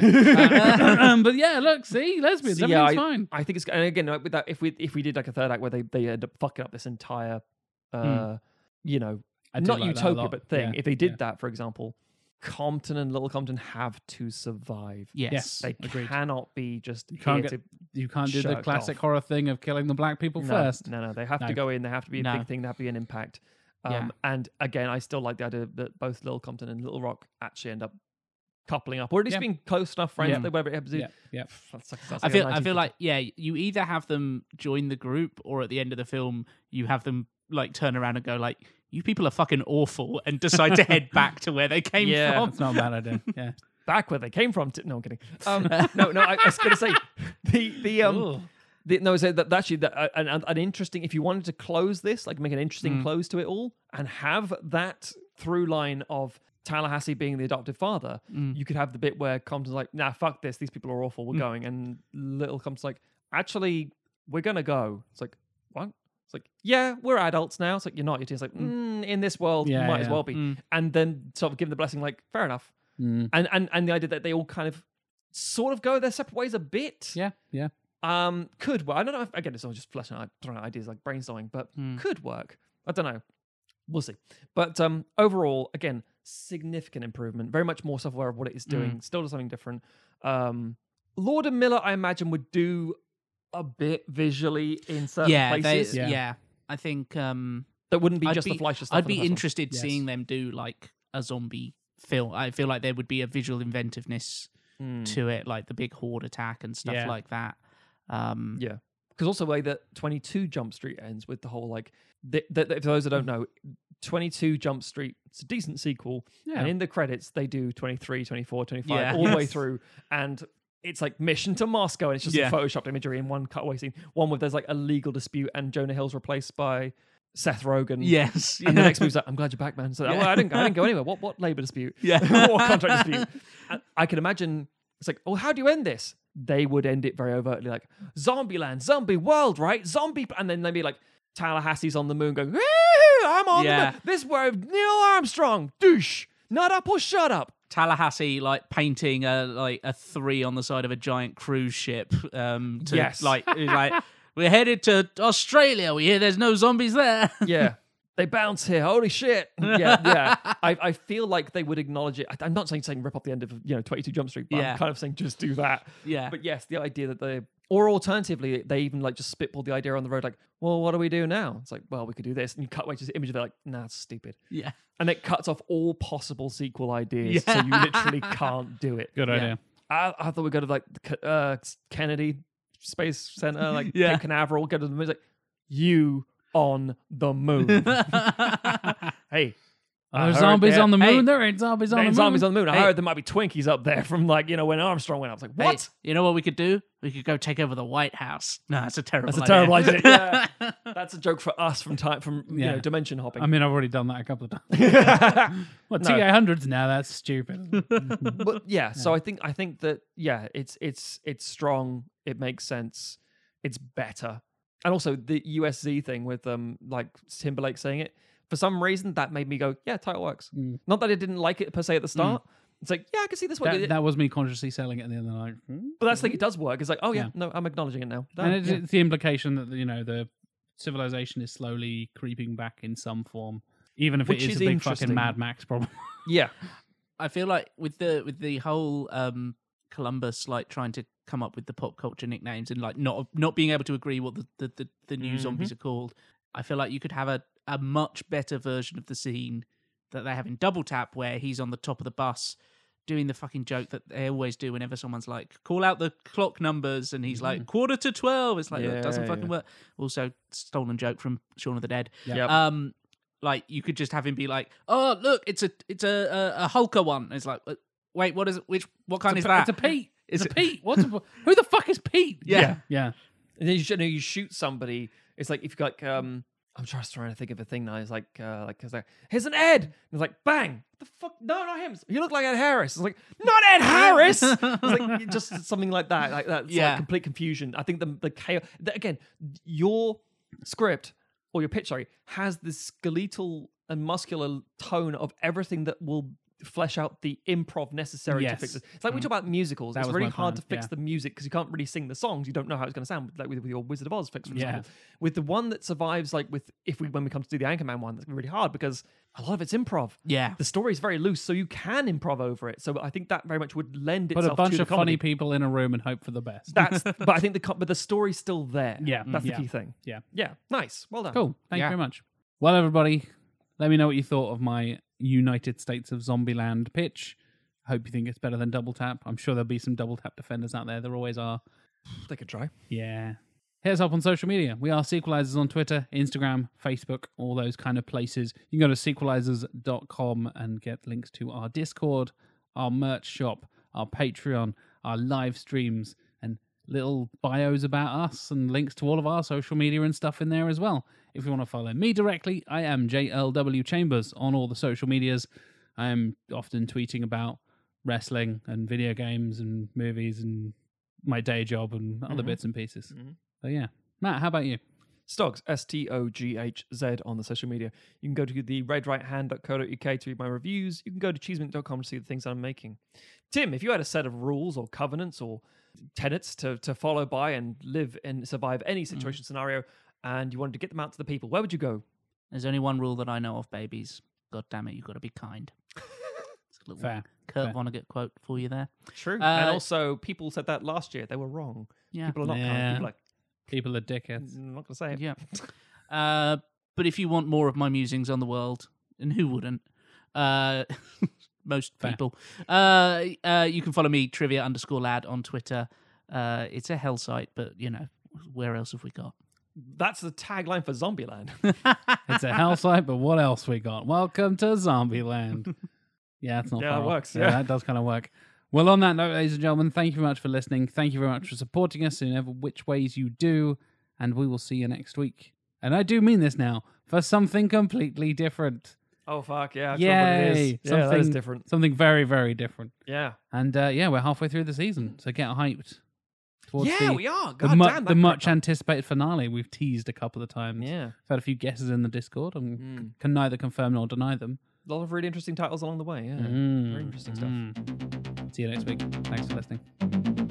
Speaker 1: um, but yeah, look, see, lesbians,
Speaker 2: So,
Speaker 1: everything's
Speaker 2: I,
Speaker 1: fine.
Speaker 2: I think it's and again like with that if we if we did like a third act where they they end up fucking up this entire, uh,
Speaker 1: Mm.
Speaker 2: you know,
Speaker 1: I do
Speaker 2: not
Speaker 1: like that a
Speaker 2: utopia
Speaker 1: lot.
Speaker 2: but thing.
Speaker 1: Yeah,
Speaker 2: If they did
Speaker 1: yeah.
Speaker 2: that, for example, Compton and Little Compton have to survive.
Speaker 3: Yes.
Speaker 1: Yes.
Speaker 2: They
Speaker 1: Agreed.
Speaker 2: cannot be just
Speaker 1: You can't,
Speaker 2: here
Speaker 1: get,
Speaker 2: to-
Speaker 1: you can't do the
Speaker 2: shirked
Speaker 1: classic
Speaker 2: off.
Speaker 1: horror thing of killing the black people
Speaker 2: no,
Speaker 1: first.
Speaker 2: No, no, they have
Speaker 1: No.
Speaker 2: to go in. They have to be a
Speaker 3: No.
Speaker 2: big thing. They have to be an impact. Um,
Speaker 3: Yeah.
Speaker 2: And again, I still like the idea that both Little Compton and Little Rock actually end up coupling up, or at least
Speaker 1: Yeah.
Speaker 2: being close enough friends.
Speaker 1: Yeah.
Speaker 2: That they whatever it happens. to-
Speaker 1: Yeah, yeah.
Speaker 2: That sucks- that's
Speaker 3: I
Speaker 2: like a
Speaker 3: feel I
Speaker 2: 1950s
Speaker 3: feel like yeah, you either have them join the group or at the end of the film you have them like turn around and go like, "You people are fucking awful," and decide to head back to where they came
Speaker 2: Yeah.
Speaker 3: from.
Speaker 1: It's not a bad idea. Yeah.
Speaker 2: back where they came from. T- no, I'm kidding. Um, no, no, I, I was going to say the the
Speaker 3: Ooh.
Speaker 2: um. The, no, so that actually that, uh, an, an interesting. If you wanted to close this, like make an interesting close to it all, and have that through line of Tallahassee being the adoptive father, you could have the bit where Compton's like, "Nah, fuck this. These people are awful. We're going." And little Compton's like, "Actually, we're gonna go." It's like, what? It's like, yeah, we're adults now. It's like you're not. You're just like, mm, in this world,
Speaker 1: Yeah,
Speaker 2: you might as
Speaker 1: yeah.
Speaker 2: well be. And then sort of give them the blessing, like, fair enough
Speaker 1: Mm.
Speaker 2: and and and the idea that they all kind of sort of go their separate ways a bit.
Speaker 1: Yeah. Yeah.
Speaker 2: Um, could work. I don't know. If, again, it's all just fleshing out, throwing out ideas like brainstorming, but
Speaker 3: Hmm.
Speaker 2: could work. I don't know. We'll see. But um, overall, again, significant improvement. Very much more self-aware of what it is doing.
Speaker 3: Hmm.
Speaker 2: Still does something different. Um, Lord and Miller, I imagine, would do a bit visually in certain
Speaker 3: yeah, they,
Speaker 2: places
Speaker 3: yeah,
Speaker 1: Yeah.
Speaker 3: I think um,
Speaker 2: that wouldn't be
Speaker 3: I'd
Speaker 2: just
Speaker 3: be,
Speaker 2: the Fleischer stuff.
Speaker 3: I'd
Speaker 2: in the
Speaker 3: be
Speaker 2: first one.
Speaker 3: interested
Speaker 1: Yes.
Speaker 3: seeing them do like a zombie film. I feel like there would be a visual inventiveness
Speaker 2: Mm.
Speaker 3: to it, like the big horde attack and stuff
Speaker 1: Yeah.
Speaker 3: like that. Um,
Speaker 2: Yeah. Because also the way that 22 Jump Street ends with the whole like, th- th- th- for those that don't know, 22 Jump Street, it's a decent sequel.
Speaker 1: Yeah.
Speaker 2: And in the credits, they do 23, 24, 25,
Speaker 3: Yeah.
Speaker 2: all the way
Speaker 1: Yes.
Speaker 2: through. And it's like mission to Moscow. And it's just
Speaker 3: Yeah.
Speaker 2: a photoshopped imagery in one cutaway scene. One where there's like a legal dispute and Jonah Hill's replaced by Seth Rogen.
Speaker 3: Yes.
Speaker 2: And the next move's like, I'm glad you're back, man. So
Speaker 3: Yeah.
Speaker 2: well, I didn't I didn't go anywhere. What what labor dispute?
Speaker 3: Yeah.
Speaker 2: or contract dispute. And I can imagine it's like, oh, how do you end this? They would end it very overtly like zombie land, zombie world, right? Zombie and then they'd be like Tallahassee's on the moon going, "Woo, I'm on
Speaker 3: Yeah.
Speaker 2: the moon. This word Neil Armstrong, douche. Nut up or shut up.
Speaker 3: Tallahassee like painting a like a three on the side of a giant cruise ship. Um, to,
Speaker 2: Yes.
Speaker 3: like it's like we're headed to Australia. We hear there's no zombies there.
Speaker 2: Yeah. They bounce here. Holy shit! Yeah, yeah. I, I feel like they would acknowledge it. I, I'm not saying saying rip off the end of you know 22 Jump Street, but
Speaker 3: Yeah.
Speaker 2: I'm kind of saying just do that.
Speaker 3: yeah,
Speaker 2: But yes, the idea that they, or alternatively, they even like just spitball the idea on the road, like, well, what do we do now? It's like, well, we could do this, and you cut away to the image of it, like, nah, it's stupid,
Speaker 3: yeah.
Speaker 2: and it cuts off all possible sequel ideas, so you literally can't do it.
Speaker 1: Good
Speaker 3: Yeah.
Speaker 1: idea.
Speaker 2: I, I thought we go to like the K- uh, Kennedy Space Center, like
Speaker 3: Yeah.
Speaker 2: Cape Canaveral, go to the moon. It's like, you on the moon. hey,
Speaker 1: Are there
Speaker 2: heard
Speaker 1: zombies
Speaker 2: that-
Speaker 1: on the moon?
Speaker 2: Hey,
Speaker 1: there ain't zombies on the
Speaker 2: there
Speaker 1: moon.
Speaker 2: ain't zombies on the moon. I
Speaker 3: Hey.
Speaker 2: heard there might be Twinkies up there from like you know when Armstrong went up. I was like,
Speaker 3: Hey,
Speaker 2: what?
Speaker 3: you know what we could do? We could go take over the White House. No, that's a terrible.
Speaker 2: That's a terrible
Speaker 3: idea.
Speaker 2: idea. Yeah. That's a joke for us from time from you
Speaker 1: Yeah.
Speaker 2: know dimension hopping.
Speaker 1: I mean, I've already done that a couple of times. What
Speaker 2: No.
Speaker 1: TA hundreds now? That's stupid.
Speaker 2: but yeah, so I think I think that yeah, it's it's it's strong. It makes sense. It's better. And also the USZ thing with um like Timberlake saying it for some reason that made me go yeah title works.
Speaker 1: Mm.
Speaker 2: Not that I didn't like it per se at the start. It's like yeah I can see this work,
Speaker 1: that, that was me consciously selling it at the end of the night. Hmm?
Speaker 2: but that's like it does work. It's like oh yeah,
Speaker 1: Yeah.
Speaker 2: no I'm acknowledging it now.
Speaker 1: and
Speaker 2: Done.
Speaker 1: it's,
Speaker 2: Yeah.
Speaker 1: it's the implication that you know the civilization is slowly creeping back in some form, even if
Speaker 2: Which
Speaker 1: it is,
Speaker 2: is
Speaker 1: a big
Speaker 2: interesting.
Speaker 1: fucking Mad Max problem.
Speaker 2: yeah.
Speaker 3: I feel like with the with the whole um Columbus like trying to come up with the pop culture nicknames and like not not being able to agree what the the, the, the new zombies
Speaker 2: Mm-hmm.
Speaker 3: are called. I feel like you could have a, a much better version of the scene that they have in Double Tap where he's on the top of the bus doing the fucking joke that they always do whenever someone's like call out the clock numbers and he's like quarter to 12 it's like "Look, it doesn't
Speaker 2: Mm-hmm. Yeah,
Speaker 3: fucking work also stolen joke from Shaun of the Dead
Speaker 2: Yep.
Speaker 3: um like you could just have him be like oh look it's a it's a a, a hulker one it's like "Uh, wait what is which what kind is
Speaker 1: It's a-
Speaker 3: that
Speaker 1: It's a Pete. It's,
Speaker 3: It's
Speaker 1: a Pete. What's a, who the fuck is Pete?
Speaker 3: Yeah. Yeah.
Speaker 1: yeah.
Speaker 2: And then you, sh- you know, you shoot somebody. It's like if you like um, I'm just trying to think of a thing now. It's like uh, like it's like here's an Ed. And it's like bang. What the fuck? No, not him. You look like Ed Harris. It's like not Ed Harris. it's like it just something like that. Like that's
Speaker 3: Yeah.
Speaker 2: like complete confusion. I think the the chaos the, again. Your script or your pitch, sorry, has this skeletal and muscular tone of everything that will flesh out the improv necessary to fix
Speaker 1: Yes. Mm.
Speaker 2: it. It's like we talk about musicals.
Speaker 1: That
Speaker 2: it's
Speaker 1: was
Speaker 2: really
Speaker 1: my
Speaker 2: hard to
Speaker 1: plan,
Speaker 2: fix
Speaker 1: yeah.
Speaker 2: the music because you can't really sing the songs. You don't know how it's going to sound, like with, with your Wizard of Oz fix, for
Speaker 1: Yeah.
Speaker 2: example. With the one that survives, like with if we when we come to do the Anchorman one, that's really hard because a lot of it's improv.
Speaker 3: yeah
Speaker 2: The story is very loose, so you can improv over it. So I think that very much would lend
Speaker 1: Put
Speaker 2: itself
Speaker 1: a bunch
Speaker 2: to
Speaker 1: of
Speaker 2: the comedy.
Speaker 1: funny people in a room and hope for the best.
Speaker 2: That's, but I think the co- but the story's still there.
Speaker 1: Yeah, Mm,
Speaker 2: that's
Speaker 1: yeah,
Speaker 2: the key thing.
Speaker 1: yeah.
Speaker 2: yeah, nice, well done.
Speaker 1: Cool. Thank
Speaker 3: Yeah.
Speaker 1: you very much. Well, everybody, let me know what you thought of my United States of Zombieland pitch. I hope you think it's better than Double Tap. I'm sure there'll be some Double Tap defenders out there. There always are.
Speaker 2: They could try.
Speaker 1: Yeah. Hit us up on social media. We are Sequelizers on Twitter, Instagram, Facebook, all those kind of places. You can go to sequelizers.com and get links to our Discord, our merch shop, our Patreon, our live streams, and little bios about us and links to all of our social media and stuff in there as well. If you want to follow me directly, I am JLW Chambers on all the social medias. I am often tweeting about wrestling and video games and movies and my day job and other bits and pieces. So yeah, Matt, how about you?
Speaker 2: Stogs, S T O G H Z on the social media. You can go to the redrighthand.co.uk to read my reviews. You can go to cheesemint.com to see the things I'm making. Tim, if you had a set of rules or covenants or tenets to, to follow by and live and survive any
Speaker 1: Hmm.
Speaker 2: situation scenario and you wanted to get them out to the people, where would you go?
Speaker 3: There's only one rule that I know of, babies. God damn it, you've got to be kind. it's a little
Speaker 1: Fair.
Speaker 3: Kurt
Speaker 1: fair.
Speaker 3: Vonnegut quote for you there.
Speaker 2: True. and
Speaker 3: Uh,
Speaker 2: also, people said that last year. They were wrong.
Speaker 3: Yeah.
Speaker 2: People are not
Speaker 1: Yeah.
Speaker 2: kind. People are,
Speaker 1: People are dickheads.
Speaker 2: I'm not going to say it.
Speaker 3: Yeah. Uh, but if you want more of my musings on the world, and who wouldn't? Uh, most
Speaker 1: Fair.
Speaker 3: people. Uh, uh, you can follow me trivia underscore lad on Twitter. Uh, it's a hell site, but you know where else have we got?
Speaker 2: That's the tagline for Zombieland.
Speaker 1: It's a hell site, but what else we got? Welcome to Zombieland. yeah, it's not
Speaker 2: Yeah,
Speaker 1: far
Speaker 2: that
Speaker 1: off.
Speaker 2: works, yeah.
Speaker 1: that does kind of work. Well, on that note, ladies and gentlemen, thank you very much for listening. Thank you very much for supporting us in ever which ways you do, and we will see you next week. And I do mean this now for something completely different.
Speaker 2: oh, fuck. Yeah. I
Speaker 1: Yay!
Speaker 2: forgot what it is. Yeah, that is different.
Speaker 1: Something very, very different.
Speaker 2: Yeah.
Speaker 1: And uh, yeah, we're halfway through the season, so get hyped. Towards
Speaker 2: Yeah,
Speaker 1: the,
Speaker 2: we are. God
Speaker 1: the, mu-
Speaker 2: damn,
Speaker 1: the
Speaker 2: that
Speaker 1: much
Speaker 2: crept up.
Speaker 1: anticipated finale we've teased a couple of times.
Speaker 2: Yeah.
Speaker 1: I've had a few guesses in the Discord and
Speaker 2: Mm.
Speaker 1: can neither confirm nor deny them.
Speaker 2: A lot of really interesting titles along the way. Yeah.
Speaker 1: Mm,
Speaker 2: Very interesting stuff.
Speaker 1: mm. See you next week. Thanks for listening.